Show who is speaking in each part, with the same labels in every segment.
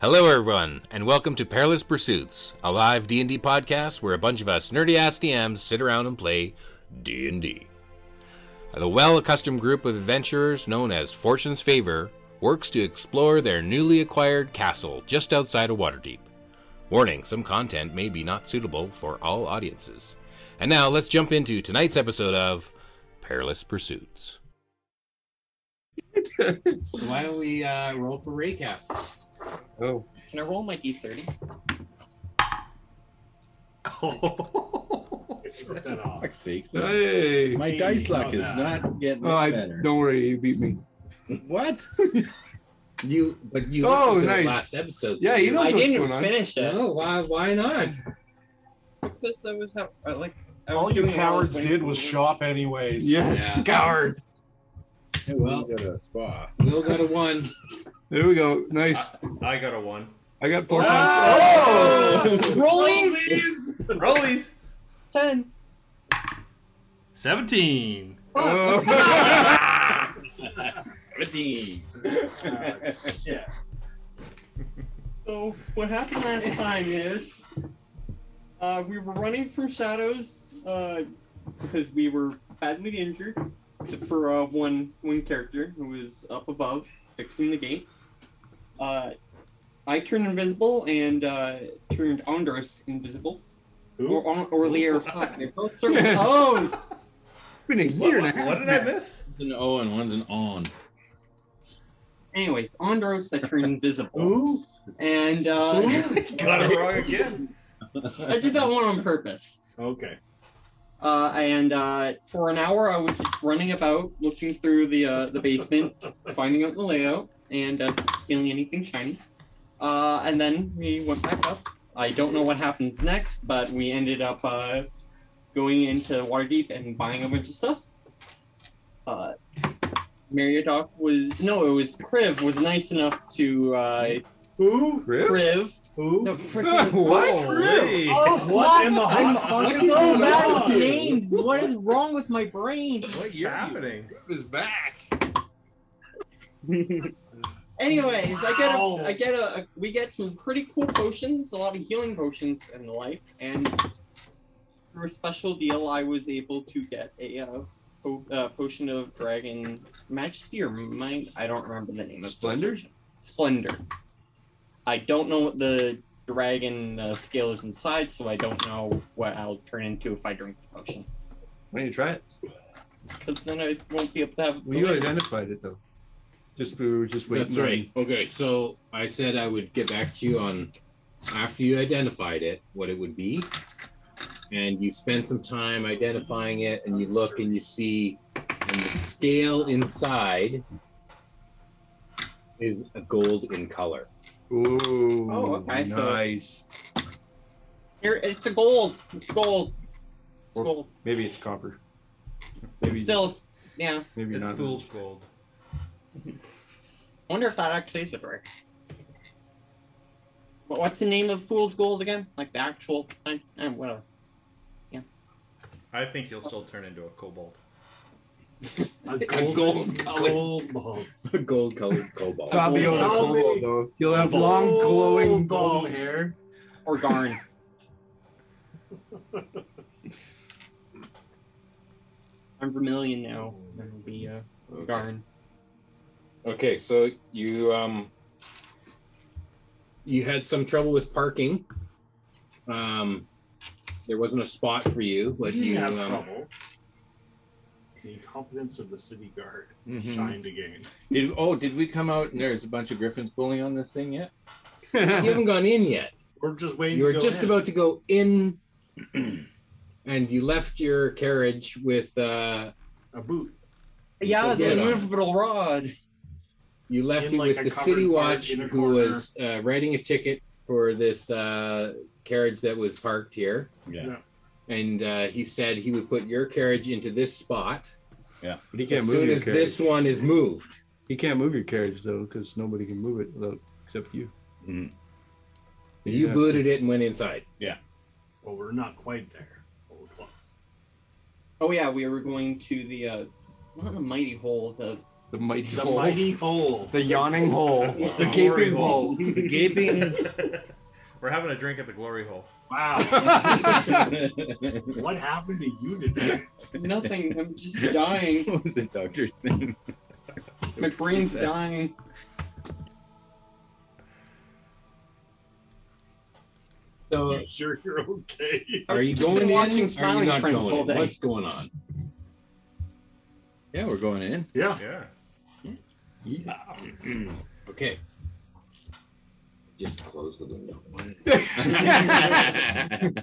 Speaker 1: Hello, everyone, and welcome to Perilous Pursuits, a live D&D podcast where a bunch of us nerdy ass DMs sit around and play D&D. The well-accustomed group of adventurers known as Fortune's Favor works to explore their newly acquired castle just outside of Waterdeep. Warning, some content may be not suitable for all audiences. And now let's jump into tonight's episode of Perilous Pursuits. Why don't we uh, roll for recap?
Speaker 2: Oh,
Speaker 3: Can I roll my d30?
Speaker 4: fuck's sakes.
Speaker 2: hey!
Speaker 4: My dice luck is not getting
Speaker 2: Oh, I,
Speaker 4: better.
Speaker 2: don't worry, you beat me.
Speaker 4: What?
Speaker 1: You, but you.
Speaker 2: Oh,
Speaker 1: listened to the
Speaker 2: nice.
Speaker 1: Last episode.
Speaker 2: Yeah, he knows
Speaker 3: I
Speaker 2: what's
Speaker 3: didn't
Speaker 2: going on.
Speaker 3: finish it
Speaker 1: No, why? Why not?
Speaker 3: because I was out, I, like I
Speaker 5: All
Speaker 3: was
Speaker 5: you
Speaker 3: doing it while I was
Speaker 5: cowards
Speaker 3: waiting
Speaker 5: did
Speaker 3: for
Speaker 5: was
Speaker 3: you.
Speaker 5: shop anyways.
Speaker 1: Yeah.
Speaker 5: Cowards.
Speaker 1: Well,
Speaker 4: go to a spa.
Speaker 1: Will got a one.
Speaker 2: There we go. Nice.
Speaker 6: I got a one.
Speaker 2: I got four Ah!
Speaker 5: Oh!
Speaker 3: Rolling
Speaker 6: Rollies.
Speaker 3: ten.
Speaker 6: Seventeen.
Speaker 2: points.
Speaker 4: yeah.
Speaker 3: So what happened last time is uh, we were running from shadows uh, because we were badly injured, except for uh, one one character who was up above fixing the gate. Uh, I turned invisible and uh, turned Andros invisible. Or, or, or Lear, fuck, they both start with O's.
Speaker 2: it's been a year and a half.
Speaker 6: did I miss?
Speaker 4: One's an O and one's an on.
Speaker 3: Anyways, Andros, I turned invisible.
Speaker 2: Ooh.
Speaker 3: And uh,
Speaker 6: got it wrong again.
Speaker 3: I did that one on purpose.
Speaker 5: Okay.
Speaker 3: Uh, and uh, for an hour, I was just running about, looking through the uh, the basement, finding out the layout, and uh, stealing anything shiny. Uh, and then we went back up. I don't know what happens next, but we ended up uh, going into Waterdeep and buying a bunch of stuff. Uh, Mariodoc was no, it was Kriv was nice enough to uh,
Speaker 2: Ooh.
Speaker 3: Kriv. No,
Speaker 2: Ooh.
Speaker 3: frickin-
Speaker 6: Holy.
Speaker 3: what
Speaker 5: in the
Speaker 3: Oh, I'm
Speaker 5: hospital?
Speaker 3: fucking so bad
Speaker 2: What?
Speaker 3: with names. What is wrong with my brain?
Speaker 2: What
Speaker 6: What's
Speaker 2: year?
Speaker 6: happening?
Speaker 2: Is back.
Speaker 3: Anyways, I get
Speaker 5: Wow.
Speaker 3: a, I get a, a- we get some pretty cool potions, a lot of healing potions and the like, and through a special deal, I was able to get a uh, po- uh, potion of dragon majesty or mind. I don't remember the name of the
Speaker 2: Splendor?
Speaker 3: potion. Splendor. I don't know what the dragon uh, scale is inside, so I don't know what I'll turn into if I drink the potion.
Speaker 2: Why don't you try it?
Speaker 3: Because then I won't be able to have.
Speaker 2: Well, you identified it though. Just we were just waiting.
Speaker 1: That's right. Okay, so I said I would get back to you on after you identified it, what it would be, and you spend some time identifying it, and you look and you see, and the scale inside is a gold in color.
Speaker 2: Ooh.
Speaker 3: Oh, okay, so-
Speaker 2: Nice.
Speaker 3: Here, it's a gold. It's gold. It's
Speaker 2: Or-
Speaker 3: gold.
Speaker 2: Maybe it's copper. Maybe
Speaker 3: Still, it's, yeah.
Speaker 2: Maybe
Speaker 6: It's
Speaker 2: not.
Speaker 6: fool's gold.
Speaker 3: I wonder if that actually is a brick. What, what's the name of Fool's Gold again? Like the actual thing? Eh, whatever.
Speaker 6: I think you'll still turn into a kobold.
Speaker 5: A
Speaker 1: gold- colored-
Speaker 5: gold ball.
Speaker 1: A gold colored cobalt.
Speaker 2: Fabio the
Speaker 5: Oh,
Speaker 2: Cobalt, though. He'll have
Speaker 5: Gold
Speaker 2: long, glowing
Speaker 5: ball.
Speaker 2: gold hair.
Speaker 3: Or darn. I'm vermilion now. That would be uh,
Speaker 1: Okay.
Speaker 3: darn.
Speaker 1: okay, so you um you had some trouble with parking. Um there wasn't a spot for you, but you,
Speaker 5: you have
Speaker 1: um,
Speaker 5: trouble. The incompetence of the city guard
Speaker 7: Mm-hmm.
Speaker 5: shined again.
Speaker 4: Did oh did we come out and there's a bunch of griffins pulling on this thing yet?
Speaker 1: you haven't gone in yet.
Speaker 5: We're just waiting.
Speaker 1: you were
Speaker 5: to go
Speaker 1: just
Speaker 5: in.
Speaker 1: about to go in and you left your carriage with uh
Speaker 5: a boot.
Speaker 3: Oh, Yeah, the
Speaker 1: Yeah.
Speaker 3: immovable rod.
Speaker 1: you left
Speaker 5: In
Speaker 1: you
Speaker 5: like
Speaker 1: with
Speaker 5: a
Speaker 1: the
Speaker 5: covered
Speaker 1: city
Speaker 5: cart
Speaker 1: watch
Speaker 5: in a
Speaker 1: who
Speaker 5: corner.
Speaker 1: was uh, writing a ticket for this uh carriage that was parked here
Speaker 4: Yeah.
Speaker 5: Yeah.
Speaker 1: and uh, he said he would put your carriage into this spot
Speaker 4: Yeah.
Speaker 2: But he can't
Speaker 1: as
Speaker 2: move
Speaker 1: soon
Speaker 2: your
Speaker 1: as
Speaker 2: carriage.
Speaker 1: this one is moved
Speaker 2: He can't move your carriage though, because nobody can move it without, except you.
Speaker 4: Mhm.
Speaker 1: you
Speaker 2: have
Speaker 1: booted it and went inside
Speaker 5: Well, we're not quite there. But we're close.
Speaker 3: Oh yeah, we were going to the uh, not the mighty hole, the
Speaker 8: The mighty
Speaker 5: The
Speaker 8: hole.
Speaker 5: mighty hole.
Speaker 7: The yawning hole. The
Speaker 5: Glory
Speaker 7: gaping hole.
Speaker 8: the gaping.
Speaker 9: We're having a drink at the glory hole.
Speaker 5: Wow. what happened to you today?
Speaker 3: Nothing. I'm just dying.
Speaker 1: What was it, Doctor? Thing?
Speaker 3: My brain's dying. So
Speaker 5: You sure you're okay?
Speaker 1: Are you
Speaker 3: Just been
Speaker 1: going in?
Speaker 3: watching
Speaker 1: or are you
Speaker 3: Smiling
Speaker 1: not
Speaker 3: Friends
Speaker 1: going
Speaker 3: all
Speaker 1: in?
Speaker 3: day.
Speaker 1: What's going on? Yeah, we're going in.
Speaker 5: Yeah.
Speaker 9: Yeah.
Speaker 1: Yeah. okay. Just close the window.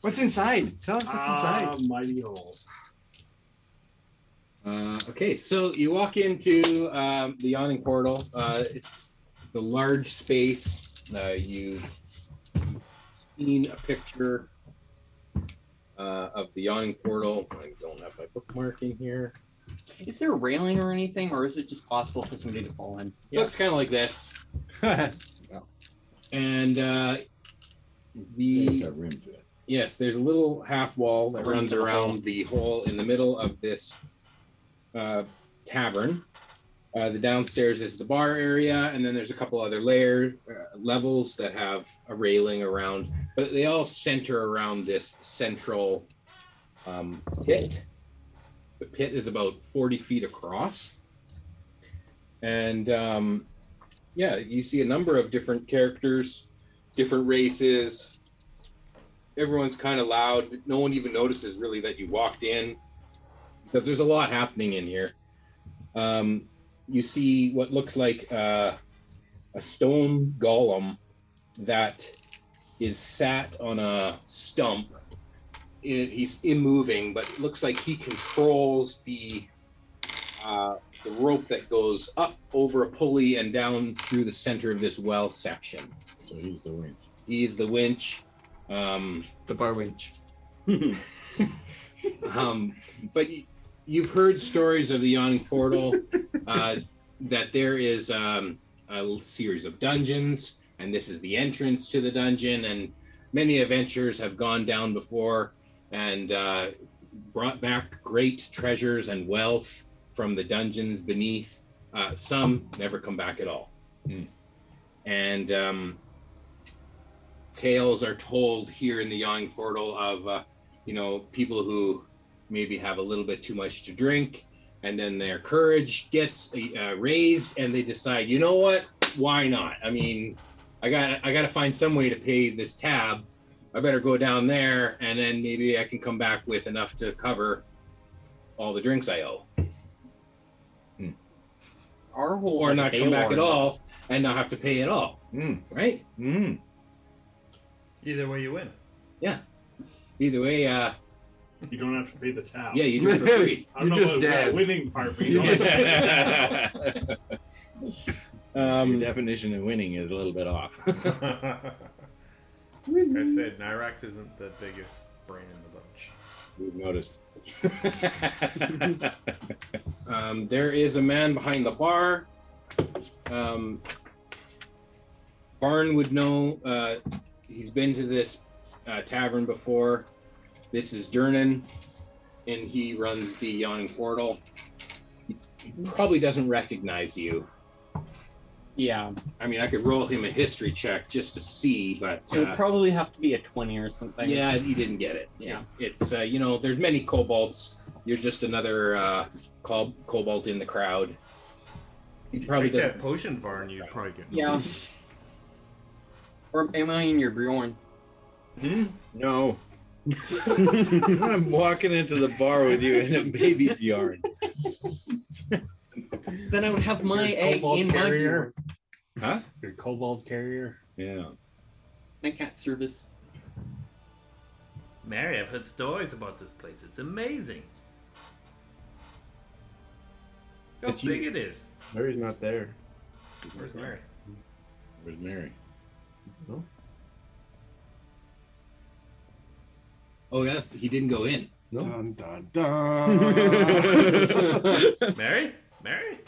Speaker 7: What's inside?
Speaker 1: Oh,
Speaker 7: Tell us what's
Speaker 5: Ah,
Speaker 7: inside.
Speaker 5: mighty hole.
Speaker 1: Uh, okay, so you walk into um, the yawning portal. Uh, it's the large space. Uh, you've seen a picture uh, of the yawning portal. I don't have my bookmark in here.
Speaker 3: Is there a railing or anything, or is it just possible for somebody to fall in?
Speaker 1: Looks kind of like this. and uh,
Speaker 8: There's
Speaker 1: the
Speaker 8: a rim to it.
Speaker 1: yes, there's a little half wall that runs around the hole in the middle of this uh, tavern. Uh, the downstairs is the bar area, and then there's a couple other layer uh, levels that have a railing around, but they all center around this central um, pit. The pit is about 40 feet across, and um, yeah, you see a number of different characters, different races. Everyone's kind of loud. No one even notices really that you walked in because there's a lot happening in here. Um, you see what looks like uh, a stone golem that is sat on a stump. It, he's immoving, but it looks like he controls the uh, the rope that goes up over a pulley and down through the center of this well section.
Speaker 8: So he's the winch.
Speaker 1: He is the winch. Um,
Speaker 7: The bar winch.
Speaker 1: um, but you, you've heard stories of the yawning portal uh, that there is um, a l- series of dungeons and this is the entrance to the dungeon and many adventurers have gone down before and uh, brought back great treasures and wealth from the dungeons beneath uh, some never come back at all
Speaker 8: Hmm.
Speaker 1: and um, tales are told here in the yawning portal of uh, you know, people who maybe have a little bit too much to drink, and then their courage gets uh, raised, and they decide, you know what? Why not? I mean, I got I got to find some way to pay this tab. I better go down there, and then maybe I can come back with enough to cover all the drinks I owe,
Speaker 3: Our whole
Speaker 1: or
Speaker 3: has a
Speaker 1: not come back at
Speaker 3: bail on it.
Speaker 1: all, and not have to pay at all,
Speaker 8: Mm.
Speaker 1: right?
Speaker 4: Hmm.
Speaker 8: Mm.
Speaker 9: Either way, you win.
Speaker 1: Either way, uh,
Speaker 5: You don't have to pay the tab.
Speaker 1: yeah, you do it for free.
Speaker 5: I don't
Speaker 7: You're
Speaker 5: know
Speaker 7: just
Speaker 5: about
Speaker 7: dead.
Speaker 5: That winning part. But you
Speaker 7: You're
Speaker 5: don't have
Speaker 7: just-
Speaker 5: to-
Speaker 1: Um,
Speaker 4: Um,
Speaker 8: Your definition of winning is a little bit off.
Speaker 9: like I said, Nyrax isn't the biggest brain in the bunch.
Speaker 8: We've noticed.
Speaker 1: Um, there is a man behind the bar. Um, Barn would know. Uh, he's been to this uh, tavern before. This is Durnan, and he runs the Yawning Portal. He probably doesn't recognize you.
Speaker 3: Yeah.
Speaker 1: I mean, I could roll him a history check just to see, but
Speaker 3: It would
Speaker 1: uh,
Speaker 3: probably have to be a 20 or something.
Speaker 1: yeah, he didn't get it.
Speaker 3: Yeah.
Speaker 1: it's uh, you know, there's many kobolds. You're just another uh, col- cobalt in the crowd. He probably
Speaker 9: Probably
Speaker 1: doesn't
Speaker 9: that potion Varn, you'd probably get.
Speaker 3: Yeah. Or am I in your Bjorn?
Speaker 8: No.
Speaker 1: I'm walking into the bar with you in a baby yarn.
Speaker 3: Then I would have my
Speaker 5: Your
Speaker 3: egg
Speaker 5: kobold
Speaker 3: in my
Speaker 5: carrier.
Speaker 3: Bjorn.
Speaker 1: Huh?
Speaker 5: Your cobalt carrier.
Speaker 8: Yeah.
Speaker 3: My cat service.
Speaker 9: Mary, I've heard stories about this place. It's amazing. How
Speaker 8: But you-
Speaker 9: big it is.
Speaker 10: Mary's not there.
Speaker 9: Where's Mary?
Speaker 8: Where's Mary?
Speaker 10: No.
Speaker 1: Oh, that's he didn't go in.
Speaker 10: No.
Speaker 7: Dun dun dun.
Speaker 9: Mary? Mary?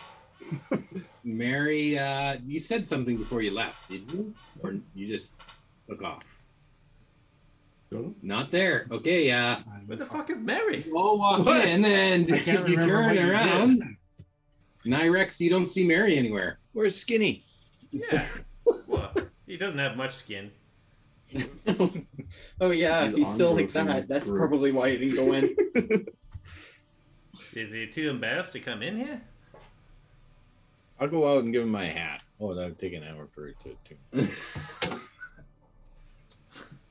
Speaker 1: Mary, uh, you said something before you left, didn't you? Or you just took off?
Speaker 10: No.
Speaker 1: Not there. Okay, uh,
Speaker 9: Where the fuck is Mary?
Speaker 1: go walk in and
Speaker 8: I can't
Speaker 1: you
Speaker 8: remember
Speaker 1: turn
Speaker 8: what you did.
Speaker 1: around. Nyrex, you don't see Mary anywhere.
Speaker 4: Where's Skinny?
Speaker 9: Yeah. Look, he doesn't have much skin.
Speaker 3: oh yeah,
Speaker 8: He's
Speaker 3: if he's still like
Speaker 8: engrossing
Speaker 3: that, that's
Speaker 8: group.
Speaker 3: probably why he didn't go in.
Speaker 9: Is he too embarrassed to come in here?
Speaker 1: I'll go out and give him my
Speaker 4: hat. Oh, that would take an hour for it to. to...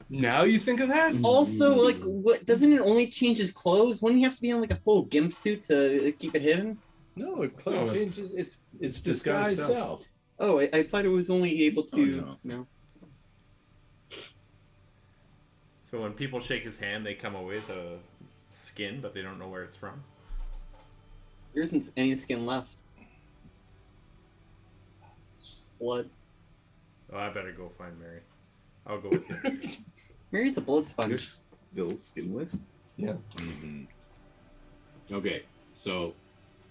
Speaker 7: Now you think of that?
Speaker 3: also, like, what doesn't it only change his clothes? Wouldn't he have to be in like a full gimp suit to uh, keep it hidden?
Speaker 4: No, it
Speaker 8: Oh,
Speaker 4: clearly
Speaker 10: No, it-
Speaker 4: changes. It's it's
Speaker 10: disguise
Speaker 4: disguise
Speaker 10: self.
Speaker 4: self.
Speaker 3: Oh, I, I thought it was only able to.
Speaker 4: Oh, no.
Speaker 3: no.
Speaker 9: So when people shake his hand, they come away with a skin, but they don't know where it's from.
Speaker 3: There isn't any skin left. It's just blood.
Speaker 9: Oh, I better go find Mary. I'll go with you.
Speaker 3: Mary's a blood
Speaker 8: You're
Speaker 3: sponge.
Speaker 8: still skinless.
Speaker 1: Mhm. Mm-hmm. Okay, so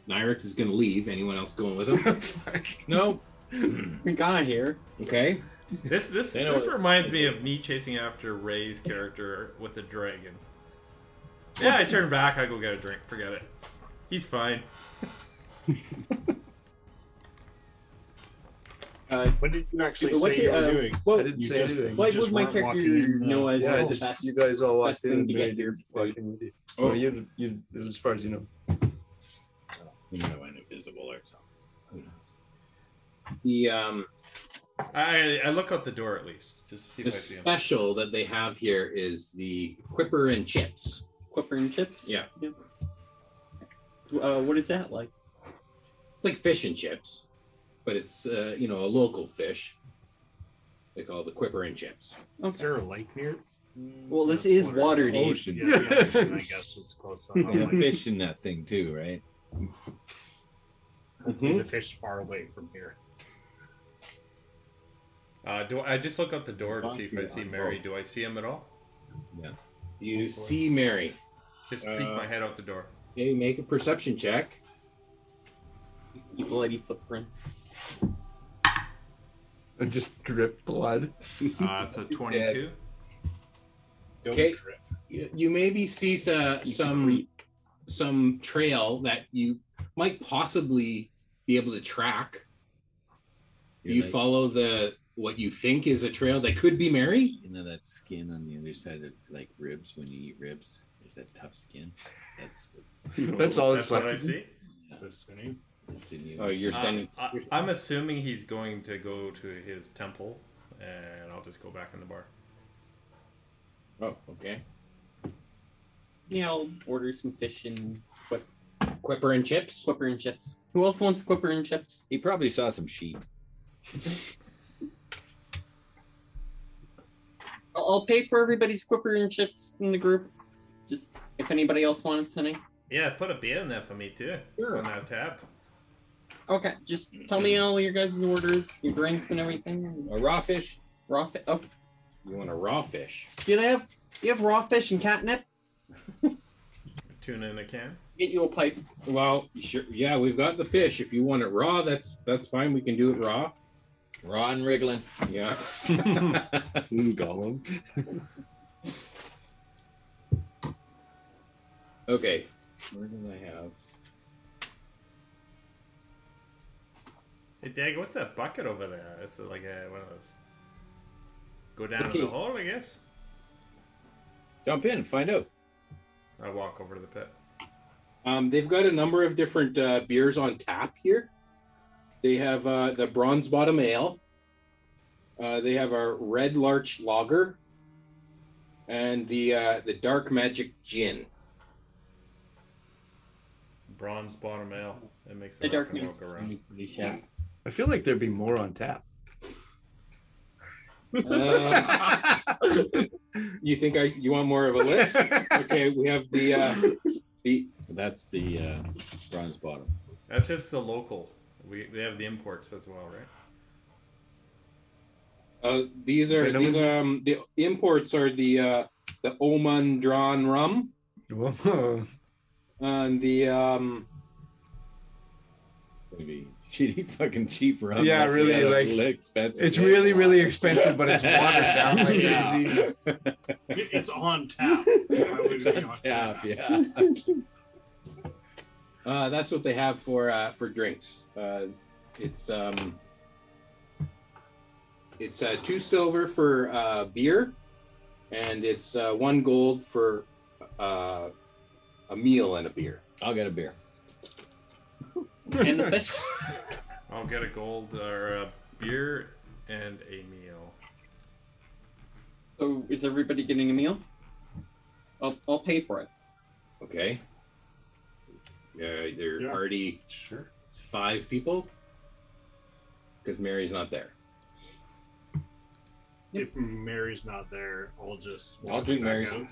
Speaker 1: Nyrex is going to leave. Anyone else going with him? no.
Speaker 3: We got here.
Speaker 1: Okay.
Speaker 9: this this
Speaker 4: They know
Speaker 9: this
Speaker 4: what-
Speaker 9: reminds me of me chasing after Ray's character with the dragon. Yeah, I turn back. I go get a drink. Forget it. He's fine.
Speaker 3: Uh,
Speaker 5: What did you actually
Speaker 3: What
Speaker 5: say
Speaker 3: did,
Speaker 5: you were
Speaker 3: uh,
Speaker 5: doing?
Speaker 10: I
Speaker 3: what
Speaker 10: didn't
Speaker 5: You
Speaker 10: say
Speaker 5: just-
Speaker 10: anything.
Speaker 5: you
Speaker 3: what
Speaker 5: just
Speaker 3: would my
Speaker 5: weren't walking
Speaker 3: character
Speaker 5: in, uh,
Speaker 3: know as
Speaker 10: yeah,
Speaker 3: the
Speaker 10: I just
Speaker 3: best?
Speaker 10: you guys all walked
Speaker 3: best
Speaker 10: in.
Speaker 3: thing
Speaker 10: and
Speaker 3: to get
Speaker 10: made
Speaker 3: here.
Speaker 10: fucking with you.
Speaker 1: Oh.
Speaker 10: Well, you, you, as far as you know.
Speaker 4: You know, and invisible or something.
Speaker 1: The um,
Speaker 9: I I look out the door at least just to see
Speaker 1: the
Speaker 9: if I see him.
Speaker 1: special that they have here is the Quipper and Chips.
Speaker 3: Quipper and chips?
Speaker 1: Yeah.
Speaker 3: Uh, what is that like?
Speaker 1: It's like fish and chips, but it's uh, you know a local fish. They call it the Quipper and Chips.
Speaker 5: Is there a lake near?
Speaker 3: Well, this is water,
Speaker 5: Oh,
Speaker 3: dude.
Speaker 4: Ocean.
Speaker 5: Yeah, the ocean, I guess it's close enough.
Speaker 4: Yeah,
Speaker 5: Like,
Speaker 4: fish in that thing too, right?
Speaker 8: Mm-hmm.
Speaker 5: hopefully The fish far away from here.
Speaker 9: Uh, do I I just look out the door to see if I see Mary? Do I see him at all?
Speaker 1: Do you see E. Mary?
Speaker 9: Just peek
Speaker 1: Uh,
Speaker 9: my head out the door.
Speaker 1: Hey, make a perception check.
Speaker 3: You bloody footprints.
Speaker 10: I just drip blood.
Speaker 9: Uh, it's a twenty-two.
Speaker 5: Don't
Speaker 1: Okay.
Speaker 5: trip.
Speaker 1: You, you maybe see uh, some some trail that you might possibly be able to track. Do you
Speaker 4: You're like,
Speaker 1: follow the what you think is a trail that could be Mary?
Speaker 4: you know that skin on the other side of like ribs when you eat ribs. There's that tough skin. That's
Speaker 10: That's all
Speaker 9: That's
Speaker 10: it's
Speaker 9: what
Speaker 10: like.
Speaker 9: I see.
Speaker 5: This thing.
Speaker 4: that's in you.
Speaker 1: Oh, you're
Speaker 9: Uh,
Speaker 1: sending.
Speaker 9: I, I'm assuming he's going to go to his temple, and I'll just go back in the bar.
Speaker 1: Oh, okay.
Speaker 3: Yeah, I'll order some fish and
Speaker 1: Quipper and chips.
Speaker 3: quipper and chips. Who else wants quipper and chips?
Speaker 4: He probably saw some sheep.
Speaker 3: I'll, I'll pay for everybody's quipper and chips in the group. Just if anybody else wants any.
Speaker 9: Yeah, put a beer in there for me too.
Speaker 1: Sure.
Speaker 9: On that tab.
Speaker 3: Okay, just tell me all your guys' orders, your drinks and everything.
Speaker 1: A raw fish.
Speaker 3: Raw fish. Oh,
Speaker 1: You want a raw fish?
Speaker 3: do they have? Do you have raw fish and catnip?
Speaker 9: Tuna in a can.
Speaker 3: Get you a pipe.
Speaker 1: Well, sure. Yeah, we've got the fish. If you want it raw, that's that's fine. We can do it raw.
Speaker 4: Raw and wriggling.
Speaker 1: Yeah.
Speaker 10: Gollum.
Speaker 1: Okay. Where did I have?
Speaker 9: Hey, Dag, what's that bucket over there? It's like a, one of those. Go down in
Speaker 1: Okay.
Speaker 9: the hole, I guess.
Speaker 4: Jump in, find out.
Speaker 9: I walk over to the pit.
Speaker 1: Um, they've got a number of different uh, beers on tap here. They have uh, the Bronze Bottom Ale. Uh, they have our Red Larch Lager, and the uh, the Dark Magic Gin.
Speaker 9: Bronze bottom ale. It makes
Speaker 3: Hey,
Speaker 9: it rock
Speaker 3: Dark
Speaker 9: and
Speaker 3: Man.
Speaker 9: roll go around.
Speaker 4: Yeah.
Speaker 10: I feel like there'd be more on tap.
Speaker 1: Uh, you think I you want more of a list? Okay, we have the uh, the
Speaker 4: That's the uh, bronze bottom.
Speaker 9: That's just the local. We they have the imports as well, right?
Speaker 1: uh, these are
Speaker 10: Venom.
Speaker 1: these um the imports are the uh, the Oman Drawn Rum
Speaker 10: Whoa.
Speaker 1: and the um
Speaker 4: Maybe shitty fucking cheap rum.
Speaker 10: Yeah,
Speaker 4: That's
Speaker 10: really,
Speaker 4: gotta
Speaker 10: like,
Speaker 4: look expensive.
Speaker 10: It's really, really expensive, but it's watered down like
Speaker 4: Yeah.
Speaker 10: crazy.
Speaker 5: It- It's on tap. Why would it
Speaker 4: It's
Speaker 5: be
Speaker 4: on
Speaker 5: on
Speaker 4: tap,
Speaker 5: tap?
Speaker 4: yeah.
Speaker 1: Uh, that's what they have for uh, for drinks. Uh, it's um, it's uh, two silver for uh, beer, and it's uh, one gold for uh, a meal and a beer.
Speaker 4: I'll get a beer.
Speaker 3: and the fish.
Speaker 9: I'll get a gold uh, or a beer and a meal.
Speaker 3: So is everybody getting a meal? I'll, I'll pay for it.
Speaker 1: Okay. Uh, they're
Speaker 5: Yeah.
Speaker 1: already
Speaker 4: Sure.
Speaker 1: five people because Mary's not there.
Speaker 5: If Mary's not there, I'll just
Speaker 8: I'll drink
Speaker 5: back
Speaker 8: Mary's.
Speaker 5: out,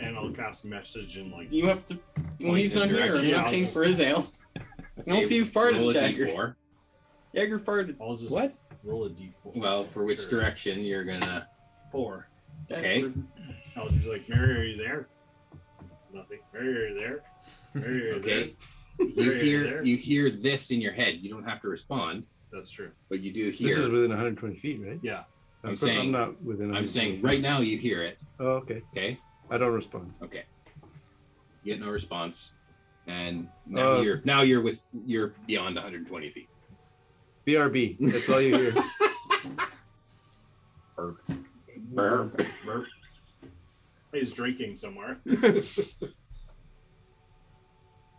Speaker 5: and I'll cast message and like
Speaker 3: You have to. Well, he's not
Speaker 1: Point in
Speaker 3: here. I'm
Speaker 5: direction.
Speaker 3: not paying for his ale. I don't
Speaker 1: Okay,
Speaker 3: see you
Speaker 1: roll
Speaker 3: farted,
Speaker 1: a
Speaker 3: Dagger.
Speaker 1: D4.
Speaker 3: Dagger farted.
Speaker 5: I'll just
Speaker 4: What?
Speaker 5: roll a d4.
Speaker 1: Well, for which
Speaker 5: Sure.
Speaker 1: direction you're gonna?
Speaker 5: Four.
Speaker 1: Okay.
Speaker 3: Dagger.
Speaker 5: I'll just be like, Mary, are you there? Nothing. Mary, are you there? Mary, are you there?
Speaker 1: Okay. You
Speaker 5: Mary, are you
Speaker 1: hear
Speaker 5: there?
Speaker 1: you hear this in your head. You don't have to respond,
Speaker 5: That's true.
Speaker 1: but you do
Speaker 10: This is
Speaker 1: hear.
Speaker 10: within 120 feet, right?
Speaker 5: Yeah.
Speaker 1: I'm
Speaker 10: pro-
Speaker 1: saying-
Speaker 10: I'm not within.
Speaker 1: I'm
Speaker 10: 120
Speaker 1: saying
Speaker 10: feet.
Speaker 1: right now you hear it.
Speaker 10: Oh, okay.
Speaker 1: Okay.
Speaker 10: I don't respond.
Speaker 1: Okay. You get no response, and now
Speaker 10: Uh,
Speaker 1: you're now you're with you're beyond 120 feet.
Speaker 10: BRB. That's all you hear.
Speaker 1: Burp. Burp.
Speaker 5: Burp. He's drinking somewhere.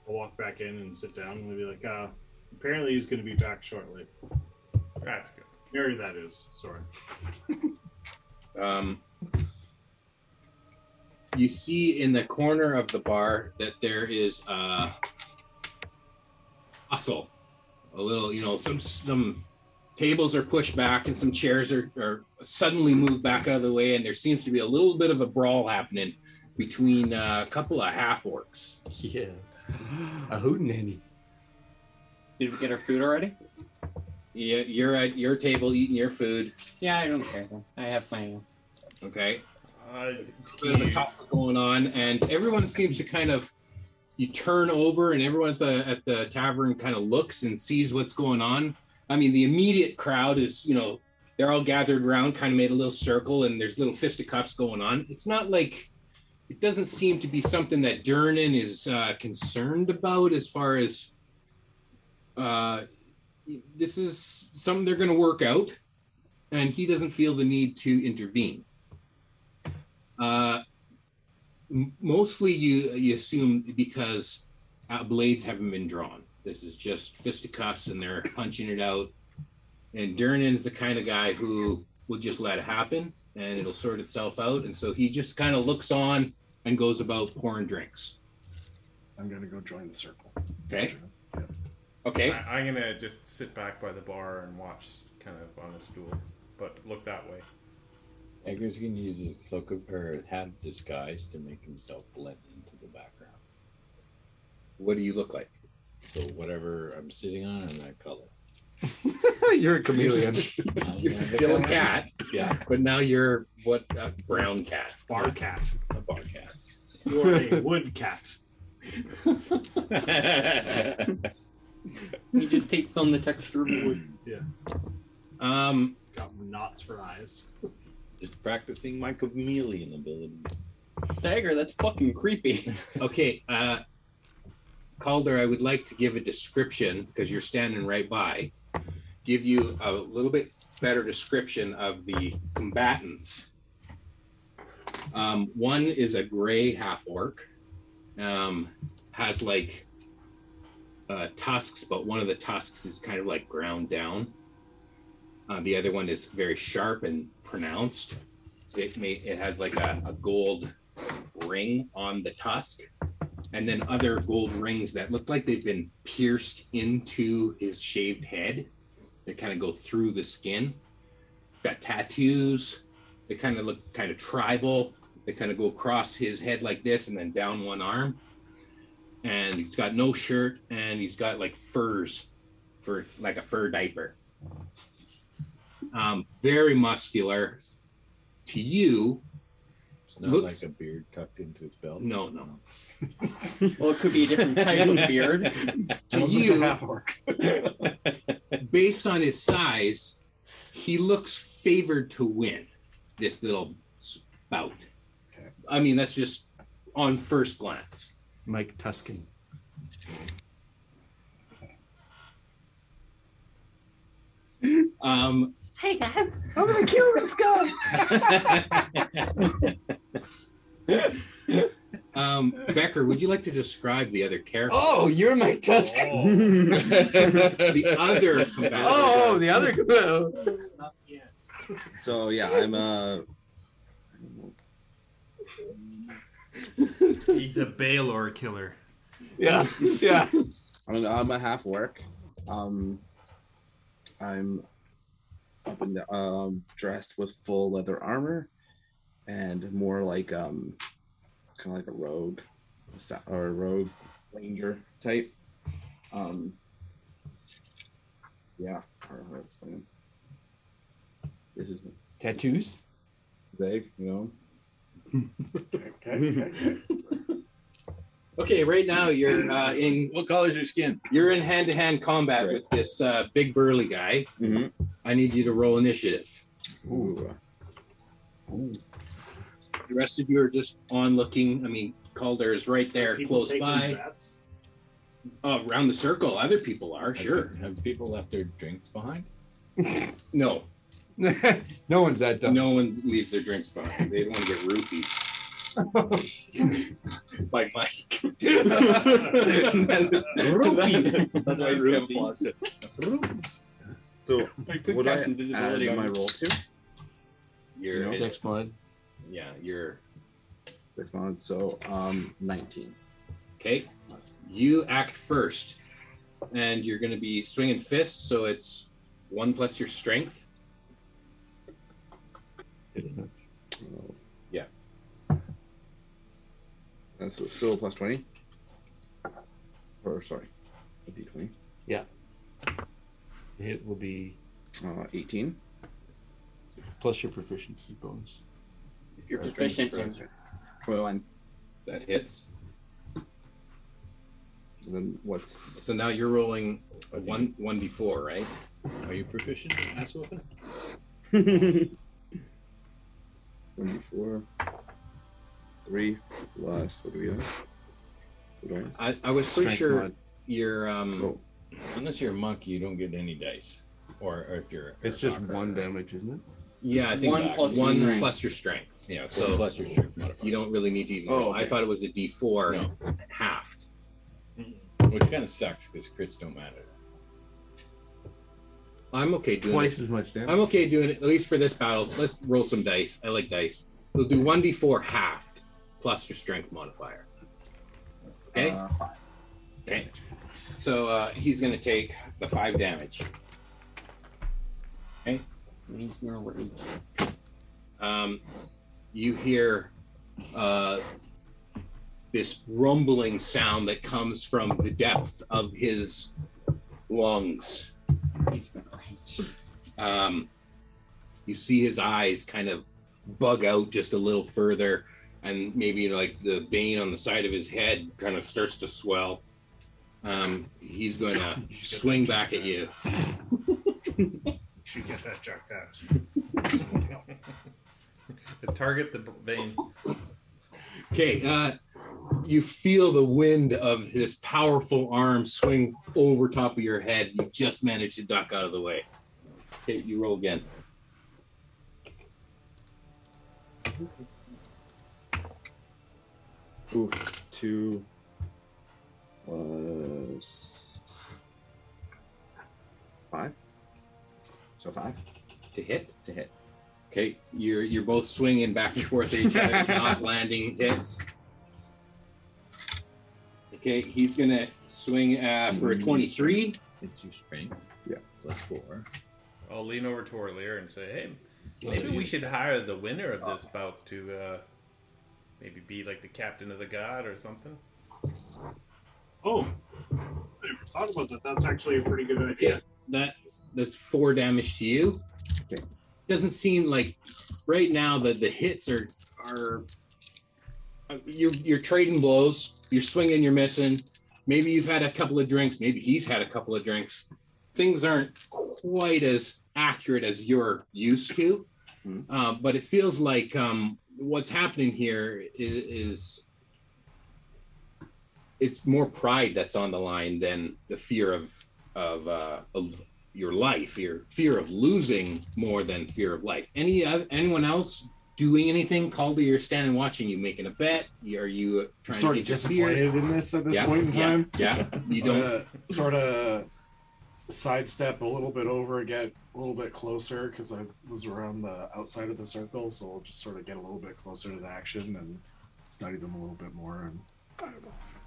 Speaker 5: I'll walk back in and sit down and be like, uh, apparently he's going to be back shortly.
Speaker 9: That's good.
Speaker 5: Mary, that is. Sorry.
Speaker 1: Um, you see in the corner of the bar that there is uh, hustle. A little, you know, some some tables are pushed back and some chairs are, are suddenly moved back out of the way, and there seems to be a little bit of a brawl happening between uh, a couple of half orcs.
Speaker 10: yeah. A hootenanny.
Speaker 3: Did we get our food already?
Speaker 1: Yeah, you're at your table eating your food.
Speaker 3: Yeah, I don't care. Though. I have my ale.
Speaker 1: Okay,
Speaker 9: Uh,
Speaker 1: bit of a
Speaker 9: Keith,
Speaker 1: tussle going on, and everyone seems to kind of you turn over, and everyone at the at the tavern kind of looks and sees what's going on. I mean, the immediate crowd is you know they're all gathered around, kind of made a little circle, and there's little fisticuffs going on. It's not like it doesn't seem to be something that Durnan is uh, concerned about as far as uh, this is something they're going to work out, and he doesn't feel the need to intervene. Uh, m- mostly you you assume because uh, blades haven't been drawn. This is just fisticuffs and they're punching it out. And Durnan's the kind of guy who will just let it happen and it'll sort itself out. And so he just kind of looks on and goes about pouring drinks.
Speaker 7: I'm gonna go join the circle.
Speaker 1: Okay. Okay.
Speaker 9: I, I'm gonna just sit back by the bar and watch, kind of on a stool, but look that way.
Speaker 4: Edgar's gonna use his cloak of or hat of disguise to make himself blend into the background.
Speaker 1: What do you look like?
Speaker 4: So whatever I'm sitting on, I'm that color.
Speaker 10: You're a chameleon.
Speaker 4: I'm
Speaker 1: You're
Speaker 4: that
Speaker 1: still a
Speaker 4: color.
Speaker 1: cat,
Speaker 4: Yeah,
Speaker 1: but now you're what a brown cat.
Speaker 5: Bar cat.
Speaker 4: a bar
Speaker 5: You are a wood cat.
Speaker 4: cat.
Speaker 3: He just takes on the texture of wood.
Speaker 1: Um,
Speaker 5: Got knots for eyes.
Speaker 4: Just practicing my chameleon ability.
Speaker 3: Dagger, that's fucking creepy.
Speaker 1: Okay, uh, Calder, I would like to give a description because you're standing right by. Give you a little bit better description of the combatants. Um, one is a gray half orc, um, has like uh, tusks, but one of the tusks is kind of like ground down. Uh, the other one is very sharp and pronounced. It may it has like a, a gold ring on the tusk and then other gold rings that look like they've been pierced into his shaved head. They kind of go through the skin. Got tattoos. They kind of look kind of tribal. They kind of go across his head like this and then down one arm. And he's got no shirt and he's got like furs for like a fur diaper. Um, very muscular. To you,
Speaker 4: It's not
Speaker 1: Looks-
Speaker 4: like a beard tucked into his belt.
Speaker 1: no, no.
Speaker 3: Well, it could be a different type of beard.
Speaker 1: To you, based on his size, he looks favored to win this little s- bout.
Speaker 7: Okay.
Speaker 1: I mean, that's just on first glance.
Speaker 7: Mike Tuscan.
Speaker 1: Um,
Speaker 11: Hey guys, I'm gonna kill this guy.
Speaker 1: um, Becker, would you like to describe the other character?
Speaker 3: Oh, you're my test.
Speaker 1: The other combatant.
Speaker 3: Oh, the other.
Speaker 12: So yeah, I'm uh
Speaker 9: He's a Baylor killer.
Speaker 12: yeah yeah. I'm, I'm a half work. Um, I'm up in the, um dressed with full leather armor, and more like um kind of like a rogue, sa- or a rogue ranger type. Um, yeah, I don't know how to explain him. This is
Speaker 3: tattoos.
Speaker 12: Vague, you know.
Speaker 1: Okay, right now you're uh, in. What color's your skin? You're in hand-to-hand combat with this uh, big burly guy.
Speaker 12: Mhm.
Speaker 1: I need you to roll initiative.
Speaker 12: Ooh.
Speaker 1: The rest of you are just on looking. I mean, Calder is right there,
Speaker 5: People
Speaker 1: close
Speaker 5: taking
Speaker 1: by,
Speaker 5: bets.
Speaker 1: uh, around the circle. Other people are sure.
Speaker 4: Have people left their drinks behind?
Speaker 1: No,
Speaker 10: no one's that dumb.
Speaker 1: no one leaves their drinks behind. They don't want to get roofied by Mike.
Speaker 3: that's, that's why he's camouflaged it.
Speaker 12: So
Speaker 3: I could
Speaker 12: would I
Speaker 3: cast
Speaker 12: add
Speaker 3: invisibility on
Speaker 12: my
Speaker 3: him.
Speaker 12: roll too?
Speaker 1: You're
Speaker 12: No.
Speaker 10: Next mod.
Speaker 1: yeah. You're
Speaker 12: Next one. So um, 19.
Speaker 1: okay. You act first, and you're going to be swinging fists. So it's one plus your strength. Yeah.
Speaker 12: That's still a plus 20. Or, sorry, a d20.
Speaker 10: It will be
Speaker 12: Uh, 18.
Speaker 10: plus your proficiency bonus.
Speaker 3: If you're proficient in
Speaker 12: 21.
Speaker 1: That hits.
Speaker 12: And then what's.
Speaker 1: So now you're rolling a one one d four, right?
Speaker 4: Are you proficient in ass whooping?
Speaker 12: 24. 3 plus. What do we have? Hold on.
Speaker 1: I, I was pretty
Speaker 10: Strength
Speaker 1: sure
Speaker 10: mod.
Speaker 1: your um
Speaker 12: Oh.
Speaker 4: Unless you're a monk, you don't get any dice. Or, or if you're.
Speaker 10: It's
Speaker 4: or a
Speaker 10: just
Speaker 4: conqueror.
Speaker 10: one damage, isn't it?
Speaker 1: yeah, I think
Speaker 3: One
Speaker 1: one,
Speaker 3: plus your
Speaker 1: one
Speaker 3: strength.
Speaker 1: plus your strength.
Speaker 4: Yeah, so
Speaker 1: So-
Speaker 4: plus your strength modifier.
Speaker 1: You don't really need to. Even,
Speaker 4: Oh,
Speaker 1: I
Speaker 4: okay.
Speaker 1: thought it was a d four
Speaker 4: No.
Speaker 1: halved.
Speaker 4: Which kind of sucks because crits don't matter.
Speaker 1: I'm okay doing
Speaker 10: Twice
Speaker 1: it.
Speaker 10: as much damage.
Speaker 1: I'm okay doing it at least for this battle. Let's roll some dice. I like dice. We'll do one d four halved plus your strength modifier. Okay.
Speaker 12: Uh, five.
Speaker 1: Okay. So uh, he's going to take the five damage. Okay. Um, you hear uh, this rumbling sound that comes from the depths of his lungs. Um, you see his eyes kind of bug out just a little further, and maybe like the vein on the side of his head kind of starts to swell. Um, he's going to swing back at you.
Speaker 5: Should get that checked out.
Speaker 9: Target the vein.
Speaker 1: Okay, uh, you feel the wind of this powerful arm swing over top of your head. You just manage to duck out of the way. Okay, you roll again.
Speaker 12: Oof. 2 plus. 5. So 5
Speaker 1: To hit.
Speaker 12: to hit.
Speaker 1: Okay, you're you're both swinging back and forth at each other, not landing hits. Okay, he's gonna swing uh, for a twenty-three.
Speaker 4: It's your strength.
Speaker 12: Yeah.
Speaker 4: Plus four.
Speaker 9: I'll lean over to Orlier and say, hey, maybe we should hire the winner of this bout to uh, maybe be like the captain of the god or something.
Speaker 5: Oh, I never thought about that. That's actually a pretty good idea.
Speaker 1: That that's four damage to you.
Speaker 12: Okay.
Speaker 1: Doesn't seem like right now that the hits are are uh, you're you're trading blows. You're swinging. You're missing. Maybe you've had a couple of drinks. Maybe he's had a couple of drinks. Things aren't quite as accurate as you're used to.
Speaker 12: Hmm.
Speaker 1: Uh, but it feels like um, what's happening here is, is it's more pride that's on the line than the fear of of, uh, of your life, your fear of losing more than fear of life. Any oth- anyone else doing anything? Calder, you're standing watching. You making a bet? Are you trying
Speaker 7: sort
Speaker 1: to
Speaker 7: of
Speaker 1: get your
Speaker 7: disappointed
Speaker 1: beer?
Speaker 7: in this at this
Speaker 1: Yeah,
Speaker 7: point in
Speaker 1: yeah,
Speaker 7: time. Uh,
Speaker 1: yeah. You don't-
Speaker 7: sort of sidestep a little bit over, get a little bit closer because I was around the outside of the circle, so I'll just sort of get a little bit closer to the action and study them a little bit more and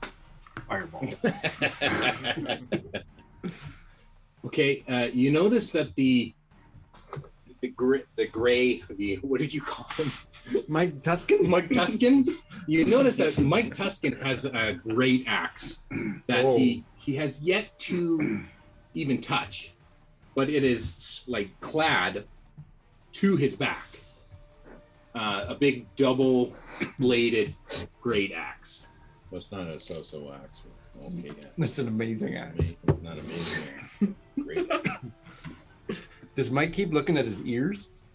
Speaker 7: fireball. Fireball.
Speaker 1: Okay, uh, you notice that the the gr- the gray the what did you call him?
Speaker 2: Mike Tuskin.
Speaker 1: Mike Tuskin. You notice that Mike Tuskin has a great axe that he
Speaker 7: Oh.
Speaker 1: he has yet to even touch, but it is like clad to his back. Uh, a big double bladed great axe.
Speaker 4: Well, it's not a so-so axe. but Okay, yeah.
Speaker 2: That's an amazing axe.
Speaker 4: It's not amazing. Great.
Speaker 2: Does Mike keep looking at his ears?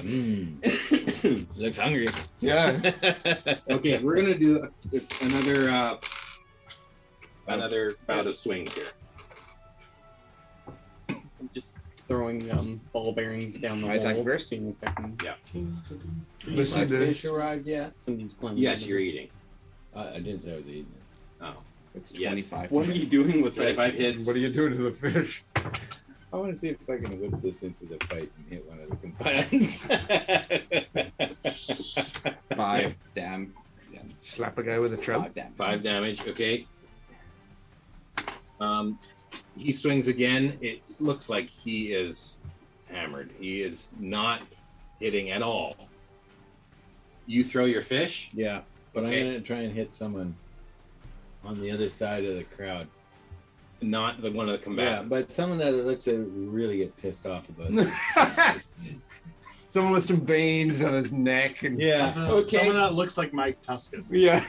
Speaker 4: Mm. Hmm. Looks hungry.
Speaker 2: Yeah.
Speaker 1: okay, we're gonna do a- another uh, another bout of swings here.
Speaker 3: I'm just throwing um, ball bearings down the
Speaker 1: I attack
Speaker 3: hole,
Speaker 1: first?
Speaker 3: seeing if I can.
Speaker 1: Yeah.
Speaker 2: Listen to
Speaker 3: fish
Speaker 2: this.
Speaker 3: arrived yet? Somebody's climbing.
Speaker 1: Yes,
Speaker 3: in.
Speaker 1: you're eating.
Speaker 4: Uh, I didn't say I was eating
Speaker 1: Oh,
Speaker 4: it's
Speaker 1: Yes.
Speaker 4: 25.
Speaker 3: What are you doing with that?
Speaker 1: 25 hits.
Speaker 2: What are you doing to the fish?
Speaker 4: I want to see if I can whip this into the fight and hit one of the combatants.
Speaker 12: Five. Damn.
Speaker 2: Slap a guy with a
Speaker 12: Five.
Speaker 2: trap.
Speaker 12: Damn.
Speaker 1: Five damage. Okay. Um, he swings again. It looks like he is hammered. He is not hitting at all. You throw your fish.
Speaker 4: yeah, but
Speaker 1: Okay.
Speaker 4: I'm going to try and hit someone on the other side of the crowd.
Speaker 1: Not the one of the
Speaker 4: Yeah,
Speaker 1: combatants.
Speaker 4: but someone that it looks like really get pissed off about it.
Speaker 2: Someone with some veins on his neck and
Speaker 4: yeah.
Speaker 5: Someone-
Speaker 1: Okay.
Speaker 5: Someone that looks like Mike Tuskin.
Speaker 2: yeah.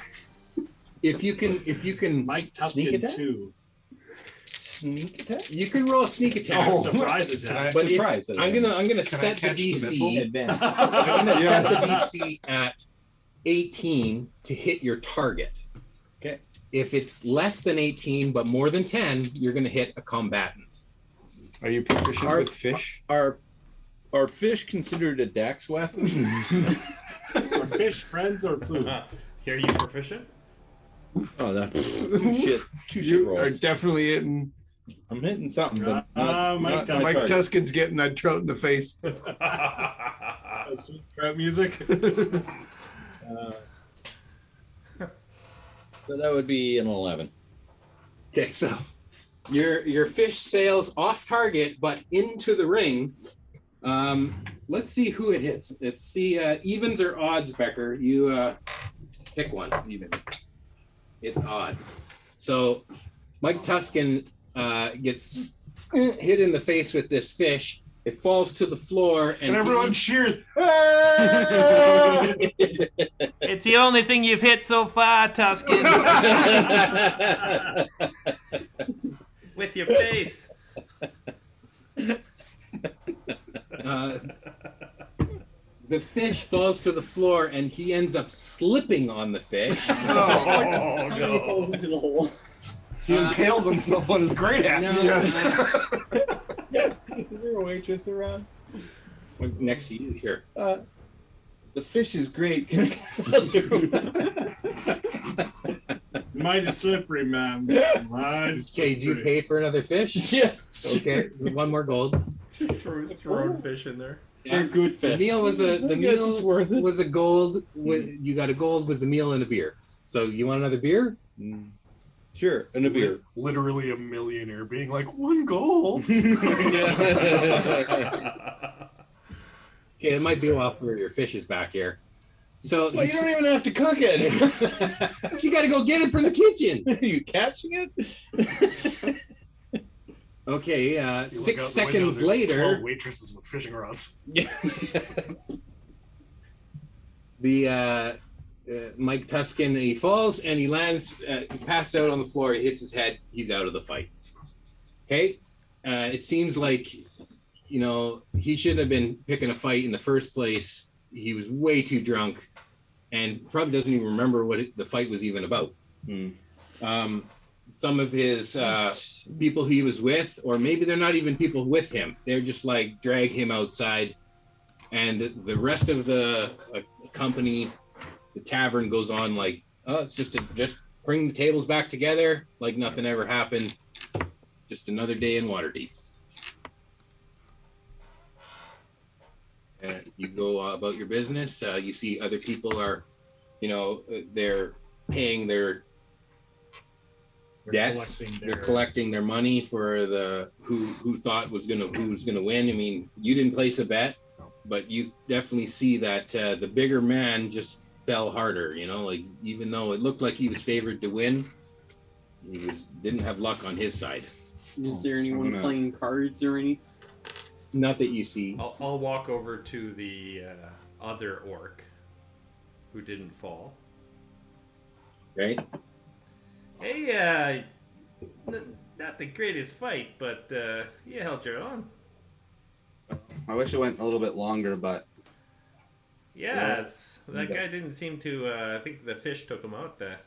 Speaker 1: if you can, if you can,
Speaker 5: Mike
Speaker 1: sneak
Speaker 5: Tuskin
Speaker 1: attack?
Speaker 5: too.
Speaker 1: Sneak attack. You can roll a sneak attack.
Speaker 2: Oh,
Speaker 5: Surprise attack.
Speaker 1: but if-
Speaker 4: Surprise, I
Speaker 1: I'm gonna, I'm gonna
Speaker 7: Can I
Speaker 1: set the
Speaker 7: catch the
Speaker 1: DC.
Speaker 7: missile?
Speaker 4: Advance.
Speaker 1: I'm gonna
Speaker 2: Yeah.
Speaker 1: set the DC at 18 to hit your target.
Speaker 4: Okay.
Speaker 1: If it's less than 18 but more than 10, you're gonna hit a combatant.
Speaker 2: Are you proficient
Speaker 4: Are-
Speaker 2: with fish?
Speaker 4: Are are fish considered a dex weapon?
Speaker 5: Are fish friends or food?
Speaker 9: Uh, are you proficient?
Speaker 4: oh, that two shit, two shit
Speaker 2: You are
Speaker 4: rolls.
Speaker 2: definitely hitting.
Speaker 4: I'm hitting something. But
Speaker 5: Ah, Mike
Speaker 4: not-
Speaker 5: Tuskin.
Speaker 4: not
Speaker 2: Mike
Speaker 4: target.
Speaker 2: Tuskin's getting that trout in the face.
Speaker 9: Oh,
Speaker 5: Uh, Sweet trout music.
Speaker 4: Uh, so that would be an eleven.
Speaker 1: Okay, so your your fish sails off target but into the ring. Um, let's see who it hits. Let's see uh, evens or odds, Becker. You uh, pick one. Even. It's odds. So Mike Tuskin uh, gets eh, hit in the face with this fish. It falls to the floor,
Speaker 7: And
Speaker 1: and,
Speaker 7: everyone cheers.
Speaker 13: It's the only thing you've hit so far, Tuskin.
Speaker 9: With your face.
Speaker 1: uh, the fish falls to the floor, and he ends up slipping on the fish.
Speaker 9: Oh,
Speaker 3: How many falls
Speaker 9: no.
Speaker 3: into the hole?
Speaker 2: He impales himself on his great axe.
Speaker 1: No,
Speaker 2: Yes.
Speaker 4: Is there a waitress around?
Speaker 1: Next to you, here.
Speaker 4: Uh, the fish is great.
Speaker 5: It's mighty slippery, man. Mighty
Speaker 1: Okay, do you
Speaker 5: slippery.
Speaker 1: pay for another fish?
Speaker 4: yes.
Speaker 1: Okay, one more gold.
Speaker 9: Throw, throwing fish in there.
Speaker 3: They're good
Speaker 1: The
Speaker 3: fish.
Speaker 1: meal was a the
Speaker 4: I guess
Speaker 1: meal
Speaker 4: it's worth it.
Speaker 1: was a gold. Was, you got a gold was a meal and a beer. So you want another beer?
Speaker 4: Mm. Sure, and a beer.
Speaker 7: Literally a millionaire being like, one goal.
Speaker 1: Okay, it might be a while for your fish is back here. So
Speaker 4: Well, you don't even have to cook it.
Speaker 1: she got to go get it from the kitchen.
Speaker 4: you catching it?
Speaker 1: Okay, uh,
Speaker 7: You look
Speaker 1: six
Speaker 7: out the window,
Speaker 1: seconds
Speaker 7: there's
Speaker 1: later,
Speaker 7: twelve waitresses with fishing rods.
Speaker 1: the uh, uh, Mike Tuskin he falls and he lands. Uh, he passed out on the floor. He hits his head. He's out of the fight. Okay, uh, it seems like you know he shouldn't have been picking a fight in the first place. He was way too drunk. and probably doesn't even remember what it, the fight was even about. Um, some of his uh, people he was with, or maybe they're not even people with him. They're just like drag him outside, and the rest of the uh, company, the tavern goes on like, oh, it's just a, just bring the tables back together, like nothing ever happened. Just another day in Waterdeep. and you go uh, about your business. Uh, you see other people are, you know, uh, they're paying their debts.
Speaker 5: collecting
Speaker 1: They're collecting their money for the who who thought was gonna who's gonna win. I mean, you didn't place a bet, but you definitely see that uh, the bigger man just fell harder. You know, like even though it looked like he was favored to win, he was didn't have luck on his side.
Speaker 3: Is there anyone
Speaker 1: I'm gonna-
Speaker 3: playing cards or any?
Speaker 1: Not that you see.
Speaker 9: I'll, I'll walk over to the uh, other orc who didn't fall.
Speaker 1: Right?
Speaker 9: Hey, uh, n- not the greatest fight, but uh, you held your own.
Speaker 12: I wish it went a little bit longer, but
Speaker 9: Yes,
Speaker 12: Yeah.
Speaker 9: that guy didn't seem to. Uh, I think the fish took him out there.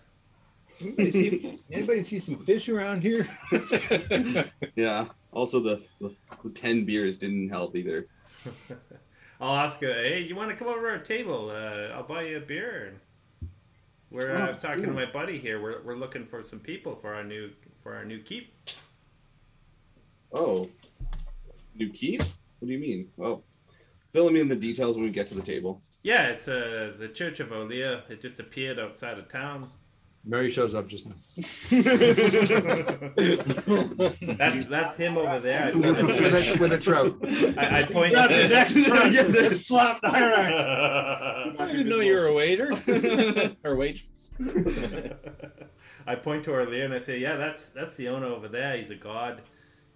Speaker 4: Anybody see, anybody see some fish around here?
Speaker 12: yeah. Also, the, the, the ten beers didn't help either.
Speaker 9: I'll ask her, hey, you want to come over to our table? Uh, I'll buy you a beer. And We're, I was talking to my buddy here. We're, we're looking for some people for our new for our new keep.
Speaker 12: Oh, new keep? What do you mean? Oh, fill me in the details when we get to the table.
Speaker 9: Yeah, it's uh, the Church of Olea. It just appeared outside of town.
Speaker 10: Mary shows up just now.
Speaker 9: That's that's him over there.
Speaker 10: With a- with a- with a trout.
Speaker 9: I, I point.
Speaker 10: That's his
Speaker 2: next trout. Yeah, that slapped the hyrax.
Speaker 9: I
Speaker 2: I didn't know you were
Speaker 1: a waiter or waitress.
Speaker 9: I point to Orlea and I say, "Yeah, that's that's the owner over there. He's a god,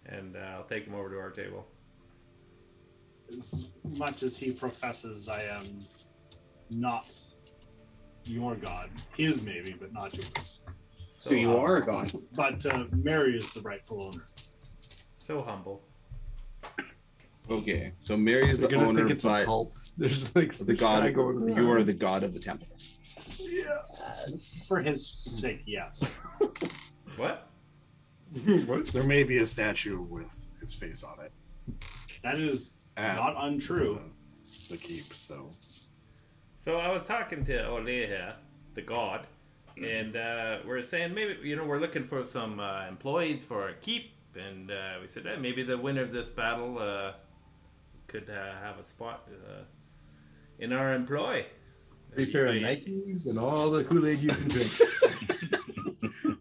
Speaker 9: and uh, I'll take him over to our table."
Speaker 5: As much as he professes, I am not your god. His maybe, but not yours.
Speaker 3: So you
Speaker 5: uh,
Speaker 3: are a god.
Speaker 5: But uh, Mary is the rightful owner.
Speaker 9: So humble.
Speaker 12: Okay, so Mary is
Speaker 5: They're
Speaker 12: the
Speaker 5: gonna
Speaker 12: owner,
Speaker 5: think it's a
Speaker 12: but
Speaker 10: There's like
Speaker 12: the
Speaker 10: this
Speaker 12: god.
Speaker 10: guy going around.
Speaker 12: You are the god of the temple.
Speaker 5: Yeah. For his sake, yes.
Speaker 9: What?
Speaker 7: What? There may be a statue with his face on it. Uh,
Speaker 5: That is not untrue.
Speaker 7: The keep, so
Speaker 9: So I was talking to Olea here, the god, and uh, we're saying maybe you know we're looking for some uh, employees for our keep, and uh, we said eh, maybe the winner of this battle uh, could uh, have a spot uh, in our employ.
Speaker 10: Free pair of Nikes and all the Kool Aid you can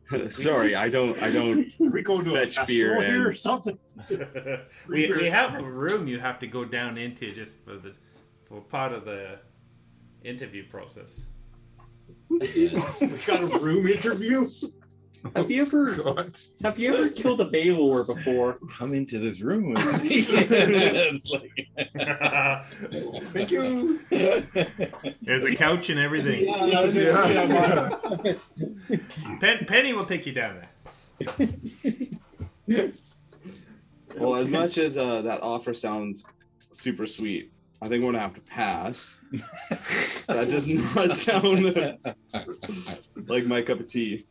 Speaker 10: drink.
Speaker 12: Sorry, I don't. I don't.
Speaker 5: we go to
Speaker 12: fetch beer and
Speaker 5: something.
Speaker 9: we, we have a room you have to go down into just for the for part of the interview process.
Speaker 3: We got a room interview. Have you ever have you ever killed a Baylor before?
Speaker 4: Come into this room.
Speaker 3: It's
Speaker 9: Thank you. There's a couch and everything.
Speaker 2: Yeah, yeah,
Speaker 9: Pen, Penny will take you down there.
Speaker 12: Well, as much as uh, that offer sounds super sweet, I think we're gonna have to pass. that does not sound like my cup of tea.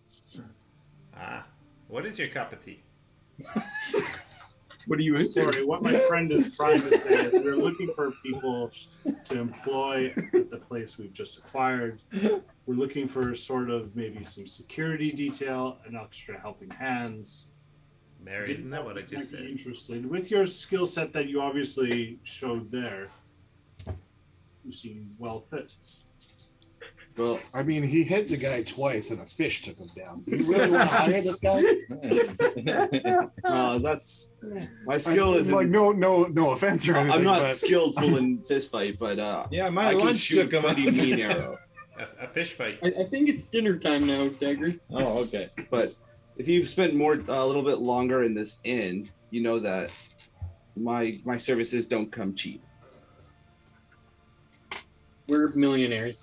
Speaker 9: Ah, what is your cup of tea?
Speaker 10: What are you into?
Speaker 5: Sorry, what my friend is trying to say is we're looking for people to employ at the place we've just acquired. We're looking for sort of maybe some security detail, an extra helping hands.
Speaker 9: Mary,
Speaker 5: Didn't
Speaker 9: isn't that what I
Speaker 5: think you
Speaker 9: just
Speaker 5: might be
Speaker 9: said?
Speaker 5: Interested with your skill set that you obviously showed there. You seem well fit.
Speaker 12: Well,
Speaker 7: I mean, he hit the guy twice, and a fish took him down. You really want to hire this guy?
Speaker 12: Uh, that's my skill
Speaker 7: I-
Speaker 12: is
Speaker 7: like no, no, no offense or anything.
Speaker 12: I'm not
Speaker 7: but-
Speaker 12: skillful in fist fight, but uh,
Speaker 4: yeah,
Speaker 12: I can shoot pretty mean arrow.
Speaker 9: A, a fish fight.
Speaker 3: I, I think it's dinner time now, Dagger.
Speaker 12: Oh, okay. But if you've spent more uh, a little bit longer in this inn, you know that my my services don't come cheap.
Speaker 3: We're millionaires.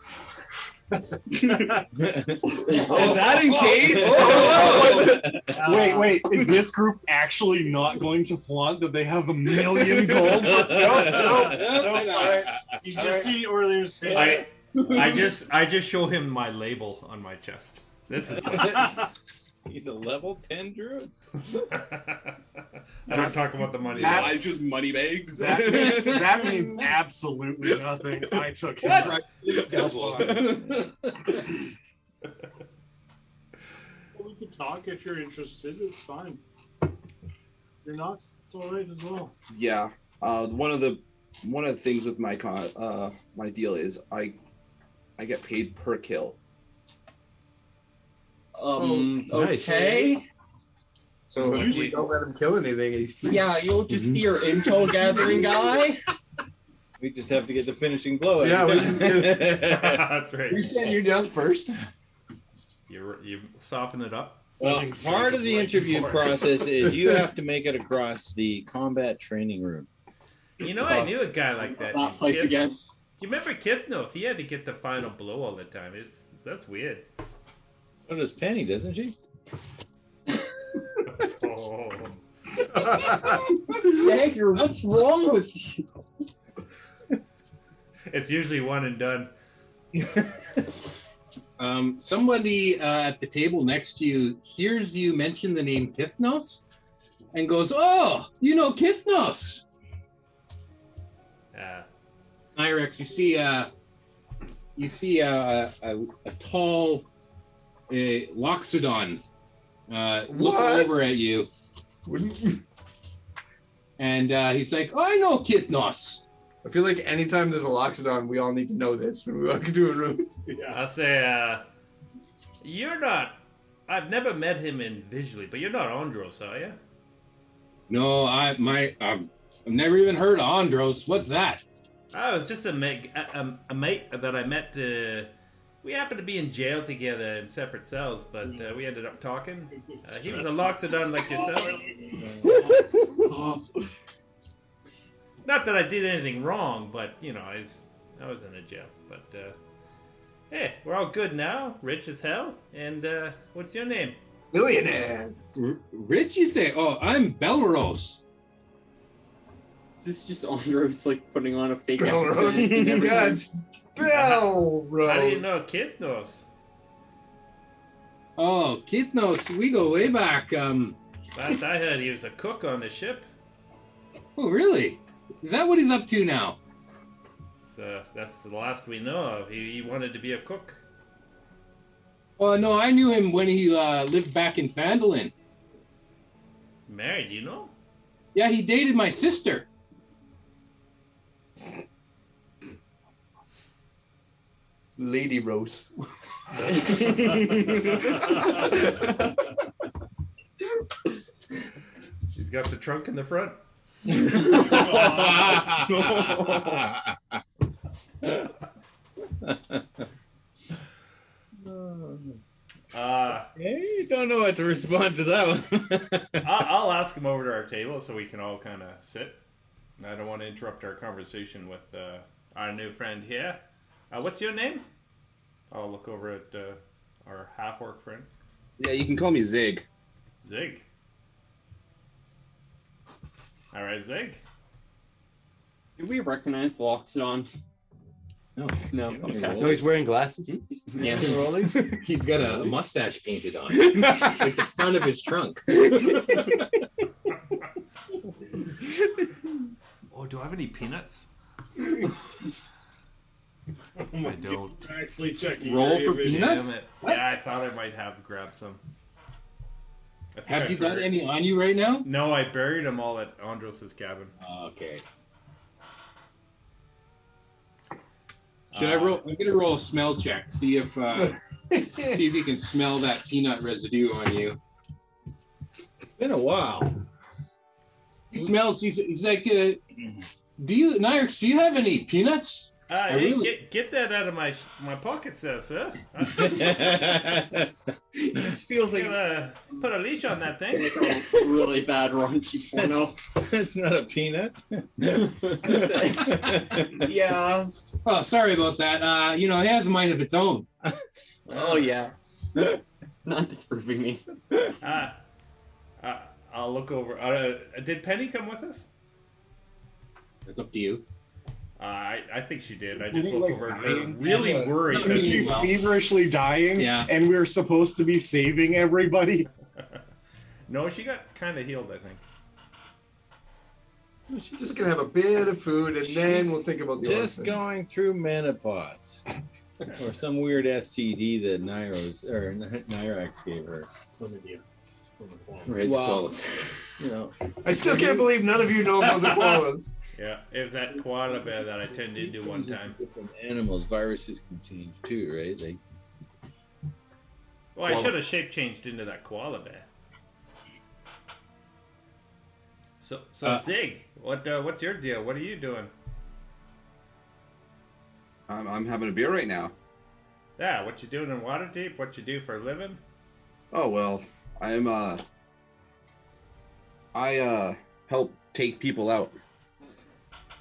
Speaker 2: Is that in case?
Speaker 4: Oh,
Speaker 7: Wait, wait. Is this group actually not going to flaunt that they have a
Speaker 4: oh,
Speaker 7: million gold? Nope, nope, nope.
Speaker 5: You just see earlier.
Speaker 9: I, I just I just show him my label on my chest. This is
Speaker 4: He's a level ten druid.
Speaker 9: I don't talk about the money.
Speaker 14: That, I just money bags.
Speaker 7: That, that means absolutely nothing. I took him.
Speaker 14: What?
Speaker 7: Right. That's fine.
Speaker 5: we can talk if you're interested. It's fine. If you're not, it's all right as well.
Speaker 12: yeah uh one of the one of the things with my con uh my deal is i i get paid per kill
Speaker 3: Um,
Speaker 12: Oh, nice.
Speaker 3: okay.
Speaker 10: So you usually don't let him kill anything. He's
Speaker 3: Yeah, you'll just be your intel gathering guy.
Speaker 4: We just have to get the finishing blow.
Speaker 10: Yeah, we just
Speaker 9: That's right.
Speaker 4: You said you're
Speaker 9: down first. You you soften it up.
Speaker 4: Well, part of the interview process is you have to make it across the combat training room.
Speaker 9: You know, I knew a guy like that.
Speaker 4: That place
Speaker 9: Kith-
Speaker 4: again.
Speaker 9: You remember Kithnos? He had to get the final blow all the time. It's that's weird.
Speaker 4: So does Penny, doesn't she?
Speaker 9: Oh.
Speaker 3: Dagger, what's wrong with you?
Speaker 9: It's usually one and done.
Speaker 15: Um, somebody uh, at the table next to you hears you mention the name Kithnos and goes, Oh, you know Kithnos.
Speaker 9: Uh,
Speaker 15: Nyrex, you see, uh, you see uh, a, a, a tall uh, Loxodon uh, look
Speaker 10: What?
Speaker 15: over at you. And uh, he's like, oh, I know Kithnos.
Speaker 10: I feel like anytime there's a Loxodon, we all need to know this when we walk into a room.
Speaker 9: I'll say, uh, you're not. I've never met him in visually, but you're not Andros, are you?
Speaker 15: No, I my um, I've never even heard of Andros. What's that?
Speaker 9: Oh, it's just a, meg- a, a, a mate that I met. Uh, we happened to be in jail together in separate cells, but uh, we ended up talking. Uh, he was a loxodon like
Speaker 5: Oh,
Speaker 9: yourself. Not that I did anything wrong, but you know, I was, I was in a jail. But uh, hey, we're all good now, rich as hell. And uh, what's your name?
Speaker 15: R- Rich, you say? Oh, I'm Belros.
Speaker 3: This is just Andros like putting on a fake
Speaker 15: Bell
Speaker 3: accent.
Speaker 15: Rose.
Speaker 3: and everything.
Speaker 9: Bell How do you know Kithnos?
Speaker 15: Oh, Kithnos, we go way back. Um,
Speaker 9: Last I heard, he was a cook on the ship.
Speaker 15: oh, really? Is that what he's up to now?
Speaker 9: So that's the last we know of. He, he wanted to be a cook.
Speaker 15: Well, Oh, no, I knew him when he uh, lived back in Fandolin.
Speaker 9: Married, you know?
Speaker 15: Yeah, he dated my sister.
Speaker 10: Lady Rose.
Speaker 9: He's got the trunk in the front. Uh,
Speaker 4: you don't know what to respond to that one.
Speaker 9: I'll, I'll ask him over to our table so we can all kind of sit. And I don't want to interrupt our conversation with uh, our new friend here. Uh, what's your name? I'll look over at uh, our half orc friend,
Speaker 12: yeah you can call me zig
Speaker 9: Zig. All right, Zig.
Speaker 3: Do we recognize Loxodon?
Speaker 15: No.
Speaker 3: No. Okay.
Speaker 2: No, he's wearing glasses.
Speaker 12: Hmm?
Speaker 3: Yeah.
Speaker 15: he's got a, a mustache painted on, like the front of his trunk.
Speaker 9: Oh, do I have any peanuts? I don't.
Speaker 5: Actually, checking.
Speaker 9: Roll
Speaker 5: your
Speaker 9: for
Speaker 5: image.
Speaker 9: peanuts? Damn it. Yeah, I thought I might have grabbed some. I think
Speaker 15: Have
Speaker 9: I
Speaker 15: you got
Speaker 9: buried-
Speaker 15: any on you right now?
Speaker 9: No, I buried them all at Andros's cabin.
Speaker 15: okay. Should I roll? I'm gonna roll a smell check. See if uh, see if you can smell that peanut residue on you. It's been a while. He smells. He's, he's like, uh, do you, Nyrix? Do you have any peanuts?
Speaker 9: Uh,
Speaker 15: I
Speaker 9: hey,
Speaker 15: really-
Speaker 9: get, get that out of my my pockets there, sir.
Speaker 4: it
Speaker 9: feels like put a leash on that thing.
Speaker 3: really bad raunchy porno.
Speaker 4: That's not a peanut.
Speaker 3: yeah.
Speaker 15: Oh, sorry about that. Uh, you know, it has a mind of its own.
Speaker 3: Oh yeah. Not disproving me.
Speaker 9: Uh, uh, I'll look over. Uh, did Penny come with us?
Speaker 15: It's up to you.
Speaker 9: Uh, Uh, I, I think she did. I just
Speaker 2: Like
Speaker 9: looked over at her,
Speaker 2: dying?
Speaker 9: really
Speaker 2: Yeah.
Speaker 9: worried.
Speaker 2: She was feverishly dying,
Speaker 9: Yeah.
Speaker 2: and we are supposed to be saving everybody.
Speaker 9: No, she got kind of healed, I think.
Speaker 16: She's just gonna have a bit of food, and then we'll think about the
Speaker 4: Just
Speaker 16: orphans.
Speaker 4: going through menopause or some weird STD that Nairo's or N- Nirox gave her. Right,
Speaker 9: Wow.
Speaker 4: well, you know,
Speaker 16: I still can't believe none of you know about the koalas.
Speaker 9: Yeah, it was that koala bear that I turned into one time.
Speaker 4: animals viruses can change too, right? Like
Speaker 9: Well, I should have shape changed into that koala bear. So, so
Speaker 4: Uh,
Speaker 9: Zig, what uh, what's your deal? What are you doing?
Speaker 12: I'm, I'm having a beer right now.
Speaker 9: Yeah, what you doing in Waterdeep? What you do for a living?
Speaker 12: Oh well, I'm uh I uh help take people out.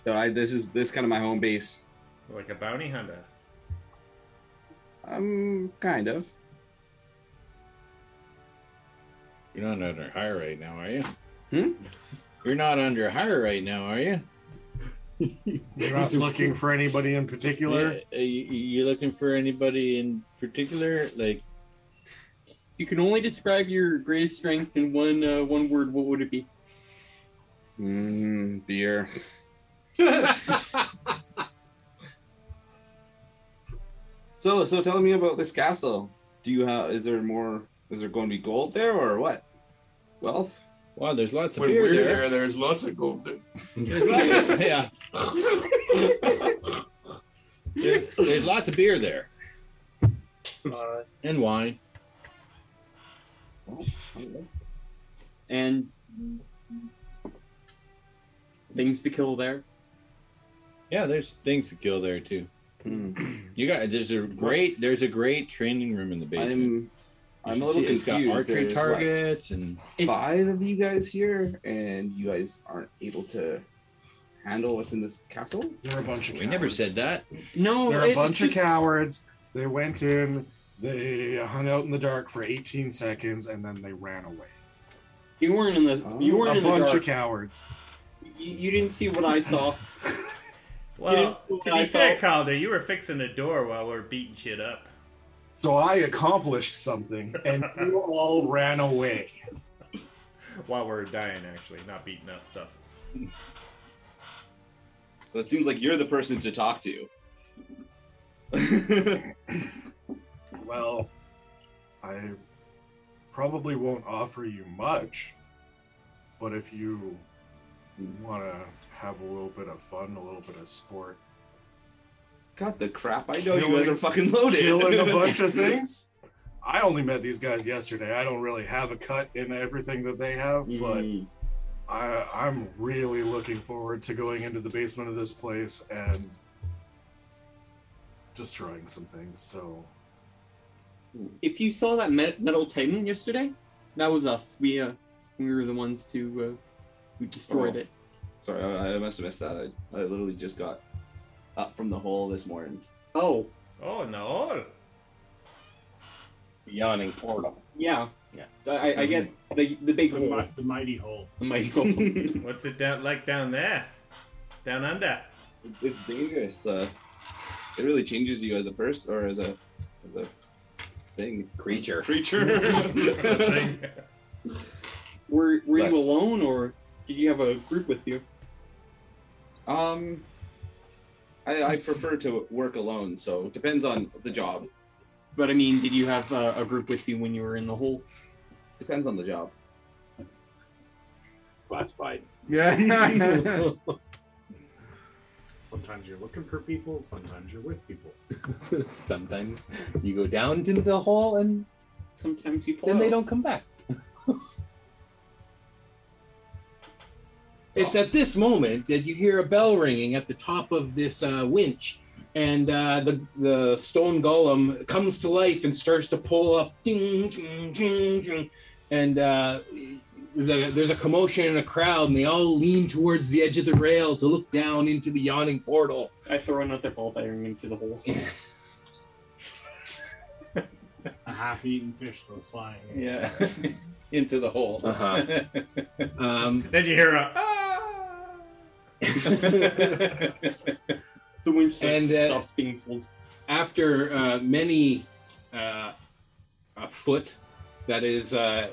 Speaker 12: So I this is this is kind of my home base.
Speaker 9: Like a bounty hunter.
Speaker 12: I'm Um, kind of.
Speaker 4: you're not under hire right now, are you?
Speaker 12: Hmm?
Speaker 4: You're not under hire right now, are you?
Speaker 2: You're not looking for anybody in particular.
Speaker 4: Yeah, uh, you, you looking for anybody in particular? Like
Speaker 3: You can only describe your greatest strength in one uh, one word. What would it be?
Speaker 12: Mm, beer. so so tell me about this castle. Do you have is there more is there going to be gold there or what? Wealth?
Speaker 4: Wow, there's lots
Speaker 12: of beer there.
Speaker 16: there's lots of gold there.
Speaker 4: yeah. There- there's lots of beer there and wine.
Speaker 3: And things to kill there.
Speaker 4: Yeah, there's things to kill there too. Hmm, You got there's a great there's a great training room in the basement. You
Speaker 12: I'm
Speaker 4: should
Speaker 12: a little
Speaker 4: see it. It's got
Speaker 12: confused.
Speaker 4: archery
Speaker 12: There's, like,
Speaker 4: targets and
Speaker 12: five of you guys here, and you guys aren't able to handle what's in this castle.
Speaker 2: You're a bunch of
Speaker 4: We never said that.
Speaker 3: No,
Speaker 2: They're
Speaker 3: it-
Speaker 2: a bunch
Speaker 3: it's
Speaker 2: of cowards. They went in, they hung out in the dark for 18 seconds, and then they ran away.
Speaker 3: You weren't in the. You weren't
Speaker 2: Oh, a
Speaker 3: in the
Speaker 2: bunch
Speaker 3: dark.
Speaker 2: of cowards.
Speaker 3: you, you didn't see what I saw.
Speaker 9: Well,
Speaker 3: You didn't-
Speaker 9: to be
Speaker 3: I
Speaker 9: fair,
Speaker 3: felt-
Speaker 9: Calder, you were fixing a door while we are beating shit up.
Speaker 2: So I accomplished something, and you all ran away.
Speaker 9: While we're dying, actually, not beating up stuff.
Speaker 12: So it seems like you're the person to talk to.
Speaker 2: Well, I probably won't offer you much, but if you want to have a little bit of fun, a little bit of sport,
Speaker 12: God, the crap! I know you guys are fucking loaded.
Speaker 2: Killing a bunch of things. I only met these guys yesterday. I don't really have a cut in everything that they have, but I, I'm really looking forward to going into the basement of this place and destroying some things. So
Speaker 3: If you saw that me- metal titan yesterday, that was us. We uh, we were the ones to uh, who destroyed
Speaker 12: Oh.
Speaker 3: it.
Speaker 12: Sorry, I, I must have missed that. I, I literally just got up from the hole this morning.
Speaker 3: Oh,
Speaker 9: Oh no!
Speaker 15: Yawning portal.
Speaker 3: yeah, yeah. I, I, I get the the big
Speaker 5: The,
Speaker 3: hole.
Speaker 5: mi- the mighty hole.
Speaker 3: The Michael.
Speaker 9: What's it down, like down there? Down under?
Speaker 12: It's dangerous. Uh, it really changes you as a person or as a as a thing
Speaker 15: Creature.
Speaker 12: creature.
Speaker 3: Were Were you alone, or did you have a group with you?
Speaker 12: Um, I, I prefer to work alone, so it depends on the job.
Speaker 3: But I mean, did you have uh, a group with you when you were in the hole?
Speaker 12: Depends on the job.
Speaker 5: Classified.
Speaker 16: Yeah.
Speaker 5: Sometimes you're looking for people. Sometimes you're with people.
Speaker 15: Sometimes you go down into the hole and
Speaker 3: Sometimes you pull.
Speaker 15: then
Speaker 3: out.
Speaker 15: they don't come back. It's at this moment that you hear a bell ringing at the top of this uh, winch, and uh, the the stone golem comes to life and starts to pull up. Ding, ding, ding, ding. And uh, the, there's a commotion in a crowd, and they all lean towards the edge of the rail to look down into the yawning portal.
Speaker 3: I throw another ball bearing into the hole.
Speaker 5: A half-eaten fish goes flying. in.
Speaker 4: Yeah. Into the hole.
Speaker 15: Uh-huh. Um,
Speaker 9: "Ah." Then you hear a.
Speaker 3: The winch
Speaker 15: And, uh,
Speaker 3: stops being pulled.
Speaker 15: after uh, many uh, a foot that is uh,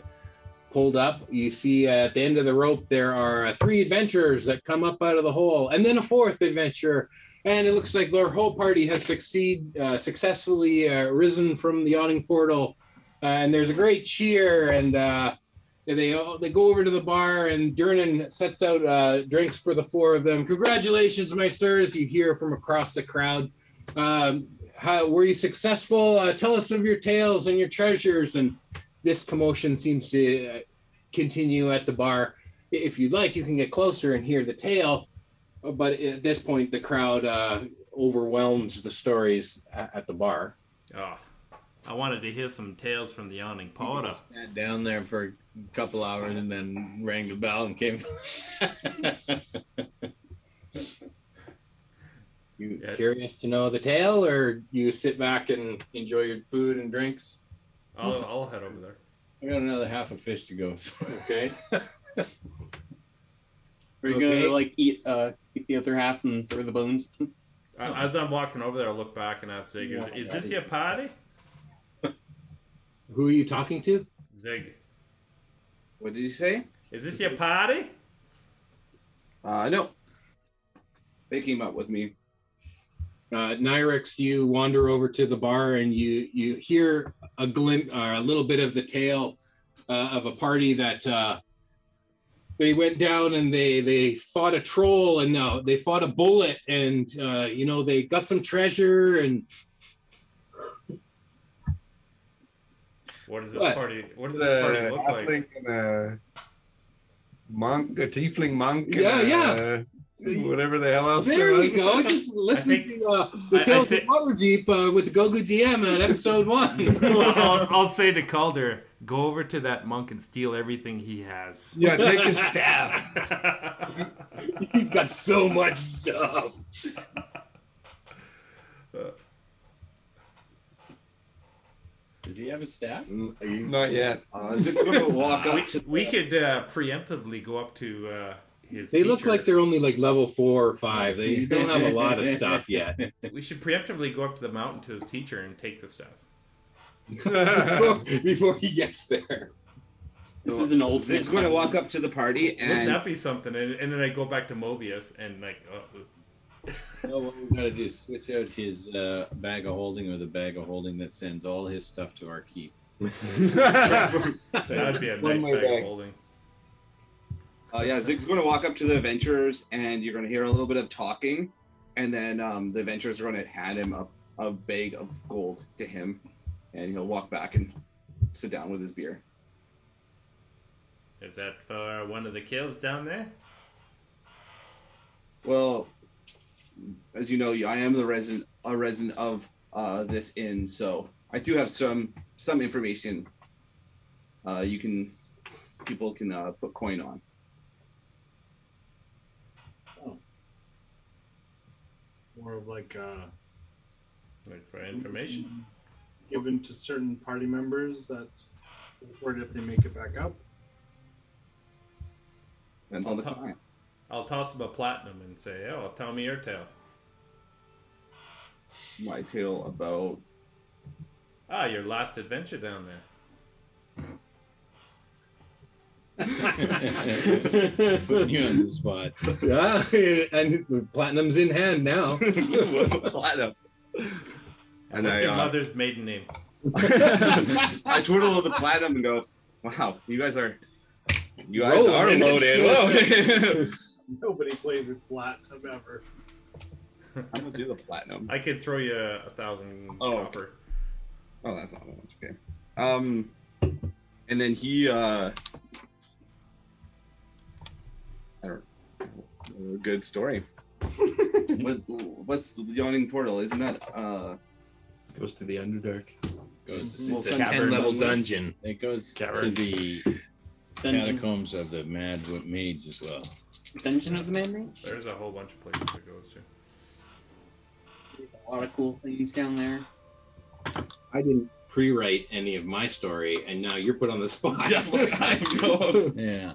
Speaker 15: pulled up, you see uh, at the end of the rope there are uh, three adventurers that come up out of the hole, and then a fourth adventurer. And it looks like their whole party has succeed uh, successfully uh, risen from the yawning portal, uh, and there's a great cheer and. Uh, and they all, they go over to the bar and Durnan sets out uh, drinks for the four of them. Congratulations, my sirs! You hear from across the crowd. Um, how, were you successful? Uh, tell us of your tales and your treasures. And this commotion seems to uh, continue at the bar. I- If you'd like, you can get closer and hear the tale. Uh, But at this point, the crowd uh, overwhelms the stories at, at the bar.
Speaker 9: Oh, I wanted to hear some tales from the yawning portal.
Speaker 4: Sat down there for a couple hours and then rang the bell and came.
Speaker 15: You curious to know the tale, or you sit back and enjoy your food and drinks?
Speaker 9: I'll, I'll head over there.
Speaker 4: I got another half a fish to go.
Speaker 15: Okay.
Speaker 3: Are you
Speaker 4: Okay.
Speaker 3: gonna like eat uh eat the other half and throw the bones?
Speaker 9: Uh, as I'm walking over there, I look back and I say, "Is, is this your party?"
Speaker 15: Who are you talking to?
Speaker 9: Zig,
Speaker 12: What did you say?
Speaker 9: is this your party?
Speaker 12: Uh, no. They came up with me.
Speaker 15: uh, Nyrix, you wander over to the bar and you you hear a glint or a little bit of the tale uh, of a party that uh, they went down and they they fought a troll and uh, they fought a bullet and uh, you know they got some treasure and
Speaker 9: What does this
Speaker 15: What?
Speaker 9: party? What does
Speaker 2: The
Speaker 9: this party look like?
Speaker 2: halfling and a monk, a tiefling monk.
Speaker 9: Yeah,
Speaker 2: and yeah. Whatever the hell else
Speaker 15: there
Speaker 2: there
Speaker 15: you
Speaker 2: was.
Speaker 15: go. Just listen to uh,
Speaker 9: I-
Speaker 15: the
Speaker 9: I
Speaker 15: tales
Speaker 9: thi-
Speaker 15: of Water Deep uh, with the Gogu DM at episode one.
Speaker 9: I'll, I'll say to Calder, "Go over to that monk and steal everything he has."
Speaker 2: Yeah, take his staff.
Speaker 15: He's got so much stuff.
Speaker 4: Does he have a staff?
Speaker 2: Not yet.
Speaker 12: Uh, Zip's gonna walk
Speaker 9: we,
Speaker 12: up to
Speaker 9: we could uh, preemptively go up to uh, his.
Speaker 15: They look
Speaker 9: teacher.
Speaker 15: like they're only like level four or five. They don't have a lot of stuff yet.
Speaker 9: We should preemptively go up to the mountain to his teacher and take the stuff.
Speaker 15: before, before he gets there.
Speaker 3: This is an old.
Speaker 12: Zip's going to walk up to the party
Speaker 9: Wouldn't
Speaker 12: and
Speaker 9: that be something? And, and then I go back to Mobius and like, oh,
Speaker 4: No, what we gotta do is switch out his uh, bag of holding with a bag of holding that sends all his stuff to our keep.
Speaker 9: that'd be a
Speaker 12: One
Speaker 9: nice
Speaker 12: way
Speaker 9: bag
Speaker 12: back.
Speaker 9: of holding.
Speaker 12: Uh, yeah, Zig's going to walk up to the adventurers, and you're going to hear a little bit of talking, and then um, the adventurers are going to hand him a, a bag of gold to him, and he'll walk back and sit down with his beer.
Speaker 9: Is that for one of the kills down there?
Speaker 12: Well, as you know, I am the resident a resident of uh, this inn, so I do have some some information. Uh, you can people can uh, put coin on.
Speaker 5: more of like uh,
Speaker 9: Wait for information.
Speaker 5: given to certain party members that report if they make it back up.
Speaker 12: Depends on the client.
Speaker 9: I'll toss him a platinum and say, "Oh, tell me your tale."
Speaker 12: My tale about
Speaker 9: Ah, your last adventure down there.
Speaker 4: Putting you on the spot.
Speaker 15: Yeah, and platinum's in hand now.
Speaker 12: platinum. And
Speaker 9: What's
Speaker 12: I,
Speaker 9: your
Speaker 12: uh,
Speaker 9: mother's maiden name?
Speaker 12: I twiddle the platinum and go, "Wow, you guys are, you guys
Speaker 5: Rolling
Speaker 12: are
Speaker 5: in it.
Speaker 12: loaded."
Speaker 4: Oh.
Speaker 12: Whoa.
Speaker 5: Nobody plays it platinum ever.
Speaker 12: I'm gonna do the platinum.
Speaker 9: I could throw you a, a thousand
Speaker 12: Oh, okay.
Speaker 9: copper.
Speaker 12: Oh, that's not much. Okay. Um, and then he, uh, I don't. a Good story. what, what's the yawning portal? Isn't that uh?
Speaker 4: Goes to the Underdark. Goes to
Speaker 12: Well,
Speaker 4: the
Speaker 12: some
Speaker 4: cavern.
Speaker 12: 10 level
Speaker 15: dungeon.
Speaker 4: It goes
Speaker 9: Cavern.
Speaker 4: to the
Speaker 3: Dungeon.
Speaker 4: catacombs of the Mad Wo- Mage as well.
Speaker 3: Dungeon of the Man Mage.
Speaker 9: There's a whole bunch of places it goes to.
Speaker 3: A lot of cool things down there.
Speaker 15: I didn't pre-write any of my story, and now you're put on the spot.
Speaker 12: Yeah, I know.
Speaker 4: Yeah.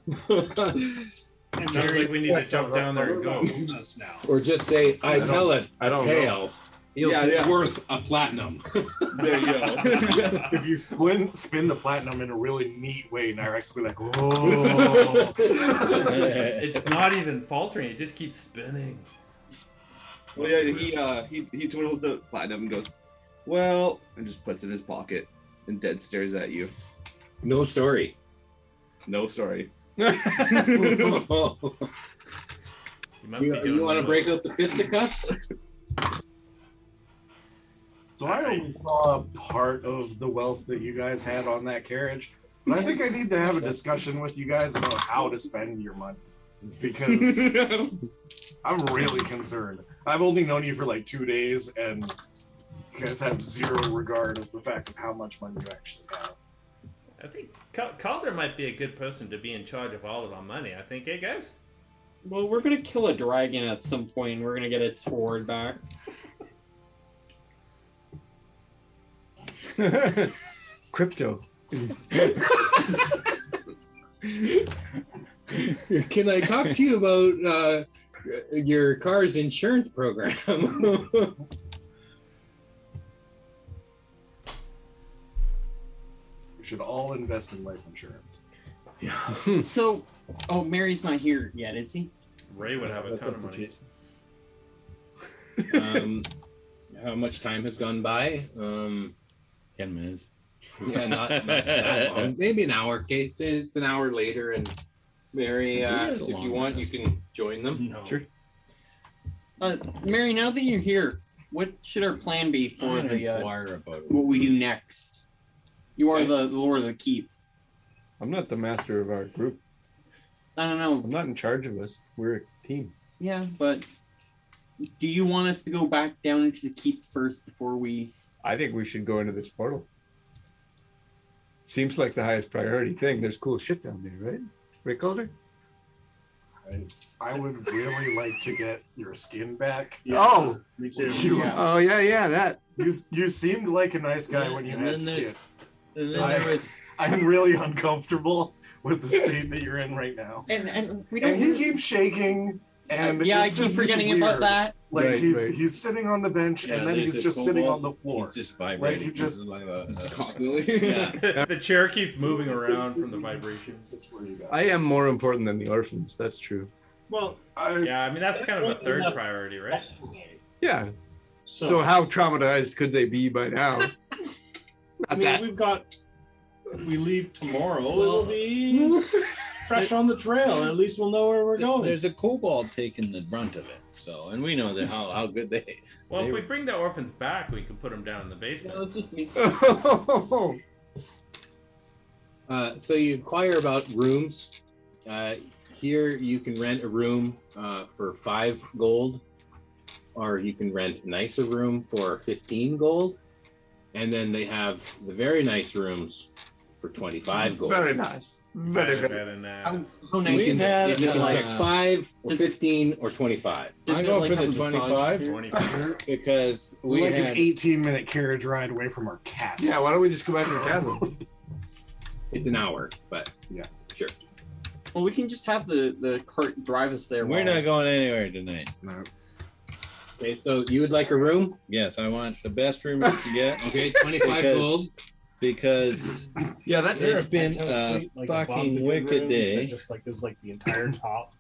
Speaker 9: I'm just like we need to jump down there and go.
Speaker 1: Or just say, I,
Speaker 9: I don't-
Speaker 1: tell a
Speaker 9: I don't know.
Speaker 1: tale.
Speaker 9: Yeah, yeah.
Speaker 1: worth a platinum.
Speaker 2: There you go. if you spin spin the platinum in a really neat way, Nyrex will be like, "Whoa!"
Speaker 9: it's not even faltering; it just keeps spinning.
Speaker 4: Well, yeah, he uh, he he twiddles the platinum and goes, "Well," and just puts it in his pocket and dead stares at you.
Speaker 1: No story.
Speaker 4: No story.
Speaker 1: you want to break out the fisticuffs?
Speaker 2: So I only saw part of the wealth that you guys had on that carriage, but I think I need to have a discussion with you guys about how to spend your money because I'm really concerned. I've only known you for like two days, and you guys have zero regard of the fact of how much money you actually have.
Speaker 9: I think Cal- Calder might be a good person to be in charge of all of our money. I think, hey guys,
Speaker 3: Well, we're gonna kill a dragon at some point. We're gonna get its sword back.
Speaker 12: Crypto.
Speaker 1: Can I talk to you about uh, your car's insurance program? Um,
Speaker 2: You should all invest in life insurance.
Speaker 3: so, oh, Mary's not here yet, is he?
Speaker 9: Ray would have a
Speaker 3: That's
Speaker 9: ton
Speaker 3: up
Speaker 9: of
Speaker 3: to
Speaker 9: money.
Speaker 1: um, how much time has gone by? Um,
Speaker 15: Ten minutes.
Speaker 1: Yeah, not, not that long. Maybe an hour. Okay, so it's an hour later, and Mary, uh,
Speaker 3: Yeah,
Speaker 1: if
Speaker 3: it's a
Speaker 1: you
Speaker 3: long
Speaker 1: want, you can join them.
Speaker 3: Sure. Uh, Mary, now that you're here, what should our plan be for
Speaker 1: I'd
Speaker 3: the uh,
Speaker 1: inquire about it.
Speaker 3: what we do next? You are the lord of the keep.
Speaker 12: I'm not the master of our group.
Speaker 3: I don't know.
Speaker 12: I'm not in charge of us. We're a team.
Speaker 3: Yeah, but do you want us to go back down into the keep first before we?
Speaker 12: I think we should go into this portal. Seems like the highest priority thing. There's cool shit down there, right? Rick Calder?
Speaker 2: I, I would really like to get your skin back.
Speaker 12: Yeah, Oh!
Speaker 5: me
Speaker 12: too. Yeah. Oh, yeah, yeah, that.
Speaker 2: You you seemed like a nice guy when you
Speaker 12: And
Speaker 2: had
Speaker 12: then
Speaker 2: skin.
Speaker 12: there's-
Speaker 3: and then
Speaker 2: I,
Speaker 3: there was-
Speaker 2: I'm really uncomfortable with the state that you're in right now.
Speaker 3: And and we don't.
Speaker 2: And he keeps shaking, and
Speaker 3: Yeah, I
Speaker 2: it's
Speaker 3: keep
Speaker 2: just
Speaker 3: forgetting
Speaker 2: it's
Speaker 3: about
Speaker 2: weird.
Speaker 3: that.
Speaker 2: Like
Speaker 15: Right,
Speaker 2: he's
Speaker 15: right.
Speaker 2: he's sitting on the bench, and then he's just sitting on the floor.
Speaker 15: He's just vibrating.
Speaker 2: Like, you just-
Speaker 15: He's like
Speaker 4: uh,
Speaker 15: a- a-
Speaker 9: Yeah. the chair keeps moving around from the vibrations.
Speaker 12: I am more important than the orphans. That's true.
Speaker 9: Well, yeah, I mean that's kind of a third priority, right?
Speaker 12: Yeah. So,
Speaker 5: So-
Speaker 12: how traumatized could they be by now?
Speaker 5: I mean, we've got. We leave tomorrow. it'll be fresh on the trail. At least we'll know where we're going.
Speaker 15: There's a kobold taking the brunt of it. So, and we know that how, how good they.
Speaker 9: Well,
Speaker 15: they
Speaker 9: if we bring the orphans back, we can put them down in the basement.
Speaker 1: Uh, so you inquire about rooms. Uh, here you can rent a room uh, for five gold, or you can rent a nicer room for 15 gold. And then they have the very nice rooms for 25 gold.
Speaker 12: Very nice. Very, very.
Speaker 3: How nice
Speaker 1: You
Speaker 3: is
Speaker 1: can-
Speaker 3: that?
Speaker 1: you can
Speaker 3: Uh,
Speaker 1: pick five, or 15, or 25.
Speaker 15: I go for the 25 because
Speaker 2: We
Speaker 15: we
Speaker 2: like
Speaker 15: had
Speaker 2: an 18 minute carriage ride away from our castle.
Speaker 12: Yeah, why don't we just go back to the castle?
Speaker 1: It's an hour, but
Speaker 2: yeah,
Speaker 1: sure.
Speaker 3: Well, we can just have the the cart drive us there.
Speaker 15: We're not going anywhere tonight.
Speaker 1: Okay, so you would like a room?
Speaker 15: Yes, I want the best room we can get.
Speaker 1: Okay, 25
Speaker 15: Because-
Speaker 1: gold.
Speaker 15: Because
Speaker 12: yeah,
Speaker 5: that's
Speaker 15: it's been
Speaker 5: Kind of
Speaker 15: a
Speaker 5: sweet, like above the
Speaker 15: fucking
Speaker 5: good
Speaker 15: wicked
Speaker 5: rooms that
Speaker 15: day.
Speaker 5: Just like there's like the entire top.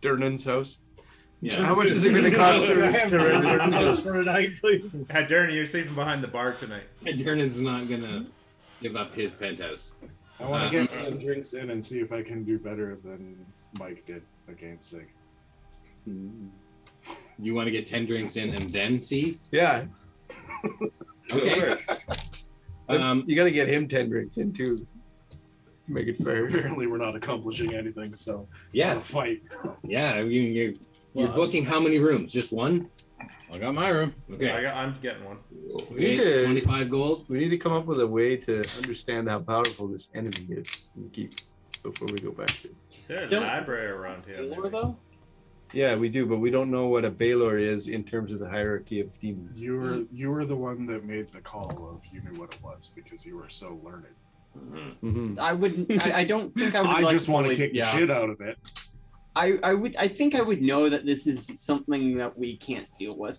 Speaker 12: Dernan's house.
Speaker 9: Yeah.
Speaker 12: How much is it going to cost to, to rent a room?
Speaker 9: Just for a night, please. Durnan, you're sleeping behind the bar tonight.
Speaker 1: Dernan's not gonna give up his penthouse.
Speaker 2: I want to
Speaker 1: Um,
Speaker 2: get some drinks in and see if I can do better than Mike did against Sig.
Speaker 1: You want to get 10 drinks in and then see?
Speaker 12: Yeah.
Speaker 1: Okay. Um,
Speaker 12: you got to get him 10 drinks in, too. Make it fair.
Speaker 2: Apparently, we're not accomplishing anything, so
Speaker 1: Yeah.
Speaker 2: gotta fight.
Speaker 1: Yeah, you, you're, you're
Speaker 2: Well,
Speaker 1: booking how many rooms? Just one?
Speaker 15: I got my room.
Speaker 1: Okay.
Speaker 9: I got, I'm getting one.
Speaker 12: We need to,
Speaker 1: 25 gold.
Speaker 12: We need to come up with a way to understand how powerful this enemy is and keep before we go back to. it.
Speaker 9: Is there a
Speaker 3: Don't-
Speaker 9: library around here?
Speaker 3: Baylor, though?
Speaker 12: Yeah, we do, but we don't know what a Baylor is in terms of the hierarchy of demons.
Speaker 2: You were you were the one that made the call of you knew what it was because you were so learned.
Speaker 12: Mhm.
Speaker 3: I wouldn't. I, I don't think I would.
Speaker 2: I
Speaker 3: like
Speaker 2: just want to
Speaker 3: fully-
Speaker 2: kick
Speaker 3: yeah.
Speaker 2: the shit out of it.
Speaker 3: I, I would I think I would know that this is something that we can't deal with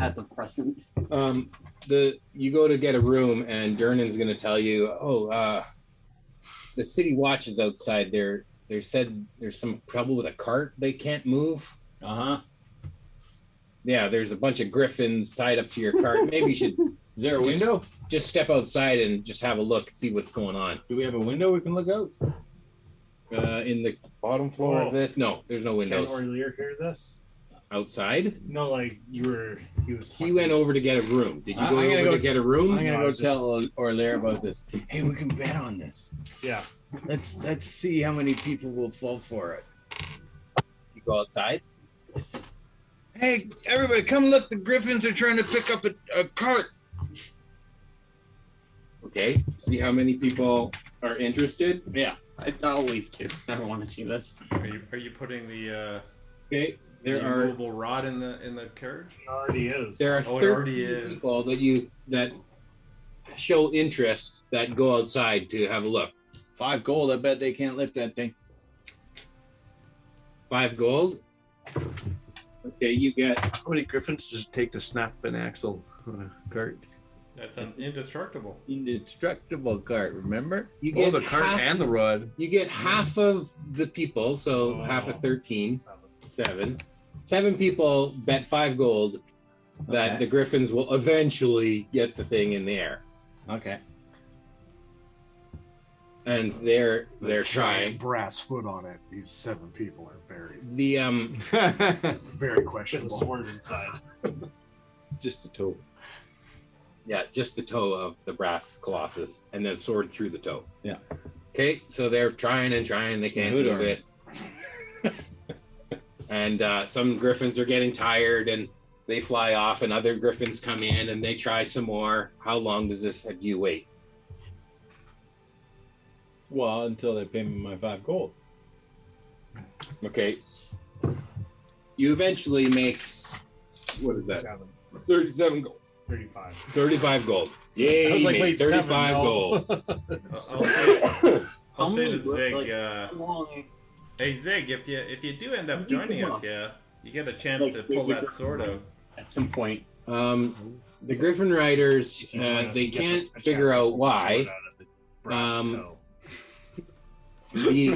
Speaker 3: as a present.
Speaker 15: Um, the you go to get a room, and Dernan's going to tell you, "Oh, uh, the city watch is outside. They're they said there's some trouble with a cart they can't move. Uh
Speaker 4: Uh-huh.
Speaker 15: huh. Yeah, there's a bunch of griffins tied up to your cart. Maybe you should. Is there
Speaker 4: a window?
Speaker 15: Just step outside and just have a look, see what's going on.
Speaker 4: Do we have a window we can look out?
Speaker 15: Uh, in the bottom floor
Speaker 5: Oh.
Speaker 15: of this? No, there's no
Speaker 5: Can
Speaker 15: windows.
Speaker 5: Orlear hear this?
Speaker 15: Outside?
Speaker 5: No, like you were. He was.
Speaker 15: He went over to get a room. Did you
Speaker 4: I'm
Speaker 15: go
Speaker 4: gonna
Speaker 15: over
Speaker 4: go-
Speaker 15: to get a room?
Speaker 4: I'm gonna
Speaker 15: No,
Speaker 4: go
Speaker 15: it's just-
Speaker 4: tell Orlair about this. Hey, we can bet on this.
Speaker 5: Yeah.
Speaker 4: Let's let's see how many people will fall for it.
Speaker 15: You go outside.
Speaker 4: Hey, everybody, come look! The Griffins are trying to pick up a, a cart.
Speaker 15: Okay. See how many people are interested.
Speaker 3: Yeah, I, I'll leave too. I don't want to see this.
Speaker 9: Are you are you putting the uh,
Speaker 15: okay? there
Speaker 9: the
Speaker 15: are-
Speaker 9: movable rod in the in the carriage? It
Speaker 5: already is.
Speaker 15: There are
Speaker 9: oh, it
Speaker 15: 30
Speaker 9: already is.
Speaker 15: people that you that show interest that go outside to have a look.
Speaker 4: Five gold. I bet they can't lift that thing.
Speaker 15: Five gold. Okay, you get.
Speaker 1: How many griffins does it take to snap an axle on a cart?
Speaker 9: That's un- indestructible.
Speaker 4: Indestructible cart. Remember?
Speaker 15: You get half-
Speaker 1: rod.
Speaker 15: You get half of the people, so half of 13, seven. Seven people bet five gold that
Speaker 4: Okay.
Speaker 15: the Griffins will eventually get the thing in the air.
Speaker 4: Okay.
Speaker 15: And they're they're
Speaker 2: Giant
Speaker 15: trying.
Speaker 2: brass foot on it. These seven people are very,
Speaker 15: The um
Speaker 2: very questionable.
Speaker 5: inside.
Speaker 4: Just the toe.
Speaker 15: Yeah, just the toe of the brass colossus, and then sword through the toe.
Speaker 4: Yeah.
Speaker 15: Okay, so they're trying and trying, they can't
Speaker 4: Good
Speaker 15: do
Speaker 4: arm.
Speaker 15: it. and uh, some griffins are getting tired, and they fly off, and other griffins come in, and they try some more. How long does this have you wait?
Speaker 4: Well, until they pay me my five gold.
Speaker 15: Okay. You eventually make what is that?
Speaker 5: Seven.
Speaker 15: Thirty-seven gold.
Speaker 5: Thirty-five.
Speaker 15: Thirty-five gold. Yay!
Speaker 5: I was like,
Speaker 15: you made
Speaker 5: wait, seven,
Speaker 15: thirty-five
Speaker 5: no.
Speaker 15: gold.
Speaker 9: I'll say, I'll
Speaker 3: How
Speaker 9: say
Speaker 3: many
Speaker 9: to
Speaker 3: were,
Speaker 9: Zig,
Speaker 3: like,
Speaker 9: uh, hey Zig, if you if you do end up
Speaker 3: do you
Speaker 9: joining
Speaker 3: come
Speaker 9: us,
Speaker 3: up?
Speaker 9: yeah, you get a chance
Speaker 3: Like,
Speaker 9: to
Speaker 3: we-
Speaker 9: pull
Speaker 3: we
Speaker 9: that
Speaker 3: got-
Speaker 9: sword out.
Speaker 3: At some point,
Speaker 15: Um, the Griffin Riders, uh, they can't figure out why. Um, the the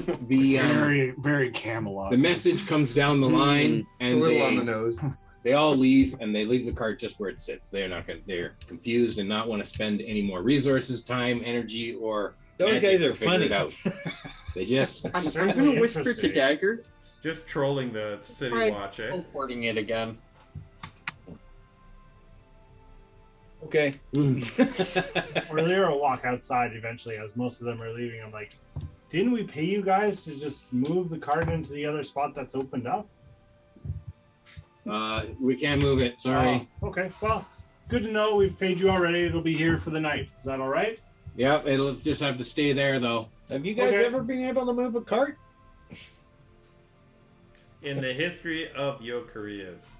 Speaker 2: It's
Speaker 15: um,
Speaker 2: very, very Camelot.
Speaker 15: the message comes down the line, and they,
Speaker 1: nose.
Speaker 15: they all leave, and they leave the cart just where it sits. They're not gonna, they're confused and not want to spend any more resources, time, energy, or
Speaker 4: Those
Speaker 15: magic
Speaker 4: guys
Speaker 15: to
Speaker 4: are
Speaker 15: figure
Speaker 4: funny.
Speaker 15: It out. They just
Speaker 3: I'm, I'm
Speaker 5: Certainly
Speaker 3: gonna whisper to
Speaker 5: interesting.
Speaker 3: Dagger,
Speaker 9: Just trolling the city
Speaker 3: Right.
Speaker 9: watch, eh?
Speaker 3: teleporting it again.
Speaker 4: Okay.
Speaker 12: Mm.
Speaker 5: Earlier, I'll walk outside eventually as most of them are leaving. I'm like, didn't we pay you guys to just move the cart into the other spot that's opened up?
Speaker 15: uh, we can't move it. Sorry.
Speaker 5: Oh, okay. Well, good to know. We've paid you already. It'll be here for the night. Is that all right?
Speaker 15: Yep, it'll just have to stay there though.
Speaker 4: Have you guys
Speaker 5: Okay.
Speaker 4: ever been able to move a cart?
Speaker 9: In the history of your careers.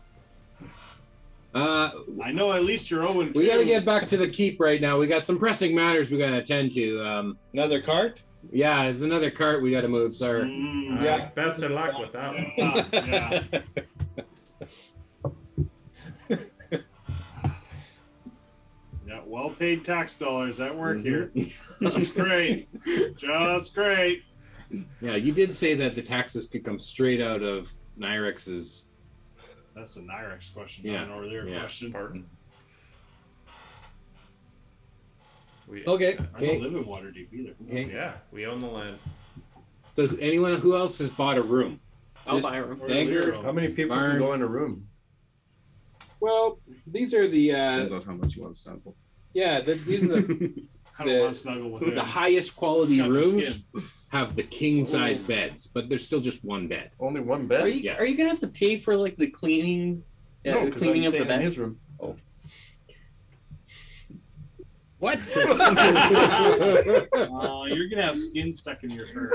Speaker 15: Uh,
Speaker 5: I know at least you're 0
Speaker 15: we got to get back to the keep right now. We got some pressing matters we got to attend to. Um,
Speaker 4: Another cart?
Speaker 15: yeah, there's another cart we got to move, sir.
Speaker 5: Mm,
Speaker 4: Yeah.
Speaker 9: Yeah. Best of luck with that one.
Speaker 5: yeah, yeah. Yeah, well paid tax dollars at work here. Just great. Just great.
Speaker 15: Yeah, you did say that the taxes could come straight out of Nyrex's.
Speaker 5: That's an Nyrex question, not
Speaker 15: Yeah,
Speaker 5: an earlier
Speaker 15: yeah.
Speaker 5: question.
Speaker 9: Pardon. We,
Speaker 15: Okay.
Speaker 5: I
Speaker 15: Okay.
Speaker 5: don't live in Waterdeep either.
Speaker 15: okay.
Speaker 9: Yeah, we own the land.
Speaker 15: So anyone Uh, who else has bought a room?
Speaker 3: I'll
Speaker 15: Just-
Speaker 3: buy her.
Speaker 5: Or
Speaker 15: Dagger.
Speaker 5: Lyra.
Speaker 1: How many people
Speaker 15: Barn.
Speaker 1: can go in a room?
Speaker 15: Well, these are the uh,
Speaker 12: Depends on how much you want to sample.
Speaker 15: yeah, the, these are the,
Speaker 5: I don't
Speaker 15: the-
Speaker 5: want to snuggle with
Speaker 15: the
Speaker 5: him.
Speaker 15: highest quality
Speaker 5: Got the
Speaker 15: rooms
Speaker 5: skin.
Speaker 15: have the king size beds, but there's still just one bed.
Speaker 1: Only one
Speaker 3: Are
Speaker 1: bed.
Speaker 3: you
Speaker 15: Yeah.
Speaker 3: are you gonna have to pay for like the cleaning, yeah,
Speaker 1: No,
Speaker 3: the
Speaker 1: 'cause
Speaker 3: cleaning
Speaker 1: I'm
Speaker 3: up the
Speaker 1: staying in
Speaker 3: bed?
Speaker 1: his room.
Speaker 4: What?
Speaker 5: Oh, you're gonna have skin stuck in your fur.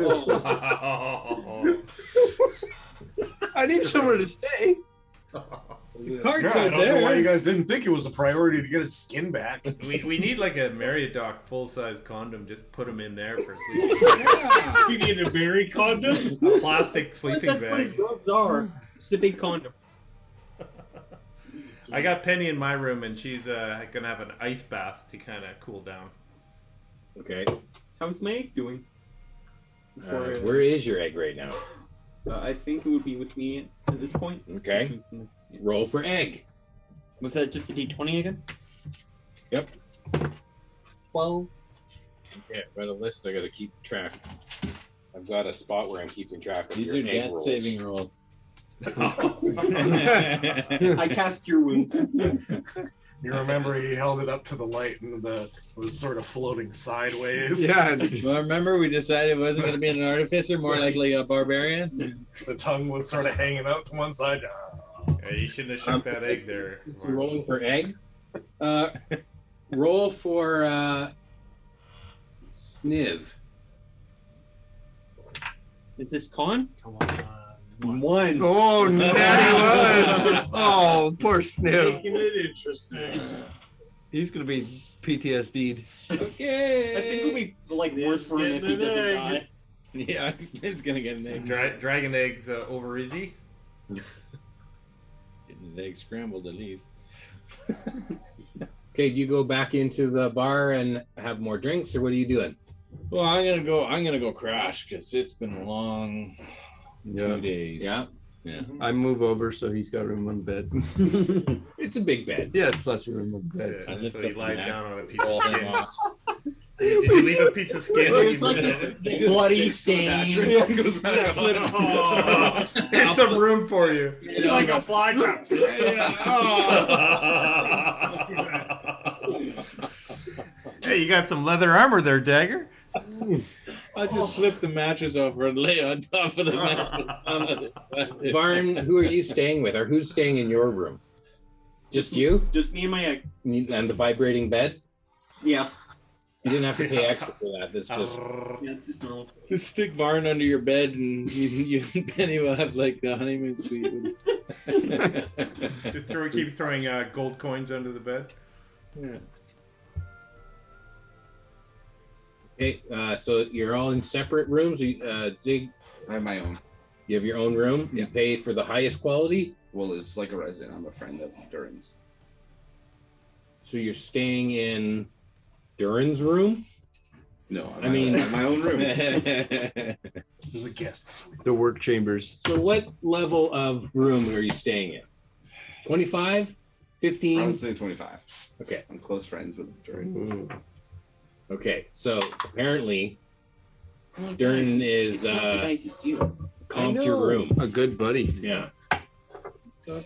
Speaker 9: Oh.
Speaker 1: I need somewhere to stay.
Speaker 7: Yeah, I don't know why you guys didn't think it was a priority to get his skin back.
Speaker 9: We, we need like a Meriadoc full size condom. Just put him in there for sleep.
Speaker 5: You need a berry condom?
Speaker 9: A plastic sleeping bag.
Speaker 3: Gloves are. It's a big condom.
Speaker 9: I got Penny in my room, and she's uh, gonna have an ice bath to kind of cool down.
Speaker 15: Okay.
Speaker 3: How's my egg doing?
Speaker 15: Uh, where is your egg right now?
Speaker 3: Uh, I think it would be with me at this point.
Speaker 15: Okay. Roll for egg.
Speaker 3: Was that just a d20 again?
Speaker 15: Yep.
Speaker 3: 12.
Speaker 15: Yeah, read a list. I got to keep track. I've got a spot where I'm keeping track of
Speaker 4: These
Speaker 15: your
Speaker 4: are
Speaker 15: egg
Speaker 4: death
Speaker 15: rolls.
Speaker 4: saving rolls.
Speaker 3: I cast your wounds.
Speaker 7: You remember he held it up to the light and the was sort of floating sideways.
Speaker 4: Well, remember we decided it wasn't going to be an artificer, more likely a barbarian.
Speaker 7: the tongue was sort of hanging out to one side.
Speaker 9: Yeah, you shouldn't have shook that egg there.
Speaker 15: Rolling for egg. Uh, roll for uh, sniv.
Speaker 3: Is this con?
Speaker 5: Come on.
Speaker 3: uh, One.
Speaker 10: Oh, natty one. Oh, poor Sniv.
Speaker 5: Making it interesting.
Speaker 10: He's gonna be PTSD'd.
Speaker 4: Okay.
Speaker 3: I think it would be like worse for him if he
Speaker 5: getting an
Speaker 3: doesn't
Speaker 5: egg.
Speaker 3: die.
Speaker 4: yeah, Sniv's going to get an egg.
Speaker 9: Dra- dragon eggs uh, over easy.
Speaker 4: Getting his egg scrambled at least.
Speaker 15: Okay, do you go back into the bar and have more drinks, or what are you doing?
Speaker 4: Well, I'm gonna go. I'm gonna go crash because it's been a long two days.
Speaker 15: Yeah, Mm-hmm.
Speaker 4: Yeah.
Speaker 2: I move over so he's got room on the bed.
Speaker 15: it's a big bed.
Speaker 2: Yeah, it's lots of room on the bed.
Speaker 9: Yeah,
Speaker 4: lift
Speaker 9: so he
Speaker 4: up the
Speaker 9: lies
Speaker 4: mat,
Speaker 9: down on a piece
Speaker 4: roll
Speaker 9: of
Speaker 4: them
Speaker 9: skin.
Speaker 4: off.
Speaker 9: Did you leave a piece of skin?
Speaker 3: It
Speaker 9: when
Speaker 3: was
Speaker 9: you
Speaker 3: like
Speaker 9: moved
Speaker 3: this
Speaker 9: it?
Speaker 3: bloody stain.
Speaker 2: Goes back
Speaker 3: Yeah,
Speaker 2: on.
Speaker 3: flip-
Speaker 9: Oh, there's some room for you.
Speaker 3: It's like a fly trap.
Speaker 9: Oh, Hey, you got some leather armor there, Dagger.
Speaker 4: I just
Speaker 12: Oh.
Speaker 4: flipped the mattress over and lay on top of the
Speaker 15: Um,
Speaker 4: mattress.
Speaker 15: Varn, who are you staying with, or who's staying in your room? Just you
Speaker 3: Just me and my egg.
Speaker 15: and the vibrating bed.
Speaker 3: Yeah.
Speaker 15: You didn't have to pay extra for that. That's just
Speaker 3: Yeah, it's just normal.
Speaker 4: Just stick Varn under your bed, and you, you and Penny will have like the honeymoon suite.
Speaker 9: Just throw, keep throwing uh, gold coins under the bed.
Speaker 4: yeah.
Speaker 15: okay. Uh, so you're all in separate rooms. You- Uh, Zig,
Speaker 12: I have my own.
Speaker 15: you have your own room. You
Speaker 12: Yeah.
Speaker 15: pay for the highest quality,
Speaker 12: Well, it's like a resident. I'm a friend of Durin's.
Speaker 15: so you're staying in Durin's room.
Speaker 12: No, I'm
Speaker 15: I mean-
Speaker 12: I'm my own room.
Speaker 7: There's a guest suite.
Speaker 2: The work chambers.
Speaker 15: So what level of room are you staying in? 25, 15,
Speaker 12: I'd say 25.
Speaker 15: Okay.
Speaker 12: I'm close friends with Durin.
Speaker 15: Okay, so apparently Dern
Speaker 3: It's
Speaker 15: is
Speaker 3: not the
Speaker 15: uh
Speaker 3: dice, it's you.
Speaker 15: comped your room.
Speaker 2: A good buddy.
Speaker 15: Yeah.
Speaker 3: Let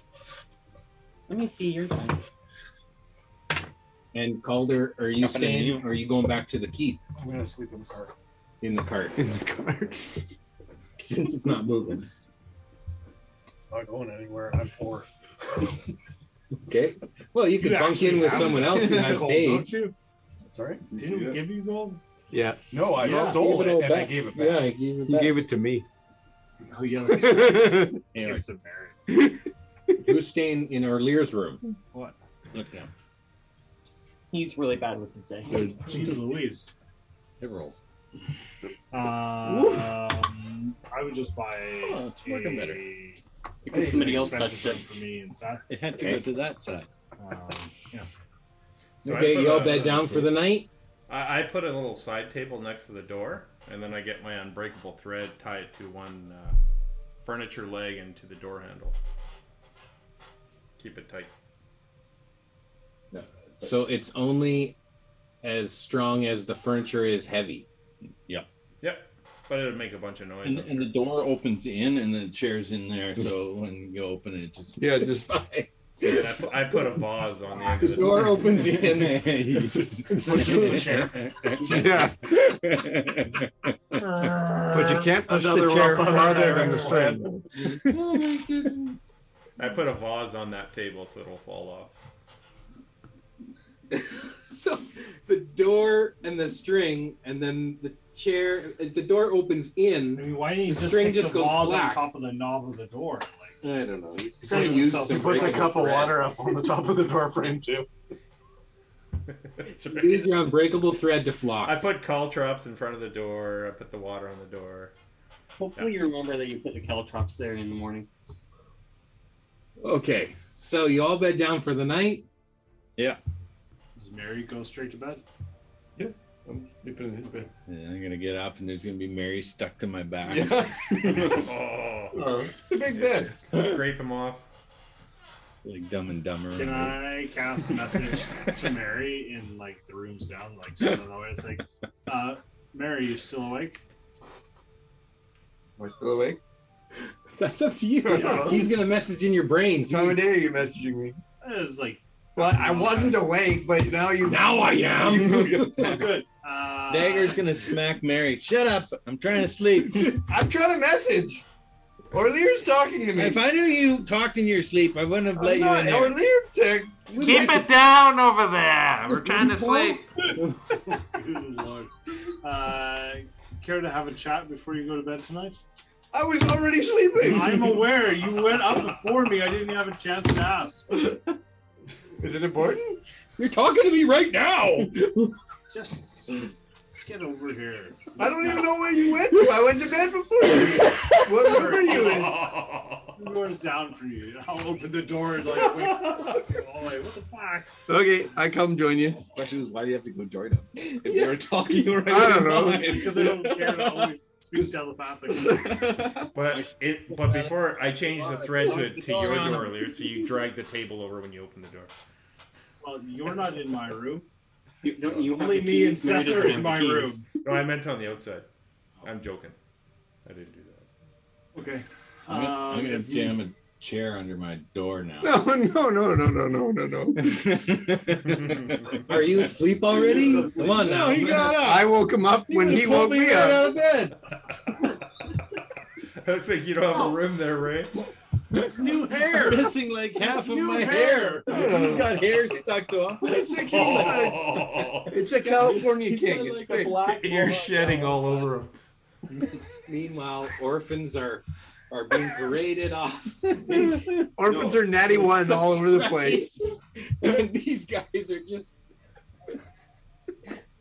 Speaker 3: me see your dice.
Speaker 15: And Calder, are you
Speaker 3: Up and in
Speaker 15: staying
Speaker 3: you.
Speaker 15: or are you going back to the keep
Speaker 7: I'm gonna sleep in the car.
Speaker 15: in the cart
Speaker 2: In the car.
Speaker 15: since it's not moving?
Speaker 7: It's not going anywhere. I'm poor.
Speaker 15: Okay. Well you could
Speaker 5: You
Speaker 15: bunk in
Speaker 5: actually
Speaker 15: with
Speaker 5: have
Speaker 15: someone else who has
Speaker 5: gold,
Speaker 15: paid.
Speaker 5: don't you?
Speaker 7: Sorry.
Speaker 5: Didn't we give you gold?
Speaker 2: Yeah.
Speaker 7: No, I
Speaker 5: Yeah.
Speaker 7: stole
Speaker 15: Give
Speaker 7: it,
Speaker 15: it all
Speaker 7: and I
Speaker 15: back.
Speaker 7: gave it
Speaker 15: Yeah,
Speaker 7: back.
Speaker 15: I gave it
Speaker 2: He
Speaker 15: back.
Speaker 2: gave it to me.
Speaker 5: Oh yeah.
Speaker 15: Anyway,
Speaker 5: It's a berry.
Speaker 15: who's staying in Orlear's room?
Speaker 5: What?
Speaker 15: Look now.
Speaker 3: He's really bad with his dice.
Speaker 5: Jeez Louise.
Speaker 4: It rolls.
Speaker 5: Um, I would just buy.
Speaker 4: Oh, it's working better.
Speaker 5: a-
Speaker 3: Because somebody else
Speaker 5: expensive
Speaker 3: touched it.
Speaker 5: one for me and Seth.
Speaker 4: It had to
Speaker 15: Okay.
Speaker 4: go to that side.
Speaker 5: Um, yeah.
Speaker 9: So I
Speaker 15: okay,
Speaker 9: put
Speaker 15: you all
Speaker 9: a-
Speaker 15: bed down for the night?
Speaker 9: I, I put a little side table next to the door, and then I get my unbreakable thread, tie it to one uh, furniture leg and to the door handle. Keep it tight.
Speaker 15: So it's only as strong as the furniture is heavy.
Speaker 9: Yep, but it'd make a bunch of noise.
Speaker 4: And,
Speaker 9: I'm
Speaker 4: and the
Speaker 9: sure.
Speaker 4: door opens in, and the chair's in there. So when you open it, it just
Speaker 2: Yeah, just
Speaker 9: And I, put, I put a vase on the end
Speaker 15: The
Speaker 9: of the
Speaker 15: door opens in.
Speaker 4: You just-
Speaker 7: Which is the chair.
Speaker 2: yeah. But you can't push the chair farther than the string.
Speaker 9: I put a vase on that table so it'll fall off.
Speaker 15: so the door and the string and then the chair the door opens
Speaker 5: I
Speaker 15: in
Speaker 5: mean, why didn't you
Speaker 15: The
Speaker 5: just
Speaker 15: string
Speaker 5: stick
Speaker 15: just
Speaker 5: the
Speaker 15: goes
Speaker 5: walls
Speaker 15: slack.
Speaker 5: on top of the knob of the door? Like,
Speaker 15: I don't know. He's
Speaker 17: He
Speaker 15: used
Speaker 17: puts
Speaker 15: some
Speaker 17: a
Speaker 15: breaking
Speaker 17: cup of
Speaker 15: thread.
Speaker 17: water up on the top of the door frame too.
Speaker 15: Use your unbreakable thread to flock.
Speaker 9: I put caltrops in front of the door. I put the water on the door.
Speaker 3: Hopefully, you remember that you put the caltrops there in the morning.
Speaker 15: Okay, so you all bed down for the night.
Speaker 4: Yeah.
Speaker 5: Does Mary go straight to bed?
Speaker 4: Yeah,
Speaker 5: I'm sleeping in his bed.
Speaker 4: And I'm gonna get up, and there's gonna be Mary stuck to my back.
Speaker 9: oh,
Speaker 4: it's a big bed.
Speaker 9: Scrape them off.
Speaker 4: Like Dumb and Dumber.
Speaker 5: Can I cast a message to Mary in like the rooms down? Like, so I don't know. It's like, uh, Mary, you still awake?
Speaker 12: Am I still awake?
Speaker 15: That's up to you. He's gonna message in your brains.
Speaker 12: How dare you messaging me?
Speaker 5: It's like,
Speaker 12: Well, I wasn't awake, but now you.
Speaker 15: Now I am.
Speaker 5: oh, good. Uh,
Speaker 4: Dagger's gonna smack Mary. Shut up! I'm trying to sleep.
Speaker 12: I'm trying to message. Orlear's talking to me.
Speaker 4: If I knew you talked in your sleep, I wouldn't have let
Speaker 12: I'm
Speaker 4: you in
Speaker 12: not,
Speaker 4: there.
Speaker 12: Orlear's tech.
Speaker 18: Keep it down over there. Ah, We're trying to sleep.
Speaker 5: Good lord. Uh, care to have a chat before you go to bed tonight?
Speaker 12: I was already sleeping.
Speaker 5: I'm aware. You went up before me. I didn't have a chance to ask.
Speaker 12: Is it important?
Speaker 15: You're talking to me right now.
Speaker 5: Just get over here.
Speaker 12: I don't even know where you went to. I went to bed before you. What room are you in?
Speaker 5: The door's down for you. I'll open the door and like, wait. Oh, like, what the fuck?
Speaker 12: Okay, I come join you.
Speaker 2: question is, why do you have to go join him? If you were talking already,
Speaker 12: I don't know.
Speaker 5: Because I don't care. I always speak telepathically.
Speaker 9: But it. But before I changed the thread to, to your door earlier, so you drag the table over when you open the door.
Speaker 5: Well, you're not in my room.
Speaker 3: You, no, you have
Speaker 5: Only
Speaker 3: the
Speaker 5: me and
Speaker 3: keys, Mary
Speaker 5: Seth are
Speaker 3: doesn't
Speaker 5: in
Speaker 3: have
Speaker 5: my
Speaker 3: the
Speaker 5: room.
Speaker 3: keys.
Speaker 9: No, I meant on the outside. I'm joking. I didn't do that.
Speaker 5: Okay.
Speaker 4: I'm gonna, I'm
Speaker 5: Um,
Speaker 4: gonna
Speaker 5: if you-
Speaker 4: jam a chair under my door now.
Speaker 12: No, Oh, no, no, no, no, no, no, no.
Speaker 15: Are you asleep already? Come on now.
Speaker 12: No, he got up. I woke him up when he woke me up.
Speaker 4: of bed.
Speaker 9: I don't think you don't have a room there, Ray.
Speaker 5: It's new hair.
Speaker 4: Missing like half of
Speaker 5: new
Speaker 4: my
Speaker 5: hair.
Speaker 4: hair. He's got hair stuck to him.
Speaker 12: It's a king size. It's a California king. It's great.
Speaker 9: You're shedding all over him.
Speaker 15: Meanwhile, orphans are are being paraded off.
Speaker 12: Orphans are natty one all over the place.
Speaker 15: and these guys are just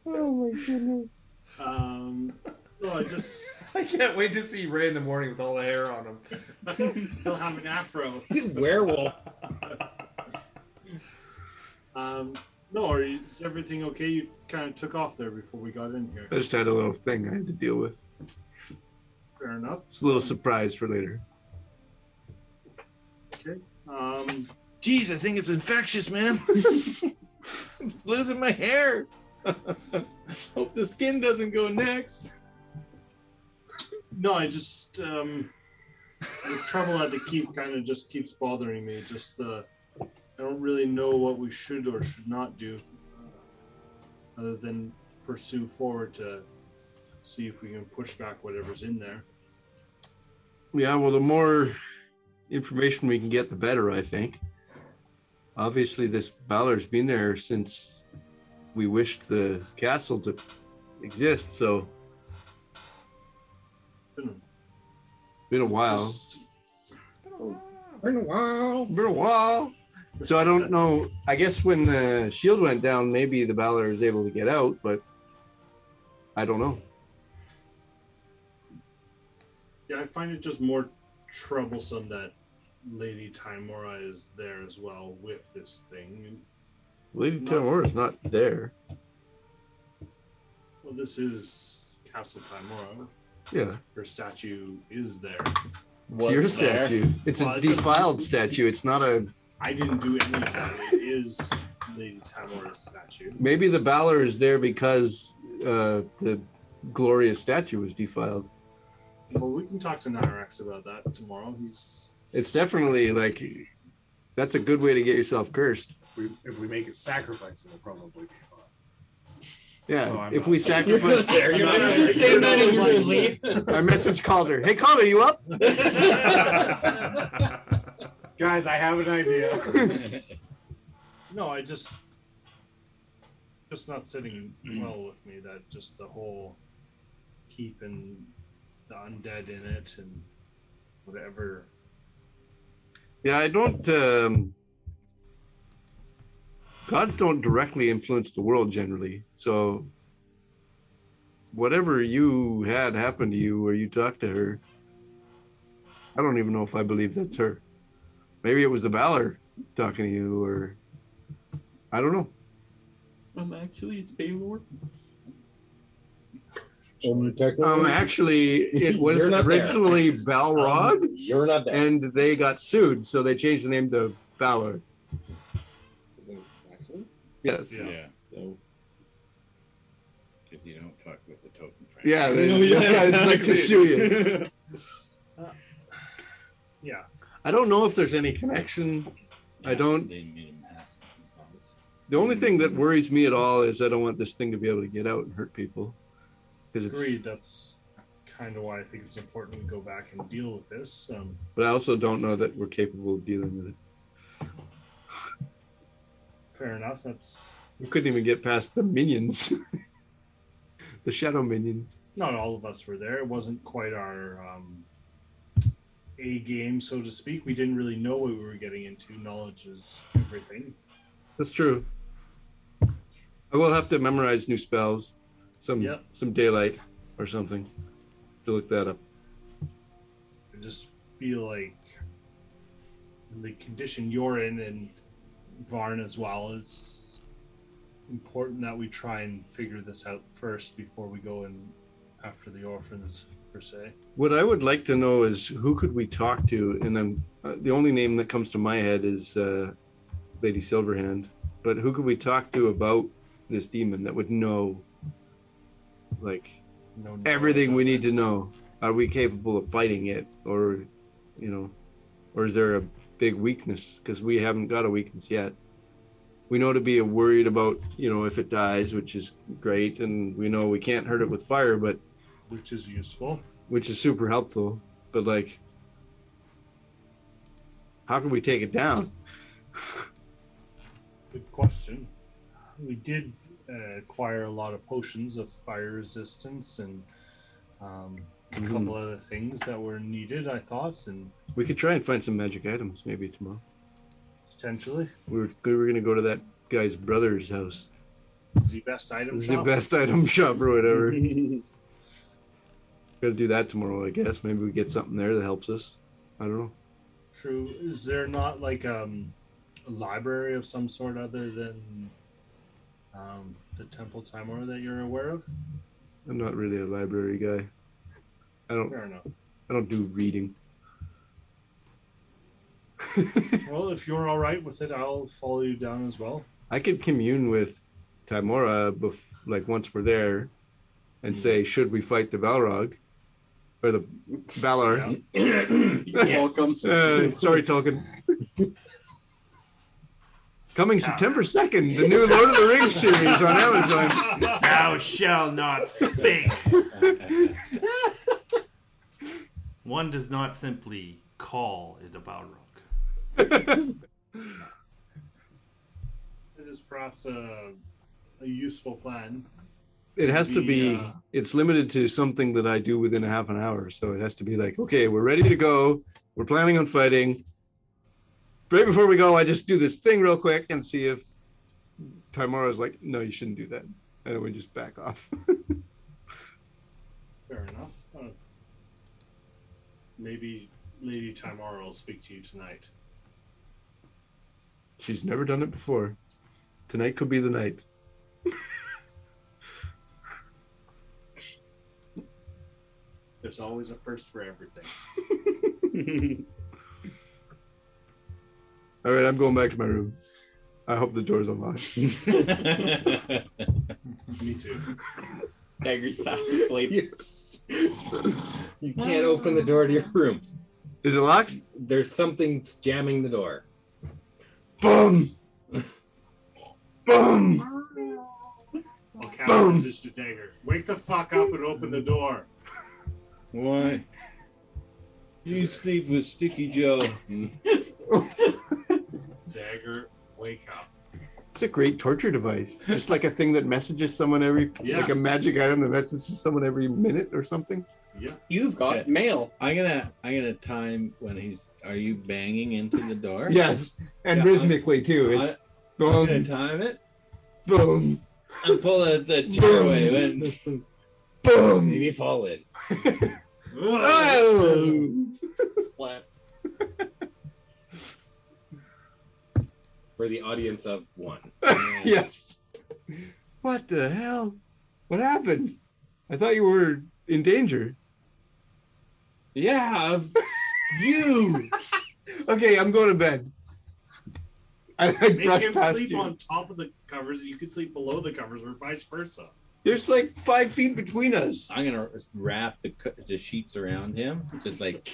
Speaker 19: Oh my goodness.
Speaker 5: Um, well, I just
Speaker 9: I can't wait to see Ray in the morning with all the hair on him.
Speaker 5: he'll have an afro.
Speaker 15: werewolf.
Speaker 5: Um, no, are you, is everything okay? You kind of took off there before we got in
Speaker 2: I
Speaker 5: here.
Speaker 2: just had a little thing I had to deal with.
Speaker 5: Fair enough.
Speaker 2: It's a little surprise for later.
Speaker 5: Okay. Um,
Speaker 4: Jeez, I think it's infectious, man. I'm losing my hair. Hope the skin doesn't go next.
Speaker 5: no, I just um, the trouble at the keep kind of just keeps bothering me. Just the I don't really know what we should or should not do, uh, other than pursue forward to see if we can push back whatever's in there.
Speaker 2: Yeah, well, the more information we can get, the better, I think. Obviously, this Balor's been there since we wished the castle to exist, so
Speaker 5: Been
Speaker 2: been a while.
Speaker 5: just-
Speaker 15: Been a while.
Speaker 2: Been a while. So I don't know. I guess when the shield went down, maybe the Balor was able to get out, but I don't know.
Speaker 5: Yeah, I find it just more troublesome that Lady Timora is there as well with this thing.
Speaker 2: Lady
Speaker 5: No.
Speaker 2: Tamora is not there.
Speaker 5: Well, this is Castle Timora.
Speaker 2: Yeah.
Speaker 5: Her statue is there.
Speaker 2: It's your statue. It's
Speaker 5: Well,
Speaker 2: a
Speaker 5: it doesn't-
Speaker 2: defiled statue. It's not a.
Speaker 5: I didn't do any of that. It is Lady Timora's statue.
Speaker 2: Maybe the Balor is there because uh, the glorious statue was defiled.
Speaker 5: Well, we can talk to Nyrax about that tomorrow. He's
Speaker 2: It's definitely like that's a good way to get yourself cursed.
Speaker 17: We, if we make a sacrifice, it'll probably be fun.
Speaker 2: Yeah.
Speaker 9: Oh,
Speaker 17: No, Oh, I'm
Speaker 2: if
Speaker 17: not.
Speaker 2: we sacrifice,
Speaker 17: You're not
Speaker 2: I'm
Speaker 17: there.
Speaker 2: just saying
Speaker 17: You're
Speaker 2: that
Speaker 17: not
Speaker 2: in your
Speaker 17: there.
Speaker 2: sleep. I messaged Calder. Hey, Calder, you up?
Speaker 17: Guys, I have an idea.
Speaker 5: no, I just just not sitting well with me. That just the whole keeping the undead in it and whatever
Speaker 2: Yeah, I don't. Um, gods don't directly influence the world generally. So, whatever you had happen to you or you talked to her, I don't even know if I believe that's her. Maybe it was the Valor talking to you, or I don't know.
Speaker 3: Um, actually, it's Baylor.
Speaker 2: Um, actually, it was
Speaker 12: You're not there. Um,
Speaker 2: originally Balrog.
Speaker 1: You're not there.
Speaker 2: And they got sued, so they changed the name to Valor. Yes.
Speaker 15: Yeah.
Speaker 4: So, if you don't fuck with the token friend.
Speaker 2: Yeah, they- yeah, it's like to sue you.
Speaker 5: Yeah.
Speaker 2: I don't know if there's any connection. I don't. The only thing that worries me at all is I don't want this thing to be able to get out and hurt people. Because it's.
Speaker 5: Agreed. That's kind of why I think it's important we go back and deal with this. Um,
Speaker 2: But I also don't know that we're capable of dealing with it.
Speaker 5: fair enough. That's
Speaker 2: We couldn't even get past the minions, the shadow minions.
Speaker 5: not all of us were there. It wasn't quite our um, a game, so to speak. We didn't really know what we were getting into. Knowledge is everything.
Speaker 2: That's true. I will have to memorize new spells, some
Speaker 5: Yeah.
Speaker 2: some daylight or something, to look that up.
Speaker 5: I just feel like the condition you're in and Varn as well, it's important that we try and figure this out first before we go and after the orphans per se.
Speaker 2: What I would like to know is who could we talk to, and then uh, the only name that comes to my head is uh, Lady Silverhand. But who could we talk to about this demon that would know, like,
Speaker 5: No
Speaker 2: everything we need to know? Are we capable of fighting it, or, you know, or is there a big weakness? Because we haven't got a weakness yet. We know to be worried about, you know, if it dies, which is great, and we know we can't hurt it with fire, but
Speaker 5: which is useful.
Speaker 2: which is super helpful. But like, how can we take it down?
Speaker 5: Good question. We did uh, acquire a lot of potions of fire resistance and um, a
Speaker 2: Mhm.
Speaker 5: couple other things that were needed, I thought, and
Speaker 2: We could try and find some magic items maybe tomorrow.
Speaker 5: potentially
Speaker 2: We were we were gonna go to that guy's brother's house.
Speaker 5: the best item.
Speaker 2: This is the
Speaker 5: shop.
Speaker 2: best item shop or whatever. Gotta do that tomorrow, I guess. Maybe we get something there that helps us. I don't know.
Speaker 5: True. Is there not like um, a library of some sort other than um, the Temple Timor that you're aware of?
Speaker 2: I'm not really a library guy. I don't.
Speaker 5: Fair enough.
Speaker 2: I don't do reading.
Speaker 5: well, if you're all right with it, I'll follow you down as well.
Speaker 2: I could commune with Timora, bef- like once we're there, and
Speaker 5: Mm-hmm.
Speaker 2: say, should we fight the Balrog or the Balor?
Speaker 3: Welcome.
Speaker 2: Uh, sorry, Tolkien. Coming September second, the new Lord of the Rings series on Amazon.
Speaker 13: Thou shall not speak. One does not simply call it a Balrog.
Speaker 5: It is perhaps a, a useful plan.
Speaker 2: It has to
Speaker 5: The,
Speaker 2: be.
Speaker 5: uh,
Speaker 2: It's limited to something that I do within a half an hour, so it has to be like, okay, we're ready to go. We're planning on fighting. Right before we go, I just do this thing real quick and see if Timora's like, no, you shouldn't do that, and then we just back off.
Speaker 5: fair enough. Uh, maybe Lady Timor will speak to you tonight.
Speaker 2: She's never done it before. Tonight could be the night.
Speaker 5: There's always a first for everything.
Speaker 2: All right, I'm going back to my room. I hope the door's unlocked.
Speaker 5: Me too.
Speaker 3: Dagger's fast asleep.
Speaker 1: You can't open the door to your room.
Speaker 2: Is it locked?
Speaker 1: There's something jamming the door.
Speaker 2: Boom! Boom!
Speaker 5: I'll capture this to dagger. Wake the fuck up and open the door.
Speaker 4: Why? You sleep with Sticky Joe.
Speaker 5: Dagger, wake up.
Speaker 2: It's a great torture device. Just like a thing that messages someone every,
Speaker 5: Yeah.
Speaker 2: like a magic item that messages someone every minute or something.
Speaker 5: Yeah.
Speaker 3: You've got mail.
Speaker 4: I'm gonna I'm gonna time when he's I Are you banging into the door?
Speaker 14: Yes, and
Speaker 4: Yeah, I'm-
Speaker 14: rhythmically too. It's
Speaker 4: I, I'm
Speaker 14: boom,
Speaker 2: Um,
Speaker 4: gonna time it.
Speaker 14: boom,
Speaker 4: I'm pulling the chair away when boom. Maybe fall in.
Speaker 2: Ah!
Speaker 14: Oh!
Speaker 3: Splat.
Speaker 15: for the audience of one.
Speaker 2: yes. What the hell? What happened? I thought you were in danger.
Speaker 14: Yeah, f- you. okay, I'm going to bed. I, I
Speaker 5: Make
Speaker 14: brushed
Speaker 5: him
Speaker 14: past
Speaker 5: sleep
Speaker 14: you.
Speaker 5: on top of the covers. You could sleep below the covers, or vice versa.
Speaker 14: There's like five feet between us.
Speaker 4: I'm gonna wrap the co- the sheets around him, just like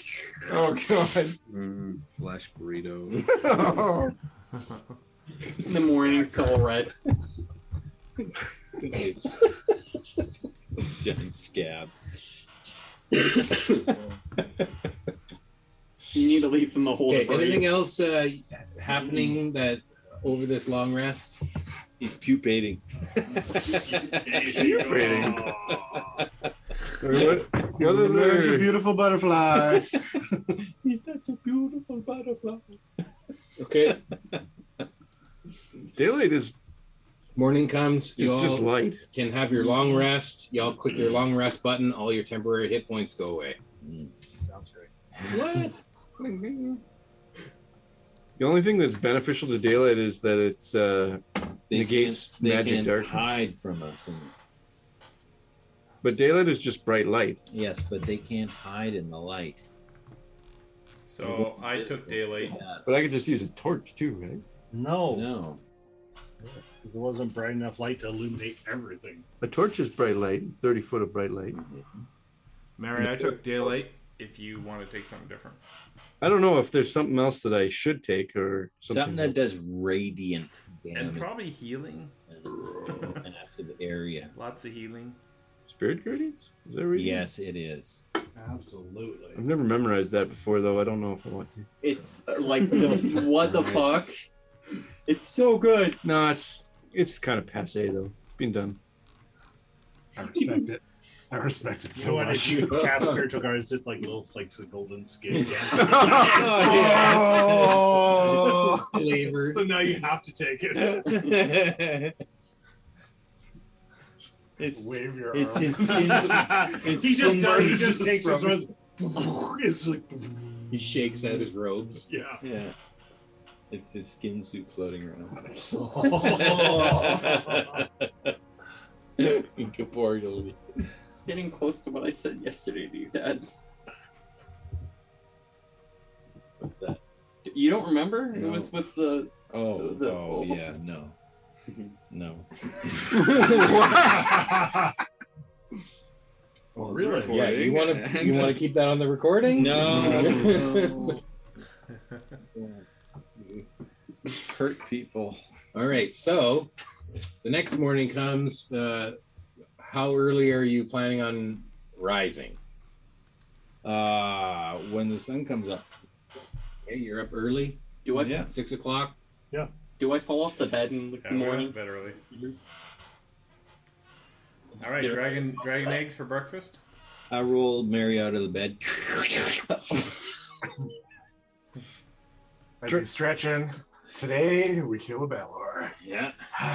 Speaker 14: Oh god.
Speaker 4: mm, flesh burrito.
Speaker 3: In the morning, it's all red.
Speaker 4: Giant scab.
Speaker 3: You need to leave them a whole.
Speaker 15: Okay, anything else uh, happening that over this long rest?
Speaker 4: He's pupating.
Speaker 14: You're
Speaker 7: such a beautiful butterfly.
Speaker 4: He's such a beautiful butterfly.
Speaker 15: Okay.
Speaker 2: Daylight is.
Speaker 15: Morning comes. You all
Speaker 2: It's just light.
Speaker 15: can have your long rest. Y'all click your long rest button. All your temporary hit points go away.
Speaker 5: Sounds great.
Speaker 4: What?
Speaker 2: The only thing that's beneficial to daylight is that it's uh,
Speaker 4: They
Speaker 2: negates
Speaker 4: can't- they
Speaker 2: magic
Speaker 4: can't
Speaker 2: darkness.
Speaker 4: hide from us. And,
Speaker 2: But daylight is just bright light.
Speaker 4: yes, but they can't hide in the light.
Speaker 9: So I took daylight.
Speaker 2: But I could just use a torch too, right?
Speaker 5: No.
Speaker 4: No.
Speaker 5: It wasn't bright enough light to illuminate everything.
Speaker 2: A torch is bright light, thirty foot of bright light.
Speaker 9: Mary, I took daylight. If you want to take something different,
Speaker 2: I don't know if there's something else that I should take or something,
Speaker 4: Something that does radiant
Speaker 9: and
Speaker 4: damage
Speaker 9: probably healing.
Speaker 4: and after the area.
Speaker 9: Lots of healing.
Speaker 2: Spirit guardians? Is that right?
Speaker 4: Yes, it is.
Speaker 5: Absolutely.
Speaker 2: I've never memorized that before, though. I don't know if I want to.
Speaker 3: It's uh, like the what the fuck? It's so good.
Speaker 2: No, it's it's kind of passe though. It's been done.
Speaker 7: I respect it. I respect it
Speaker 5: You
Speaker 7: so
Speaker 5: know what?
Speaker 7: much.
Speaker 5: If you cast spiritual guard, it's just like little flakes of golden skin.
Speaker 7: Oh.
Speaker 15: Flavor.
Speaker 5: so now you have to take it.
Speaker 4: It's
Speaker 7: wave your
Speaker 4: it's
Speaker 7: arm.
Speaker 4: his skin- it's
Speaker 5: he just
Speaker 4: skin
Speaker 5: does, he
Speaker 4: burn.
Speaker 5: just takes his
Speaker 4: From-
Speaker 5: own- It's like
Speaker 15: He shakes out his robes.
Speaker 5: yeah.
Speaker 4: Yeah. It's his skin suit floating around. Incorporeally.
Speaker 3: It's getting close to what I said yesterday to you, Dad.
Speaker 4: What's that?
Speaker 3: You don't remember? It
Speaker 4: No.
Speaker 3: was with the.
Speaker 4: Oh,
Speaker 3: The-
Speaker 4: oh, yeah, no. No.
Speaker 5: Oh,
Speaker 4: really?
Speaker 15: Yeah, you want to you want to keep that on the recording?
Speaker 4: No.
Speaker 3: um,
Speaker 4: no. Hurt people.
Speaker 15: All right. So the next morning comes. Uh, how early are you planning on rising?
Speaker 4: Uh, when the sun comes up.
Speaker 15: Okay, you're up early.
Speaker 3: Do I?
Speaker 4: Yeah.
Speaker 15: Six o'clock.
Speaker 5: Yeah.
Speaker 3: Do I fall off the bed in the
Speaker 9: Yeah, we're
Speaker 3: morning?
Speaker 9: up that early. All right,
Speaker 4: There-
Speaker 9: dragon dragon eggs for breakfast.
Speaker 4: I rolled Mary out of the bed.
Speaker 7: I've been stretching. Today we kill a Balor.
Speaker 15: Yeah.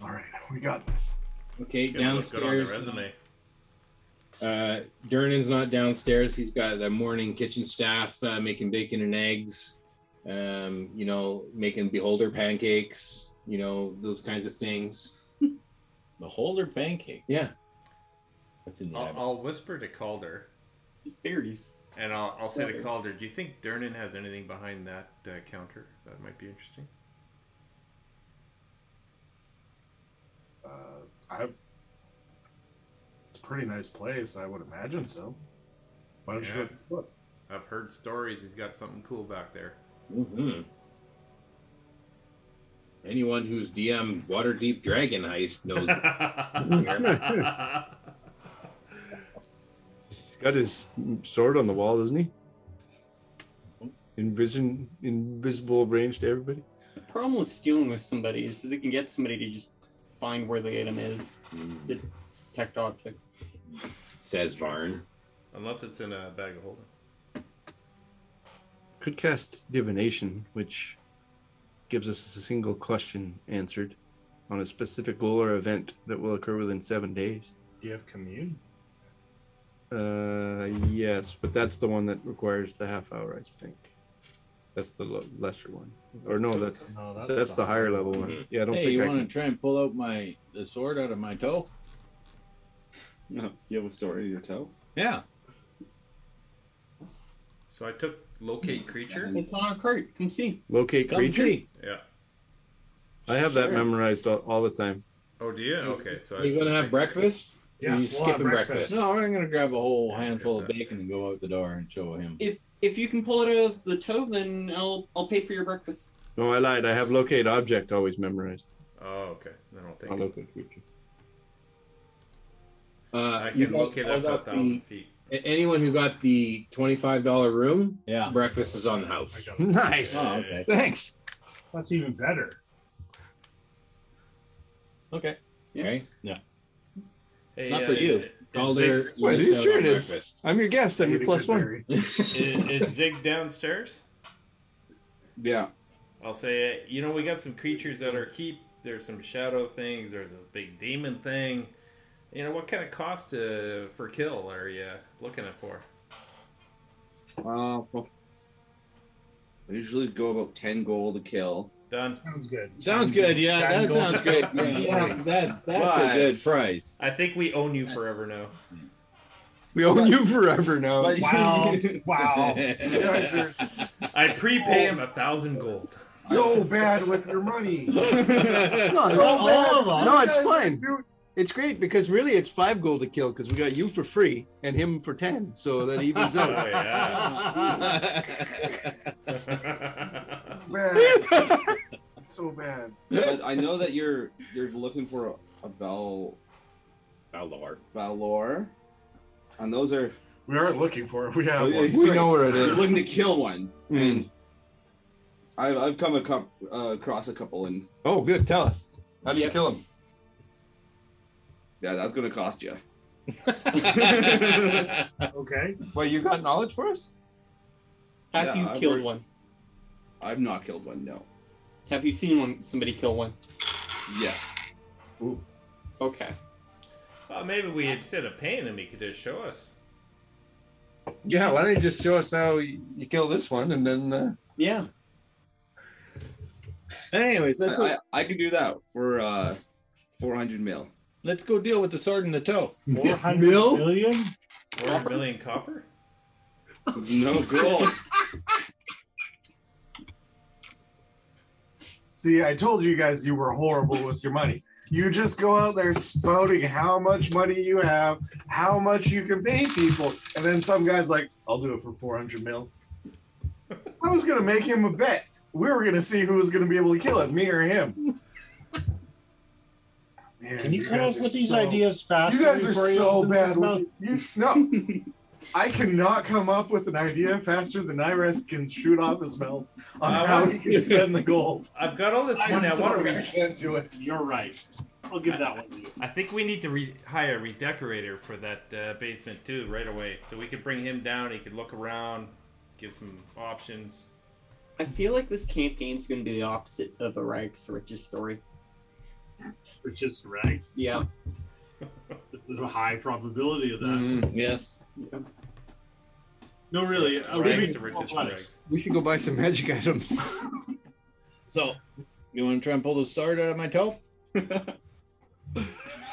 Speaker 7: All right, we got this.
Speaker 15: Okay,
Speaker 9: Gonna look good on the
Speaker 15: downstairs.
Speaker 9: resume.
Speaker 15: Uh, Durnan's not downstairs. He's got the morning kitchen staff uh, making bacon and eggs, um, you know, making beholder pancakes, you know, those kinds of things.
Speaker 4: The holder pancake.
Speaker 15: Yeah.
Speaker 4: What's in
Speaker 9: I'll,
Speaker 4: that?
Speaker 9: I'll whisper to Calder,
Speaker 3: Berries.
Speaker 9: and I'll, I'll say to Calder, "Do you think Dernan has anything behind that uh, counter that might be interesting?"
Speaker 7: Uh, I. It's a pretty nice place. I would imagine so. Why don't you?
Speaker 9: Yeah. I've heard stories. He's got something cool back there.
Speaker 15: hmm Anyone who's DM Waterdeep Dragon Heist knows.
Speaker 2: He's got his sword on the wall, doesn't he?
Speaker 4: Oh.
Speaker 2: Invision, invisible range to everybody.
Speaker 3: The problem with stealing with somebody is that they can get somebody to just find where the item is,
Speaker 4: Mm.
Speaker 3: the detect object.
Speaker 15: Says Varn.
Speaker 9: Unless it's in a bag of holding.
Speaker 2: could cast divination, which gives us a single question answered on a specific goal or event that will occur within seven days.
Speaker 5: Do you have commune?
Speaker 2: Uh, yes, but that's the one that requires the half hour, I think. That's the lo- lesser one, or no, that's
Speaker 4: No,
Speaker 2: that's,
Speaker 4: that's
Speaker 2: the,
Speaker 4: the
Speaker 2: higher level one. Yeah, I don't
Speaker 4: hey,
Speaker 2: think
Speaker 4: you
Speaker 2: I
Speaker 4: want
Speaker 2: can.
Speaker 4: to try and pull out my the sword out of my toe?
Speaker 12: No, you have a sword in your toe.
Speaker 4: Yeah.
Speaker 9: So I took locate creature.
Speaker 3: It's on our cart. Come see.
Speaker 2: Locate
Speaker 3: Come
Speaker 2: creature?
Speaker 3: see.
Speaker 9: Yeah.
Speaker 2: I have that
Speaker 9: Sure.
Speaker 2: memorized all, all the time.
Speaker 9: Oh, do you? Okay, so I
Speaker 1: you
Speaker 9: should
Speaker 1: gonna have
Speaker 9: take-
Speaker 1: breakfast?
Speaker 9: Yeah,
Speaker 1: Or you
Speaker 9: we'll have
Speaker 1: skipping breakfast?
Speaker 9: breakfast.
Speaker 4: No, Oh, I'm gonna grab a whole handful of bacon and go out the door and show him.
Speaker 3: If if you can pull it out of the toe, then I'll I'll pay for your breakfast.
Speaker 2: No, I lied. I have locate object always memorized.
Speaker 9: Oh, okay. Then I'll take
Speaker 2: I'll
Speaker 9: it.
Speaker 2: locate creature.
Speaker 1: Uh,
Speaker 9: I
Speaker 1: you
Speaker 9: can
Speaker 1: guys
Speaker 9: locate up
Speaker 1: all
Speaker 9: to
Speaker 1: got
Speaker 9: 1,000
Speaker 1: the-
Speaker 9: feet.
Speaker 1: a- Anyone who got the twenty-five dollar room,
Speaker 4: yeah,
Speaker 1: breakfast is on the house.
Speaker 2: Nice.
Speaker 4: Oh, okay.
Speaker 2: Thanks.
Speaker 5: That's even better.
Speaker 4: Okay.
Speaker 1: Okay.
Speaker 4: Yeah.
Speaker 9: Hey,
Speaker 4: Not
Speaker 9: uh,
Speaker 4: for you.
Speaker 9: is-
Speaker 1: Calder,
Speaker 9: is
Speaker 1: you
Speaker 2: Well,
Speaker 1: missed
Speaker 2: it
Speaker 1: out
Speaker 2: sure
Speaker 1: on
Speaker 2: it is.
Speaker 1: breakfast.
Speaker 2: I'm your guest. I'm your plus one.
Speaker 9: Zig- is, is Zig downstairs?
Speaker 12: Yeah.
Speaker 9: I'll say, uh, you know, we got some creatures that are keep. There's some shadow things. There's this big demon thing. You know, what kind of cost uh, for kill are you looking at for?
Speaker 12: Uh, well, I usually go about ten gold to kill.
Speaker 9: Done.
Speaker 5: Sounds good.
Speaker 4: Sounds good. Yeah, that
Speaker 12: Dangle.
Speaker 4: sounds good. Yeah,
Speaker 12: Dangle.
Speaker 4: that's that's, that's
Speaker 12: But-
Speaker 4: a good price.
Speaker 9: I think we own you forever now.
Speaker 2: We own you forever now.
Speaker 5: Wow. wow.
Speaker 14: You guys are
Speaker 9: I prepay him a thousand gold.
Speaker 14: so bad with your money.
Speaker 2: no, it's,
Speaker 14: So bad.
Speaker 2: no, it's fine. It's great because really it's five gold to kill because we got you for free and him for ten, so that evens out.
Speaker 9: Oh, yeah.
Speaker 14: Bad. so bad.
Speaker 12: But I know that you're you're looking for a, a bell
Speaker 1: Valor.
Speaker 12: Valor. And those are
Speaker 7: We aren't looking for it. We have
Speaker 12: Well, yeah,
Speaker 7: one.
Speaker 12: you're right. You're looking to kill one. And I've, I've come a cou- uh, across a couple, and
Speaker 2: Oh, good. Tell us. How do you
Speaker 12: Yep.
Speaker 2: kill him?
Speaker 12: yeah, that's gonna cost you.
Speaker 5: Okay.
Speaker 2: Well, you got knowledge for us?
Speaker 3: Have
Speaker 12: Yeah,
Speaker 3: you
Speaker 12: I've
Speaker 3: killed
Speaker 12: already-
Speaker 3: one?
Speaker 12: I've not killed one. No.
Speaker 3: Have you seen one somebody kill one?
Speaker 12: Yes.
Speaker 3: Okay.
Speaker 9: Well, maybe we instead of paying him, he could just show us.
Speaker 2: Yeah, why don't you just show us how you you kill this one and then. Uh...
Speaker 3: Yeah.
Speaker 4: Anyways,
Speaker 12: I,
Speaker 4: let's go,
Speaker 12: I, I can do that for uh, four hundred mil.
Speaker 4: let's go deal with the sword in the toe.
Speaker 5: 400
Speaker 12: Mil?
Speaker 5: million?
Speaker 9: Or a million copper?
Speaker 12: No gold.
Speaker 14: See, I told you guys you were horrible with your money. You just go out there spouting how much money you have, how much you can pay people, and then some guy's like, "I'll do it for 400 mil." I was gonna make him a bet. We were gonna see who was gonna be able to kill it, me or him. Man,
Speaker 5: Can you come
Speaker 14: guys
Speaker 5: up
Speaker 14: are
Speaker 5: with these
Speaker 14: so-
Speaker 5: ideas faster?
Speaker 14: You guys are
Speaker 5: before he
Speaker 14: so
Speaker 5: opens his
Speaker 14: bad.
Speaker 5: mouth?
Speaker 14: With you, no, I cannot come up with an idea faster than Iris can shoot off his mouth on
Speaker 9: I
Speaker 14: how
Speaker 9: want-
Speaker 14: he can spend the gold.
Speaker 9: Uh, I've got all this
Speaker 14: I'm
Speaker 9: money. I want to
Speaker 14: sorry, I
Speaker 9: re-
Speaker 14: can't do it.
Speaker 5: You're right. I'll give that one to you.
Speaker 9: I think we need to re- hire a redecorator for that uh, basement too right away, so we could bring him down. He could look around, give some options.
Speaker 3: I feel like this camp game's gonna be the opposite of the rags to riches story.
Speaker 5: Which is right.
Speaker 3: Yeah.
Speaker 5: There's a high probability of that.
Speaker 2: Mm-hmm.
Speaker 4: Yes.
Speaker 5: No, really. Uh, we
Speaker 9: Rags
Speaker 5: need
Speaker 9: to riches,
Speaker 5: more
Speaker 9: rags.
Speaker 2: We should go buy some magic items.
Speaker 4: So, you want to try and pull the sword out of my toe?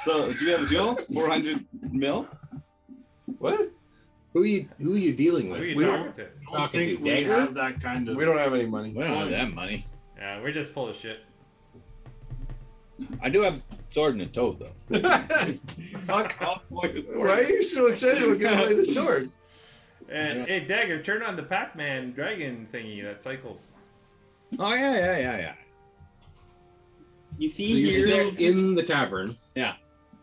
Speaker 12: So do you have a deal? Four hundred mil.
Speaker 2: what?
Speaker 1: Who you who you dealing
Speaker 9: Who
Speaker 1: with?
Speaker 9: are you
Speaker 2: We
Speaker 9: talking to?
Speaker 5: I don't
Speaker 1: Talking
Speaker 5: think
Speaker 1: to
Speaker 5: we
Speaker 1: Dagger?
Speaker 5: have that kind of.
Speaker 2: We don't have any money.
Speaker 4: We don't have that money.
Speaker 9: Yeah, we're just full of shit.
Speaker 4: I do have sword in the toe though.
Speaker 2: Why are you so excited we're going to play the sword?
Speaker 9: And hey, Dagger, turn on the Pac-Man dragon thingy that cycles.
Speaker 4: Oh yeah, yeah, yeah, yeah.
Speaker 3: You
Speaker 1: So
Speaker 3: see
Speaker 1: you're there
Speaker 3: here
Speaker 1: in the tavern,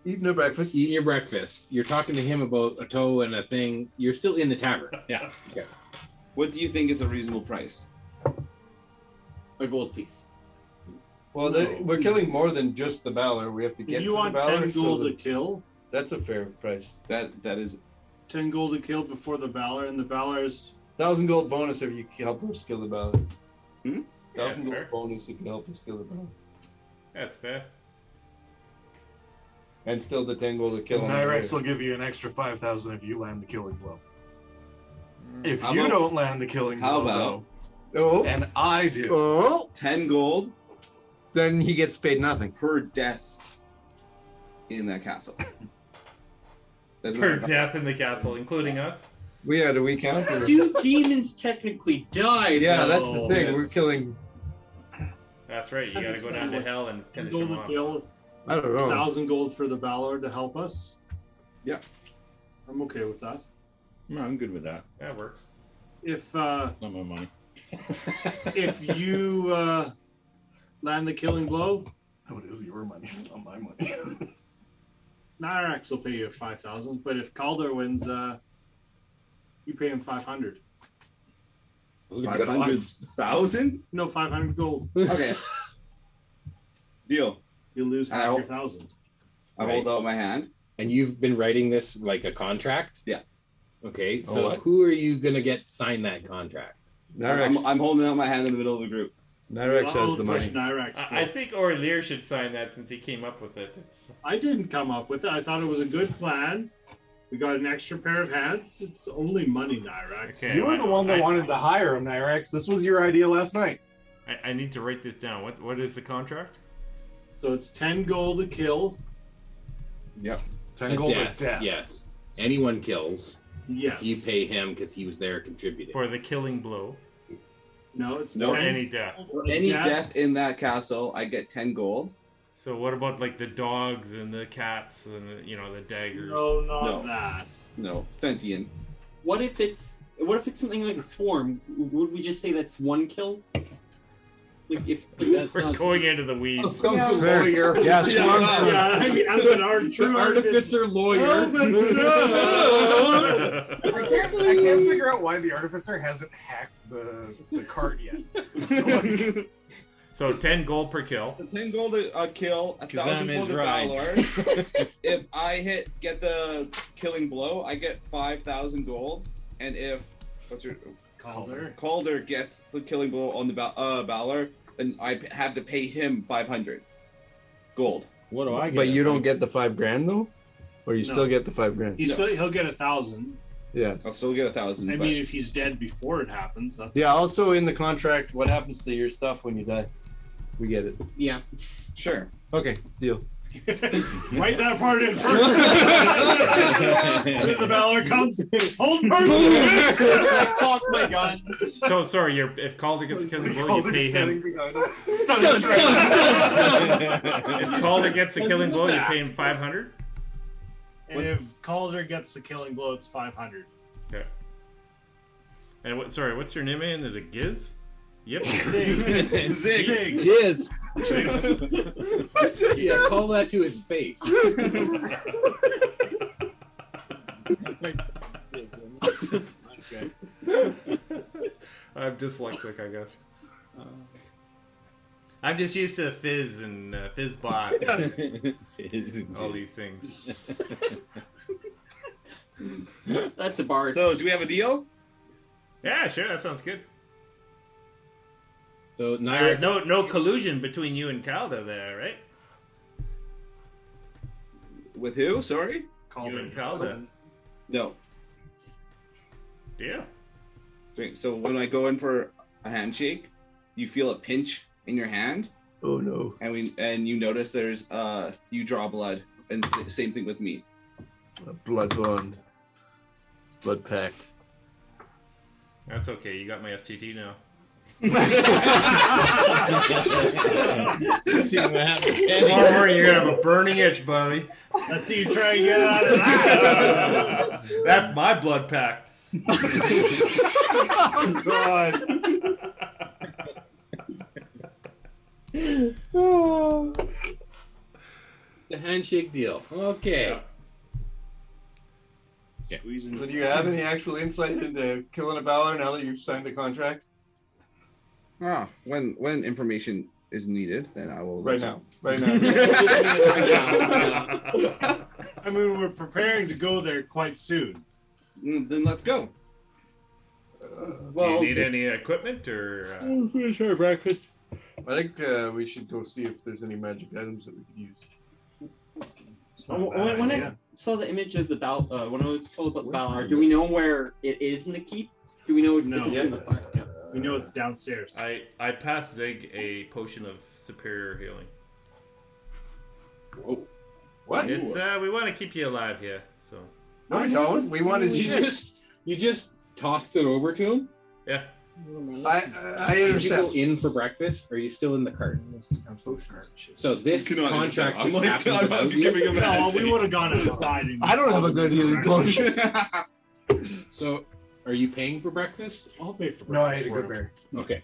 Speaker 2: Eating a breakfast.
Speaker 1: eating your breakfast. You're talking to him about a toe and a thing. You're still in the tavern.
Speaker 4: Yeah.
Speaker 12: What do you think is a reasonable price?
Speaker 3: a gold piece.
Speaker 2: Well, they- we're killing more than just the Valor. We have to
Speaker 5: If
Speaker 2: get
Speaker 5: you
Speaker 2: to
Speaker 5: want
Speaker 2: the Valor.
Speaker 5: ten
Speaker 2: so
Speaker 5: gold
Speaker 2: the-
Speaker 5: to kill,
Speaker 2: That's a fair price.
Speaker 12: That that is
Speaker 5: ten gold to kill before the valor, and the valor is
Speaker 12: Thousand gold bonus if you can help us kill the ballot.
Speaker 3: Hmm?
Speaker 9: Yeah, that's
Speaker 12: Thousand gold
Speaker 9: fair.
Speaker 12: bonus if you help us kill the ballot.
Speaker 9: That's fair.
Speaker 12: And still the ten gold to kill him.
Speaker 7: Nyrex will give you an extra five thousand if you land the killing blow. If
Speaker 12: Hmm. How
Speaker 7: you
Speaker 12: about-
Speaker 7: don't land the killing
Speaker 12: How
Speaker 7: blow,
Speaker 12: about- Oh,
Speaker 7: though, and I do,
Speaker 12: ten gold.
Speaker 10: Then he gets paid nothing
Speaker 12: per death in that castle. That's
Speaker 9: Her
Speaker 12: not-
Speaker 9: death in the castle, including us.
Speaker 12: We yeah, do we count? or-
Speaker 3: Do demons technically die?
Speaker 12: Yeah, that's
Speaker 3: though?
Speaker 12: the thing. We're killing.
Speaker 9: That's right. You
Speaker 5: That
Speaker 9: gotta
Speaker 5: is
Speaker 9: go down to
Speaker 5: not-
Speaker 9: hell and finish
Speaker 5: Gold
Speaker 9: him
Speaker 5: to
Speaker 9: off.
Speaker 5: Gil,
Speaker 12: I don't
Speaker 2: Oh.
Speaker 12: know.
Speaker 5: Thousand gold for the Balor to help us.
Speaker 12: Yeah,
Speaker 5: I'm okay with that.
Speaker 4: No, I'm good with that.
Speaker 9: That works.
Speaker 5: If uh,
Speaker 4: Not my money.
Speaker 5: if you uh, land the killing blow,
Speaker 7: oh, it is your money, it's not my money.
Speaker 5: Nyrax will pay you five thousand. But if Calder wins, uh, you pay him five hundred.
Speaker 12: Five hundred thousand.
Speaker 5: No, five hundred gold.
Speaker 12: Okay. Deal.
Speaker 5: You lose
Speaker 12: I
Speaker 5: half
Speaker 12: hope-
Speaker 5: your thousand.
Speaker 12: I hold out my hand.
Speaker 15: And you've been writing this like a contract?
Speaker 12: Yeah.
Speaker 15: Okay,
Speaker 12: Oh,
Speaker 15: so
Speaker 12: what?
Speaker 15: who are you gonna get sign that contract?
Speaker 12: I'm, I'm holding out my hand in the middle of the group.
Speaker 4: Nyrex has the money.
Speaker 9: I, I think Orlear should sign that since he came up with it. It's,
Speaker 5: I didn't come up with it. I thought it was a good plan. We got an extra pair of hands. It's only money, Nyrax.
Speaker 7: you were the one that wanted to hire him, Nyrex. This was your idea last night.
Speaker 9: I, I need to write this down. What What is the contract?
Speaker 5: So it's ten gold to kill.
Speaker 12: Yep.
Speaker 7: Ten
Speaker 15: A
Speaker 7: gold
Speaker 15: death,
Speaker 7: or death.
Speaker 15: Yes. Anyone kills,
Speaker 5: Yes.
Speaker 15: you pay him because he was there contributing.
Speaker 9: For the killing blow.
Speaker 5: No, it's
Speaker 12: No.
Speaker 5: ten
Speaker 9: Any death.
Speaker 5: gold to
Speaker 12: Any
Speaker 5: death.
Speaker 12: death in that castle, I get ten gold.
Speaker 9: So what about like the dogs and the cats and you know the daggers?
Speaker 5: No, not
Speaker 12: No.
Speaker 5: that.
Speaker 12: No, sentient.
Speaker 3: What if it's what if it's something like a swarm? Would we just say that's one kill? Like if like that's
Speaker 9: We're
Speaker 3: not
Speaker 9: going into the weeds.
Speaker 3: Oh,
Speaker 9: Yeah.
Speaker 3: come Fair. lawyer.
Speaker 9: Yeah,
Speaker 3: Yeah,
Speaker 9: swarm
Speaker 3: yeah,
Speaker 9: trooper.
Speaker 5: yeah, I'm an art- Oh, true
Speaker 15: artificer lawyer.
Speaker 5: Oh,
Speaker 7: I can't, I can't figure out why the artificer hasn't hacked the, the cart yet.
Speaker 9: so ten gold per kill.
Speaker 12: The ten gold a uh, kill, a
Speaker 9: 'Cause
Speaker 12: thousand
Speaker 9: I'm
Speaker 12: for
Speaker 9: his
Speaker 12: the
Speaker 9: ride.
Speaker 12: dollar. if I hit get the killing blow, I get five thousand gold. And if what's your
Speaker 5: Calder.
Speaker 12: Calder gets the killing blow on the ba- uh Balor, then I p- have to pay him five hundred gold.
Speaker 4: What do I get?
Speaker 2: But you don't get the five grand though, or you
Speaker 5: No.
Speaker 2: still get the five grand.
Speaker 5: He still he'll get a thousand.
Speaker 2: yeah.
Speaker 12: I'll still get a thousand.
Speaker 5: I
Speaker 12: but-
Speaker 5: mean, if he's dead before it happens, that's
Speaker 2: Yeah,
Speaker 12: Also in the contract, what happens to your stuff when you die?
Speaker 2: We get it.
Speaker 3: Yeah.
Speaker 12: Sure.
Speaker 2: Okay, deal.
Speaker 5: Write that part in first. Then the Valor comes. Hold person.
Speaker 3: Cock my gun.
Speaker 9: So sorry, you're, if Calder gets a killing blow, you
Speaker 7: Calder's
Speaker 9: pay
Speaker 7: standing
Speaker 9: him.
Speaker 7: behind
Speaker 9: Stun,
Speaker 7: us.
Speaker 9: If Calder gets a killing blow, you pay him five hundred.
Speaker 5: And if Calder gets the killing blow, it's five hundred.
Speaker 9: Okay. And what? Sorry, what's your name again? Is it Giz? Yep.
Speaker 5: Zig. Zig.
Speaker 15: Jizz.
Speaker 5: Zig.
Speaker 15: yeah, call that to his face.
Speaker 9: I'm dyslexic, I guess. I'm just used to fizz and uh, fizzbot,
Speaker 4: Fizz and
Speaker 9: all
Speaker 4: jizz.
Speaker 9: these things.
Speaker 3: That's a bar.
Speaker 12: So do we have a deal?
Speaker 9: Yeah, sure, that sounds good.
Speaker 15: So
Speaker 9: Uh,
Speaker 15: Nyric,
Speaker 9: no, no collusion between you and Calda there, right?
Speaker 12: With who? Sorry.
Speaker 9: You and Calda.
Speaker 12: No.
Speaker 9: Yeah.
Speaker 12: Wait, So when I go in for a handshake, you feel a pinch in your hand.
Speaker 2: Oh no.
Speaker 12: and we and you notice there's uh you draw blood and s- same thing with me
Speaker 2: A blood bond. Blood pact.
Speaker 9: That's okay. You got my STD now. Tomorrow you're gonna have a burning itch, buddy.
Speaker 5: Let's see you try and get out of that.
Speaker 9: That's my blood pack.
Speaker 5: oh God.
Speaker 15: the handshake deal. Okay.
Speaker 5: Squeezing.
Speaker 10: So do you have any actual insight into killing a Balor now that you've signed a contract?
Speaker 12: ah when when information is needed then i will
Speaker 10: Right now. Right now.
Speaker 5: I mean, we're preparing to go there quite soon.
Speaker 12: Mm, then let's go
Speaker 9: Do you need any equipment or? Uh,
Speaker 2: We'll finish our breakfast. I think uh, we should go see if there's any magic items that we could use.
Speaker 1: Oh,
Speaker 3: Oh, When, when I saw the image of the Bal, uh, when I was told about the Balor, do we know where it is in the keep? Do we know if
Speaker 9: No.
Speaker 3: it's in the
Speaker 9: Yeah.
Speaker 3: fire? Yeah.
Speaker 5: We know it's downstairs.
Speaker 9: I I pass Zig a potion of superior healing.
Speaker 15: Whoa. What?
Speaker 9: It's, uh, we want to keep you alive here, so.
Speaker 15: No, we don't. We want his
Speaker 1: You
Speaker 15: shit.
Speaker 1: just you just tossed it over to him.
Speaker 9: Yeah.
Speaker 2: uh,
Speaker 1: I
Speaker 15: I
Speaker 1: Did
Speaker 15: intercept.
Speaker 1: you go in for breakfast? Or are you still in the cart?
Speaker 14: I'm so sure.
Speaker 1: So this
Speaker 14: Come on,
Speaker 1: contract
Speaker 14: I'm
Speaker 1: just
Speaker 14: like-
Speaker 1: happened
Speaker 14: I'm
Speaker 1: without
Speaker 14: like
Speaker 1: you?
Speaker 14: giving him a
Speaker 5: No, we would have gone outside. And
Speaker 1: I don't have a good
Speaker 10: healing potion.
Speaker 1: so, are you paying for breakfast?
Speaker 5: I'll pay for breakfast.
Speaker 14: No, I ate a good bear.
Speaker 1: Okay.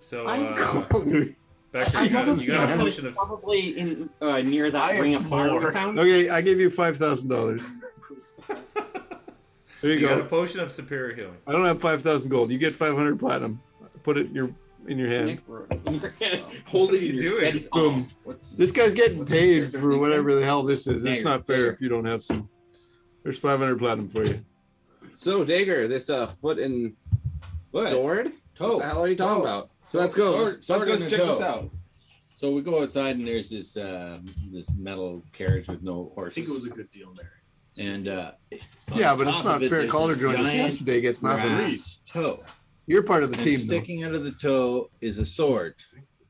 Speaker 9: So
Speaker 3: I'm
Speaker 9: uh,
Speaker 3: I
Speaker 9: Becker, you got,
Speaker 3: wasn't
Speaker 9: you got a
Speaker 3: sure.
Speaker 9: potion of
Speaker 3: Probably in uh, near that ring of fire we found.
Speaker 2: Okay, I gave you five thousand dollars. There you,
Speaker 9: got a
Speaker 2: go.
Speaker 9: potion of superior healing.
Speaker 2: I don't have five thousand gold. You get five hundred platinum. Put it in your in your hand.
Speaker 1: Hold it
Speaker 9: in
Speaker 1: your
Speaker 9: doing?
Speaker 1: steady
Speaker 2: Boom. This guy's getting paid for whatever the hell this is. It's not fair if you don't have some. There's five hundred platinum for you.
Speaker 12: So Dagger, this uh foot and
Speaker 4: What?
Speaker 12: sword.
Speaker 4: Toe.
Speaker 12: What the hell are you talking
Speaker 4: Toe.
Speaker 12: about? So let's go.
Speaker 4: Sword-
Speaker 12: let's
Speaker 4: sword
Speaker 12: go
Speaker 4: in the
Speaker 12: check this
Speaker 4: toe.
Speaker 12: out.
Speaker 4: So we go outside and there's this uh, this metal carriage with no
Speaker 5: I
Speaker 4: horses.
Speaker 5: think it was a good deal there.
Speaker 4: and uh, on
Speaker 2: yeah,
Speaker 4: the
Speaker 2: but it's
Speaker 4: top
Speaker 2: not
Speaker 4: of it,
Speaker 2: fair.
Speaker 4: there's
Speaker 2: Calder
Speaker 4: this
Speaker 2: joined us
Speaker 4: giant
Speaker 2: yesterday. Gets nothing.
Speaker 4: brass toe.
Speaker 2: You're part of the
Speaker 4: and
Speaker 2: team. though.
Speaker 4: Sticking out of the toe is a sword.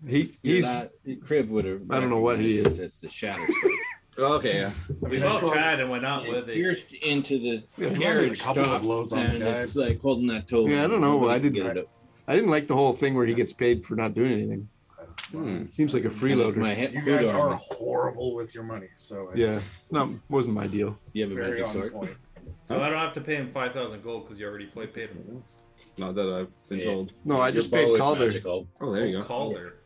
Speaker 2: He,
Speaker 4: You're
Speaker 2: he's
Speaker 4: not- Crib would have.
Speaker 2: I don't know what he
Speaker 4: recognized this as the shadow. okay. Yeah.
Speaker 9: We all tried and we're not worthy.
Speaker 4: Pierced into the
Speaker 2: Yeah, he
Speaker 4: carriage
Speaker 2: had a couple of
Speaker 4: top,
Speaker 2: blows on the
Speaker 4: and
Speaker 2: guy.
Speaker 4: it's like holding that toe.
Speaker 2: Yeah, I don't know. I didn't.
Speaker 4: Get it up.
Speaker 2: I didn't like the whole thing where he gets paid for not doing anything.
Speaker 12: Hmm.
Speaker 2: Seems like a freeloader.
Speaker 4: my hip-
Speaker 2: Yeah,
Speaker 14: You guys
Speaker 4: Food
Speaker 14: are
Speaker 4: armor.
Speaker 14: horrible with your money, so it's
Speaker 2: it's not wasn't my deal.
Speaker 4: Do you have a
Speaker 14: very
Speaker 4: magic
Speaker 14: on
Speaker 4: sword?
Speaker 14: point.
Speaker 9: So I don't have to pay him five thousand gold because you already play, paid him.
Speaker 12: Not that I've been told.
Speaker 2: No, I just paid Calder.
Speaker 12: Oh, there you go.
Speaker 9: Calder.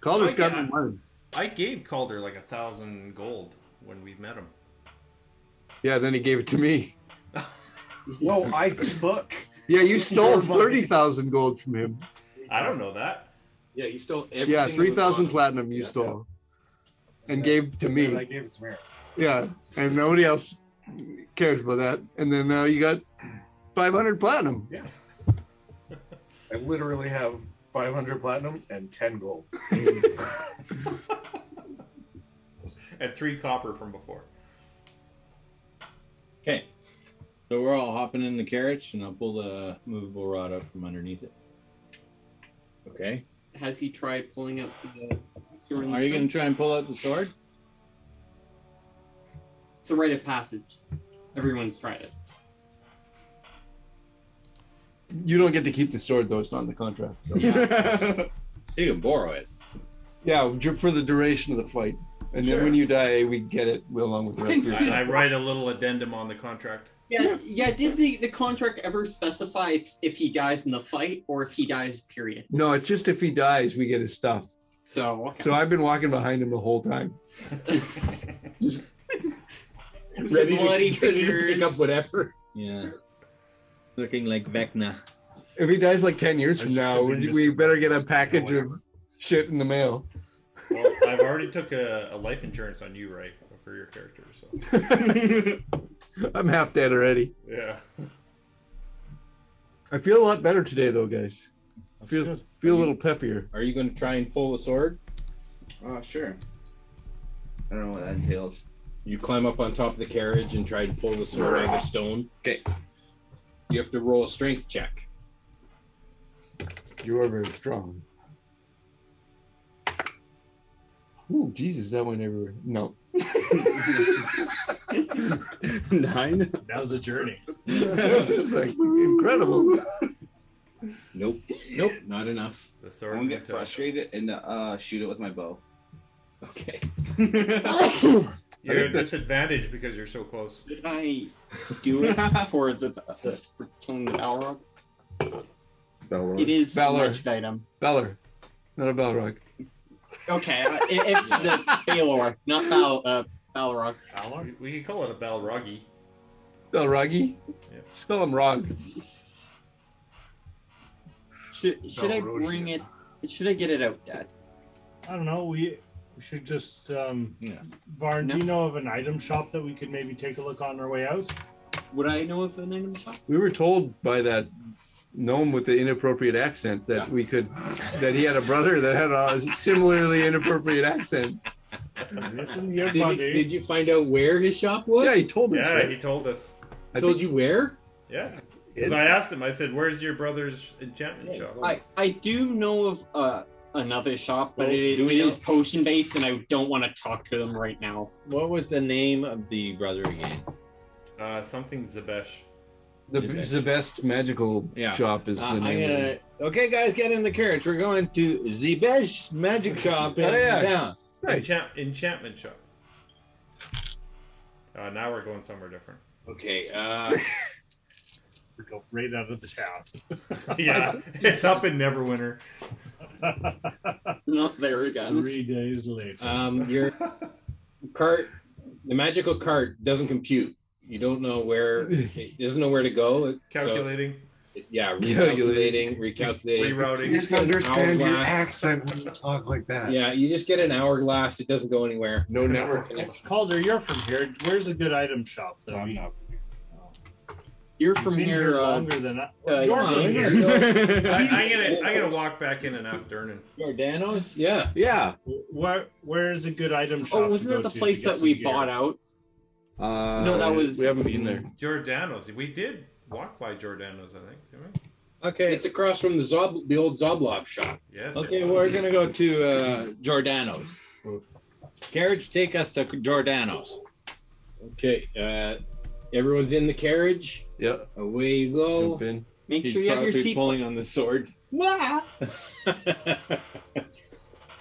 Speaker 2: Calder's
Speaker 14: Oh,
Speaker 9: I
Speaker 2: got
Speaker 9: got-
Speaker 2: one.
Speaker 9: I gave Calder like a thousand gold when we met him.
Speaker 2: Yeah, then he gave it to me.
Speaker 14: No, I took.
Speaker 2: Yeah, you stole
Speaker 14: Your money.
Speaker 2: thirty thousand gold from him.
Speaker 9: I don't know that.
Speaker 1: Yeah, you stole everything.
Speaker 2: Yeah,
Speaker 1: that
Speaker 2: three
Speaker 1: was on
Speaker 2: thousand
Speaker 1: him.
Speaker 2: platinum you stole, and gave to
Speaker 14: And I
Speaker 2: me.
Speaker 14: gave it to Mary.
Speaker 2: Yeah, and nobody else cares about that. And then now you got five hundred platinum.
Speaker 14: Yeah. I literally have 500 platinum and 10 gold.
Speaker 9: And three copper from before.
Speaker 4: Okay. So we're all hopping in the carriage, and I'll pull the movable rod up from underneath it. Okay.
Speaker 3: Has he tried pulling out the sword?
Speaker 4: Are you going to try and pull out the sword?
Speaker 3: It's a rite of passage. Everyone's tried it.
Speaker 2: You don't get to keep the sword though; it's not in the contract. So.
Speaker 4: Yeah. you can borrow it.
Speaker 2: Yeah, ju- for the duration of the fight, and then when you die, we get it along with the rest of your
Speaker 9: I, I
Speaker 2: stuff.
Speaker 9: write a little addendum on the contract.
Speaker 3: Yeah, yeah. Did the, the contract ever specify it's if he dies in the fight or if he dies? Period.
Speaker 2: No, it's just if he dies, we get his stuff.
Speaker 3: So
Speaker 2: So I've been walking behind him the whole time.
Speaker 1: Ready to,
Speaker 3: Bloody
Speaker 1: ready to pick
Speaker 3: fingers.
Speaker 1: up whatever.
Speaker 4: Yeah. Looking like Vecna.
Speaker 2: If he dies like ten years from now, we, we better get a package of shit in the mail.
Speaker 9: Well, I've already took a, a life insurance on you, right, for your character. So
Speaker 2: I'm half dead already.
Speaker 9: yeah.
Speaker 2: I feel a lot better today, though, guys. feel
Speaker 1: good.
Speaker 2: feel a little peppier.
Speaker 1: Are you going to try and pull the sword?
Speaker 12: Oh, sure. I don't know what that entails.
Speaker 1: You climb up on top of the carriage and try and pull the sword out of the stone.
Speaker 12: Okay.
Speaker 1: You have to roll a strength check.
Speaker 2: You are very strong. Ooh, Jesus, that went everywhere. No.
Speaker 12: Nine.
Speaker 5: That was a journey.
Speaker 2: That was like incredible.
Speaker 1: Nope. Nope. Not enough.
Speaker 9: The
Speaker 12: I
Speaker 9: sword.
Speaker 12: won't get
Speaker 9: moved up.
Speaker 12: frustrated and uh, shoot it with my bow.
Speaker 1: Okay.
Speaker 9: You're at
Speaker 12: think that's-
Speaker 9: disadvantage because you're so close.
Speaker 3: Did I do it for the for killing the Balrog? It is a
Speaker 2: Valor.
Speaker 3: magic item.
Speaker 2: Balor. Not a Balrog.
Speaker 3: Okay, uh, i- if the Balor, not Bal, uh, Balrog.
Speaker 9: We, we could call it a Balrogi.
Speaker 2: Balroggy?
Speaker 9: Yeah.
Speaker 2: Just call him Rog.
Speaker 3: Should should I
Speaker 14: Balrog.
Speaker 3: bring it? Should I get it out, Dad?
Speaker 5: I don't know. We, we should just. Um,
Speaker 4: Yeah.
Speaker 5: Varn, do
Speaker 3: No.
Speaker 5: you know of an item shop that we could maybe take a look on our way out?
Speaker 3: Would I know of an item shop?
Speaker 2: We were told by that gnome with the inappropriate accent that we could that he had a brother that had a similarly inappropriate accent.
Speaker 1: Did you, did you find out where his shop was?
Speaker 2: Yeah, he told us,
Speaker 9: Yeah,
Speaker 2: right?
Speaker 9: he told us.
Speaker 2: I
Speaker 1: told
Speaker 2: think-
Speaker 1: you where?
Speaker 9: Yeah. Because I asked him, I said, Where's your brother's enchantment shop?
Speaker 3: I, I do know of uh, another shop, but
Speaker 9: Well,
Speaker 3: it,
Speaker 9: do
Speaker 3: it
Speaker 9: we
Speaker 3: is potion based, and I don't want to talk to them right now.
Speaker 4: What was the name of the brother again?
Speaker 9: Uh, something Zebesh.
Speaker 2: The, the best magical shop is the
Speaker 4: Uh, I'm
Speaker 2: name. of
Speaker 4: gonna-
Speaker 2: it.
Speaker 4: Okay, guys, get in the carriage. We're going to Zebesh Magic Shop in
Speaker 9: Oh, yeah.
Speaker 4: town.
Speaker 9: Enchant- enchantment shop. Uh, now we're going somewhere different.
Speaker 1: Okay. Uh...
Speaker 5: we go right out of the town.
Speaker 9: yeah, it's up in Neverwinter.
Speaker 3: Not there again.
Speaker 5: Three days later.
Speaker 1: Um, your cart, the magical cart doesn't compute. You don't know where it doesn't know where to go. so-
Speaker 9: Calculating.
Speaker 1: yeah, recalculating, recalculating,
Speaker 9: Rerouting.
Speaker 1: You just get an
Speaker 20: understand your
Speaker 1: hourglass.
Speaker 20: accent when you talk like that.
Speaker 1: Yeah, you just get an hourglass. It doesn't go anywhere.
Speaker 2: No
Speaker 1: network
Speaker 5: connection. Calder, you're from here. Where's a good item shop? That we-
Speaker 3: You're
Speaker 5: You've
Speaker 3: from
Speaker 5: been
Speaker 3: here. uh,
Speaker 5: longer than I.
Speaker 3: uh,
Speaker 5: you're
Speaker 3: yeah.
Speaker 5: from here.
Speaker 9: I, I'm gonna I'm gonna walk back in and ask Dernan.
Speaker 4: Giordano's?
Speaker 1: Yeah.
Speaker 4: Yeah.
Speaker 5: Where Where is a good item shop?
Speaker 3: Oh, wasn't
Speaker 5: to
Speaker 3: that
Speaker 5: go
Speaker 3: the
Speaker 5: to
Speaker 3: place
Speaker 5: to get
Speaker 3: that we
Speaker 5: some gear?
Speaker 3: bought out?
Speaker 2: Uh,
Speaker 3: No, that was-
Speaker 2: we haven't been there.
Speaker 9: Giordano's. We did walk by Giordano's, I think. Didn't we?
Speaker 4: Okay.
Speaker 1: It's across from the Zob, the old Zoblob shop.
Speaker 9: Yes. it
Speaker 4: Okay,
Speaker 9: was.
Speaker 4: we're gonna go to uh, Giordano's. Carriage, take us to Giordano's.
Speaker 1: Okay, uh, everyone's in the carriage.
Speaker 2: Yep.
Speaker 1: Away you
Speaker 2: Oh.
Speaker 1: go.
Speaker 3: Make
Speaker 4: He's
Speaker 3: sure you have your
Speaker 4: probably
Speaker 3: seat.
Speaker 4: pulling on the sword.
Speaker 3: Wah!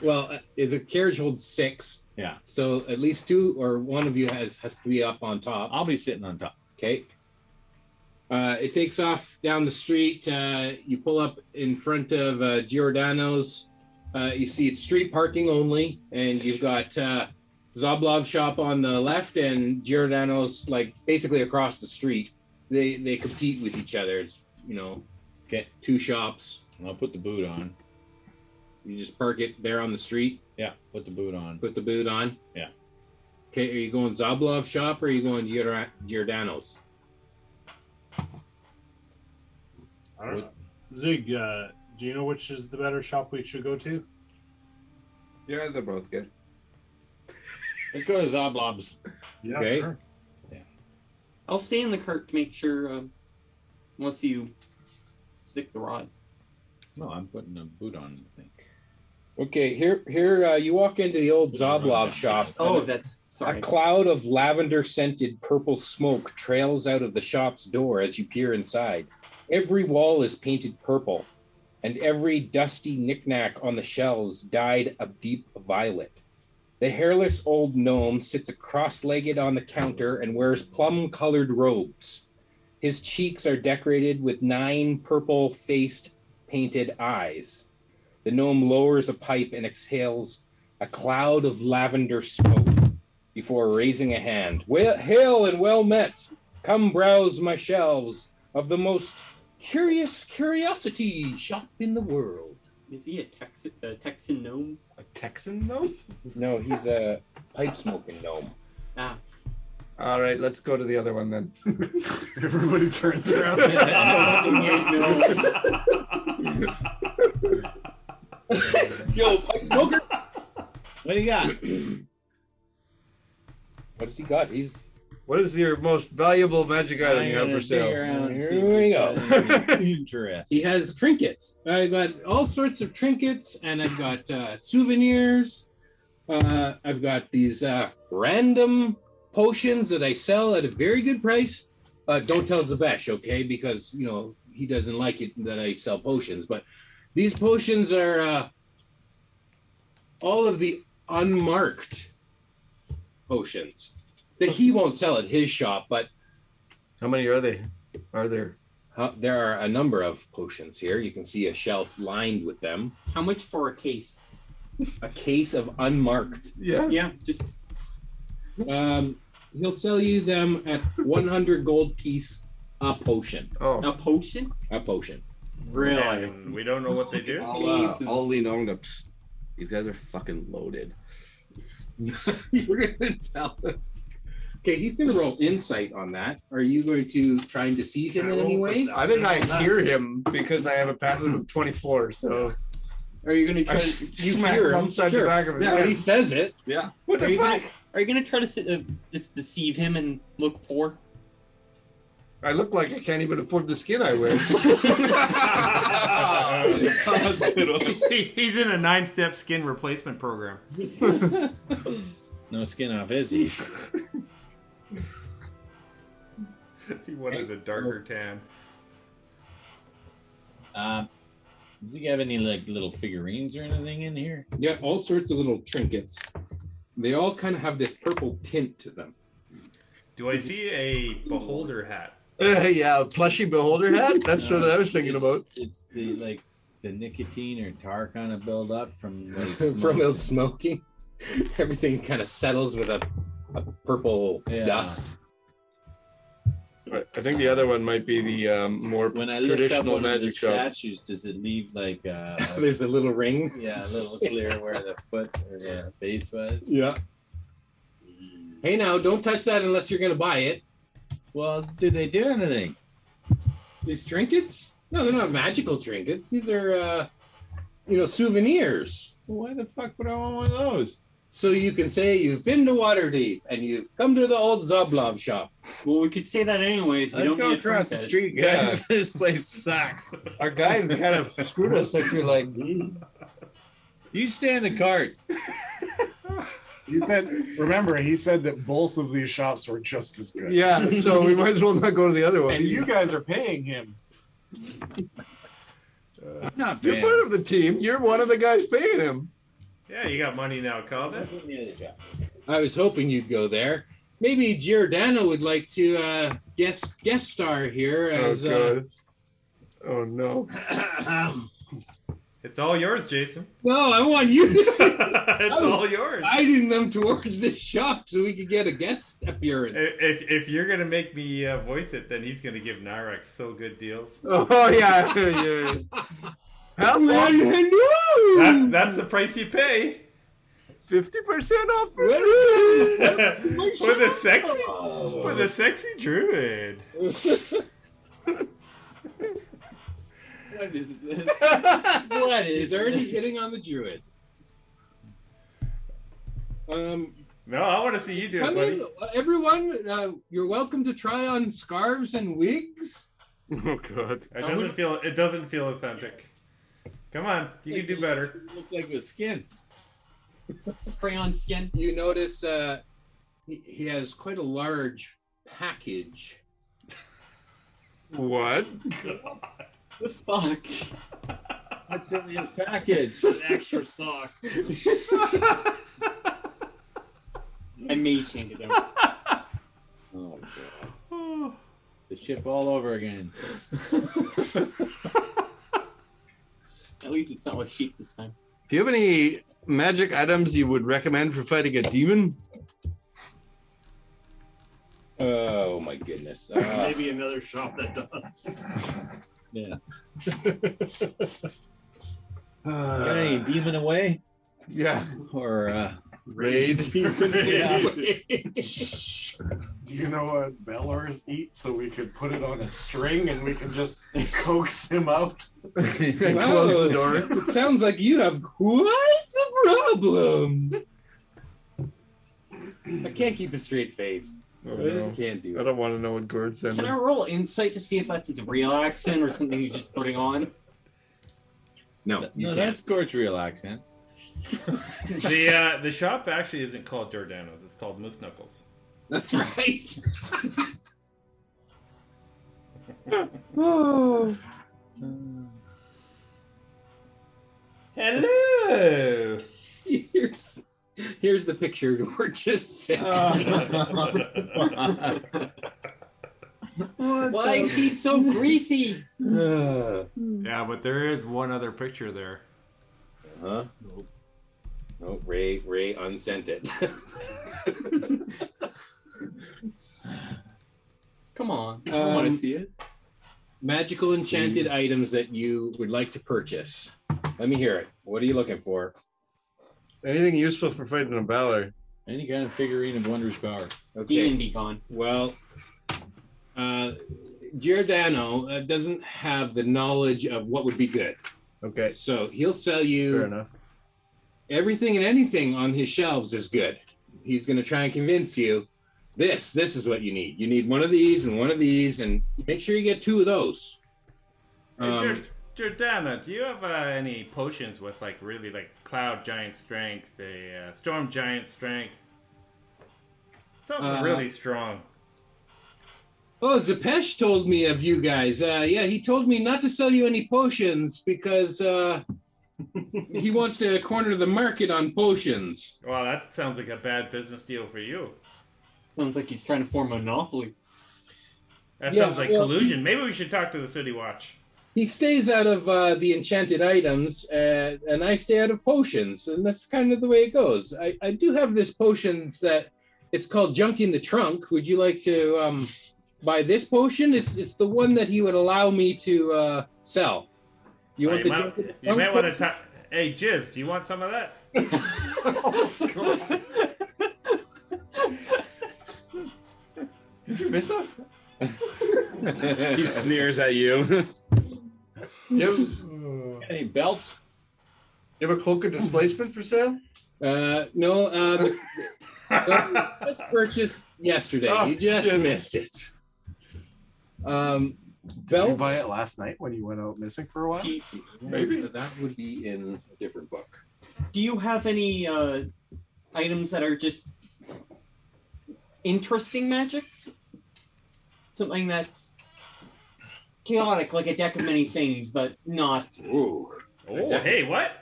Speaker 1: Well, uh, the carriage holds six,
Speaker 4: Yeah,
Speaker 1: so at least two or one of you has has to be up on top.
Speaker 4: I'll be sitting on top.
Speaker 1: Okay. Uh, it takes off down the street. Uh, you pull up in front of uh, Giordano's. Uh, you see it's street parking only, and you've got uh, Zoblov shop on the left and Giordano's like basically across the street. They they compete with each other. It's you know,
Speaker 4: Okay.
Speaker 1: two shops.
Speaker 4: I'll put the boot on.
Speaker 1: You just park it there on the street.
Speaker 4: Yeah, put the boot on.
Speaker 1: Put the boot on.
Speaker 4: Yeah.
Speaker 1: Okay, are you going Zoblov shop or are you going Gior- Giordano's?
Speaker 5: I don't know. Zig, uh, do you know which is the better shop we should go to?
Speaker 12: Yeah, they're both good.
Speaker 4: Let's go to Zoblob's.
Speaker 5: Yeah,
Speaker 1: Okay.
Speaker 5: sure.
Speaker 3: I'll stay in the cart to make sure, um, unless you stick the rod.
Speaker 4: No, I'm putting a boot on the thing.
Speaker 1: Okay, here, here, uh, you walk into the old Zoblob shop.
Speaker 3: Oh, that's sorry.
Speaker 1: A cloud of lavender scented purple smoke trails out of the shop's door as you peer inside. Every wall is painted purple, and every dusty knickknack on the shelves dyed a deep violet. The hairless old gnome sits cross legged on the counter and wears plum colored robes. His cheeks are decorated with nine purple faced painted eyes. The gnome lowers a pipe and exhales a cloud of lavender smoke before raising a hand. Well, hail and well met. Come browse my shelves of the most curious curiosity shop in the world.
Speaker 3: Is he a Texan, a Texan gnome?
Speaker 2: A Texan though?
Speaker 1: No, he's a pipe smoking gnome.
Speaker 3: Ah,
Speaker 12: All right, let's go to the other one then.
Speaker 20: Everybody turns around.
Speaker 1: Yo, pipe smoker.
Speaker 4: What do you got?
Speaker 1: What does he got? He's
Speaker 2: What is your most valuable magic item
Speaker 4: I'm
Speaker 2: you have
Speaker 4: gonna
Speaker 2: for
Speaker 4: dig
Speaker 2: sale?
Speaker 4: around and see
Speaker 1: Here
Speaker 4: if
Speaker 1: we
Speaker 4: there's anything Interesting.
Speaker 1: he has trinkets. I got all sorts of trinkets, and I've got uh, souvenirs. Uh, I've got these uh, random potions that I sell at a very good price. Uh, don't tell Zebesh, okay? Because you know he doesn't like it that I sell potions. But these potions are uh, all of the unmarked potions that he won't sell at his shop, but
Speaker 2: How many are they? Are there?
Speaker 1: uh, there are a number of potions here. You can see a shelf lined with them.
Speaker 3: how much for a case?
Speaker 1: A case of unmarked.
Speaker 2: Yes.
Speaker 3: Yeah, just
Speaker 1: Um, he'll sell you them at 100 gold piece a potion.
Speaker 2: Oh,
Speaker 3: a potion?
Speaker 1: A potion.
Speaker 3: Really?
Speaker 9: And we don't know what they do.
Speaker 12: I'll, uh, I'll lean over to. Psst, these guys are fucking loaded.
Speaker 1: You're gonna tell them.
Speaker 15: Okay, he's going to roll insight on that. Are you going to try and deceive him in any way?
Speaker 2: I think I hear him because I have a passive of 24. So
Speaker 3: Are you gonna try?
Speaker 2: I
Speaker 3: to,
Speaker 2: s- smack him upside the back of his
Speaker 3: yeah,
Speaker 2: head.
Speaker 3: He says it.
Speaker 12: Yeah.
Speaker 3: What
Speaker 2: the
Speaker 3: are you Gonna, are you gonna try to s- uh, just deceive him and look poor?
Speaker 2: I look like I can't even afford the skin I wear.
Speaker 9: He- He's in a nine-step skin replacement program.
Speaker 4: No skin off, is he?
Speaker 9: He wanted a darker tan.
Speaker 4: Um, does he have any like little figurines or anything in here?
Speaker 15: Yeah, all sorts of little trinkets. They all kind of have this purple tint to them.
Speaker 9: Do I see a beholder hat?
Speaker 12: yeah, plushy beholder hat. That's
Speaker 4: No,
Speaker 12: what I
Speaker 4: it's-
Speaker 12: was thinking
Speaker 4: it's-
Speaker 12: about.
Speaker 4: It's the like the nicotine or tar kind of build up from like,
Speaker 15: From his smoking, everything kind of settles with a, a purple
Speaker 4: Yeah.
Speaker 15: dust.
Speaker 21: But I think the other one might be the um, more
Speaker 4: When I looked up
Speaker 21: traditional
Speaker 4: one of the
Speaker 21: magic shop.
Speaker 4: statues, does it leave like uh,
Speaker 15: There's a little ring.
Speaker 4: yeah, a little clear where the foot or the base was?
Speaker 15: Yeah. Hey, now don't touch that unless you're going to buy it.
Speaker 4: Well, do they do anything?
Speaker 15: These trinkets? No, they're not magical trinkets. These are, uh, you know, souvenirs.
Speaker 4: Why the fuck would I want one of those?
Speaker 15: So you can say you've been to Waterdeep and you've come to the old Zoblov shop.
Speaker 3: Well, we could say that anyways.
Speaker 15: We don't need a trinket.
Speaker 12: guys. this place sucks.
Speaker 15: Our guy
Speaker 12: kind of screwed us if you're like,
Speaker 4: you stand a cart.
Speaker 22: He said, remember, he said that both of these shops were just as good.
Speaker 2: yeah, so we might as well not go to the other one.
Speaker 22: And you guys are paying him.
Speaker 2: Uh,
Speaker 4: not
Speaker 2: You're
Speaker 9: bad.
Speaker 2: part of the team. You're one of the guys paying him.
Speaker 9: Yeah, you got money now, Calvin.
Speaker 15: I was hoping you'd go there. Maybe Giordano would like to uh, guest guest star here as. uh,
Speaker 2: oh no!
Speaker 9: It's all yours, Jason.
Speaker 15: no, I want you.
Speaker 9: It's
Speaker 15: I was
Speaker 9: all yours.
Speaker 15: Guiding them towards this shop so we could get a guest appearance.
Speaker 9: If, if, if you're gonna make me uh, voice it, then he's gonna give Nyrax so good deals.
Speaker 2: Oh yeah, yeah. How
Speaker 9: That's, that's the price you pay
Speaker 2: Fifty percent off for
Speaker 9: for the sexy for the sexy druid.
Speaker 3: What is this?
Speaker 15: what is already getting on the druid? Um,
Speaker 9: no, I want to see you do it,
Speaker 15: Come
Speaker 9: buddy.
Speaker 15: in, everyone. Uh, you're welcome to try on scarves and wigs.
Speaker 21: Oh god,
Speaker 9: It doesn't feel it doesn't feel authentic. Come on, you can do better.
Speaker 4: Looks like with skin.
Speaker 3: Crayon skin.
Speaker 15: You notice uh, he- he has quite a large package.
Speaker 21: What?
Speaker 3: The fuck?
Speaker 4: What's in his package?
Speaker 5: An extra sock.
Speaker 3: I may change it.
Speaker 4: Oh god. The ship all over again.
Speaker 3: At least it's not with sheep this time.
Speaker 21: Do you have any magic items you would recommend for fighting a demon?
Speaker 15: Oh my goodness.
Speaker 3: Uh,
Speaker 5: Maybe another shop that does.
Speaker 4: Yeah. Got Uh,
Speaker 21: Uh,
Speaker 4: any demon away?
Speaker 2: Yeah.
Speaker 4: Or uh
Speaker 21: Raid.
Speaker 22: Do you know what Bellars eats so we could put it on a string and we can just coax him out?
Speaker 2: Close
Speaker 1: oh,
Speaker 2: the door.
Speaker 15: It sounds like you have quite the problem. I can't keep a straight face.
Speaker 2: Oh,
Speaker 15: I just
Speaker 2: no.
Speaker 15: can't do
Speaker 2: I don't want to know what Gord said.
Speaker 3: Can I roll insight to see if that's his real accent or something he's just putting on?
Speaker 15: No,
Speaker 4: no, that's Gorge real accent.
Speaker 9: The uh, the shop actually isn't called Giordano's; it's called Moose Knuckles.
Speaker 15: That's right.
Speaker 23: Oh.
Speaker 9: Hello.
Speaker 15: Here's, here's the picture we're just sent.
Speaker 2: Oh.
Speaker 3: Why is he so greasy?
Speaker 9: Yeah, but there is one other picture there.
Speaker 15: Huh?
Speaker 9: Nope.
Speaker 1: Oh,
Speaker 15: No, Ray Ray unsent it.
Speaker 3: Come on. I don't want
Speaker 15: Um,
Speaker 3: to see it.
Speaker 15: Magical enchanted items that you would like to purchase. Let me hear it. What are you looking for?
Speaker 21: Anything useful for fighting a Balor?
Speaker 4: Any kind of figurine of wondrous power.
Speaker 3: D and D gone.
Speaker 1: Well, uh, Giordano uh, doesn't have the knowledge of what would be good.
Speaker 2: Okay.
Speaker 1: So he'll sell you.
Speaker 2: Fair enough.
Speaker 1: Everything and anything on his shelves is good. He's going to try and convince you this, this is what you need. You need one of these and one of these, and make sure you get two of those.
Speaker 9: Hey,
Speaker 1: Um,
Speaker 9: Jor- Jordana, do you have uh, any potions with like really like cloud giant strength, the uh, storm giant strength, something
Speaker 1: Uh,
Speaker 9: really strong?
Speaker 1: Oh, Zepesh told me of you guys. Uh, yeah, he told me not to sell you any potions because uh, he wants to corner the market on potions.
Speaker 9: Wow, that sounds like a bad business deal for you.
Speaker 3: Sounds like he's trying to form a monopoly.
Speaker 9: That
Speaker 1: Yeah,
Speaker 9: sounds like
Speaker 1: well,
Speaker 9: collusion. Maybe we should talk to the city watch.
Speaker 1: He stays out of uh, the enchanted items, uh, and I stay out of potions, and that's kind of the way it goes. I, I do have this potions that it's called Junk in the Trunk. Would you like to um, buy this potion? It's it's the one that he would allow me to uh, sell. You
Speaker 9: Oh,
Speaker 1: want
Speaker 9: you
Speaker 1: the
Speaker 9: might,
Speaker 1: Junk in the
Speaker 9: you
Speaker 1: Trunk
Speaker 9: might
Speaker 15: oh.
Speaker 9: want to
Speaker 1: potion?
Speaker 9: talk. Hey, Jizz, do you want some of that?
Speaker 14: Did you miss us?
Speaker 4: he sneers at you.
Speaker 14: You
Speaker 4: Any belts?
Speaker 14: You have a cloak of displacement for sale?
Speaker 1: Uh, no. Uh, the, the- just purchased yesterday.
Speaker 14: Oh,
Speaker 1: you just
Speaker 14: shit.
Speaker 1: missed it. Um,
Speaker 14: Did
Speaker 1: belts.
Speaker 14: you buy it last night when you went out missing for a while?
Speaker 1: Maybe that would be in a different book.
Speaker 3: Do you have any uh, items that are just interesting magic? Something that's chaotic, like a deck of many things, but not.
Speaker 1: Ooh.
Speaker 9: Oh, hey, what?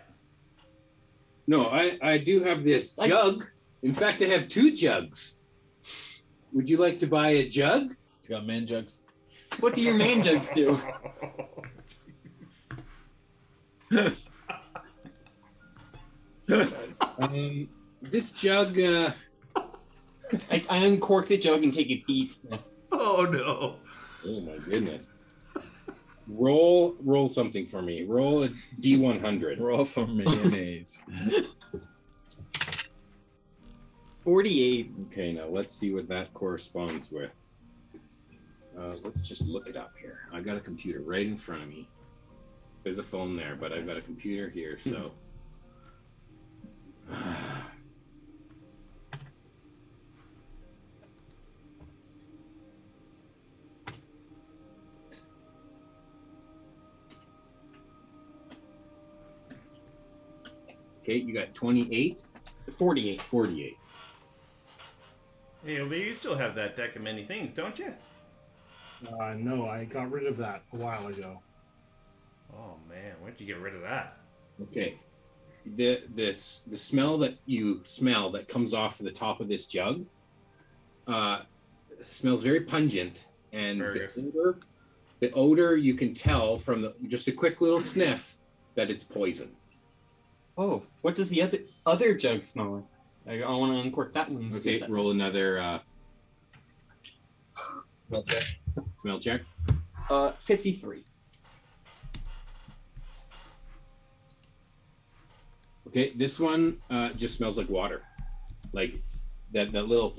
Speaker 1: No, I I do have this jug. In fact, I have two jugs. Would you like to buy a jug?
Speaker 4: It's got man jugs.
Speaker 3: What do your man jugs do?
Speaker 1: um, this jug. Uh...
Speaker 3: I, I uncork the jug and take a deep.
Speaker 9: Oh no!
Speaker 1: Oh my goodness. Roll roll something for me. Roll a D one hundred.
Speaker 4: Roll for mayonnaise.
Speaker 3: Forty-eight.
Speaker 1: Okay, now let's see what that corresponds with. Uh, let's just look it up here. I got a computer right in front of me. There's a phone there, but I've got a computer here, so. Okay, you got 28?
Speaker 3: 48.
Speaker 1: 48.
Speaker 9: Hey, Lee, you still have that deck of many things, don't you?
Speaker 5: Uh, no, I got rid of that a while ago.
Speaker 9: Oh man, where'd you get rid of that?
Speaker 1: Okay. The this the smell that you smell that comes off the top of this jug uh, smells very pungent and the
Speaker 9: Asparagus.
Speaker 1: odor, the odor you can tell from the, just a quick little sniff that it's poison.
Speaker 3: Oh, what does the other, other jug smell like? I, I want to uncork that one. and see
Speaker 1: Okay,
Speaker 3: if that-
Speaker 1: roll another uh, smell check.
Speaker 3: Uh, 53.
Speaker 1: Okay, this one uh, just smells like water. Like that that little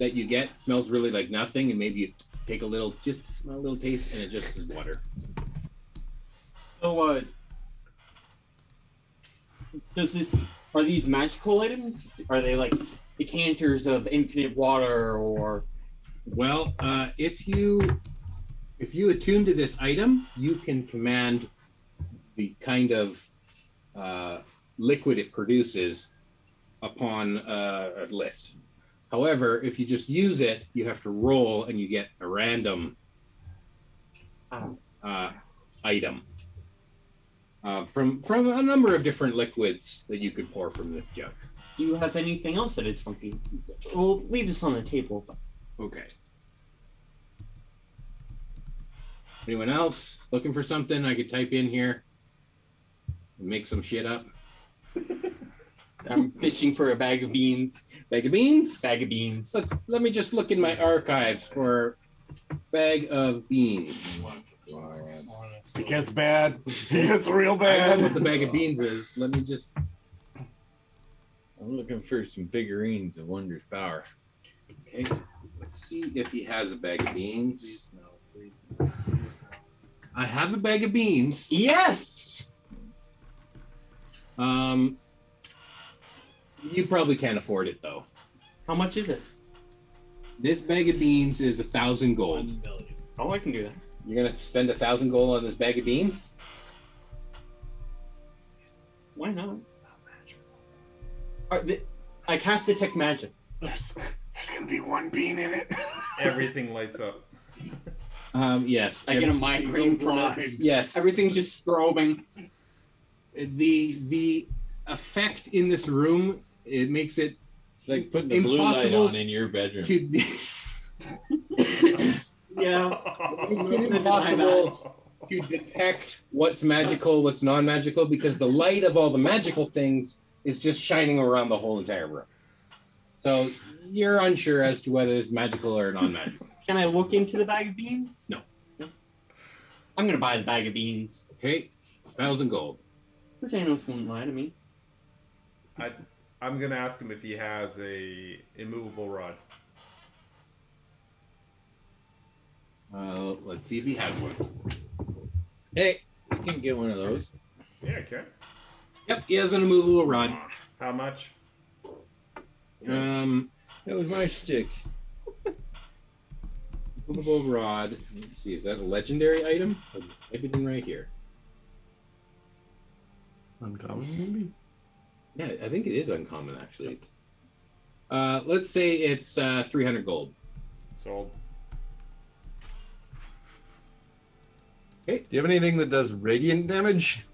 Speaker 1: that you get smells really like nothing, and maybe you take a little just smell a little taste, and it just is water.
Speaker 3: So, uh, does this are these magical items? Are they like decanters of infinite water or?
Speaker 1: Well, uh, if you if you attune to this item, you can command the kind of uh, liquid it produces upon uh, a list. However, if you just use it, you have to roll and you get a random uh, item uh, from from a number of different liquids that you could pour from this jug.
Speaker 3: Do you have anything else that is funky? We'll leave this on the table. But
Speaker 1: Okay. Anyone else looking for something I could type in here and make some shit up?
Speaker 3: I'm fishing for a bag of beans.
Speaker 1: Bag of beans?
Speaker 3: Bag of beans.
Speaker 1: Let's let me just look in my archives for bag of beans.
Speaker 14: It gets bad. It gets real
Speaker 1: I don't know what
Speaker 14: bad.
Speaker 1: the bag of beans is. Let me just
Speaker 4: I'm looking for some figurines of Wonder's power.
Speaker 1: okay. Let's see if he has a bag of beans. Please no, please I have a bag of beans.
Speaker 3: Yes.
Speaker 1: Um, you probably can't afford it though.
Speaker 3: How much is it?
Speaker 1: This bag of beans is a thousand gold.
Speaker 3: Oh, I can do that.
Speaker 1: You're gonna spend a thousand gold on this bag of beans?
Speaker 3: Why not? Are the- I cast detect magic.
Speaker 24: There's, there's gonna be one bean in it.
Speaker 9: Everything lights up.
Speaker 1: Um, yes.
Speaker 3: I get a migraine from it.
Speaker 1: Yes.
Speaker 3: Everything's just strobing.
Speaker 1: The the effect in this room it makes it
Speaker 4: It's like putting the blue light
Speaker 1: Impossible
Speaker 4: on in your bedroom.
Speaker 1: to
Speaker 3: yeah.
Speaker 1: It's impossible to detect what's magical, what's non-magical, because the light of all the magical things is just shining around the whole entire room. So you're unsure as to whether it's magical or non-magical.
Speaker 3: Can I look into the bag of beans?
Speaker 1: No.
Speaker 3: I'm gonna buy the bag of beans.
Speaker 1: Okay, thousand gold.
Speaker 3: Thanos won't lie to me.
Speaker 9: I, I'm gonna ask him if he has a immovable rod.
Speaker 1: Uh, let's see if he has one.
Speaker 4: Hey, you can get one of those.
Speaker 9: Yeah, I can.
Speaker 1: Yep, he has an immovable rod.
Speaker 9: How much?
Speaker 1: Um,
Speaker 4: that was my stick.
Speaker 1: Immovable rod. Let's see, is that a legendary item? I'll type it in right here.
Speaker 2: Uncommon, maybe?
Speaker 1: Yeah, I think it is uncommon actually. Uh, let's say it's uh, 300 gold.
Speaker 9: Sold.
Speaker 2: Do you have anything that does radiant damage?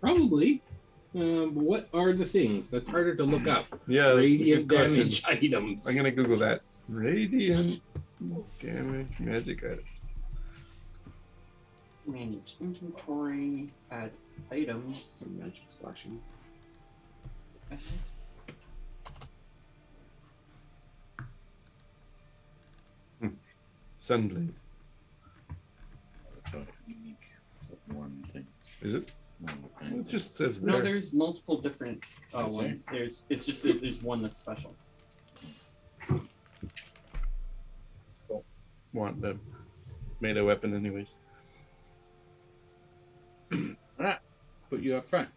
Speaker 1: Probably. Um, what are the things? That's harder to look up.
Speaker 2: Yeah, that's a
Speaker 1: Radiant
Speaker 2: good question.
Speaker 1: damage items.
Speaker 2: I'm gonna Google that. Radiant damage magic items.
Speaker 3: Manage inventory, add items.
Speaker 25: Magic slashing.
Speaker 2: Sunblade.
Speaker 4: It's all unique. It's like one thing.
Speaker 2: Is it? It just says
Speaker 3: No,
Speaker 2: rare.
Speaker 3: there's multiple different uh,
Speaker 4: Is there?
Speaker 3: ones. There's it's just that there's one that's special.
Speaker 2: want the melee weapon anyways.
Speaker 4: Alright, put you up front.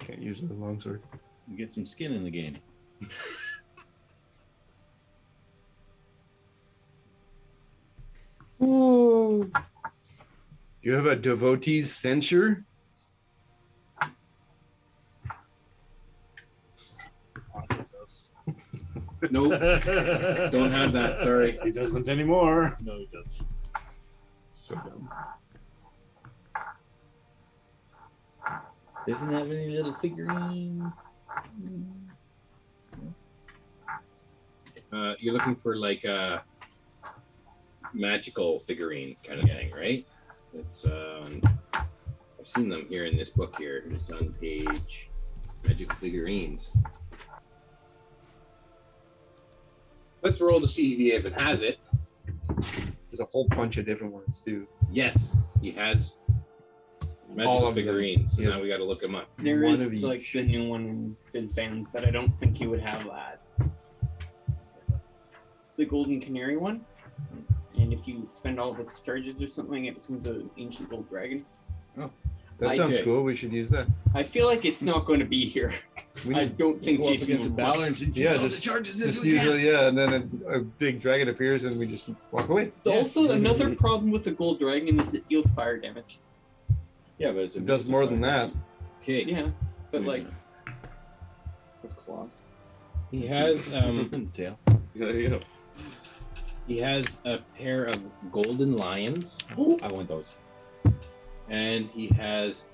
Speaker 2: Can't use the longsword.
Speaker 4: You get some skin in the game.
Speaker 26: Ooh.
Speaker 2: You have a devotee's censure?
Speaker 1: Nope. Don't have that. Sorry.
Speaker 27: He doesn't anymore.
Speaker 5: No, he doesn't.
Speaker 2: So dumb.
Speaker 4: Doesn't have any little figurines.
Speaker 1: Uh, you're looking for like a magical figurine kind of thing, right? It's um, I've seen them here in this book here. It's on page magical figurines. Let's roll to see if he even has it.
Speaker 2: There's a whole bunch of different ones too.
Speaker 1: Yes, he has magical
Speaker 2: All of them.
Speaker 1: figurines. So
Speaker 2: Yes.
Speaker 1: now we got to look him up.
Speaker 3: There
Speaker 2: One
Speaker 3: is
Speaker 2: of each.
Speaker 3: like the new one in Fizzbands, but I don't think you would have that. The Golden Canary one. And if you spend all of its charges or something, it becomes an ancient gold dragon.
Speaker 2: That
Speaker 3: I
Speaker 2: sounds
Speaker 3: did.
Speaker 2: cool. We should use that.
Speaker 3: I feel like it's not going to be here.
Speaker 2: We
Speaker 3: I
Speaker 2: need-
Speaker 3: don't think
Speaker 4: Go up
Speaker 3: Jason
Speaker 4: against a
Speaker 3: would
Speaker 4: Balor
Speaker 3: want.
Speaker 4: and just,
Speaker 2: Yeah,
Speaker 4: "Oh, the
Speaker 2: just,
Speaker 4: charge is this
Speaker 2: just
Speaker 4: one, yeah."
Speaker 2: usually, yeah. and then a, a big dragon appears and we just walk away.
Speaker 3: Also, another problem with the gold dragon is it deals fire damage.
Speaker 4: Yeah, but it's a
Speaker 2: It does more than that.
Speaker 1: Okay.
Speaker 3: Yeah, but like
Speaker 25: With claws.
Speaker 1: He has um,
Speaker 4: tail.
Speaker 25: There you go.
Speaker 1: he has a pair of golden lions.
Speaker 4: I want those.
Speaker 1: and he has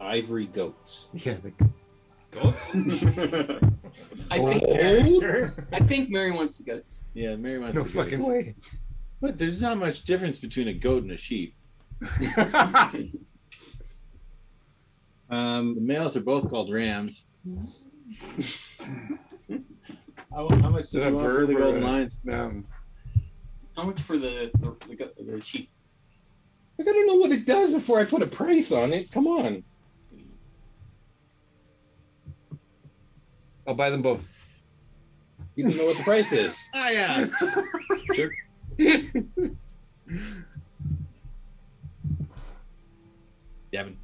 Speaker 1: ivory goats.
Speaker 2: Yeah, the
Speaker 1: Goats?
Speaker 3: I think
Speaker 4: Goats?
Speaker 3: I think Mary wants the goats.
Speaker 4: Yeah, Mary wants
Speaker 2: no
Speaker 4: to go.
Speaker 2: fucking way.
Speaker 4: But there's not much difference between a goat and a sheep.
Speaker 1: Um,
Speaker 4: The males are both called rams.
Speaker 5: How, how much
Speaker 2: Is that a verb
Speaker 4: the
Speaker 2: or
Speaker 4: golden
Speaker 2: a-
Speaker 4: lions?
Speaker 2: Um,
Speaker 3: How much for the the, the, go- the sheep?
Speaker 1: I gotta know what it does before I put a price on it. Come on.
Speaker 2: I'll buy them both.
Speaker 1: You don't know what the price is.
Speaker 2: I asked.
Speaker 1: Sure.
Speaker 15: Devin.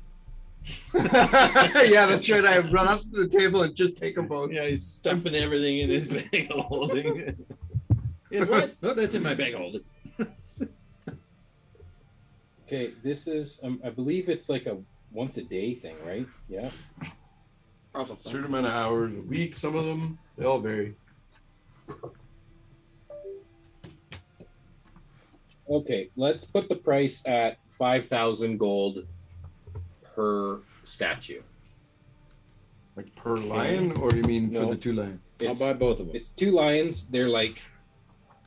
Speaker 12: yeah, that's right. I run up to the table and just take them both.
Speaker 4: Yeah, he's stuffing everything in his bag holding. Yes, what? Oh, that's in my bag holding.
Speaker 1: Okay, this is, um, I believe it's like a once a day thing, right? Yeah.
Speaker 3: Probably.
Speaker 2: Certain amount of hours a week. Some of them they all vary.
Speaker 1: Okay, let's put the price at 5,000 gold per statue.
Speaker 2: Like per lion, or do you mean for the two lions?
Speaker 1: It's- It's two lions. They're like.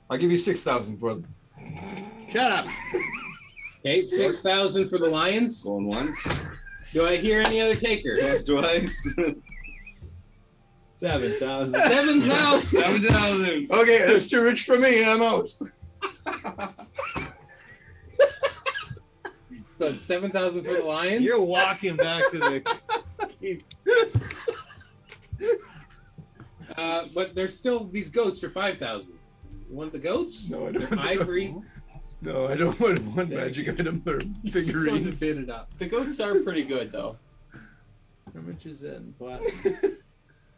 Speaker 2: I'll give you 6,000 for them.
Speaker 1: Shut up. Okay, 6,000 for the lions.
Speaker 4: Going once.
Speaker 1: Do I hear any other takers?
Speaker 4: Twice. Seven thousand.
Speaker 1: 7,000.
Speaker 4: Seven thousand.
Speaker 2: Okay, that's too rich for me. I'm out.
Speaker 1: So 7,000 for the lions?
Speaker 4: You're walking back to the.
Speaker 1: Uh, but there's still these goats for 5,000. You want the goats?
Speaker 2: No, I don't
Speaker 1: They're
Speaker 2: want the
Speaker 1: ivory.
Speaker 2: No, I don't want one magic item or figurines.
Speaker 3: The goats are pretty good though.
Speaker 4: How much is that in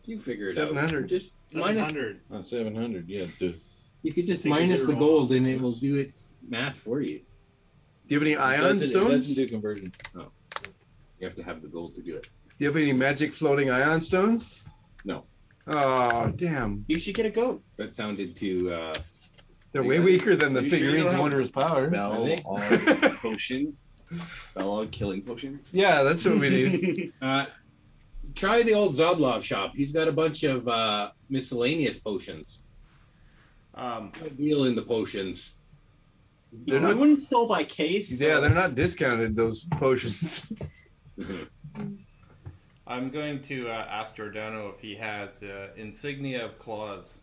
Speaker 1: You figure it out.
Speaker 4: 700.
Speaker 1: Just minus.
Speaker 4: Oh, 700, yeah. duh.
Speaker 1: You could just
Speaker 4: Take a
Speaker 1: minus the
Speaker 4: zero
Speaker 1: gold and it will do its math for you.
Speaker 2: Do you have any ion
Speaker 4: It doesn't- It
Speaker 2: stones?
Speaker 4: doesn't
Speaker 2: Do
Speaker 4: do conversion.
Speaker 1: Oh. You have to have the gold to do it.
Speaker 2: you have any magic floating ion stones?
Speaker 1: No.
Speaker 2: Oh, damn.
Speaker 3: You should get a goat.
Speaker 1: That sounded too. Uh,
Speaker 2: They're way weaker than the
Speaker 4: You sure you
Speaker 2: figurines'
Speaker 4: don't have
Speaker 2: wondrous power.
Speaker 4: Spell
Speaker 1: they?
Speaker 4: on potion. Spell on killing potion.
Speaker 2: Yeah, that's what we need.
Speaker 1: uh, try the old Zoblov shop. He's got a bunch of uh, miscellaneous potions.
Speaker 9: Um,
Speaker 1: deal in the potions.
Speaker 2: They're
Speaker 3: I
Speaker 2: not-
Speaker 3: wouldn't sell by case.
Speaker 2: Yeah, they're not discounted, those potions.
Speaker 9: I'm going to uh, ask Giordano if he has uh, insignia of claws.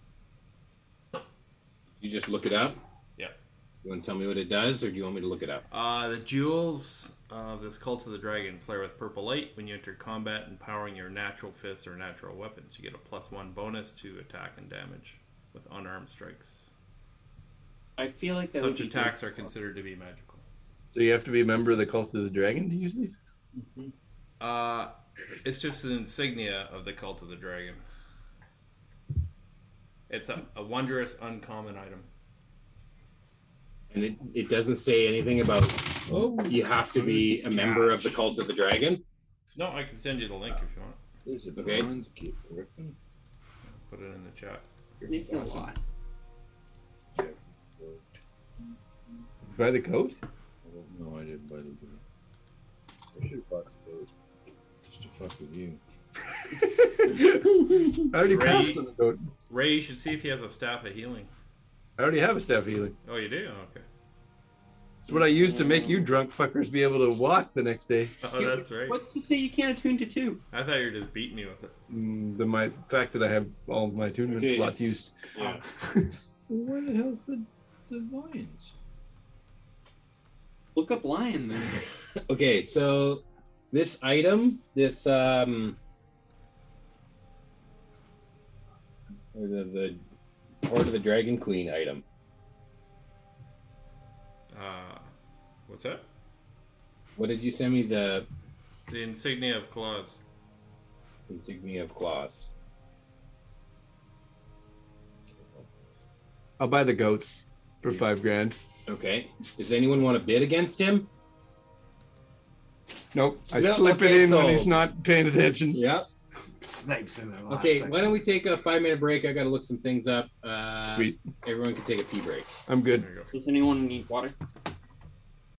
Speaker 1: You just look it up.
Speaker 9: Yeah.
Speaker 1: You want to tell me what it does, or do you want me to look it up?
Speaker 9: Uh, the jewels of this cult of the dragon flare with purple light when you enter combat and powering your natural fists or natural weapons. You get a plus one bonus to attack and damage with unarmed strikes.
Speaker 3: I feel like that would
Speaker 9: such
Speaker 3: be
Speaker 9: attacks are considered to be magical.
Speaker 2: so you have to be a member of the Cult of the Dragon to use these?
Speaker 9: Uh, it's just an insignia of the cult of the dragon. It's a, a wondrous, uncommon item.
Speaker 1: And it, it doesn't say anything about
Speaker 4: Oh.
Speaker 1: you have to be a member of the cult of the dragon.
Speaker 9: No, I can send you the link if you want.
Speaker 4: There's a
Speaker 1: Okay.
Speaker 4: bronze kit griffin.
Speaker 9: Put it in the chat.
Speaker 3: It's a lot.
Speaker 2: Buy the coat?
Speaker 4: No, I didn't buy the griffin. I should have bought the boat. Just to fuck with you.
Speaker 2: I already
Speaker 9: Ray-
Speaker 2: passed on the coat.
Speaker 9: Ray, you should see if he has a staff of healing.
Speaker 2: I already have a staff healing.
Speaker 9: Oh, you do? Oh, okay.
Speaker 2: It's what I use to make you drunk fuckers be able to walk the next day.
Speaker 9: Oh, that's right.
Speaker 3: What's to say you can't attune to two?
Speaker 9: I thought you were just beating me with it.
Speaker 2: Mm, the my fact that I have all of my attunement
Speaker 4: Okay,
Speaker 2: slots
Speaker 4: it's-
Speaker 2: used.
Speaker 9: Yeah.
Speaker 4: Well, where the hell's the, the lions?
Speaker 3: Look up lion then.
Speaker 1: Okay, so this item, this um, or the the Horde of the Dragon Queen item.
Speaker 9: Uh, what's that?
Speaker 1: What did you send me? The
Speaker 9: The insignia of claws.
Speaker 1: insignia of claws.
Speaker 2: I'll buy the goats for five grand.
Speaker 1: Okay. Does anyone want to bid against him?
Speaker 2: Nope. I
Speaker 1: No,
Speaker 2: slip
Speaker 1: okay,
Speaker 2: it in
Speaker 1: so-
Speaker 2: when he's not paying attention.
Speaker 1: Yep.
Speaker 14: Snipes in there.
Speaker 1: Okay. Why don't we take a five minute break? I got to look some things up. Uh,
Speaker 2: Sweet.
Speaker 1: Everyone can take a pee break.
Speaker 2: I'm good.
Speaker 9: There you go.
Speaker 3: Does anyone need water?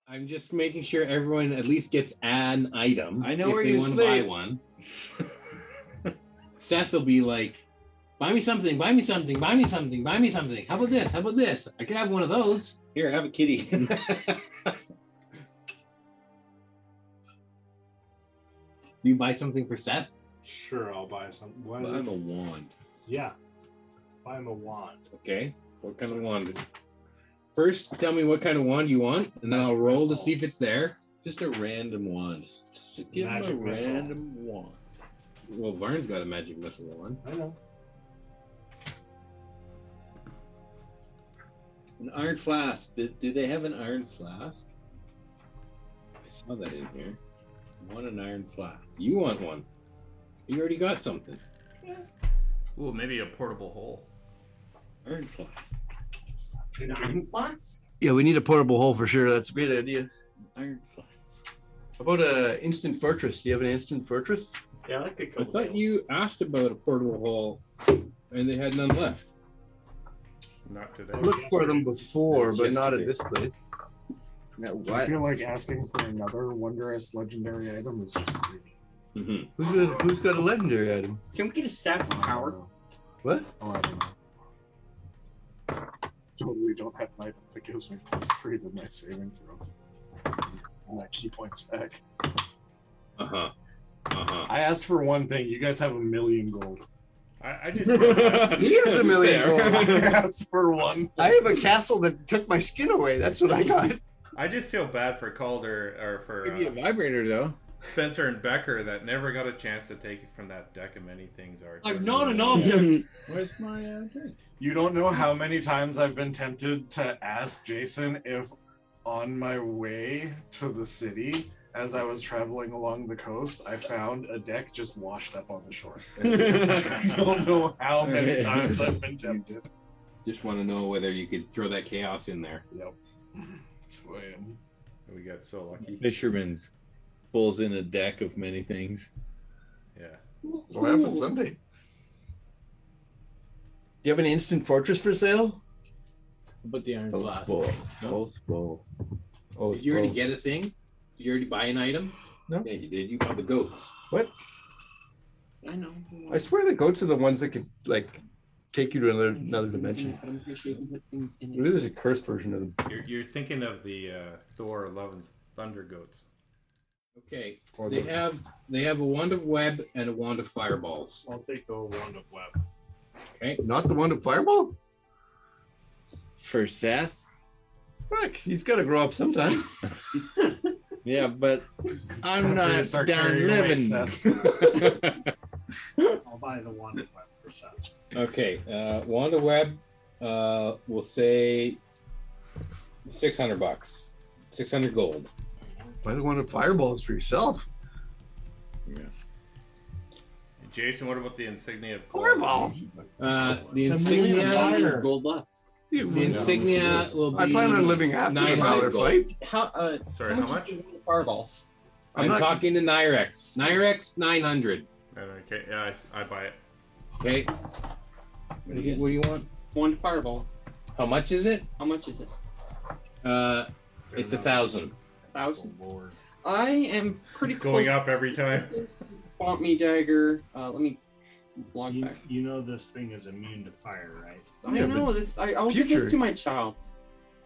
Speaker 1: I'm just making sure everyone at least gets an item.
Speaker 4: I know
Speaker 1: if
Speaker 4: where
Speaker 1: they
Speaker 4: you
Speaker 1: want to buy
Speaker 4: sleep.
Speaker 1: one. Seth will be like, "Buy me something! Buy me something! Buy me something! Buy me something! How about this? How about this? I could have one of those."
Speaker 4: Here, have a kitty.
Speaker 1: Do you buy something for Seth?
Speaker 5: Sure, I'll buy some. Why
Speaker 4: Well, I'm
Speaker 5: not?
Speaker 4: a wand.
Speaker 5: Yeah, buy him a wand.
Speaker 1: Okay. What kind of wand? First, tell me what kind of wand you want, and then I'll roll to see if it's there.
Speaker 4: Just a random wand. Just give him a
Speaker 5: Magic missile.
Speaker 4: random wand.
Speaker 15: Well, Varn's got a magic missile one.
Speaker 5: I know.
Speaker 4: An iron flask. Do, do they have an iron flask? I saw that in here. I want an iron flask.
Speaker 15: You want one? You already got something.
Speaker 9: Ooh, maybe a portable hole.
Speaker 4: Iron flask.
Speaker 5: An iron flask?
Speaker 2: Yeah, we need a portable hole for sure. That's a great idea.
Speaker 4: Iron flask.
Speaker 2: How about a instant fortress? Do you have an instant fortress?
Speaker 5: Yeah, that could
Speaker 15: I thought you asked about a portable hole, and they had none left.
Speaker 9: Not today.
Speaker 2: I looked for them before,
Speaker 15: That's
Speaker 2: but not at
Speaker 15: yesterday.
Speaker 2: this place.
Speaker 14: I feel like asking for another wondrous legendary item is just greedy.
Speaker 4: Mm-hmm.
Speaker 2: Who's got, who's got a legendary item?
Speaker 3: Can we get a staff of power?
Speaker 2: What?
Speaker 14: Oh, I don't know. Totally don't have an item that gives me plus three to my saving throws. And that key points back.
Speaker 15: Uh huh. Uh huh.
Speaker 14: I asked for one thing. You guys have a million gold.
Speaker 9: I, I just
Speaker 2: He has a million gold.
Speaker 14: I asked for one.
Speaker 2: I have a castle that took my skin away. That's what I got.
Speaker 9: I just feel bad for Calder or for
Speaker 15: Maybe a
Speaker 9: uh,
Speaker 15: vibrator though.
Speaker 9: Spencer and Becker that never got a chance to take it from that deck of many things. Are
Speaker 14: I'm not an
Speaker 9: object.
Speaker 4: Where's my uh, drink?
Speaker 14: You don't know how many times I've been tempted to ask Jason if on my way to the city, as I was traveling along the coast, I found a deck just washed up on the shore. I don't know how many times I've been tempted.
Speaker 15: Just want to know whether you could throw that chaos in there.
Speaker 14: Yep. That's who I am.
Speaker 9: We got so lucky.
Speaker 4: Fisherman's pulls in a deck of many things.
Speaker 9: Yeah.
Speaker 10: What happened Sunday?
Speaker 2: Do you have an instant fortress for sale?
Speaker 4: But the iron
Speaker 2: Oath
Speaker 4: flask.
Speaker 2: bowl.
Speaker 4: No?
Speaker 2: Oath bowl. Oath
Speaker 15: Did you already
Speaker 2: bowl.
Speaker 15: get a thing? Did you already buy an item?
Speaker 2: Oh. No.
Speaker 15: Yeah, you did. You bought the goats.
Speaker 2: What?
Speaker 3: I know.
Speaker 2: I swear the goats are the ones that could like take you to another another dimension.
Speaker 3: But I'm pretty sure you can put things in
Speaker 2: Maybe there's a cursed version of them.
Speaker 9: You're, you're thinking of the uh, Thor Love and Thunder goats.
Speaker 15: Okay. They have they have a wand of web and a wand of fireballs.
Speaker 5: I'll take the wand of web.
Speaker 15: Okay.
Speaker 2: Not the one of Fireball?
Speaker 4: For Seth?
Speaker 2: Fuck, he's got to grow up sometime.
Speaker 4: Yeah, but
Speaker 14: Time
Speaker 4: I'm
Speaker 14: for you to
Speaker 4: not
Speaker 14: start
Speaker 4: down
Speaker 14: carrying away,
Speaker 4: living.
Speaker 14: Seth.
Speaker 5: I'll buy the wand of web for Seth.
Speaker 15: Okay. Uh, wand of web. Uh, we'll say six hundred bucks. Six hundred gold.
Speaker 2: Buy the one of Fireballs for yourself.
Speaker 9: Jason, what about the insignia of
Speaker 2: Fireball.
Speaker 15: Uh, the
Speaker 2: It's a million
Speaker 15: insignia.
Speaker 2: fire.
Speaker 3: Gold left.
Speaker 15: The insignia will be.
Speaker 2: I plan on living after the
Speaker 15: nine
Speaker 2: Valor
Speaker 15: gold.
Speaker 2: fight.
Speaker 3: How, uh,
Speaker 9: Sorry, how much?
Speaker 3: is the Fireball.
Speaker 15: I'm,
Speaker 2: not-
Speaker 15: talking to Nyrex. Nyrex nine hundred.
Speaker 9: Okay, yeah, I s- I, buy it.
Speaker 15: Okay. What do, you, what do you want?
Speaker 3: One fireball.
Speaker 15: How much is it?
Speaker 3: How much is it?
Speaker 15: Uh, it's a thousand.
Speaker 3: A thousand.
Speaker 5: Oh, Lord.
Speaker 3: I am pretty close.
Speaker 9: Going up every time.
Speaker 3: Want me dagger? Uh, let me log
Speaker 5: You,
Speaker 3: back.
Speaker 5: you know this thing is immune to fire, right?
Speaker 3: I
Speaker 2: Yeah,
Speaker 3: know
Speaker 2: but
Speaker 3: this. I, I'll give
Speaker 2: future-
Speaker 3: this to my child.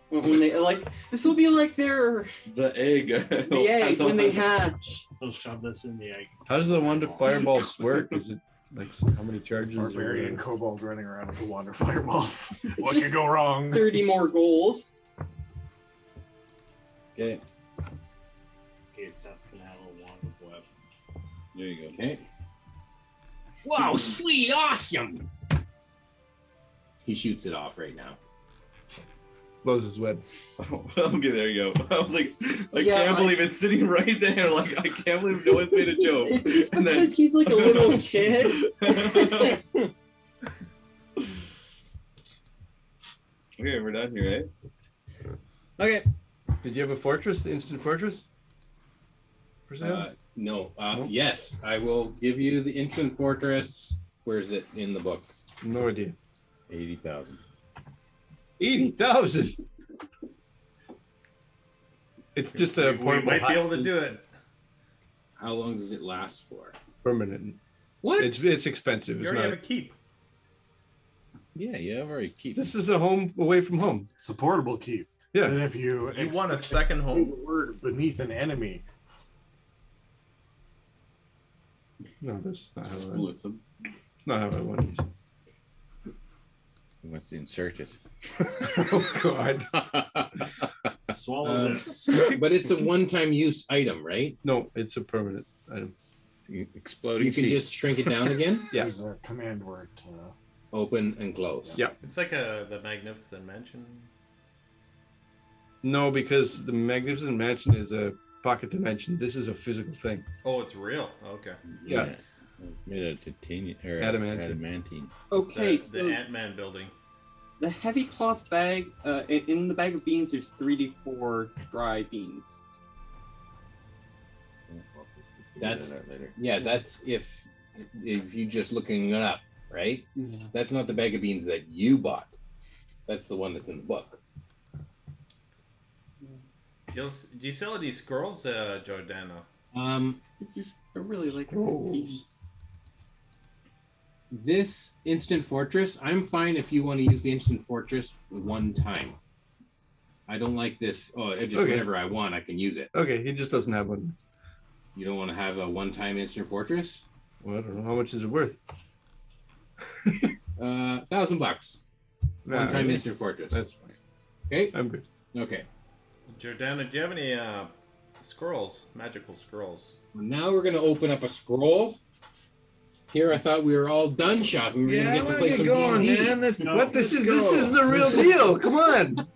Speaker 3: When, when they like, this will be like their
Speaker 12: The egg.
Speaker 3: the egg when they hatch.
Speaker 5: They'll shove this in the egg.
Speaker 2: How does the wand of Fireballs work? Is it like how many charges? are
Speaker 14: Barbarian
Speaker 2: there?
Speaker 14: kobold running around with the wander fireballs. what
Speaker 3: just
Speaker 14: could go wrong?
Speaker 3: Thirty more gold.
Speaker 4: Okay,
Speaker 5: Okay, Seth can have a wand of web.
Speaker 4: there you go.
Speaker 15: Okay. Wow, sweet, awesome. He shoots it off right now.
Speaker 2: Blows his web.
Speaker 12: okay, there you go. I was like, I
Speaker 3: Yeah,
Speaker 12: can't
Speaker 3: I-
Speaker 12: believe it's sitting right there. Like, I can't believe no one's made a joke.
Speaker 3: It's just
Speaker 12: And then-
Speaker 3: because he's like a little kid.
Speaker 12: okay, we're done here, right?
Speaker 15: Okay.
Speaker 2: Did you have a fortress? The instant fortress? For sale?
Speaker 15: Uh, no. Uh, Yes, I will give you the instant fortress. Where is it in the book?
Speaker 2: no idea.
Speaker 4: Eighty thousand.
Speaker 2: Eighty thousand. It's just a
Speaker 9: We might
Speaker 2: portable
Speaker 9: be able to do it.
Speaker 15: How long does it last for?
Speaker 2: permanent.
Speaker 15: What?
Speaker 2: It's it's expensive.
Speaker 9: You
Speaker 2: It's
Speaker 9: already have
Speaker 2: not.
Speaker 9: a keep.
Speaker 4: Yeah, yeah, I've already keep.
Speaker 2: This is a home away from home.
Speaker 14: It's a portable key.
Speaker 2: Yeah.
Speaker 14: And if you
Speaker 9: You want a
Speaker 14: expect
Speaker 9: second
Speaker 14: the
Speaker 9: home?
Speaker 14: word beneath an enemy,
Speaker 2: No, that's not how I,
Speaker 4: Splits them.
Speaker 2: that's not how I want to use it.
Speaker 4: He wants to insert it.
Speaker 2: Oh God.
Speaker 5: Swallow
Speaker 15: Uh,
Speaker 5: this.
Speaker 15: but it's a one-time use item, right?
Speaker 2: No, it's a permanent item.
Speaker 4: exploding.
Speaker 1: You can
Speaker 4: sheet.
Speaker 1: just shrink it down again?
Speaker 4: yeah.
Speaker 7: There's a command word. To,
Speaker 1: Open and close.
Speaker 4: Yeah.
Speaker 9: It's like a the Magnificent Mansion.
Speaker 2: No, because the Magnificent Mansion is a pocket dimension. This is a physical thing.
Speaker 9: Oh, it's real. Okay.
Speaker 2: Yeah.
Speaker 4: Made out of titanium or
Speaker 2: Adamantine.
Speaker 4: adamantine.
Speaker 3: Okay,
Speaker 9: The, the
Speaker 3: so-
Speaker 9: Ant Man building.
Speaker 3: The heavy cloth bag, uh, in, in the bag of beans, there's 3d4 dry beans.
Speaker 1: That's yeah. That's if if you just looking it up, right?
Speaker 3: Yeah.
Speaker 1: That's not the bag of beans that you bought. That's the one that's in the book.
Speaker 9: You'll, do you sell these scrolls, uh, Giordano?
Speaker 1: Um,
Speaker 3: I really like
Speaker 1: Scrolls. this instant fortress. I'm fine if you want to use the instant fortress one time. I don't like this. Oh, it just
Speaker 2: Okay.
Speaker 1: whenever I want, I can use it.
Speaker 2: Oh. Okay, he just doesn't have one.
Speaker 1: You don't want to have a one-time instant fortress?
Speaker 2: Well, I don't know how much is it worth.
Speaker 1: Uh, thousand bucks.
Speaker 2: Nah,
Speaker 1: One time
Speaker 2: that's-
Speaker 1: instant fortress.
Speaker 2: That's fine.
Speaker 1: Okay.
Speaker 2: I'm good.
Speaker 1: Okay.
Speaker 9: Giordano, do you have any uh, scrolls, magical scrolls?
Speaker 1: Now we're gonna open up a scroll. Here, I thought we were all done shopping. We were
Speaker 2: Yeah,
Speaker 1: gonna get to
Speaker 2: let's
Speaker 1: play
Speaker 2: get
Speaker 1: some
Speaker 2: going,
Speaker 1: D&D.
Speaker 2: man. Let's- No. what? This is- this is the real deal. Come on.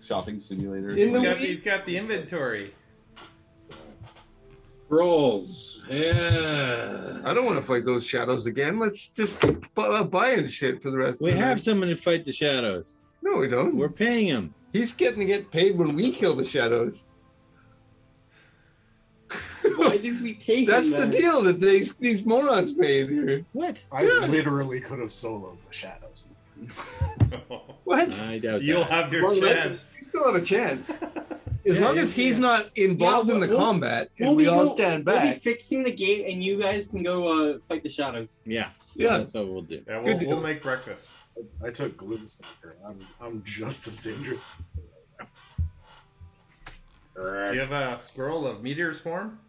Speaker 12: Shopping simulator.
Speaker 9: He's got, he's got the inventory.
Speaker 1: Rolls. Yeah.
Speaker 2: I don't want to fight those shadows again. Let's just bu- uh, buying shit for the rest
Speaker 4: We
Speaker 2: of the
Speaker 4: have
Speaker 2: night.
Speaker 4: someone to fight the shadows.
Speaker 2: No, we don't.
Speaker 4: We're paying him.
Speaker 2: He's getting to get paid when we kill the shadows.
Speaker 3: Why did we pay
Speaker 2: That's
Speaker 7: him
Speaker 2: the
Speaker 7: then?
Speaker 2: deal that these these morons made here.
Speaker 4: What?
Speaker 7: I
Speaker 2: Yeah.
Speaker 7: literally could have soloed the shadows.
Speaker 2: What?
Speaker 4: I doubt
Speaker 9: You'll
Speaker 4: that.
Speaker 9: have your
Speaker 2: Well, that's-
Speaker 9: chance.
Speaker 2: You still have a chance. As
Speaker 4: Yeah,
Speaker 2: long
Speaker 4: you
Speaker 2: as he's not involved in the combat
Speaker 3: We'll
Speaker 2: and we
Speaker 3: be
Speaker 2: all
Speaker 3: go-
Speaker 2: stand
Speaker 3: We'll be
Speaker 2: back.
Speaker 3: fixing the gate, and you guys can go uh, fight the shadows.
Speaker 4: Yeah.
Speaker 2: Yeah.
Speaker 4: That's what we'll do.
Speaker 9: Yeah, we'll,
Speaker 2: Good
Speaker 9: we'll
Speaker 2: deal.
Speaker 9: make breakfast.
Speaker 7: I took Gloomstalker. I'm, I'm just as dangerous.
Speaker 9: Do you have a scroll of meteor's form?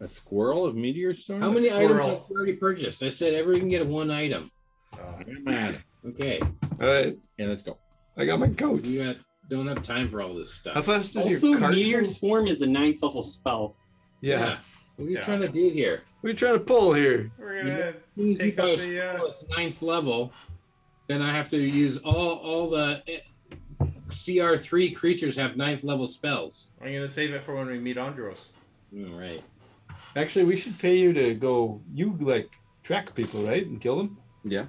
Speaker 4: A squirrel of meteor storm?
Speaker 1: How many items
Speaker 9: Squirrel.
Speaker 1: have you already purchased? I said everyone can get one item.
Speaker 4: I'm at it.
Speaker 1: Okay.
Speaker 2: All right.
Speaker 4: Yeah, let's go.
Speaker 2: Uh, I got my coats.
Speaker 1: You got, don't have time for all this stuff.
Speaker 2: How fast is
Speaker 3: Also,
Speaker 2: your cart?
Speaker 3: Meteor Swarm is a ninth level spell.
Speaker 2: Yeah.
Speaker 1: What are you
Speaker 9: Yeah.
Speaker 1: trying to do here?
Speaker 2: What are you trying to pull here?
Speaker 9: We're
Speaker 1: You
Speaker 9: gonna
Speaker 1: know, as soon as you
Speaker 9: take
Speaker 1: buy
Speaker 9: up
Speaker 1: a
Speaker 9: the. Uh,
Speaker 1: scroll, it's ninth level. Then I have to use all all the eh, CR3 creatures have ninth level spells.
Speaker 9: I'm gonna save it for when we meet Andros.
Speaker 1: All right.
Speaker 2: Actually, we should pay you to go. You like track people, right, and kill them.
Speaker 12: Yeah.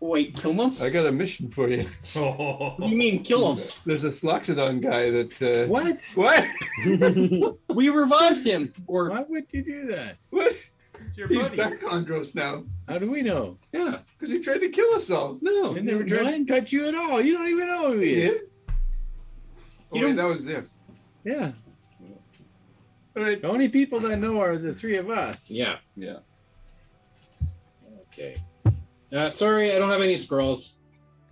Speaker 3: Wait, kill them?
Speaker 2: I got a mission for you.
Speaker 9: Oh,
Speaker 3: What do you mean, kill them?
Speaker 2: There's a Sloxodon guy that. Uh,
Speaker 4: What?
Speaker 2: What?
Speaker 3: We revived him. Or
Speaker 4: Why would you do that?
Speaker 2: What?
Speaker 9: it's your
Speaker 2: He's
Speaker 9: buddy.
Speaker 2: back Andros now
Speaker 4: How do we know?
Speaker 1: Yeah.
Speaker 2: because he tried to kill us all.
Speaker 1: No.
Speaker 4: I never tried to touch you at all. You don't even know who he
Speaker 2: Yeah.
Speaker 4: is.
Speaker 2: Oh, wait, that was if.
Speaker 4: Yeah.
Speaker 2: All right.
Speaker 4: The only people that know are the three of us.
Speaker 1: Yeah.
Speaker 12: Yeah.
Speaker 1: Okay. Uh, sorry, I don't have any scrolls.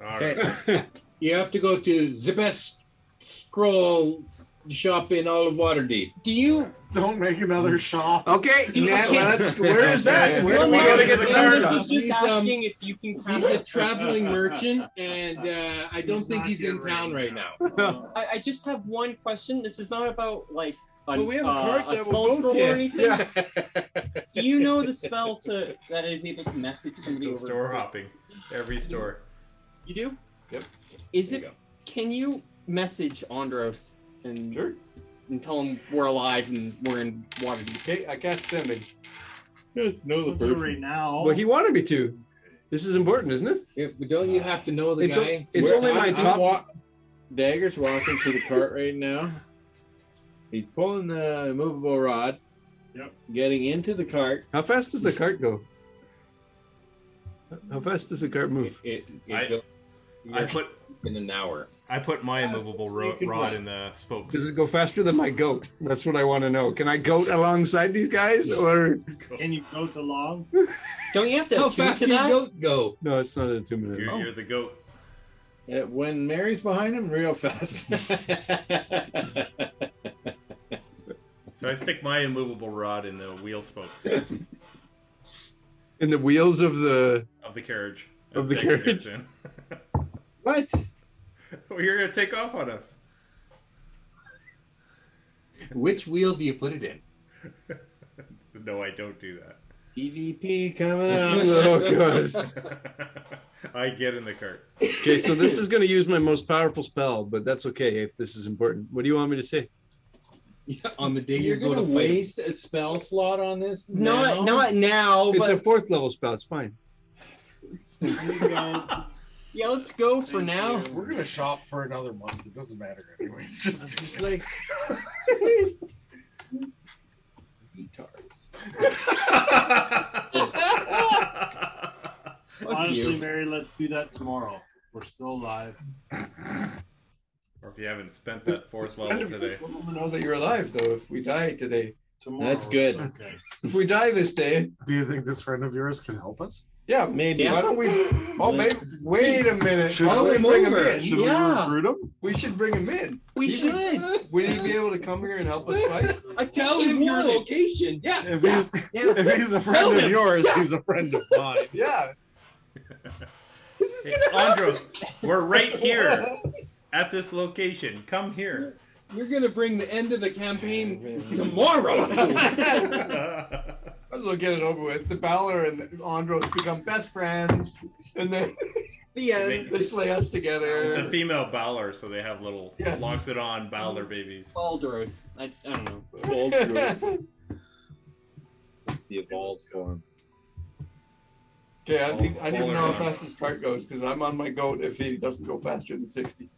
Speaker 9: All
Speaker 4: Okay.
Speaker 9: right.
Speaker 1: You have to go to the best scroll shop in all of Waterdeep.
Speaker 3: do you?
Speaker 14: Don't make another shop.
Speaker 2: Okay.
Speaker 3: Dude,
Speaker 2: now
Speaker 3: I can't-
Speaker 2: let's- where is that? Where do
Speaker 3: Well,
Speaker 2: we
Speaker 3: no,
Speaker 2: got to get the
Speaker 3: no,
Speaker 2: card
Speaker 3: this
Speaker 2: on?
Speaker 3: is just
Speaker 1: He's, um,
Speaker 3: asking if you can
Speaker 1: He's a traveling merchant, and uh, I don't
Speaker 14: He's
Speaker 1: think
Speaker 14: not
Speaker 1: he's in
Speaker 14: here
Speaker 1: town
Speaker 14: right
Speaker 1: right now.
Speaker 3: I, I just have one question. This is not about like a,
Speaker 4: But we have a
Speaker 3: uh,
Speaker 4: card
Speaker 3: a
Speaker 4: that
Speaker 3: spell
Speaker 4: will go
Speaker 3: scroll
Speaker 4: to.
Speaker 3: or anything. Do you know the spell to that is able to message somebody
Speaker 9: Go
Speaker 3: over?
Speaker 9: store hopping. Every store.
Speaker 3: You do?
Speaker 2: Yep.
Speaker 3: Is
Speaker 1: There
Speaker 3: it?
Speaker 1: you go.
Speaker 3: Can you message Andros and and tell him we're alive and we're in water?
Speaker 2: Okay, I cast Sending.
Speaker 4: Just know
Speaker 5: We'll do it right now.
Speaker 2: Well, he wanted me to. This is important, isn't it?
Speaker 1: Yeah, but don't you have to know the
Speaker 2: It's o-
Speaker 1: guy?
Speaker 2: it's
Speaker 4: Where-
Speaker 2: only my
Speaker 4: I'm- I'm
Speaker 2: top-
Speaker 4: wa- Dagger's walking to the cart right now. He's pulling the immovable rod.
Speaker 5: Yep.
Speaker 4: Getting into the cart.
Speaker 2: How fast does the cart go? How fast does the cart move?
Speaker 1: It, it
Speaker 9: I-
Speaker 1: goes
Speaker 9: I put
Speaker 1: in an hour.
Speaker 9: I put my immovable ro-
Speaker 2: can
Speaker 9: rod
Speaker 2: run.
Speaker 9: in the spokes.
Speaker 2: Does it go faster than my goat? That's what I want to know. Can I goat alongside these guys or
Speaker 5: Can you go to long?
Speaker 3: Don't you have to
Speaker 1: How
Speaker 3: attune
Speaker 1: fast
Speaker 3: to
Speaker 1: can your
Speaker 3: that?
Speaker 1: goat go?
Speaker 2: no? It's not a two minute.
Speaker 9: You're, you're the goat.
Speaker 4: Uh, when Mary's behind him, real fast.
Speaker 9: So I stick my immovable rod in the wheel spokes
Speaker 2: In the wheels of the
Speaker 9: of the carriage.
Speaker 2: Of the
Speaker 9: Thank you,
Speaker 2: carriage.
Speaker 9: Jason.
Speaker 4: what?
Speaker 9: well, you're gonna take off on us.
Speaker 1: Which wheel do you put it in?
Speaker 9: The no, I don't do that.
Speaker 4: PvP coming up.
Speaker 12: oh, good.
Speaker 9: I get in the cart.
Speaker 12: Okay, so this is going to use my most powerful spell, but that's okay if this is important. What do you want me to say?
Speaker 1: on the day
Speaker 4: You're gonna waste a spell slot on this?
Speaker 1: Not-
Speaker 4: now?
Speaker 1: not
Speaker 3: Oh,
Speaker 1: now,
Speaker 12: It's
Speaker 1: but-
Speaker 12: a fourth level spell. It's fine.
Speaker 3: yeah, let's go for now.
Speaker 5: We're gonna shop for another month. It doesn't matter anyways. Just
Speaker 4: like
Speaker 28: Honestly,
Speaker 9: you.
Speaker 28: Mary, let's do that tomorrow. We're still alive.
Speaker 9: Or if you haven't spent that fourth level today.
Speaker 2: I know that you're alive though. If we die today,
Speaker 28: tomorrow. That's good. Okay.
Speaker 2: If we die this day,
Speaker 5: do you think this friend of yours can help us?
Speaker 2: yeah, maybe.
Speaker 5: Yeah.
Speaker 2: Why don't we? Oh, maybe. Wait a minute.
Speaker 5: Should
Speaker 2: Why don't we
Speaker 5: we
Speaker 2: bring him
Speaker 5: move her?
Speaker 2: in?
Speaker 5: Should we Yeah. recruit him?
Speaker 2: We should bring him in.
Speaker 1: We
Speaker 2: He'd be- Would he be able to come here and help us fight?
Speaker 1: I tell him your location. Yeah.
Speaker 5: If
Speaker 1: yeah,
Speaker 5: he's
Speaker 1: yeah.
Speaker 5: if he's a
Speaker 1: Tell
Speaker 5: friend of
Speaker 1: him.
Speaker 5: yours,
Speaker 1: Yeah.
Speaker 5: he's a friend of mine.
Speaker 2: Yeah.
Speaker 9: Hey, Andros, we're right here at this location. Come here.
Speaker 1: You're gonna bring the end of the campaign tomorrow.
Speaker 2: Might as well get it over with. The Balor and Andros become best friends, and then the end. They slay us together.
Speaker 9: It's a female Balor, so they have little locks it on Balor babies.
Speaker 3: Baldros. I, I don't know.
Speaker 9: Baldros.
Speaker 4: It's the evolved form.
Speaker 2: Okay, I need, I need to
Speaker 4: Baller
Speaker 2: know how
Speaker 4: on.
Speaker 2: fast this cart goes because I'm on my goat. If he doesn't go faster than sixty,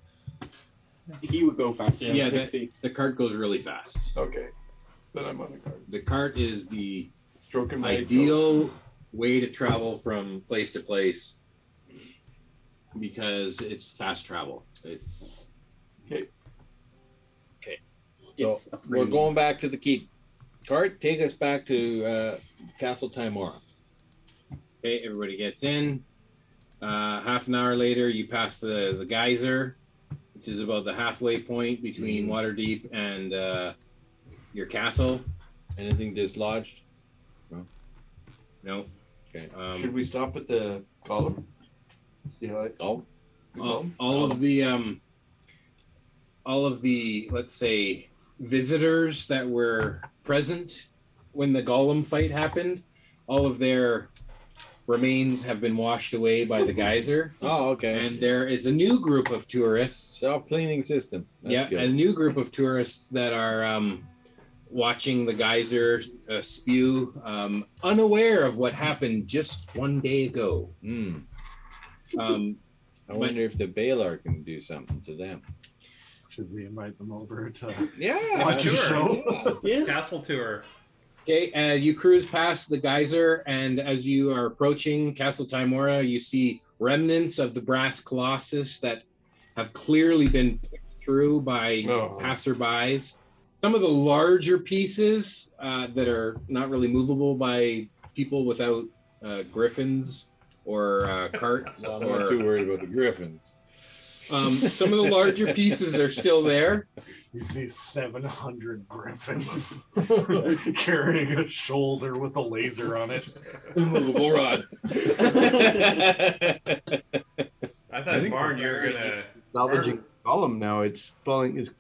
Speaker 3: he would go faster.
Speaker 2: Yeah,
Speaker 1: Yeah, the, the cart goes really fast.
Speaker 2: Okay. Then I'm on the cart.
Speaker 1: The cart is the
Speaker 2: Stroking my
Speaker 1: ideal way to travel from place to place because it's fast travel. It's
Speaker 2: okay.
Speaker 4: Okay.
Speaker 1: It's
Speaker 4: So we're
Speaker 1: upgraded.
Speaker 4: going back to the keep. Cart, take us back to uh, Castle Timora.
Speaker 1: Okay, everybody gets in. Uh, half an hour later, you pass the, the geyser, which is about the halfway point between Waterdeep and uh, your castle.
Speaker 4: Anything dislodged?
Speaker 1: No. No.
Speaker 4: Okay.
Speaker 1: Um,
Speaker 2: Should we stop at the column? See how it's
Speaker 4: all.
Speaker 29: Oh.
Speaker 4: Oh.
Speaker 1: all, all of the um, all of the let's say visitors that were present when the golem fight happened all of their remains have been washed away by the geyser
Speaker 4: oh okay
Speaker 1: and there is a new group of tourists
Speaker 4: self-cleaning system That's
Speaker 1: yeah
Speaker 4: good.
Speaker 1: a new group of tourists that are um, watching the geyser uh, spew um, unaware of what happened just one day ago
Speaker 4: Hmm.
Speaker 1: um,
Speaker 4: I
Speaker 1: but-
Speaker 4: wonder if the Baylor can do something to them.
Speaker 5: Should we invite them over to
Speaker 4: Yeah,
Speaker 5: watch a show?
Speaker 9: Castle tour.
Speaker 1: Okay, uh, you cruise past the geyser, and as you are approaching Castle Timora, you see remnants of the brass colossus that have clearly been picked through by
Speaker 2: Oh.
Speaker 12: Oh.
Speaker 1: passerbys. Some of the larger pieces uh, that are not really movable by people without uh, griffins or uh, carts.
Speaker 4: I'm
Speaker 1: or,
Speaker 4: not too worried about the Griffins.
Speaker 1: um, some of the larger pieces are still there.
Speaker 5: You see 700 griffins carrying a shoulder with a laser on it.
Speaker 4: Immovable rod.
Speaker 9: I thought, Barn, you were going to.
Speaker 12: salvaging column now. It's falling. It's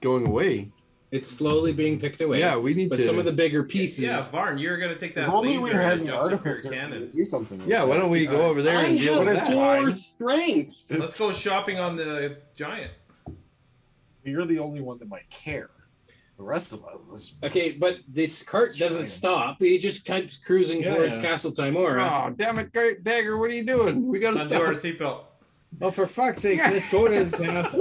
Speaker 12: going away.
Speaker 1: It's slowly being picked away.
Speaker 12: Yeah, we need
Speaker 1: but
Speaker 12: to.
Speaker 1: some of the bigger pieces.
Speaker 9: Yeah, Barn, you were going to take that
Speaker 5: If only we
Speaker 9: laser
Speaker 5: had an
Speaker 9: and adjust it for
Speaker 5: artificer
Speaker 9: your cannon.
Speaker 5: to do something.
Speaker 12: Yeah, why don't we go over there
Speaker 3: I
Speaker 12: and deal
Speaker 3: have
Speaker 12: with
Speaker 3: four
Speaker 12: that?
Speaker 3: strength.
Speaker 9: Let's go shopping on the giant.
Speaker 5: You're the only one that might care. The rest of us. Is...
Speaker 1: Okay, but this cart doesn't stop. He just keeps cruising
Speaker 5: Yeah.
Speaker 1: towards Castle Timora.
Speaker 5: Oh, damn it, Great Dagger! What are you doing? We
Speaker 1: gotta
Speaker 9: Undo our seatbelt.
Speaker 4: Oh, for fuck's sake, let's go to the castle.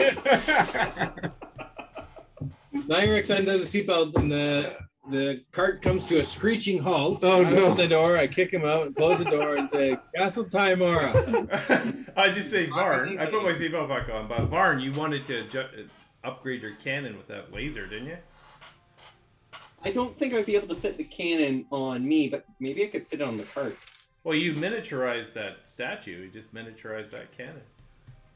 Speaker 1: Nyrex undoes the seatbelt, and the the cart comes to a screeching halt.
Speaker 4: Oh no! the door. I kick him out and close the door and say, "Castle Timora."
Speaker 9: I just say Varn. I put my seatbelt back on, but Varn, you wanted to adju- upgrade your cannon with that laser, didn't you?
Speaker 3: I don't think I'd be able to fit the cannon on me, but maybe I could fit it on the cart.
Speaker 9: Well, you miniaturized that statue. You just miniaturized that cannon.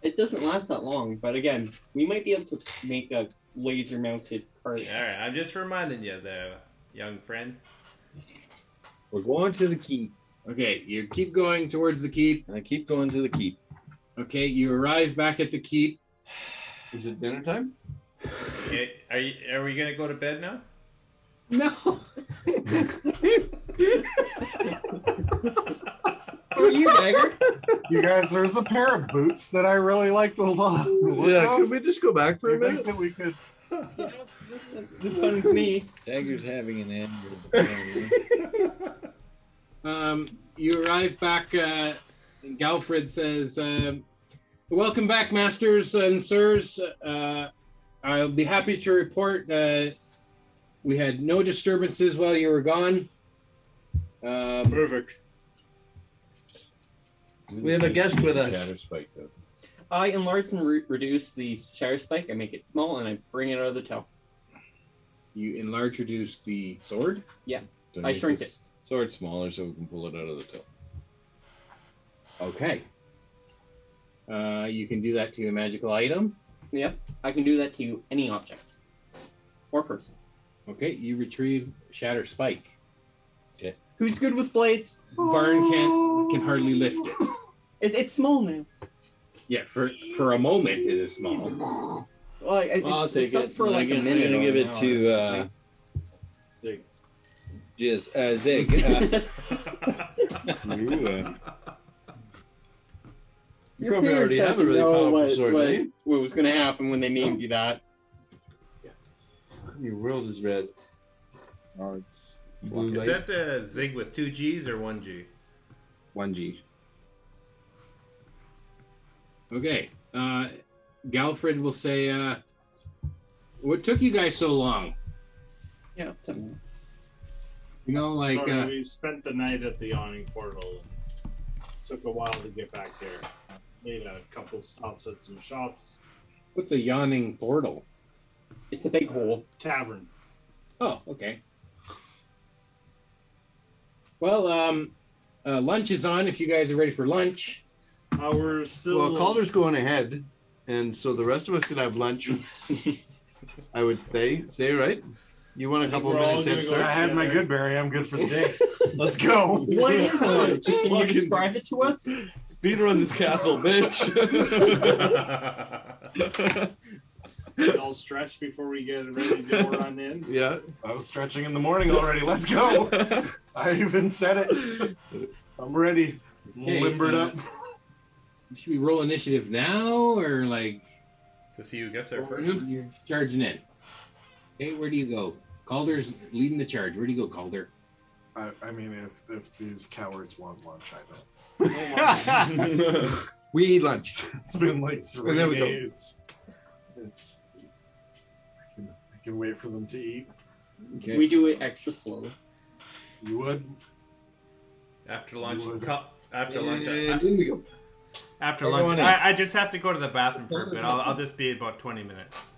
Speaker 3: It doesn't last that long, but again, we might be able to make a laser mounted cart.
Speaker 9: All right, I'm just reminding you, there, young friend.
Speaker 4: We're going to the keep.
Speaker 1: Okay, you keep going towards the keep.
Speaker 4: And I keep going to the keep.
Speaker 1: Okay, you arrive back at the keep.
Speaker 2: Is it dinner time?
Speaker 9: Eh, Are you, are we gonna go to bed now?
Speaker 1: No.
Speaker 3: beggar?
Speaker 29: You guys, there's a pair of boots that I really liked a lot.
Speaker 2: Yeah, could we just go back for a
Speaker 29: You think
Speaker 2: minute?
Speaker 29: that we could.
Speaker 3: It's fun with me.
Speaker 4: Dagger's having an anger.
Speaker 15: Um, you arrive back. Uh, and Galfred says, um, "Welcome back, masters and sirs. Uh, I'll be happy to report uh, we had no disturbances while you were gone." Um,
Speaker 12: Perfect.
Speaker 4: We have a guest with us.
Speaker 2: Shatter spike, though.
Speaker 3: I enlarge and re- reduce the shatter spike. I make it small and I bring it out of the toe.
Speaker 15: You enlarge, reduce the sword.
Speaker 3: Yeah,
Speaker 4: So
Speaker 3: I
Speaker 4: make
Speaker 3: shrink it.
Speaker 4: this Sword smaller so we can pull it out of the top.
Speaker 15: Okay. Uh, you can do that to a magical item.
Speaker 3: Yep, I can do that to any object or person.
Speaker 15: Okay, you retrieve Shatter Spike.
Speaker 4: Okay.
Speaker 3: Who's good with blades?
Speaker 15: Varn can't can hardly lift it.
Speaker 3: It, it's small now.
Speaker 15: Yeah, for for a moment it is small.
Speaker 3: Well, I- it's,
Speaker 4: I'll take
Speaker 3: it's up
Speaker 4: it.
Speaker 3: for
Speaker 4: I'm
Speaker 3: like
Speaker 4: gonna-
Speaker 3: a minute.
Speaker 4: I'm gonna
Speaker 3: or
Speaker 4: give
Speaker 3: an
Speaker 4: it
Speaker 3: hour
Speaker 4: to
Speaker 3: or
Speaker 4: uh,
Speaker 3: something.
Speaker 4: Zig. Yes, uh, Zig. Uh, you, uh,
Speaker 3: Your
Speaker 4: probably
Speaker 3: parents
Speaker 4: already
Speaker 3: had
Speaker 4: have a
Speaker 3: to
Speaker 4: really
Speaker 3: know
Speaker 4: powerful
Speaker 3: what,
Speaker 4: sword,
Speaker 3: what, Oh.
Speaker 4: eh?
Speaker 3: what was going to happen when they named you that?
Speaker 4: your world is red.
Speaker 12: Oh, it's
Speaker 4: blue
Speaker 9: Is
Speaker 4: light.
Speaker 9: that uh, Zig with two G's or one G?
Speaker 12: one G.
Speaker 15: Okay. Uh, Galfred will say, uh, "What took you guys so long?
Speaker 3: Yeah.
Speaker 15: You know, like
Speaker 5: Sorry,
Speaker 15: uh,
Speaker 5: we spent the night at the awning portal. Took a while to get back there. Made a couple stops at some shops.
Speaker 15: what's a yawning portal?
Speaker 3: It's a big hole.
Speaker 5: Tavern.
Speaker 15: Oh, okay. Well, um, uh, lunch is on. If you guys are ready for lunch,
Speaker 5: uh, we're still
Speaker 2: Well, Calder's going ahead, and so the rest of us can have lunch. I would say, say right. You want a couple
Speaker 29: We're all
Speaker 2: minutes
Speaker 29: gonna
Speaker 2: head
Speaker 29: go
Speaker 2: start?
Speaker 29: I had my good berry. I'm good for the day. Let's go.
Speaker 3: What is lunch? Can you
Speaker 2: Fucking
Speaker 3: describe it to us?
Speaker 2: Speed run this castle, bitch.
Speaker 5: We all stretch before we get ready to go run in.
Speaker 2: yeah.
Speaker 29: I was stretching in the morning already. Let's go. I even said it. I'm ready.
Speaker 15: Okay,
Speaker 29: Limbered
Speaker 15: uh,
Speaker 29: up.
Speaker 15: should we roll initiative now or like
Speaker 9: to see who gets there first?
Speaker 15: You're charging in. Okay, where do you go? Calder's leading the charge. Where do you go, Calder?
Speaker 29: I, I mean, if if these cowards want lunch, I don't.
Speaker 2: we eat lunch.
Speaker 29: It's been like three
Speaker 2: And there we go.
Speaker 29: days. It's. I can, I can wait for them to eat.
Speaker 15: Okay.
Speaker 3: We do it extra slow.
Speaker 29: You would.
Speaker 9: After lunch, co- after lunch,
Speaker 2: And
Speaker 9: I,
Speaker 2: in we go.
Speaker 9: after
Speaker 2: Everyone
Speaker 9: lunch,
Speaker 2: in.
Speaker 9: I, I just have to go to the bathroom for a bit. I'll, I'll just be about twenty minutes.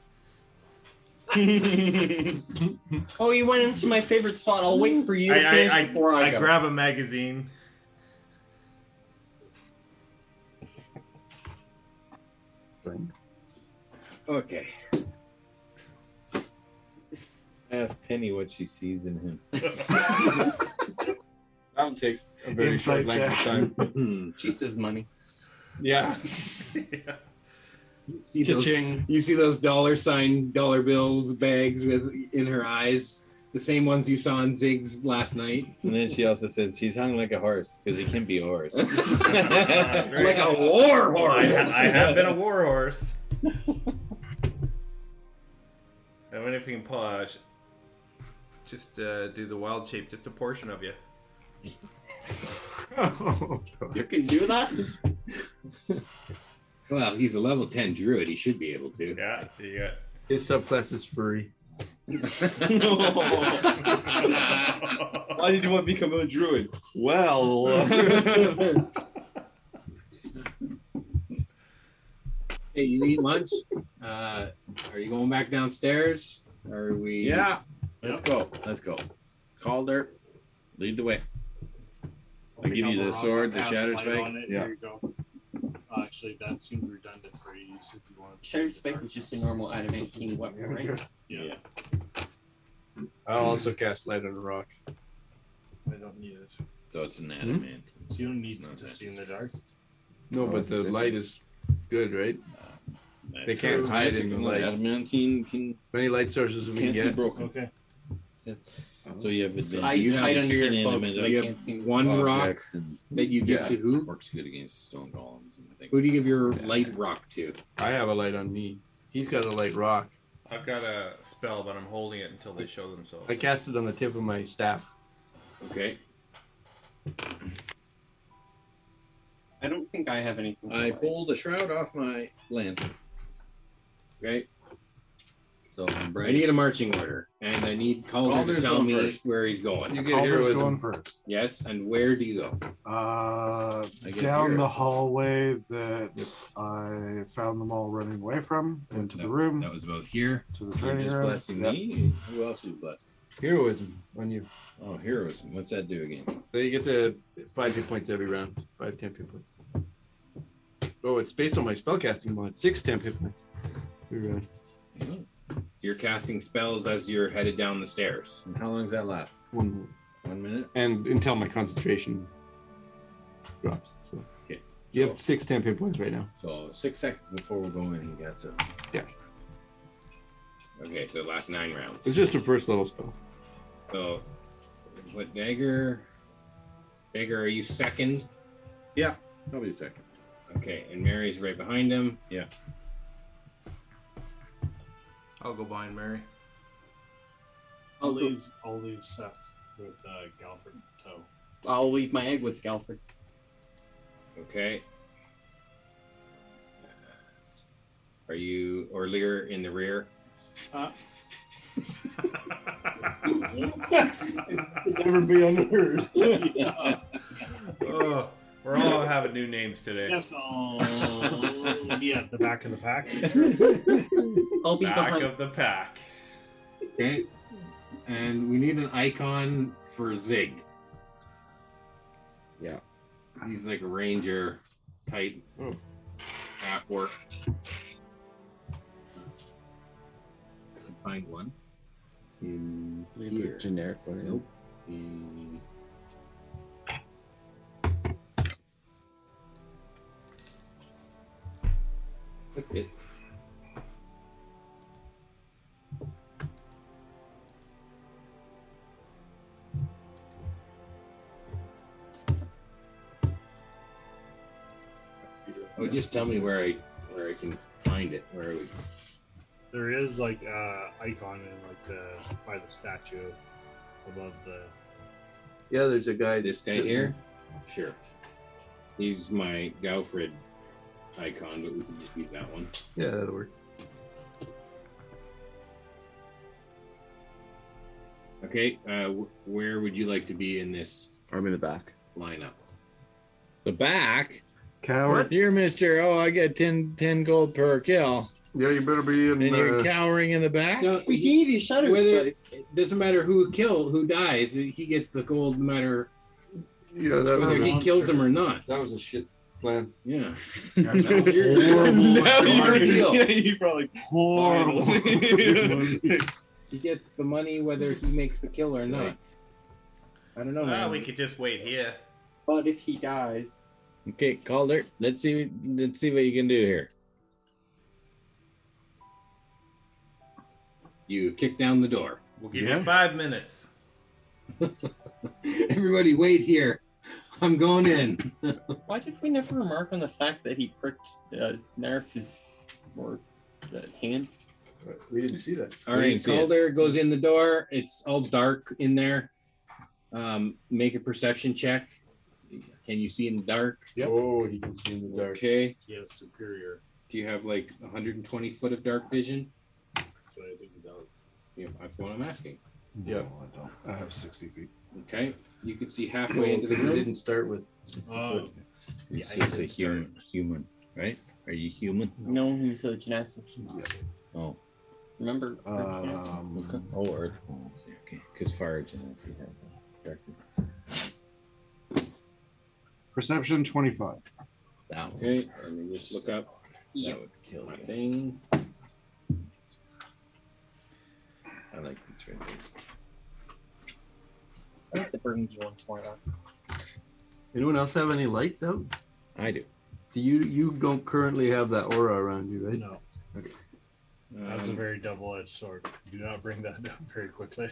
Speaker 3: oh, you went into my favorite spot. I'll wait for you to
Speaker 9: I,
Speaker 3: finish
Speaker 9: I, I,
Speaker 3: before I,
Speaker 9: I
Speaker 3: go.
Speaker 9: grab a magazine.
Speaker 15: Okay.
Speaker 4: Ask Penny what she sees in him.
Speaker 2: That'll take a very
Speaker 29: Insight
Speaker 2: short length of time.
Speaker 29: check.
Speaker 3: She says money.
Speaker 2: Yeah.
Speaker 15: See those-
Speaker 2: Cha-ching.
Speaker 15: you see those dollar sign dollar bills bags with in her eyes, the same ones you saw in Zig's last night.
Speaker 4: And then she also says she's hung like a horse because he can be a horse.
Speaker 9: That's right.
Speaker 15: Like a war
Speaker 9: I,
Speaker 15: horse.
Speaker 9: I have been a war horse. I wonder if we can pause. Just uh, do the wild shape, just a portion of you.
Speaker 3: You can do that?
Speaker 15: Well, he's a level ten druid. He should be able to.
Speaker 9: Yeah, you got.
Speaker 2: His subclass is furry.
Speaker 4: Why did you want to become a druid?
Speaker 2: Well,
Speaker 15: Hey, you eat lunch? Uh, are you going back downstairs? Are we?
Speaker 12: Yeah. Let's go. Let's go. Calder, lead the way.
Speaker 4: I give you the sword, the shatter spike.
Speaker 5: Yeah. You go. Uh, Actually, that seems redundant for you use if you want. to
Speaker 3: Shatter spike is just a normal adamantine weapon, right?
Speaker 5: Yeah.
Speaker 2: I'll also cast light on a rock.
Speaker 5: I don't need it.
Speaker 4: So it's an adamant.
Speaker 5: So you don't need to see in the dark.
Speaker 2: No, but the light is good, right? They can't hide in the light.
Speaker 4: Adamantine can
Speaker 2: Many light sources we can
Speaker 4: can't be
Speaker 2: get.
Speaker 4: broken.
Speaker 5: Okay.
Speaker 4: So you have advantage.
Speaker 3: I
Speaker 4: You
Speaker 3: hide
Speaker 4: have
Speaker 3: under your
Speaker 4: inanimate
Speaker 3: cloak so you
Speaker 4: objects
Speaker 3: can't see me.
Speaker 4: and
Speaker 3: One rock
Speaker 4: objects and-
Speaker 1: that you give to who?
Speaker 4: Works good against stone golems and things.
Speaker 1: Who do you give your light rock to?
Speaker 4: I have a light on me. He's got a light rock.
Speaker 9: I've got a spell, but I'm holding it until they show themselves.
Speaker 4: I cast it on the tip of my staff.
Speaker 1: Okay.
Speaker 3: I don't think I have anything.
Speaker 4: I pulled a shroud off my lantern.
Speaker 1: Okay.
Speaker 4: So I'm
Speaker 1: I need a marching order, and I need Calder to
Speaker 4: Calder's
Speaker 1: tell
Speaker 4: going
Speaker 1: me
Speaker 4: first.
Speaker 1: where he's going.
Speaker 4: You get Calder's heroism.
Speaker 14: going first.
Speaker 1: Yes, and where do you go?
Speaker 14: Uh,
Speaker 1: I get
Speaker 14: down
Speaker 1: here.
Speaker 14: the hallway that I found them all running away from into the room. That
Speaker 1: was about here.
Speaker 14: To the
Speaker 4: You're
Speaker 14: training
Speaker 4: just
Speaker 14: room.
Speaker 4: blessing
Speaker 14: Yep.
Speaker 4: me. Who else are you blessing? Heroism on you. Oh, heroism. What's that do again? So you get the five hit points every round. Five temp hit points. Oh, it's based on my spellcasting mod. Six temp hit points. Every round.
Speaker 1: You're casting spells as you're headed down the stairs.
Speaker 4: How long does that last? One. One minute. And
Speaker 2: until my concentration drops. So
Speaker 4: Okay.
Speaker 2: you have six temp hit points right now.
Speaker 4: So six seconds before we go in, he gets it.
Speaker 2: Yeah.
Speaker 1: Okay, so last nine rounds.
Speaker 2: It's just a first level spell.
Speaker 1: So, what dagger? Dagger, are you second?
Speaker 4: Yeah, I'll be second.
Speaker 1: Okay, and Mary's right behind him.
Speaker 4: Yeah.
Speaker 9: I'll go behind Mary.
Speaker 5: I'll leave, I'll leave Seth with uh, Galford Toe.
Speaker 3: I'll leave my egg with Galford.
Speaker 1: Okay. Are you or Lear in the rear?
Speaker 5: Uh,
Speaker 14: Never be unheard.
Speaker 9: oh, we're all having new names today.
Speaker 5: Yes, I'll be at Oh, the back of the pack.
Speaker 3: I'll be
Speaker 9: back
Speaker 3: behind-
Speaker 9: of the pack.
Speaker 1: Okay. And we need an icon for Zig.
Speaker 4: Yeah.
Speaker 1: He's like a ranger type half work. Couldn't find one. In here.
Speaker 12: Generic one.
Speaker 1: Nope. In-
Speaker 4: It,
Speaker 1: Oh, just tell me where I where I can find it. Where we
Speaker 5: There is like uh, icon in like the by the statue above the.
Speaker 4: yeah, there's a guy.
Speaker 1: This guy here? Sure. Use my Galfred icon, but we can just use that one.
Speaker 4: Yeah, that'll work.
Speaker 1: Okay, uh, wh- where would you like to be in this
Speaker 12: I'm in the back.
Speaker 1: lineup?
Speaker 4: The back.
Speaker 14: Coward.
Speaker 4: Dear Mister, oh, I get 10, 10 gold per kill.
Speaker 14: Yeah, you better be in.
Speaker 4: And you're
Speaker 14: uh,
Speaker 4: cowering in the back.
Speaker 1: No,
Speaker 3: We gave you shutters,
Speaker 1: Whether
Speaker 3: buddy.
Speaker 1: it doesn't matter who kill who dies, he gets the gold no matter
Speaker 2: Yeah,
Speaker 1: it's whether he kills him or not.
Speaker 2: That was a shit plan.
Speaker 1: Yeah.
Speaker 2: horrible.
Speaker 1: Now you're- yeah,
Speaker 2: you probably
Speaker 14: horrible.
Speaker 1: He gets the money whether he makes the kill or not. I
Speaker 4: Oh,
Speaker 1: don't know,
Speaker 9: Ah,
Speaker 1: man.
Speaker 9: we could just wait here.
Speaker 3: But if he dies,
Speaker 4: Okay, Calder. Let's see. Let's see what you can do here.
Speaker 1: You kick down the door.
Speaker 9: We'll give you five minutes.
Speaker 1: Everybody, wait here. I'm going in.
Speaker 3: why did we never remark on the fact that he pricked uh, Narf's or uh, hand?
Speaker 2: We didn't see that.
Speaker 1: All right, Calder goes in the door. It's all dark in there. Um, make a perception check. Can you see in the dark?
Speaker 2: Oh, he can see in the dark.
Speaker 1: Okay.
Speaker 5: He has superior.
Speaker 1: Do you have like 120 foot of dark vision?
Speaker 5: So I think he does.
Speaker 1: Yeah, that's what I'm asking.
Speaker 2: Yeah.
Speaker 14: No, I don't. I have 60 feet.
Speaker 1: Okay. You can see
Speaker 4: Well,
Speaker 1: halfway into the
Speaker 4: because it
Speaker 1: room.
Speaker 4: didn't start with.
Speaker 7: Uh,
Speaker 5: Oh.
Speaker 4: It's
Speaker 3: Yeah,
Speaker 4: just a human, human, right? Are you human?
Speaker 3: No, he was a gymnastics.
Speaker 4: Oh,
Speaker 3: Remember?
Speaker 14: Um,
Speaker 4: oh, Earth. Oh, I see, okay, because fire genetics. you have that.
Speaker 14: perception 25.
Speaker 4: That one.
Speaker 1: Okay. Let me just look up
Speaker 4: That would kill
Speaker 1: my
Speaker 4: you.
Speaker 1: thing.
Speaker 4: I like these renders.
Speaker 3: I think the burden's once more enough.
Speaker 2: Anyone else have any lights out?
Speaker 4: I do.
Speaker 2: Do you you don't currently have that aura around you, right?
Speaker 5: No,
Speaker 1: Um, Uh,
Speaker 4: Um,
Speaker 5: that's a very double-edged sword. Do not bring that down very quickly.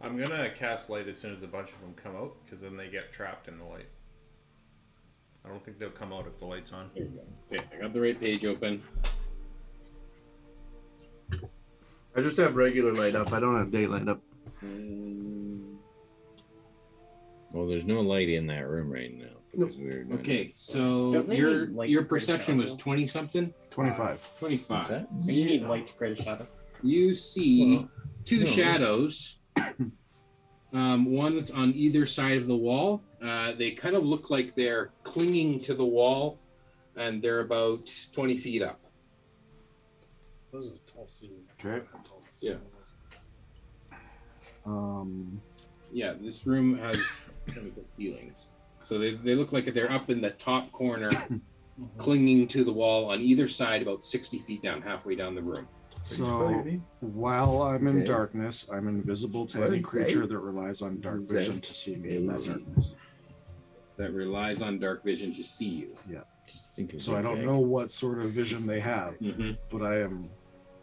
Speaker 9: I'm gonna cast light as soon as a bunch of them come out, because then they get trapped in the light. I don't think they'll come out if the light's on.
Speaker 1: Okay, I got the right page open.
Speaker 2: I just have regular light up. I don't have daylight up.
Speaker 1: Well, there's no light in that room right now because we we're not-
Speaker 15: Okay,
Speaker 1: so
Speaker 3: Don't they
Speaker 1: your
Speaker 3: need, like,
Speaker 1: your
Speaker 3: great
Speaker 1: perception was
Speaker 3: shadow?
Speaker 1: twenty something.
Speaker 3: 25.
Speaker 1: Twenty five.
Speaker 3: What's that? You need light to create a shadow.
Speaker 1: You see
Speaker 3: Well,
Speaker 1: two
Speaker 3: no.
Speaker 1: shadows. Um, one that's on either side of the wall. Uh, they kind of look like they're clinging to the wall, and they're about twenty feet up.
Speaker 14: Those are tall ceiling.
Speaker 1: Okay.
Speaker 14: Tall
Speaker 1: Yeah.
Speaker 14: ceiling.
Speaker 1: Um, yeah, this room has chemical feelings. So they, they look like they're up in the top corner, clinging to the wall on either side, about 60 feet down, halfway down the room.
Speaker 7: So while I'm in
Speaker 1: Save.
Speaker 7: darkness, I'm invisible to any
Speaker 1: Save.
Speaker 7: creature that relies on dark vision
Speaker 1: Save.
Speaker 7: to see me in that
Speaker 1: Save.
Speaker 7: darkness.
Speaker 1: That relies on dark vision to see you.
Speaker 7: Yeah.
Speaker 1: of
Speaker 7: So I don't
Speaker 1: zigzag.
Speaker 7: know what sort of vision they have,
Speaker 1: Mm-hmm.
Speaker 7: but I am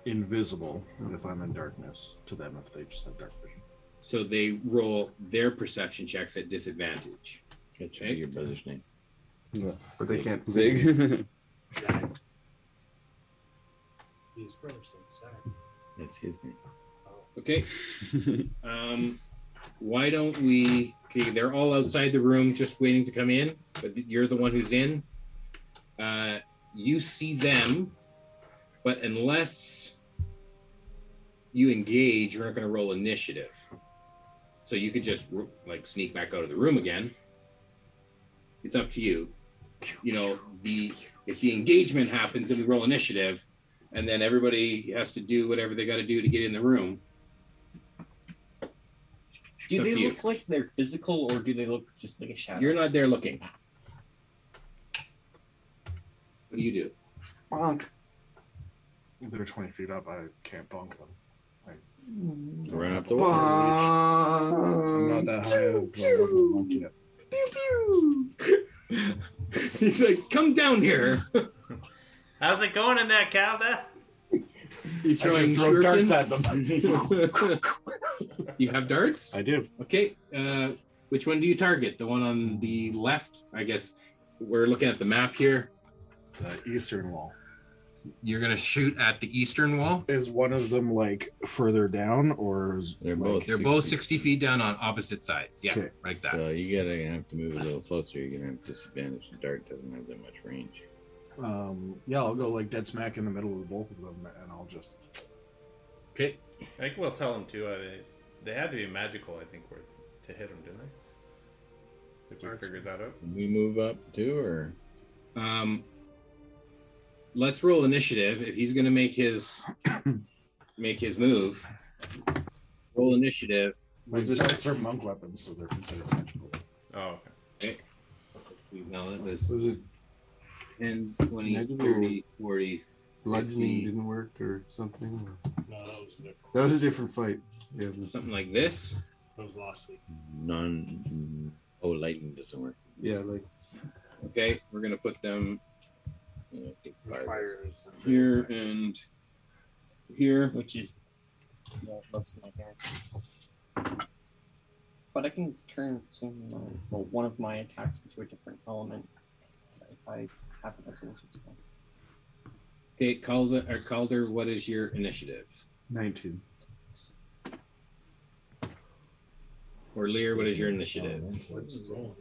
Speaker 7: invisible if I'm in darkness to them if they just have dark vision.
Speaker 1: So they roll their perception checks at disadvantage. Okay. Your brother's name.
Speaker 2: But they can't
Speaker 1: Zig.
Speaker 2: see.
Speaker 5: His brother's name, Zach.
Speaker 1: That's his name. Okay. um, why don't we? Okay, they're all outside the room, just waiting to come in. But you're the one who's in. Uh, you see them, but unless you engage, you're not going to roll initiative. So you could just ro- like sneak back out of the room again. It's up to you. You know, the if the engagement happens and we roll initiative, and then everybody has to do whatever they got to do to get in the room.
Speaker 3: Do
Speaker 1: It's up
Speaker 3: they
Speaker 1: to you.
Speaker 3: look like they're physical or do they look just like a shadow?
Speaker 1: You're not there looking. What do you do?
Speaker 7: Bonk. They're 20 feet up. I can't bonk them. I,
Speaker 1: Run up the
Speaker 7: wall. not
Speaker 1: I'm
Speaker 7: that high of a level monk yet.
Speaker 1: He's like, come down here.
Speaker 9: How's it going in there, Calda?
Speaker 1: He's
Speaker 9: I
Speaker 1: throwing
Speaker 9: can throw darts
Speaker 1: at them. you have darts?
Speaker 7: I do.
Speaker 1: Okay. Uh, which one do you target? The one on Um, the left? I guess we're looking at the map here.
Speaker 7: The eastern wall.
Speaker 1: You're gonna shoot at the eastern wall.
Speaker 7: Is one of them like further down, or is they're
Speaker 1: Both. They're both 60 feet down on opposite sides. Yeah,
Speaker 7: Okay.
Speaker 1: like that.
Speaker 15: So you gotta have to move a little closer. You're gonna have disadvantage. The dart doesn't have that much range.
Speaker 7: Um, yeah, I'll go like dead smack in the middle of both of them, and I'll just
Speaker 1: Okay.
Speaker 9: I think we'll tell them too. Uh, they, they had to be magical, I think, were to hit them, didn't they? If we figured that out.
Speaker 15: Can we move up too, or
Speaker 1: Um, let's roll initiative. If he's gonna make his make his move, roll initiative.
Speaker 7: my darts are monk weapons, so they're considered magical.
Speaker 9: Oh,
Speaker 1: okay. Now that was,
Speaker 2: was it
Speaker 1: 10, 20,
Speaker 2: Negative
Speaker 1: 30,
Speaker 2: or
Speaker 1: 40.
Speaker 2: Bludgeoning
Speaker 1: 50.
Speaker 2: didn't work or something.
Speaker 5: No, that was different.
Speaker 2: That was a different fight. Yeah.
Speaker 1: Something like this.
Speaker 5: That was last week.
Speaker 4: mm,
Speaker 15: non? Oh, lightning doesn't work.
Speaker 2: Yeah, like
Speaker 1: Okay, we're gonna put them uh,
Speaker 5: Fire is
Speaker 1: here and here,
Speaker 3: which is yeah, most of my characters. But I can turn some of my, well, one of my attacks into a different element if I have a solution spell.
Speaker 1: Okay, Calder, or Calder, what is your initiative?
Speaker 7: 19.
Speaker 1: Or Lear, what is your initiative?
Speaker 4: Oh,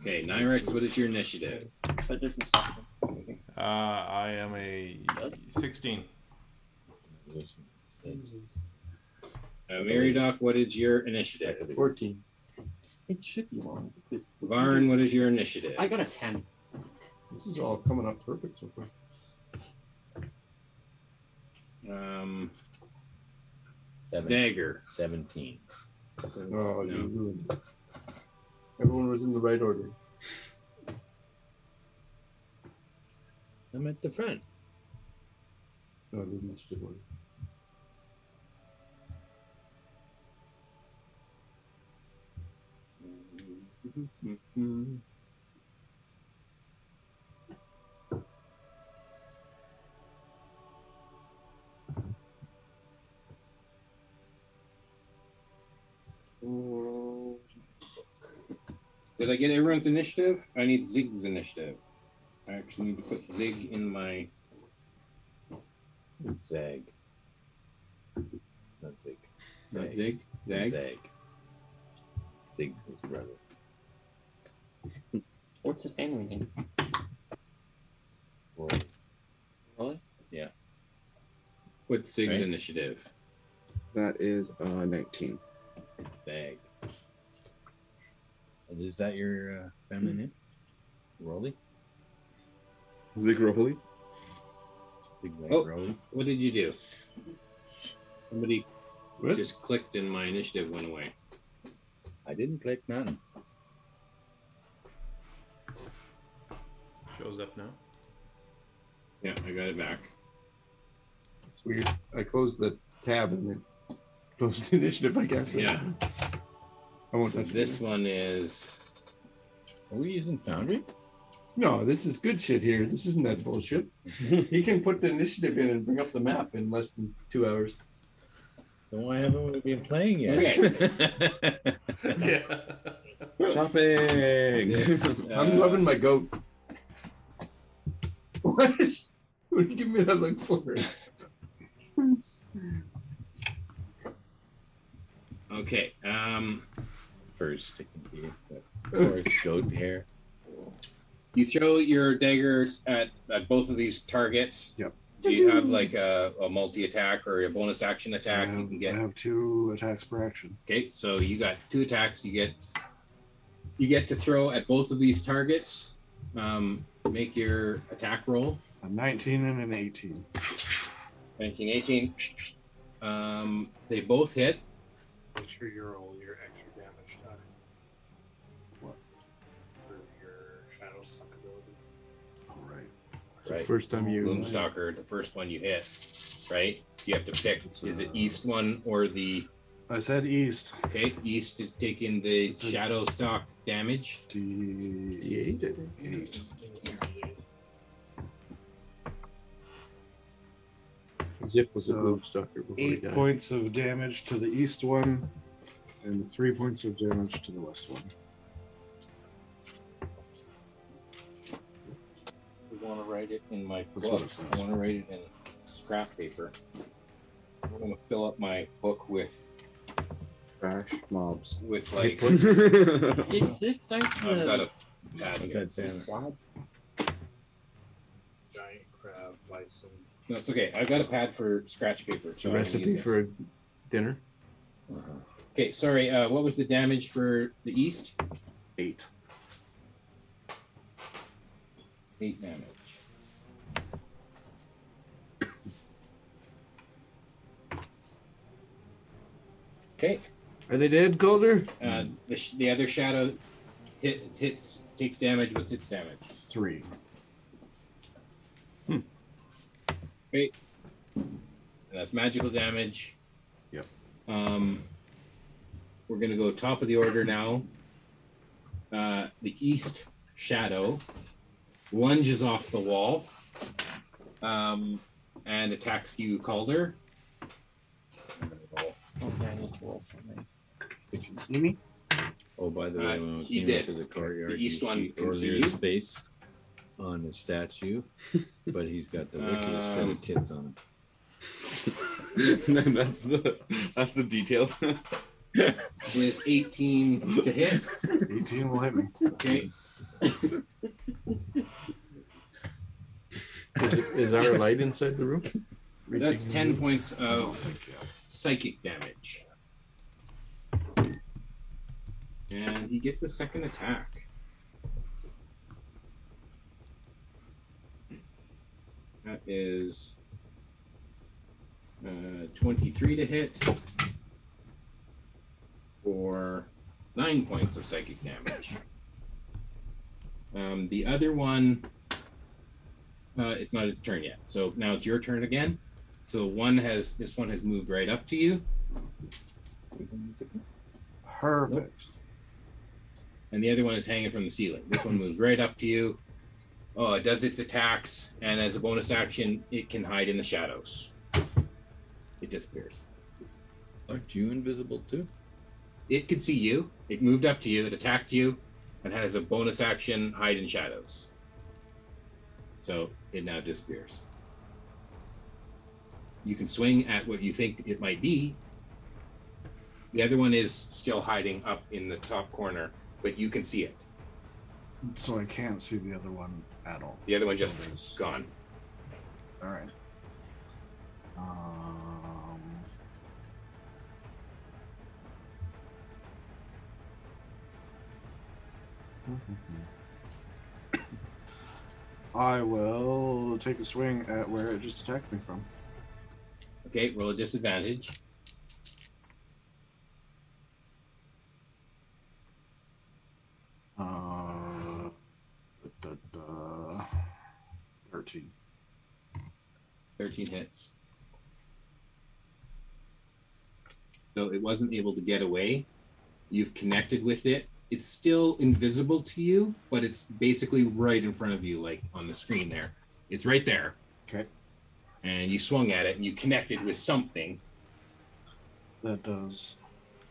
Speaker 1: Okay, Nyrex, what is your initiative? Uh,
Speaker 3: That doesn't stop me.
Speaker 9: Uh, I am a 16.
Speaker 1: Uh,
Speaker 4: Oh,
Speaker 1: Meridoc, what is your initiative?
Speaker 2: 14.
Speaker 3: It should be long because
Speaker 1: Varn, what is your initiative?
Speaker 3: I got a 10.
Speaker 2: This is all coming up perfect so far.
Speaker 1: Um,
Speaker 15: Seven.
Speaker 1: Dagger.
Speaker 15: Seventeen.
Speaker 2: Oh, you ruined it. Everyone was in the right order.
Speaker 1: I'm at the front.
Speaker 2: Oh, No, they missed it one.
Speaker 1: Mm-hmm. Did I get everyone's initiative? I need Zig's initiative. I actually need to put Zig in my
Speaker 4: Zag. Not Zig.
Speaker 1: Not uh, Zig? Zag?
Speaker 4: Zag. Zig's his brother.
Speaker 3: What's his family name?
Speaker 4: Roy.
Speaker 3: Roy?
Speaker 4: Yeah.
Speaker 1: What's Zig's
Speaker 12: Right.
Speaker 1: initiative?
Speaker 12: That is uh, 19.
Speaker 4: Zag. And is that your uh, family name? Rolly?
Speaker 12: Zig Roly?
Speaker 4: Zig Zag
Speaker 1: Oh,
Speaker 4: Rolly?
Speaker 1: what did you do? Somebody just clicked and my initiative went away.
Speaker 4: I didn't click none.
Speaker 9: Shows up now.
Speaker 1: Yeah, I got it back.
Speaker 2: It's weird. I closed the tab and then closed the initiative, I guess.
Speaker 1: Yeah.
Speaker 2: I won't
Speaker 1: So
Speaker 2: touch
Speaker 1: this one is.
Speaker 4: Are we using Foundry?
Speaker 2: No, this is good shit here. This isn't that bullshit. he can put the initiative in and bring up the map in less than two hours.
Speaker 4: Then why haven't we been playing
Speaker 2: yet?
Speaker 12: Shopping.
Speaker 1: uh,
Speaker 2: I'm loving my goat. What? What did you give me that look for?
Speaker 1: Okay. Um,
Speaker 4: First, sticking to you. Of course, goat hair.
Speaker 1: you throw your daggers at, at both of these targets.
Speaker 5: Yep.
Speaker 1: Do you have like a, a multi attack or a bonus action attack? you can
Speaker 5: I
Speaker 1: get
Speaker 5: have two attacks per action.
Speaker 1: Okay, so you got two attacks. You get you get to throw at both of these targets. Um, make your attack roll.
Speaker 5: A 19 and an 18.
Speaker 1: 19, 18. Um, they both hit.
Speaker 15: Make sure you roll your extra damage die. What? For your shadow stalk ability.
Speaker 5: All right.
Speaker 2: the first time you-
Speaker 1: Gloomstalker, the first one you hit, right? You have to pick. Is
Speaker 5: Uh,
Speaker 1: it east one or the?
Speaker 5: I said east.
Speaker 1: Okay, east is taking the shadow stock damage.
Speaker 5: D8.
Speaker 2: Ziff was
Speaker 5: So,
Speaker 2: a gloom stalker before he
Speaker 5: Eight
Speaker 2: died.
Speaker 5: points of damage to the east one, and three points of damage to the west one.
Speaker 1: I want to write it in my
Speaker 5: That's
Speaker 1: book.
Speaker 5: what it says.
Speaker 1: I want to write it in scrap paper. I'm going to fill up my book with
Speaker 12: Trash mobs.
Speaker 1: with like.
Speaker 12: It's-
Speaker 3: it's like
Speaker 1: I've
Speaker 3: the-
Speaker 1: got a pad here.
Speaker 15: Giant crab, bison.
Speaker 1: No, it's okay. I've got a pad for scratch paper.
Speaker 2: It's
Speaker 1: so
Speaker 2: a
Speaker 1: I can
Speaker 2: recipe
Speaker 1: use it.
Speaker 2: for dinner.
Speaker 1: Okay, sorry. Uh, what was the damage for the east?
Speaker 5: Eight.
Speaker 1: Eight damage. Okay.
Speaker 2: Are they dead, Calder?
Speaker 1: Uh, the, sh- the other shadow hit, hits takes damage. What's its damage?
Speaker 5: Three.
Speaker 1: Okay. And that's magical damage.
Speaker 5: Yep.
Speaker 1: Um, we're gonna go top of the order now. Uh, the east shadow lunges off the wall, um, and attacks you, Calder. I'm gonna roll.
Speaker 3: Okay, I need to roll for me.
Speaker 5: If you see me,
Speaker 4: Oh, by the
Speaker 1: Uh,
Speaker 4: way, when we
Speaker 1: he
Speaker 4: came
Speaker 1: did.
Speaker 4: into the courtyard,
Speaker 1: The
Speaker 4: you
Speaker 1: east one
Speaker 4: see
Speaker 1: can see
Speaker 4: Orly's
Speaker 1: you.
Speaker 4: face on the statue, but he's got the wickedest set
Speaker 1: Um,
Speaker 4: of tits on him.
Speaker 12: that's the that's the detail.
Speaker 1: Is 18 to hit?
Speaker 5: 18 will hit me.
Speaker 1: Okay.
Speaker 2: Is, it, is our light inside the room?
Speaker 1: That's oh, 10 points of psychic damage. And he gets a second attack. That is uh, 23 to hit for 9 points of psychic damage. Um, the other one, uh, it's not its turn yet. So now it's your turn again. So one has this one has moved right up to you,
Speaker 5: Perfect.
Speaker 1: and the other one is hanging from the ceiling. This one moves right up to you. Oh, it does its attacks, and as a bonus action, it can hide in the shadows. It disappears.
Speaker 4: Aren't you invisible too?
Speaker 1: It could see you. It moved up to you. It attacked you. and has a bonus action hide in shadows. So it now disappears. You can swing at what you think it might be. The other one is still hiding up in the top corner, but you can see it.
Speaker 2: So I can't see the other one at all.
Speaker 1: The other one just gone.
Speaker 2: All right. Um,
Speaker 12: Um.
Speaker 2: I will take a swing at where it just attacked me from.
Speaker 1: Okay, roll a disadvantage.
Speaker 2: Uh, da, da, da, 13.
Speaker 1: 13 hits. So it wasn't able to get away. You've connected with it. It's still invisible to you, but it's basically right in front of you, like on the screen there. It's right there.
Speaker 2: Okay.
Speaker 1: And you swung at it and you connected with something.
Speaker 2: That does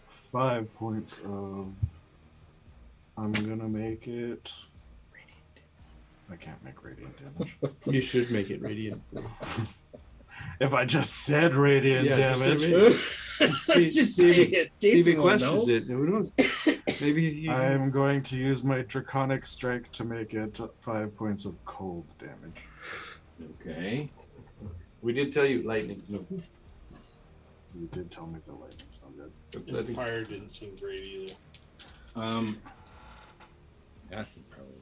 Speaker 2: five points of. I'm gonna make it. I can't make radiant damage.
Speaker 15: You should make it radiant.
Speaker 2: If I just said radiant
Speaker 15: Yeah, just
Speaker 2: damage,
Speaker 15: say radiant. Just say it.
Speaker 2: see if
Speaker 15: Jason will
Speaker 2: questions
Speaker 15: know.
Speaker 2: it.
Speaker 15: Who knows? Maybe he-
Speaker 2: I'm going to use my draconic strike to make it five points of cold damage.
Speaker 1: Okay.
Speaker 15: We did tell you lightning.
Speaker 2: You did tell me the lightning's not good.
Speaker 5: And the fire didn't seem great either.
Speaker 1: Um, acid probably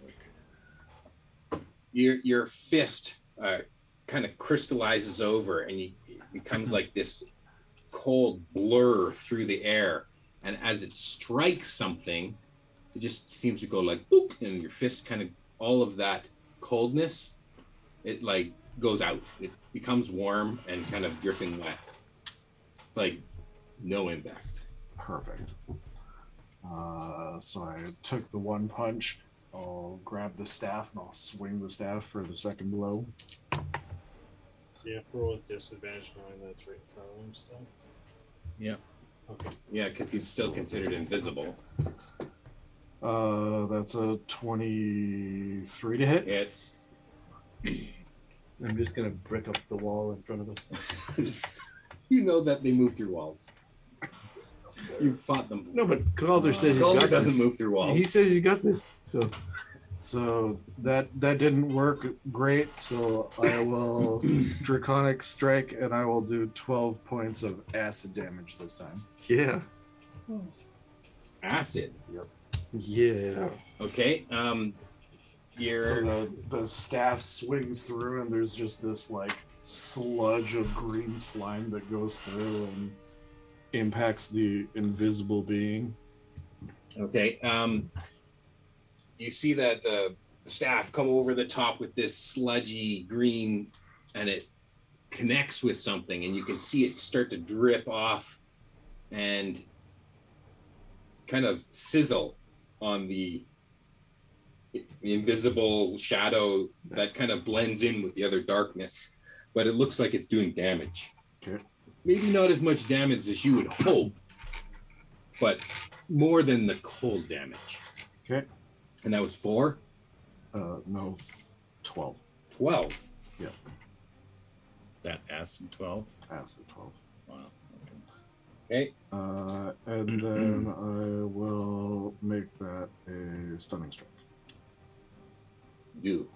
Speaker 1: work. Your your fist uh, kind of crystallizes over, and you, it becomes like this cold blur through the air. And as it strikes something, it just seems to go like boop, and your fist kind of all of that coldness, it like goes out. It becomes warm and kind of dripping wet. It's like no impact.
Speaker 2: Perfect. Uh, so I took the one punch. I'll grab the staff and I'll swing the staff for the second blow.
Speaker 5: Yeah, for with disadvantage knowing that's right in front of him still.
Speaker 1: Yeah. Yeah, because he's still considered invisible.
Speaker 2: Uh, that's a 23 to hit.
Speaker 1: Hits.
Speaker 15: I'm just gonna brick up the wall in front of us.
Speaker 1: You know that they move through walls. You fought them.
Speaker 15: No, but Calder says he's
Speaker 1: Calder
Speaker 15: got
Speaker 1: doesn't
Speaker 15: this.
Speaker 1: move through walls.
Speaker 15: He says he's got this. So
Speaker 2: So that that didn't work great. So I will draconic strike and I will do 12 points of acid damage this time.
Speaker 15: yeah.
Speaker 1: Acid.
Speaker 2: Yep.
Speaker 15: Yeah.
Speaker 1: Okay. Um. Your
Speaker 2: So the the staff swings through and there's just this like sludge of green slime that goes through and impacts the invisible being.
Speaker 1: Okay. Um, you see that the staff come over the top with this sludgy green, and it connects with something, and you can see it start to drip off, and kind of sizzle on the, the invisible shadow that kind of blends in with the other darkness, but it looks like it's doing damage.
Speaker 2: Okay.
Speaker 1: Maybe not as much damage as you would hope, but more than the cold damage.
Speaker 2: Okay.
Speaker 1: And that was four?
Speaker 2: Uh, no, 12.
Speaker 1: 12?
Speaker 2: Yeah.
Speaker 1: That acid 12?
Speaker 2: Acid 12.
Speaker 1: Wow. Okay.
Speaker 2: Uh, and then I will make that a stunning strike.
Speaker 1: Do.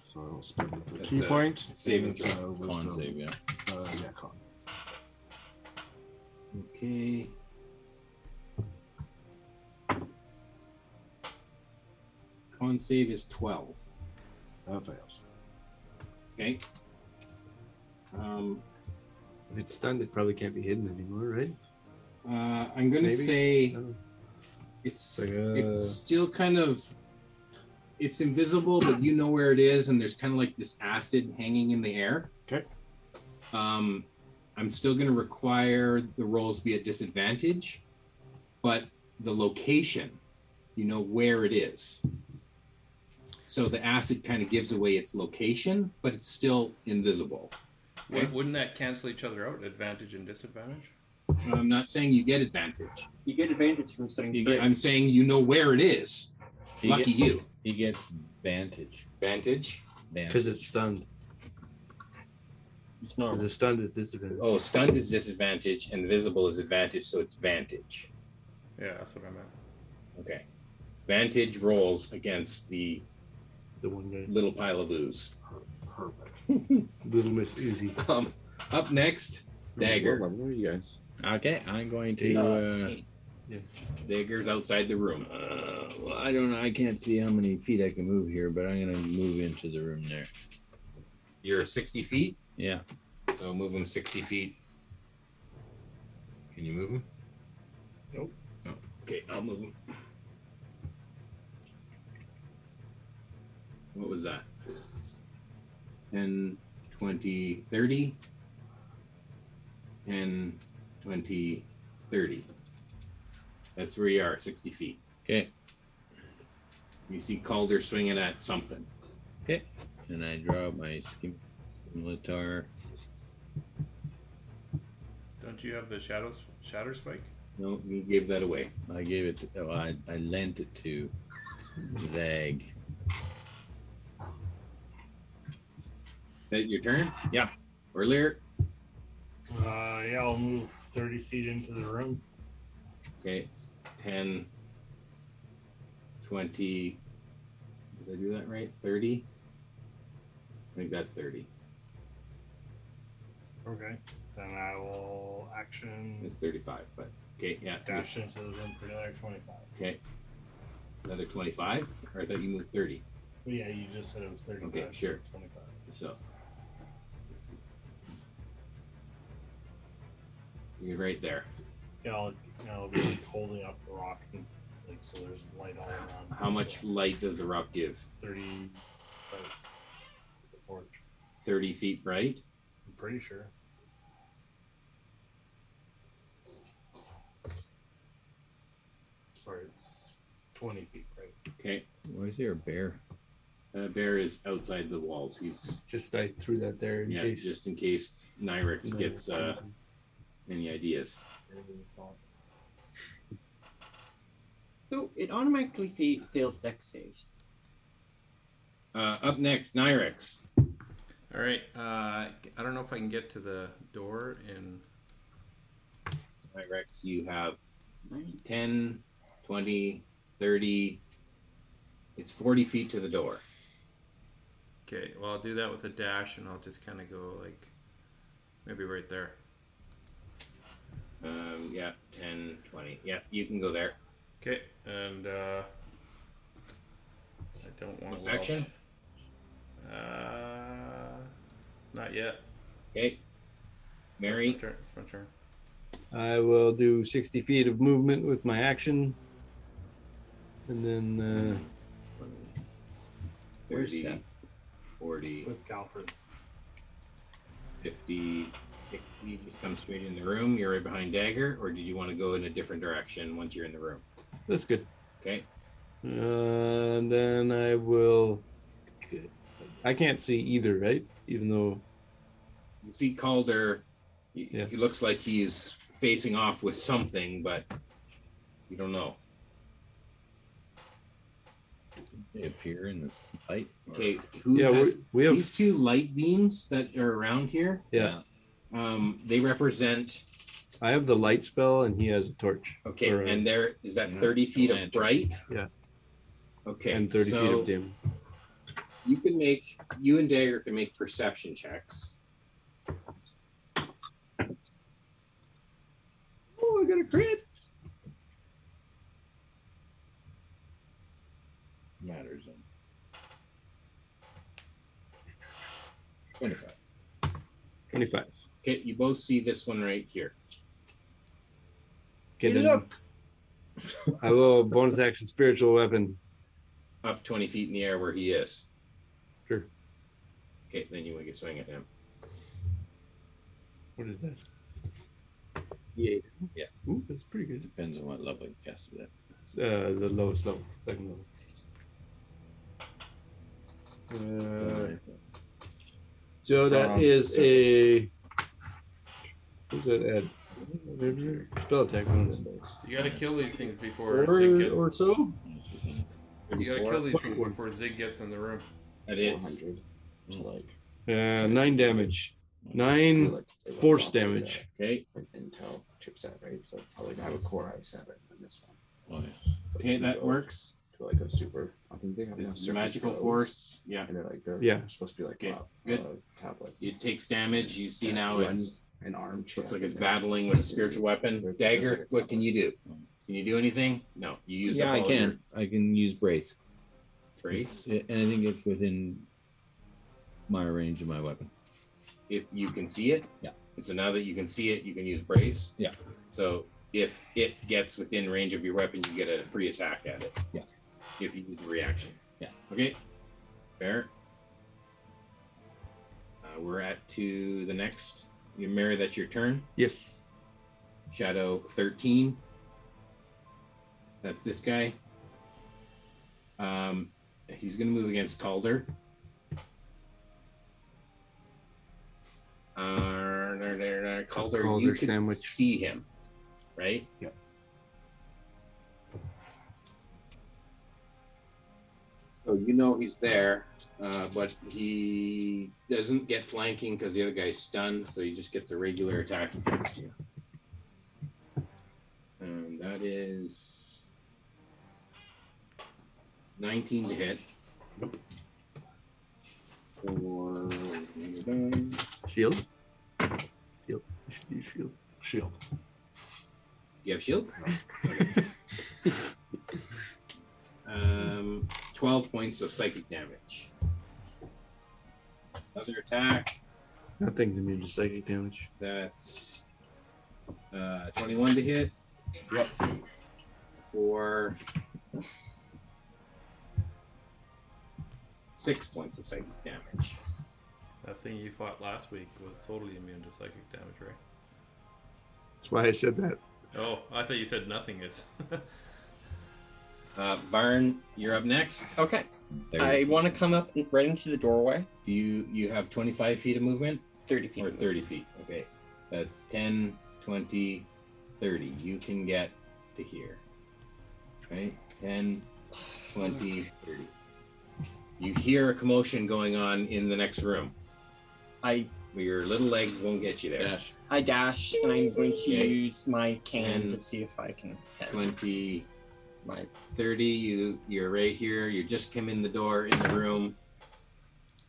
Speaker 2: So I will spend the
Speaker 1: That's
Speaker 2: key
Speaker 1: a
Speaker 2: point.
Speaker 1: saving
Speaker 2: and it's
Speaker 1: throw.
Speaker 2: a
Speaker 1: Con
Speaker 2: wisdom.
Speaker 1: save, yeah.
Speaker 2: Uh, yeah, con.
Speaker 1: Okay. Con save is 12.
Speaker 2: That fails.
Speaker 1: Okay. Um,
Speaker 15: if it's stunned, it probably can't be hidden anymore, right?
Speaker 1: Uh, I'm gonna
Speaker 15: Maybe?
Speaker 1: say it's
Speaker 15: Like, uh,
Speaker 1: it's still kind of it's invisible, but you know where it is, and there's kind of like this acid hanging in the air.
Speaker 2: Okay.
Speaker 1: Um, I'm still gonna require the rolls be at disadvantage, but the location, you know where it is. So the acid kind of gives away its location, but it's still invisible.
Speaker 9: Wou- Wouldn't that cancel each other out? Advantage and disadvantage?
Speaker 1: I'm not saying you get advantage.
Speaker 3: You get advantage from sitting
Speaker 1: You
Speaker 3: straight.
Speaker 1: get, I'm saying you know where it is.
Speaker 3: He
Speaker 1: Lucky
Speaker 3: get-
Speaker 1: you.
Speaker 30: He gets vantage.
Speaker 1: Vantage?
Speaker 30: Because
Speaker 2: it's stunned.
Speaker 30: It's normal.
Speaker 2: Because stunned is disadvantage.
Speaker 1: Oh, stunned is disadvantage, invisible is advantage, so it's vantage.
Speaker 9: Yeah, that's what I meant.
Speaker 1: Okay. Vantage rolls against the
Speaker 2: the one guy.
Speaker 1: little pile of ooze.
Speaker 14: Perfect.
Speaker 2: Little Miss Easy.
Speaker 1: Um, up next, dagger.
Speaker 12: What are you guys?
Speaker 30: Okay, I'm going to.
Speaker 1: Uh,
Speaker 30: Uh,
Speaker 1: Dagger's outside the room.
Speaker 30: uh, well, I don't know. I can't see how many feet I can move here, but I'm going to move into the room there.
Speaker 1: You're 60 feet,
Speaker 30: Yeah.
Speaker 1: so move him 60 feet. Can you move him?
Speaker 2: Nope.
Speaker 1: No. Okay, I'll move him. What was that? 10, 20, 30. 10, 20, 30. That's where you are, 60 feet.
Speaker 30: Okay.
Speaker 1: You see Calder swinging at something.
Speaker 30: Okay. And I draw out my skim scimitar.
Speaker 9: Don't you have the shadows shatter spike?
Speaker 1: No, you gave that away.
Speaker 30: I gave it. To, oh, I, I lent it to Zag.
Speaker 1: That your turn?
Speaker 30: Yeah.
Speaker 1: Earlier.
Speaker 5: Uh, yeah, I'll move 30 feet into the room.
Speaker 1: Okay. 10, 20. Did I do that right? 30? I think that's 30.
Speaker 5: Okay. Then I will action
Speaker 1: It's 35, but okay, yeah.
Speaker 5: dash into the room for another 25.
Speaker 1: Okay. Another 25? Or I thought you moved 30.
Speaker 5: But yeah, you just said it was 35.
Speaker 1: Okay, sure.
Speaker 5: 25.
Speaker 1: So. You're right there.
Speaker 5: Yeah, I'll, I'll be like holding up the rock and like so there's light all around.
Speaker 1: How much light does the rock give?
Speaker 5: 30. Like, or
Speaker 1: 30 feet bright?
Speaker 5: I'm pretty sure. Sorry, it's 20 feet, right?
Speaker 1: Okay.
Speaker 30: Why is there a bear?
Speaker 1: Uh, bear is outside the walls. He's
Speaker 2: Just I threw that there in
Speaker 1: yeah,
Speaker 2: case.
Speaker 1: just in case Nyrex
Speaker 2: Nyrex
Speaker 1: gets uh, any ideas.
Speaker 3: So it automatically fa- fails deck saves.
Speaker 1: Uh, up next, Nyrex.
Speaker 9: All right. Uh, I don't know if I can get to the door in.
Speaker 1: Nyrex, you have 10, 20, 30. It's 40 feet to the door.
Speaker 9: Okay. Well, I'll do that with a dash, and I'll just kind of go like, maybe right there.
Speaker 1: Um, yeah, 10, 20. Yeah, you can go there.
Speaker 9: Okay. And uh, I don't want
Speaker 1: What's
Speaker 9: to.
Speaker 1: action?
Speaker 9: Uh, not yet.
Speaker 1: Okay. Mary.
Speaker 9: It's my turn. It's my turn.
Speaker 2: I will do 60 feet of movement with my action. And then. Uh,
Speaker 1: 30, 40.
Speaker 5: With Galfred.
Speaker 1: 50. 60. Just come straight in the room. You're right behind Dagger, or did you want to go in a different direction once you're in the room?
Speaker 2: That's good.
Speaker 1: Okay. uh,
Speaker 2: Uh, And then I will. I can't see either, right? Even though.
Speaker 1: You see Calder. He, he looks like he's facing off with something, but you don't know.
Speaker 30: They appear in this light.
Speaker 1: Okay, who
Speaker 2: Yeah,
Speaker 1: has,
Speaker 2: we- we have-
Speaker 1: these two light beams that are around here.
Speaker 2: Yeah.
Speaker 1: Um, they represent.
Speaker 2: I have the light spell and he has a torch.
Speaker 1: Okay,
Speaker 2: Or a-
Speaker 1: and there is that thirty feet of bright.
Speaker 2: Yeah.
Speaker 1: Okay.
Speaker 2: And 30 feet
Speaker 1: so
Speaker 2: of dim.
Speaker 1: You can make you and Dagger can make perception checks.
Speaker 2: Oh, I got a crit.
Speaker 30: Matters. them.
Speaker 1: Twenty-five.
Speaker 2: 25.
Speaker 1: Okay, you both see this one right here.
Speaker 2: Okay, then I will bonus action spiritual weapon.
Speaker 1: Up twenty feet in the air where he is.
Speaker 2: Sure.
Speaker 1: Okay, then you make a swing at him.
Speaker 2: What is that?
Speaker 30: Yeah. Yeah.
Speaker 2: Ooh, that's pretty good.
Speaker 30: Depends on what level you cast it at.
Speaker 2: Uh, the lowest level, second level. Uh, so that Um, is so- a. What's that add? Spell attack. on it.
Speaker 9: You gotta kill these things before Zig
Speaker 2: Or,
Speaker 9: gets.
Speaker 2: or so?
Speaker 9: You gotta kill these things
Speaker 2: Four.
Speaker 9: before Zig gets in the room.
Speaker 2: That
Speaker 9: is.
Speaker 1: Mm.
Speaker 2: like Yeah, Uh, nine damage. Nine force damage. Okay. Intel chipset, right? So probably have a core i7 in this one.
Speaker 12: Okay, that works. To like a super. I think they have
Speaker 1: Is
Speaker 12: now super
Speaker 1: magical
Speaker 12: codes,
Speaker 1: force, yeah.
Speaker 12: And they're like they're
Speaker 2: Yeah.
Speaker 12: supposed to be like
Speaker 1: Okay,
Speaker 12: uh,
Speaker 1: good.
Speaker 12: uh, tablets.
Speaker 1: It takes damage. You see
Speaker 12: Yeah,
Speaker 1: now
Speaker 12: one-
Speaker 1: it's
Speaker 12: an arm chip.
Speaker 1: Looks like it's battling with a spiritual weapon. Dagger. What can you do? Can you do anything? No. You use.
Speaker 30: yeah, I can. I can use brace.
Speaker 1: Brace?
Speaker 30: Yeah, And I think it's within my range of my weapon.
Speaker 1: If you can see it. Yeah. And so now that you can see it, you can use brace.
Speaker 30: Yeah.
Speaker 1: So if it gets within range of your weapon, you get a free attack at it.
Speaker 30: Yeah.
Speaker 1: If you use a reaction.
Speaker 30: Yeah.
Speaker 1: Okay. Fair. Uh, we're at to the next. You Mary, that's your turn.
Speaker 2: Yes.
Speaker 1: Shadow 13. That's this guy. Um, he's going to move against Calder. Uh, there, there, there, Calder, you
Speaker 2: Calder
Speaker 1: can
Speaker 2: sandwich.
Speaker 1: see him, right?
Speaker 2: Yep.
Speaker 1: So Oh, you know he's there, uh, but he doesn't get flanking because the other guy's stunned, so he just gets a regular attack against you. And that is 19 to hit. Or
Speaker 2: Shield? Shield. It should be shield.
Speaker 14: Shield.
Speaker 1: you have shield. um, 12 points of psychic damage. Another attack.
Speaker 2: That thing's immune to psychic damage.
Speaker 1: That's uh, 21 to hit. Yep. For six points of psychic damage.
Speaker 9: That thing you fought last week was totally immune to psychic damage, right?
Speaker 2: That's why I said that.
Speaker 9: Oh, I thought you said nothing is.
Speaker 1: Uh, Barn, you're up next.
Speaker 3: Okay. I want to come up and right into the doorway.
Speaker 1: Do you you have 25 feet of movement?
Speaker 3: 30 feet.
Speaker 1: Or 30 feet. Okay. That's 10, 20, 30. You can get to here. Right? 10, 20, 30. You hear a commotion going on in the next room.
Speaker 3: I.
Speaker 1: Your little legs won't get you there.
Speaker 3: I dash and I'm going to
Speaker 1: Okay.
Speaker 3: use my cannon to
Speaker 1: And-
Speaker 3: see if I can. hit.
Speaker 1: 20 30 you you're right here you just came in the door in the room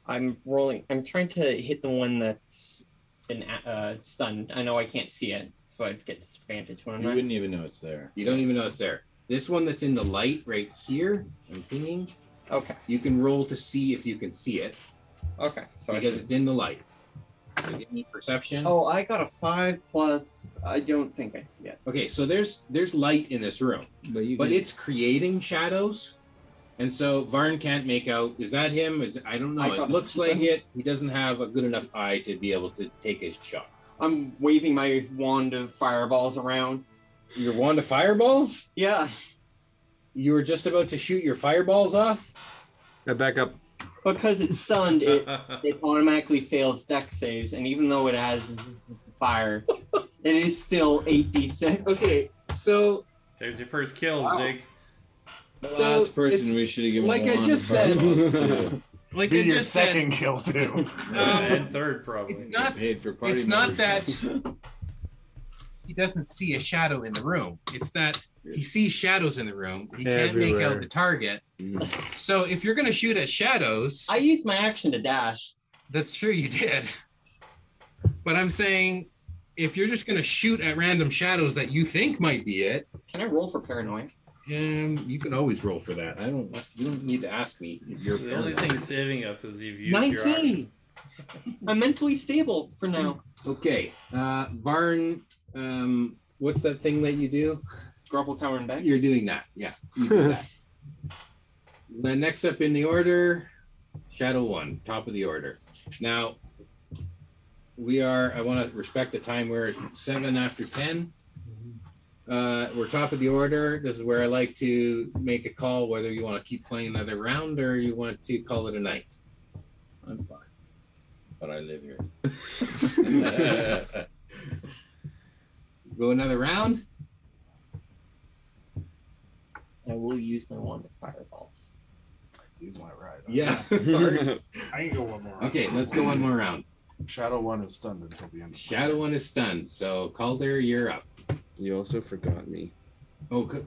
Speaker 3: I'm rolling. I'm trying to hit the one that's been uh, stunned. I know I can't see it, so I'd get disadvantage when I'm
Speaker 30: You
Speaker 3: not.
Speaker 30: wouldn't even know it's there.
Speaker 1: you don't even know it's there this one that's in the light right here i'm thinking
Speaker 3: okay
Speaker 1: you can roll to see if you can see it
Speaker 3: okay so I
Speaker 1: because
Speaker 3: should-
Speaker 1: it's in the light So give me perception
Speaker 3: Oh, I got a five plus. I don't think I see it.
Speaker 1: okay so there's there's light in this room
Speaker 30: but you
Speaker 3: Hmm.
Speaker 1: but
Speaker 30: can-
Speaker 1: it's creating shadows and so Varn can't make out is that him is i don't know
Speaker 3: I
Speaker 1: it
Speaker 3: got a
Speaker 1: looks like
Speaker 3: seven.
Speaker 1: it he doesn't have a good enough eye to be able to take a shot
Speaker 3: I'm waving my wand of fireballs around.
Speaker 1: Your wand of fireballs?
Speaker 3: Yeah.
Speaker 1: You were just about to shoot your fireballs off?
Speaker 2: I back up.
Speaker 3: Because it's stunned, it, it automatically fails deck saves, and even though it has fire, it is still 8d6.
Speaker 1: Okay, so.
Speaker 9: There's your first kill,
Speaker 3: Wow.
Speaker 9: Zig.
Speaker 30: The last person we should have given
Speaker 9: like
Speaker 30: a
Speaker 9: I
Speaker 30: wand
Speaker 9: just
Speaker 30: of fireballs
Speaker 9: said-
Speaker 30: to.
Speaker 1: Like
Speaker 9: Be
Speaker 1: I
Speaker 9: your
Speaker 1: just said-
Speaker 9: second
Speaker 14: kill too.
Speaker 9: and third, probably.
Speaker 1: It's not,
Speaker 30: paid for party
Speaker 1: it's not that he doesn't see a shadow in the room. It's that he sees shadows in the room. He can't make
Speaker 30: Everywhere.
Speaker 1: out the target. So if you're going to shoot at shadows.
Speaker 3: I used my action to dash.
Speaker 1: That's true, you did. But I'm saying if you're just going to shoot at random shadows that you think might be it.
Speaker 3: Can I roll for paranoia?
Speaker 1: Um, you can always roll for that. I don't. You don't need to ask me if you're.
Speaker 9: The only thing saving us is you've used your
Speaker 3: 19!
Speaker 9: action.
Speaker 3: I'm mentally stable for now.
Speaker 1: Okay, uh, Varn, um, what's that thing that you do?
Speaker 3: Grovel Tower and Back?
Speaker 1: You're doing that, yeah. You do that. the next up in the order, Shadow One, top of the order. Now, we are, I want to respect the time. We're at seven after 10. Uh, we're top of the order. This is where I like to make a call whether you want to keep playing another round or you want to call it a night.
Speaker 30: I'm fine. But I live here.
Speaker 1: you Go another round.
Speaker 3: I will use my wand of fireballs.
Speaker 7: Use my right.
Speaker 1: Yeah.
Speaker 7: Sorry.
Speaker 14: I can go one more.
Speaker 1: Okay, let's go one more round.
Speaker 7: Shadow one is stunned until the end.
Speaker 1: Shadow one is stunned. So Calder, you're up.
Speaker 12: You also forgot me.
Speaker 1: Oh, co-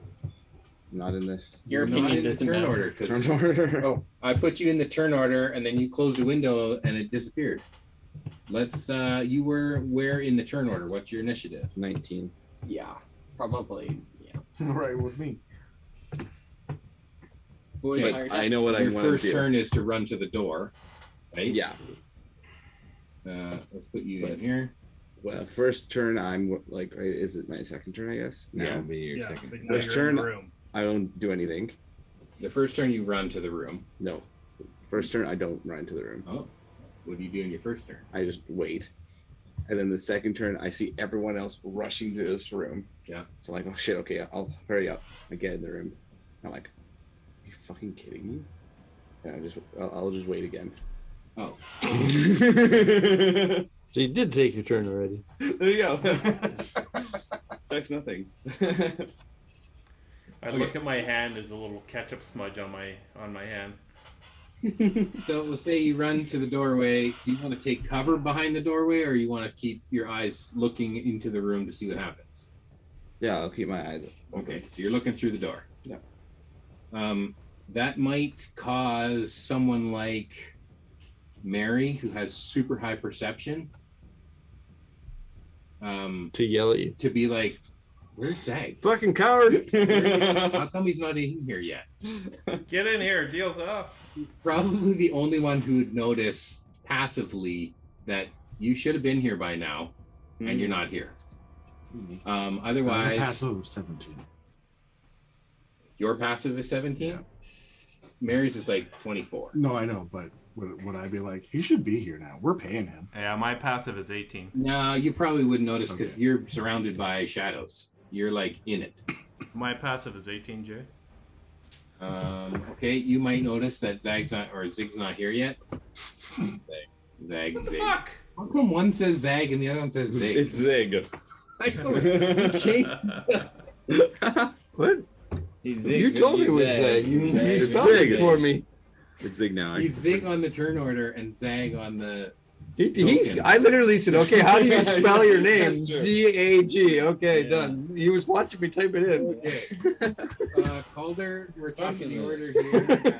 Speaker 12: Not in this.
Speaker 1: Your Not opinion in doesn't turn matter. order, 'cause-
Speaker 12: Turn order.
Speaker 1: Oh, I put you in the turn order, and then you closed the window, and it disappeared. Let's. uh You were where in the turn order? What's your initiative?
Speaker 12: Nineteen.
Speaker 3: Yeah, probably.
Speaker 7: right with me.
Speaker 12: But
Speaker 1: Okay.
Speaker 12: I know what I
Speaker 1: Your
Speaker 12: want to do.
Speaker 1: first turn is to run to the door, right?
Speaker 12: Yeah.
Speaker 1: Uh, let's put you in here.
Speaker 12: Well, first turn, I'm like, right, is it my second turn? I guess.
Speaker 1: Yeah,
Speaker 12: No.
Speaker 1: it'd be your Yeah, second but turn. now
Speaker 12: First
Speaker 1: you're in
Speaker 12: turn,
Speaker 1: the room.
Speaker 12: I don't do anything.
Speaker 1: The first turn, you run to the room.
Speaker 12: No, first turn, I don't run to the room.
Speaker 1: Oh, what do you do in your first turn?
Speaker 12: I just wait, and then the second turn, I see everyone else rushing to this room.
Speaker 1: Yeah.
Speaker 12: So like, oh shit, okay, I'll hurry up. I get in the room. I'm like, are you fucking kidding me? And I just, I'll, I'll just wait again.
Speaker 1: Oh.
Speaker 2: So you did take your turn already.
Speaker 12: There you go. That's nothing.
Speaker 9: I
Speaker 1: Okay.
Speaker 9: look at my hand. There's a little ketchup smudge on my on my hand.
Speaker 1: So we'll say you run to the doorway. Do you want to take cover behind the doorway, or you want to keep your eyes looking into the room to see what happens?
Speaker 12: Yeah, I'll keep my eyes open.
Speaker 1: Okay, so you're looking through the door.
Speaker 12: Yeah.
Speaker 1: Um, that might cause someone like Mary, who has super high perception, um,
Speaker 2: to yell at you.
Speaker 1: to be like, "Where's Zag?
Speaker 2: Fucking coward.
Speaker 1: How come he's not in here yet?"
Speaker 9: Get in here. Deals off.
Speaker 1: probably the only one who would notice passively that you should have been here by now and you're not here. Um, otherwise,
Speaker 7: Hmm. Passive of 17.
Speaker 1: your passive is 17. Mary's is like 24.
Speaker 7: No, I know, but would, would I be like, he should be here now? We're paying him.
Speaker 9: Yeah, my passive is 18.
Speaker 1: No, you probably wouldn't notice because you're surrounded by shadows. You're like in it.
Speaker 9: My passive is 18, Jay.
Speaker 1: Um, okay, you might notice that Zag's not or Zig's not here yet. Zag, Zag, Zig.
Speaker 9: Fuck.
Speaker 1: How come one says Zag and the other one says Zig?
Speaker 12: It's Zig.
Speaker 1: I know it changed.
Speaker 2: What? you told me it was Zag. You, you spelled it for me.
Speaker 12: It's Zig now.
Speaker 1: He's zig on the turn order and zag on the.
Speaker 2: He, he's, I literally said, okay, how do you spell your name? Z A G. Okay, done. He was watching me type it in.
Speaker 1: Uh, Calder, we're talking the order here.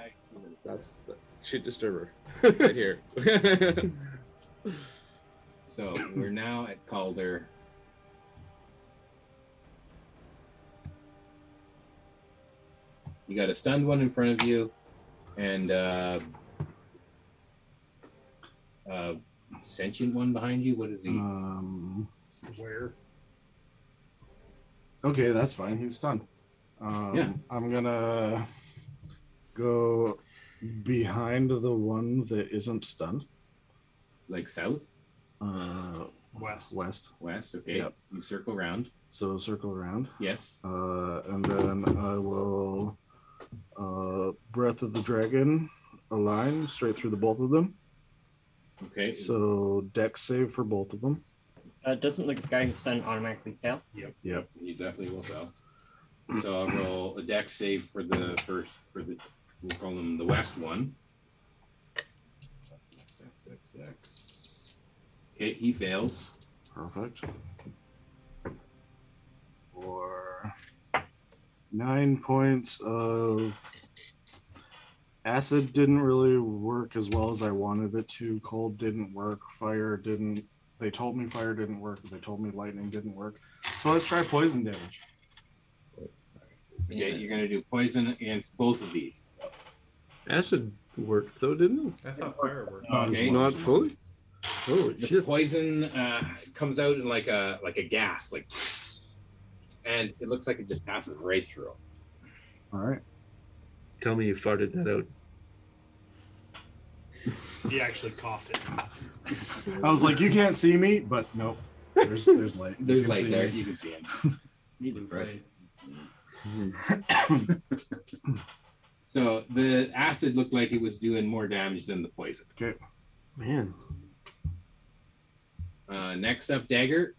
Speaker 12: That's the shit disturber right here.
Speaker 1: so we're now at Calder. You got a stunned one in front of you, and uh, uh, sentient one behind you. What is he?
Speaker 7: Um,
Speaker 5: Where?
Speaker 7: okay, that's fine. He's stunned. Um,
Speaker 1: Yeah.
Speaker 7: I'm going to go behind the one that isn't stunned.
Speaker 1: Like south,
Speaker 7: Uh,
Speaker 5: west.
Speaker 7: West.
Speaker 1: west. Okay,
Speaker 7: Yep.
Speaker 1: you circle round.
Speaker 7: So circle around.
Speaker 1: Yes.
Speaker 7: Uh, and then I will uh, Breath of the Dragon align straight through the both of them.
Speaker 1: Okay.
Speaker 7: So deck save for both of them.
Speaker 3: Uh, doesn't the guy who's stunned automatically fail?
Speaker 5: Yep.
Speaker 7: Yep.
Speaker 1: You definitely will fail. So I'll roll a deck save for the first for the we'll call them the west one. Okay, he fails.
Speaker 7: Perfect. Or nine points of acid didn't really work as well as I wanted it to. Cold didn't work. Fire didn't. They told me fire didn't work. They told me lightning didn't work. So let's try poison damage.
Speaker 1: Okay, you're gonna do poison against both of these.
Speaker 2: Acid worked though, didn't it?
Speaker 9: I thought fire worked.
Speaker 2: Oh,
Speaker 7: Uh,
Speaker 1: Okay.
Speaker 2: Not fully. Oh
Speaker 1: The
Speaker 2: shit!
Speaker 1: poison uh, comes out in like a like a gas, like, and it looks like it just passes right through. him.
Speaker 7: All right.
Speaker 2: Tell me you farted that out.
Speaker 5: He actually coughed it.
Speaker 7: I was like, you can't see me, but nope. There's there's light. You
Speaker 1: There's
Speaker 7: can
Speaker 1: light
Speaker 7: see
Speaker 1: there.
Speaker 7: me.
Speaker 1: You can see him. So the acid looked like it was doing more damage than the poison.
Speaker 7: Okay.
Speaker 2: Man.
Speaker 1: Uh, next up, dagger.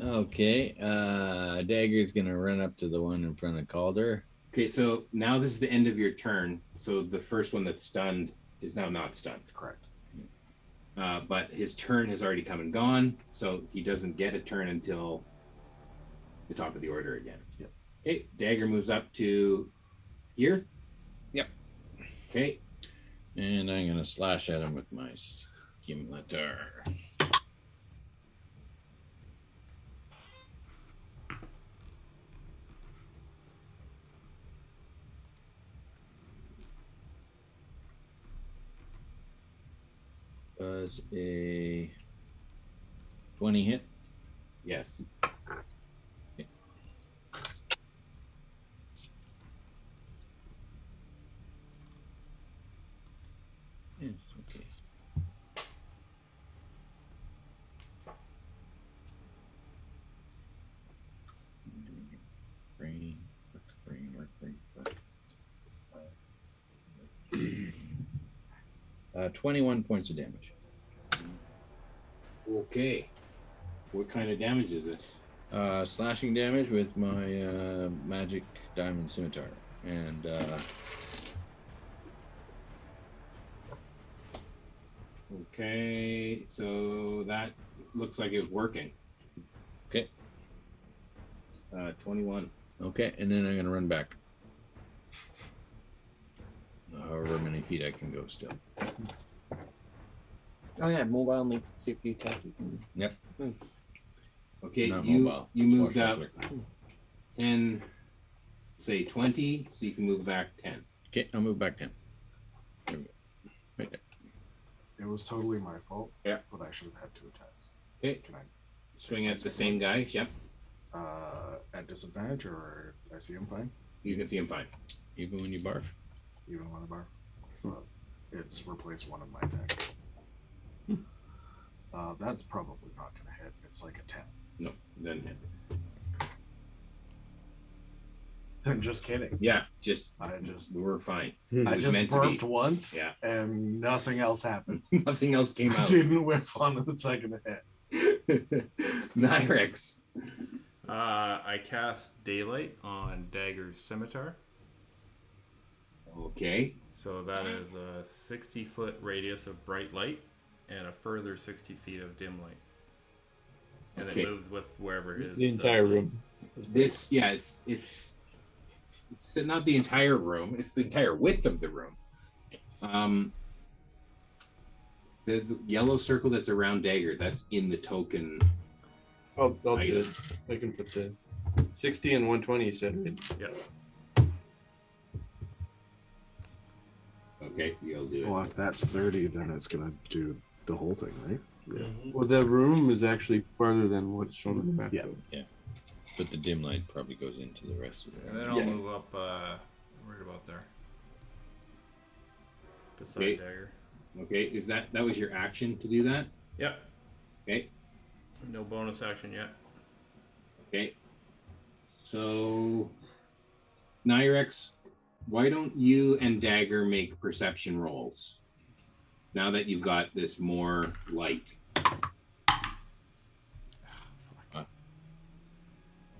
Speaker 4: Okay, uh, Dagger's gonna run up to the one in front of Calder.
Speaker 1: Okay, so now this is the end of your turn. So the first one that's stunned is now not stunned. Correct. Uh, but his turn has already come and gone, so he doesn't get a turn until the top of the order again. Yep. Okay, dagger moves up to here.
Speaker 4: Yep.
Speaker 1: Okay.
Speaker 4: And I'm gonna slash at him with my scimitar. Does a twenty hit?
Speaker 1: Yes.
Speaker 4: Yes, okay. Brain, work, brain, work, brain, work. Uh, 21 points of damage.
Speaker 1: Okay. What kind of damage is this?
Speaker 4: Uh, slashing damage with my uh, magic diamond scimitar. And uh,
Speaker 1: Okay, so that looks like it was working.
Speaker 4: Okay.
Speaker 1: Uh, 21.
Speaker 4: okay, and then I'm gonna run back. However many feet I can go still.
Speaker 3: Oh yeah, mobile makes it super you attack. You can.
Speaker 4: Yep.
Speaker 1: Okay,
Speaker 4: Not
Speaker 1: you
Speaker 4: mobile,
Speaker 1: you moved up
Speaker 4: unfortunately.
Speaker 1: 10, say 20, so you can move back 10.
Speaker 4: Okay, I'll move back 10. There we go. Right there.
Speaker 15: It was totally my fault.
Speaker 1: Yeah.
Speaker 15: But I should have had two attacks.
Speaker 1: Okay.
Speaker 15: Can I
Speaker 1: Swing at the same guy. Yep.
Speaker 15: Uh, at disadvantage, or I see him fine.
Speaker 1: You can see him fine.
Speaker 4: Even when you barf.
Speaker 15: Even when I barf. So it's replace one of my attacks. Uh, that's probably not going to hit. It's like a 10.
Speaker 1: No, doesn't hit.
Speaker 15: I'm just kidding.
Speaker 1: Yeah, just
Speaker 15: I just
Speaker 1: we're fine.
Speaker 15: I
Speaker 1: It was
Speaker 15: just
Speaker 1: meant to be.
Speaker 15: burped once
Speaker 1: Yeah.
Speaker 15: and nothing else happened.
Speaker 1: Nothing else came out.
Speaker 15: Didn't whiff on the second hit.
Speaker 1: Nyrex.
Speaker 9: Uh, I cast Daylight on Dagger's Scimitar.
Speaker 1: Okay.
Speaker 9: So that is a 60 foot radius of bright light and a further 60 feet of dim light. And
Speaker 1: Okay.
Speaker 9: it uh, moves with wherever his.
Speaker 2: The entire room.
Speaker 1: This yeah, it's it's it's not the entire room. It's the entire width of the room. Um, the, the yellow circle that's around dagger that's in the token.
Speaker 2: I'll, I'll
Speaker 1: I-
Speaker 2: do it. I can put the 60 and 120, you said, right?
Speaker 9: Yeah.
Speaker 1: Okay, you'll do it.
Speaker 15: Well, if that's 30, then it's going to do the whole thing, right?
Speaker 2: Yeah. Well, the room is actually farther than what's shown on the map.
Speaker 15: Yeah.
Speaker 2: though.
Speaker 4: Yeah. But the dim light probably goes into the rest of it.
Speaker 9: And then I'll
Speaker 2: Yeah.
Speaker 9: move up uh, right about there. Beside
Speaker 1: Okay.
Speaker 9: Dagger.
Speaker 1: Okay, is that that was your action to do that?
Speaker 9: Yep.
Speaker 1: Okay.
Speaker 9: No bonus action yet.
Speaker 1: Okay. So, Nyrex, why don't you and Dagger make perception rolls? Now that you've got this more light.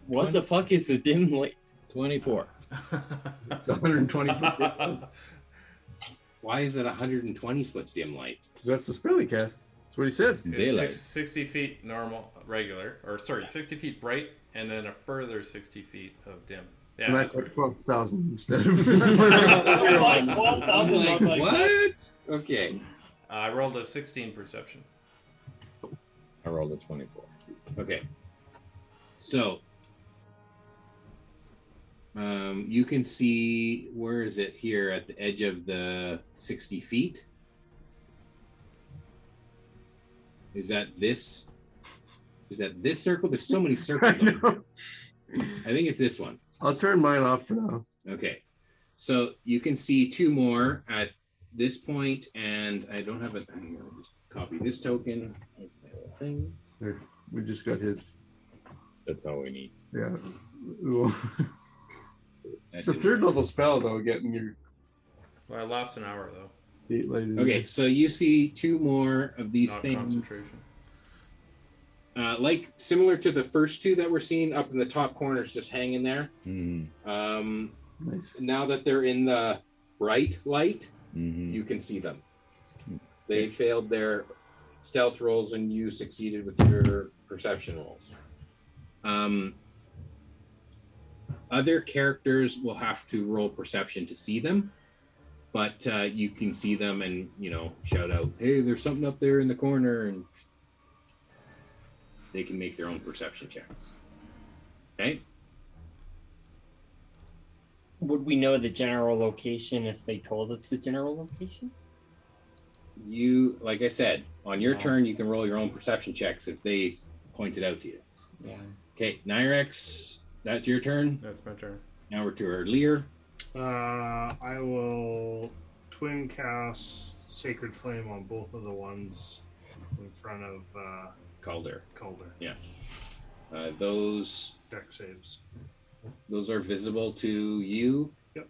Speaker 3: What the fuck is the dim light?
Speaker 4: 24.
Speaker 2: 120 foot.
Speaker 1: Why is it 120 foot dim light?
Speaker 2: That's the spell he cast. That's what he said.
Speaker 9: It's six- 60 feet normal, regular, or sorry, 60 feet bright, and then a further 60 feet of dim. Yeah,
Speaker 2: and
Speaker 9: that's
Speaker 2: that's like 12,000 instead of.
Speaker 9: Like
Speaker 2: 12,000, I was like,
Speaker 1: what? Okay.
Speaker 9: I rolled a 16 perception.
Speaker 1: Uh,
Speaker 4: I rolled a 24.
Speaker 1: Okay. So, um, you can see where is it here at the edge of the 60 feet? Is that this? Is that this circle? There's so many circles. on here. I think it's this one.
Speaker 2: I'll turn mine off for now.
Speaker 1: Okay. So you can see two more at this point, and I don't have a I'm gonna just copy this token. Thing.
Speaker 2: There, We just got his.
Speaker 4: That's all we need.
Speaker 2: Yeah. Ooh. it's a
Speaker 1: didn't-
Speaker 2: third level spell, though, getting your
Speaker 9: Well, I lost an hour, though.
Speaker 2: feet lighted.
Speaker 1: Okay, so you see two more of these
Speaker 9: Not
Speaker 1: things
Speaker 9: concentration.
Speaker 1: Uh, like similar to the first two that we're seeing up in the top corners, just hanging there.
Speaker 30: Hmm.
Speaker 1: Um, Now that they're in the bright light,
Speaker 30: Mhm.
Speaker 1: you can see them. They failed their stealth rolls, and you succeeded with your perception rolls. Um, other characters will have to roll perception to see them, but uh, you can see them and you know shout out, "Hey, there's something up there in the corner," and they can make their own perception checks. Okay.
Speaker 31: Would we know the general location if they told us the general location?
Speaker 1: You, like I said, on your
Speaker 31: Yeah.
Speaker 1: turn, you can roll your own perception checks if they point it out to you.
Speaker 31: Yeah.
Speaker 1: Okay, Nyrex, that's your turn.
Speaker 9: That's my turn.
Speaker 1: Now we're to our Lear.
Speaker 5: Uh, I will twin cast Sacred Flame on both of the ones in front of uh,
Speaker 1: Calder.
Speaker 5: Calder.
Speaker 1: Yeah. Uh, those
Speaker 5: Deck saves.
Speaker 1: those are visible to you.
Speaker 5: Yep.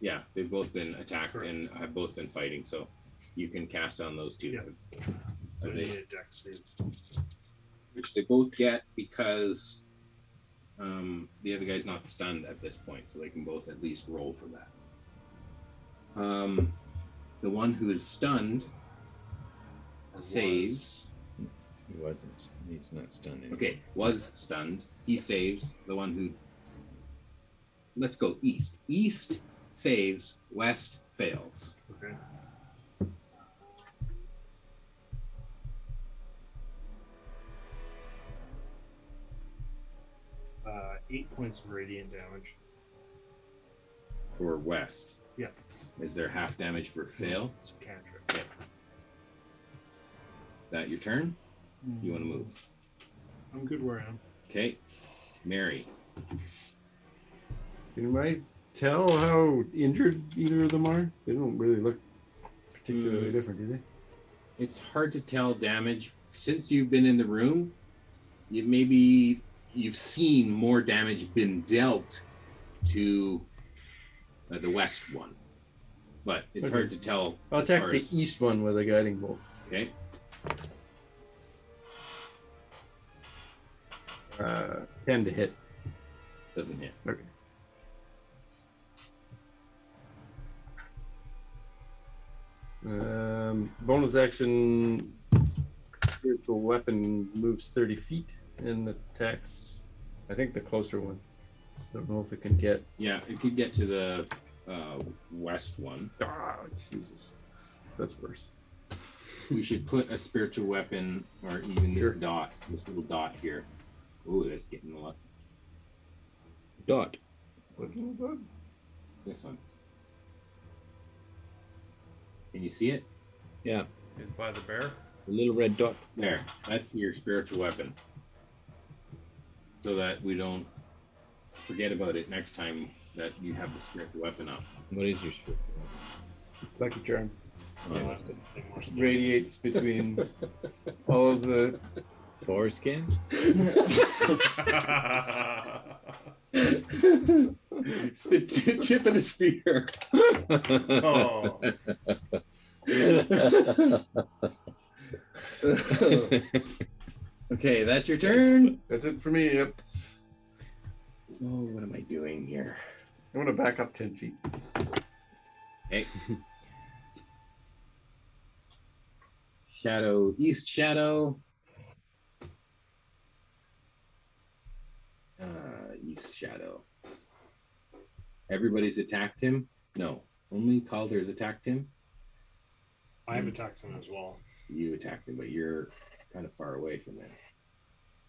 Speaker 1: Yeah, they've both been attacked and have both been fighting, so you can cast on those two.
Speaker 5: So
Speaker 1: So
Speaker 5: I
Speaker 1: they-
Speaker 5: need a deck save.
Speaker 1: which they both get because um, the other guy's not stunned at this point, so they can both at least roll for that. Um, the one who is stunned saves.
Speaker 30: He wasn't. He's not stunning.
Speaker 1: Okay, was stunned. He saves. The one who. Let's go east. East saves. West fails.
Speaker 5: Okay. Uh, eight points of radiant damage.
Speaker 1: For West.
Speaker 5: Yeah.
Speaker 1: Is there half damage for fail?
Speaker 5: It's a cantrip.
Speaker 1: That your turn? You want to move?
Speaker 5: Mm. I'm good where I am.
Speaker 1: Okay, Mary.
Speaker 2: Can I tell how injured either of them are? They don't really look particularly
Speaker 1: Mm.
Speaker 2: different, do they?
Speaker 1: It's hard to tell damage since you've been in the room. You've maybe you've seen more damage been dealt to uh, the west one, but it's
Speaker 2: Okay.
Speaker 1: hard to tell.
Speaker 2: I'll
Speaker 1: as
Speaker 2: attack
Speaker 1: far
Speaker 2: the
Speaker 1: as-
Speaker 2: east one with a guiding bolt.
Speaker 1: Okay,
Speaker 2: Uh, 10 to hit.
Speaker 1: doesn't hit.
Speaker 2: Okay. Um, bonus action spiritual weapon moves 30 feet and attacks, I think, the closer one. I don't know if it can get.
Speaker 1: Yeah, if you get to the uh, west one,
Speaker 2: Ah, Jesus. That's worse.
Speaker 1: we should put a spiritual weapon or even this dot, this little dot here. Ooh, that's getting a lot.
Speaker 30: Dot.
Speaker 2: What little dot?
Speaker 1: This one. Can you see it?
Speaker 30: Yeah.
Speaker 9: Is by the bear.
Speaker 30: The little red dot.
Speaker 1: There, that's your spiritual weapon. So that we don't forget about it next time that you have the spiritual weapon up.
Speaker 30: What is your spiritual weapon?
Speaker 2: Lucky charm.
Speaker 30: Yeah.
Speaker 2: Radiates between all of the
Speaker 30: foreskin.
Speaker 1: It's the t- tip of the spear.
Speaker 30: Oh.
Speaker 1: okay, that's your turn.
Speaker 2: That's it for me. Yep.
Speaker 1: Oh, what am I doing here?
Speaker 2: I'm going to back up 10 feet.
Speaker 1: Hey. Shadow, East Shadow. Uh, East Shadow. Everybody's attacked him? No, only Calder's attacked him.
Speaker 5: I've attacked him as well.
Speaker 1: You attacked him, but you're kind of far away from him.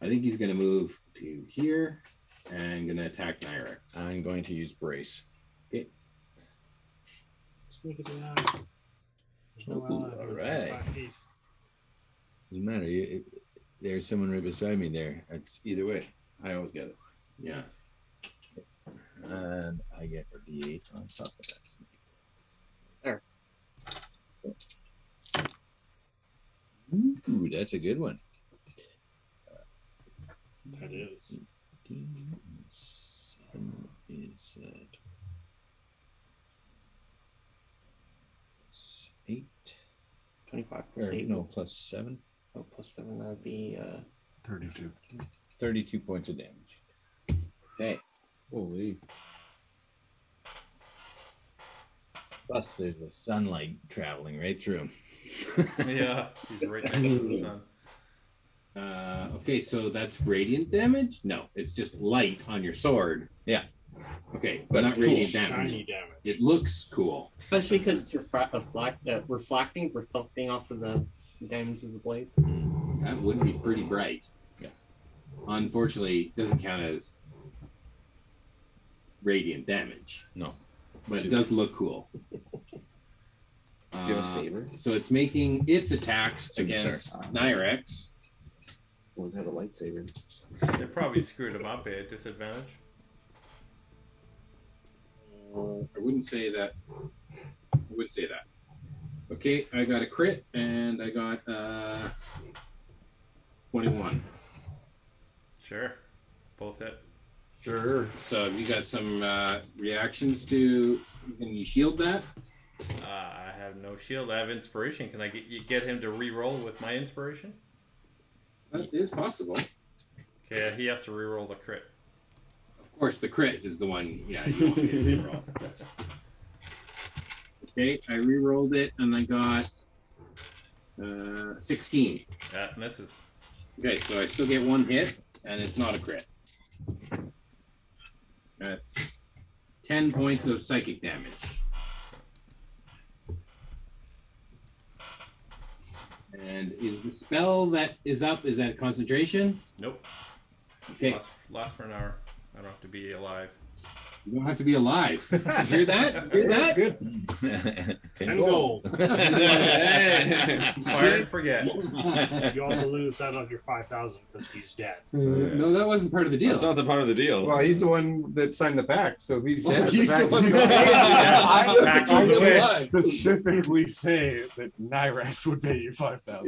Speaker 1: I think he's going to move to here and going to attack Nyrex.
Speaker 30: I'm going to use brace.
Speaker 1: Okay.
Speaker 5: Sneak it down. There's no
Speaker 30: Ooh,
Speaker 5: ally
Speaker 30: all
Speaker 5: within
Speaker 30: right.
Speaker 5: five feet.
Speaker 30: Doesn't matter. You- it- there's someone right beside me there. It's either way. I always get it.
Speaker 1: Yeah.
Speaker 30: And I get a D8 on top of that.
Speaker 31: There.
Speaker 30: Ooh, that's a good one.
Speaker 5: That is.
Speaker 30: Seven is that? Eight.
Speaker 3: 25 plus
Speaker 4: Or,
Speaker 3: 8.
Speaker 4: no, plus 7.
Speaker 3: Oh, plus 7, that would be uh,
Speaker 4: 32. 32 points of damage.
Speaker 15: Okay.
Speaker 4: Holy. Plus, there's the sunlight traveling right through him.
Speaker 9: yeah, he's right next to the sun.
Speaker 15: Uh, okay, so that's radiant damage? No, it's just light on your sword.
Speaker 4: Yeah.
Speaker 15: Okay, but
Speaker 4: But
Speaker 15: not
Speaker 4: it's
Speaker 15: radiant
Speaker 4: cool.
Speaker 15: damage.
Speaker 4: Shiny damage.
Speaker 15: It looks cool.
Speaker 3: Especially because it's refra- reflect, uh, reflecting, reflecting off of the diamonds of the blade.
Speaker 15: That would be pretty bright. Yeah. Unfortunately, it doesn't count as radiant damage.
Speaker 4: No.
Speaker 15: But it does look cool.
Speaker 12: Do you have a
Speaker 15: Uh,
Speaker 12: saber?
Speaker 15: So it's making its attacks
Speaker 12: Saber,
Speaker 15: against
Speaker 12: sorry.
Speaker 15: Nyrex.
Speaker 12: Always have a lightsaber.
Speaker 9: They probably screwed him up at disadvantage.
Speaker 15: I wouldn't say that. I would say that. Okay, I got a crit and I got uh, 21.
Speaker 9: Sure. Both hit.
Speaker 15: Sure. So have you got some uh, reactions to. Can you shield that?
Speaker 9: Uh, I have no shield. I have inspiration. Can I get you get him to re-roll with my inspiration?
Speaker 15: That is possible.
Speaker 9: Okay, he has to re-roll the crit.
Speaker 15: Of course, the crit is the one. Yeah, you want me to re-roll. okay, I re-rolled it and I got uh, 16.
Speaker 9: That misses.
Speaker 15: Okay, so I still get one hit, and it's not a crit. That's 10 points of psychic damage. And is the spell that is up, is that concentration?
Speaker 9: Nope.
Speaker 15: Okay.
Speaker 9: Last, last for an hour. I don't have to be alive.
Speaker 15: You don't have to be alive. You hear that? You hear that?
Speaker 4: Good.
Speaker 5: Ten gold.
Speaker 9: Fire and forget.
Speaker 5: You also lose that on your five thousand because he's dead.
Speaker 15: No, that wasn't part of the deal.
Speaker 2: That's not the part of the deal.
Speaker 32: Well, he's the one that signed the pact, so he's
Speaker 2: Well,
Speaker 32: dead.
Speaker 2: he's
Speaker 32: The
Speaker 2: the one
Speaker 32: pact-
Speaker 2: that-
Speaker 32: I was-
Speaker 2: Pact
Speaker 32: I
Speaker 2: was
Speaker 32: was
Speaker 2: away.
Speaker 33: specifically say that Nyrax would pay you five thousand.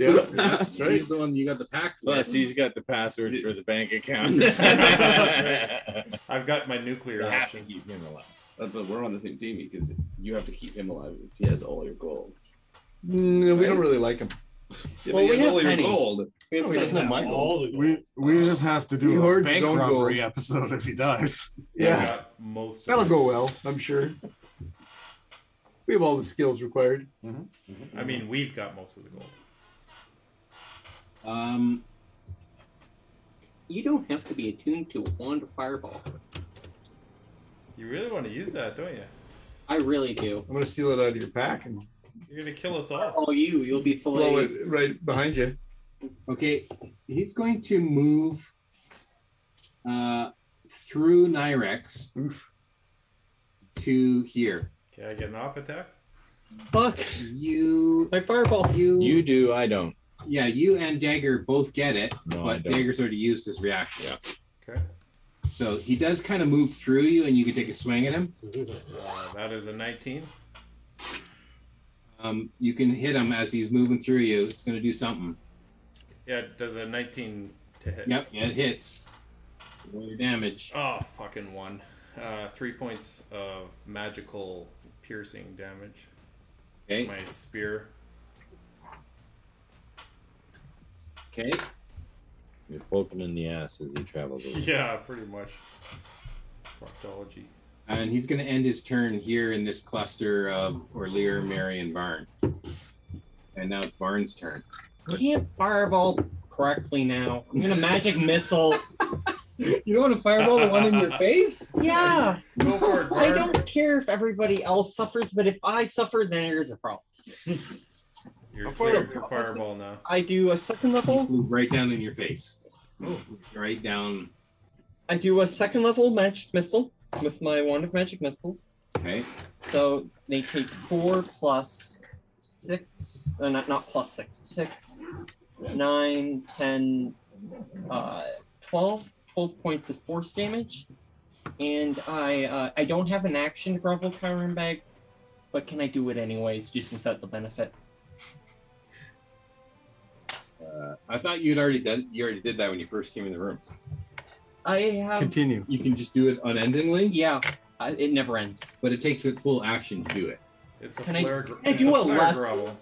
Speaker 15: He's the one you got the pack.
Speaker 4: Plus, he's got the password for the bank account.
Speaker 9: I've got my nuclear
Speaker 12: You have
Speaker 9: option.
Speaker 12: to keep him alive. Uh, But we're on the same team because you have to keep him alive if he has all your gold.
Speaker 2: No, Mm, we don't
Speaker 12: Right.
Speaker 2: really like him.
Speaker 12: Yeah, but he has all your gold.
Speaker 2: No, Oh, he doesn't have my gold.
Speaker 33: We we just have to
Speaker 2: He
Speaker 33: do a
Speaker 2: hoards
Speaker 33: bank
Speaker 2: his own
Speaker 33: robbery
Speaker 2: gold.
Speaker 33: episode if he dies.
Speaker 2: Yeah.
Speaker 9: got most of
Speaker 2: That'll go well, I'm sure. We have all the skills required.
Speaker 9: I mean, we've got most of the gold.
Speaker 15: Um,
Speaker 3: you don't have to be attuned to a wand of fireball.
Speaker 9: You really want to use that, don't you?
Speaker 3: I really do.
Speaker 2: I'm gonna steal it out of your pack and
Speaker 9: You're gonna kill us all.
Speaker 3: Oh, you, you'll be full
Speaker 2: blow
Speaker 3: of.
Speaker 2: it right behind you.
Speaker 15: Okay, he's going to move uh, through Nyrex to here.
Speaker 9: Can I get an op attack?
Speaker 15: Fuck you!
Speaker 3: My fireball.
Speaker 15: You.
Speaker 4: you do, I don't.
Speaker 15: Yeah, you and Dagger both get it,
Speaker 4: No, Oh, I
Speaker 15: but
Speaker 4: don't.
Speaker 15: Dagger's already used his reaction.
Speaker 9: Okay.
Speaker 15: So he does kind of move through you, and you can take a swing at him.
Speaker 9: Uh, that is a 19.
Speaker 15: Um, you can hit him as he's moving through you. It's going to do something.
Speaker 9: Yeah, it does a 19 to hit.
Speaker 15: Yep, yeah, it hits. Roll your damage.
Speaker 9: Oh, fucking one. Uh, three points of magical piercing damage.
Speaker 15: Okay.
Speaker 9: My spear.
Speaker 15: Okay.
Speaker 4: You're poking in the ass as he travels. Over.
Speaker 9: Yeah, pretty much. Proctology.
Speaker 15: And he's going to end his turn here in this cluster of Orlear, Mary, and Varn. And now it's Varn's turn.
Speaker 3: Can't fireball correctly now. I'm gonna magic missile.
Speaker 15: You don't want to fireball the one in your face?
Speaker 3: Yeah.
Speaker 9: Go for it,
Speaker 3: I
Speaker 9: Barb.
Speaker 3: don't care if everybody else suffers, but if I suffer, then there's a problem.
Speaker 9: You're
Speaker 3: fire-
Speaker 9: cleared for fireball now.
Speaker 3: I do a second level.
Speaker 15: Move right down in your face. Right down.
Speaker 3: I do a second level magic missile with my wand of magic missiles.
Speaker 15: Okay.
Speaker 3: So they take four plus six, uh, not not plus six, six, nine, ten, uh, twelve, twelve points of force damage. And I uh, I don't have an action to grovel Kyron bag, but can I do it anyways, just without the benefit?
Speaker 15: Uh, I thought you'd already done. You already did that when you first came in the room.
Speaker 3: I
Speaker 2: Um,
Speaker 3: have
Speaker 15: Continue. You can just do it unendingly.
Speaker 3: Yeah, I, it never ends.
Speaker 15: But it takes a full action to do it.
Speaker 9: It's a
Speaker 3: Can I-
Speaker 9: flare,
Speaker 3: can I
Speaker 9: it's
Speaker 3: do
Speaker 9: a
Speaker 3: a
Speaker 9: flare
Speaker 3: less-
Speaker 9: grovel.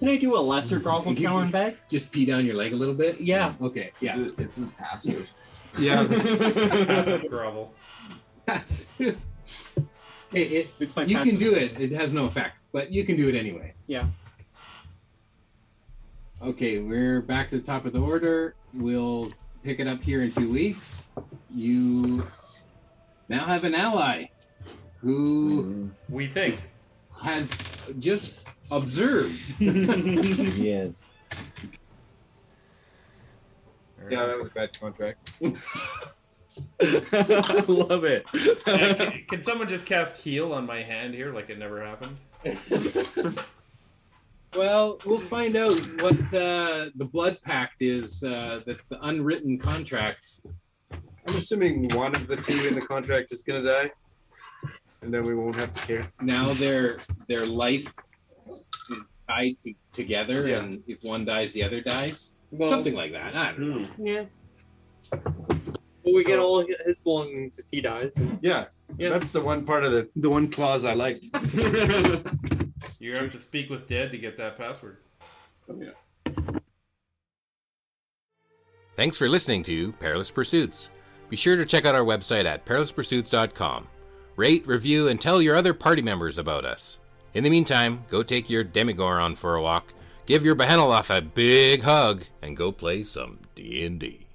Speaker 3: Can I do a
Speaker 15: Mm-hmm.
Speaker 3: lesser grovel challenge bag?
Speaker 15: Just pee down your leg a little bit?
Speaker 3: Yeah.
Speaker 15: Okay.
Speaker 3: Yeah.
Speaker 34: It's, it's his passive.
Speaker 15: Yeah.
Speaker 9: Passive grovel.
Speaker 15: hey, it, you can
Speaker 9: passive.
Speaker 15: do it. It has no effect, but you can do it anyway.
Speaker 3: Yeah.
Speaker 15: Okay, we're back to the top of the order. We'll pick it up here in two weeks. You now have an ally who
Speaker 9: we think
Speaker 15: has just observed.
Speaker 4: yes.
Speaker 2: Yeah, that was a bad contract.
Speaker 9: I love it. can, can someone just cast heal on my hand here like it never happened?
Speaker 15: Well, we'll find out what uh, the blood pact is. Uh, that's the unwritten contract.
Speaker 2: I'm assuming one of the two in the contract is going to die, and then we won't have to care.
Speaker 15: Now their their life is tied to, together,
Speaker 2: Yeah.
Speaker 15: and if one dies, the other dies. Something like that. I don't know.
Speaker 3: Yeah.
Speaker 35: Well,
Speaker 3: we get all his belongings if he dies.
Speaker 2: Yeah, that's the one part of the the one clause I liked.
Speaker 9: You have to speak with dead to get that password.
Speaker 2: Yeah.
Speaker 1: Thanks for listening to Perilous Pursuits. Be sure to check out our website at perilouspursuits.com. Rate, review, and tell your other party members about us. In the meantime, go take your Demigoron for a walk, give your Behenoloth a big hug, and go play some D&D.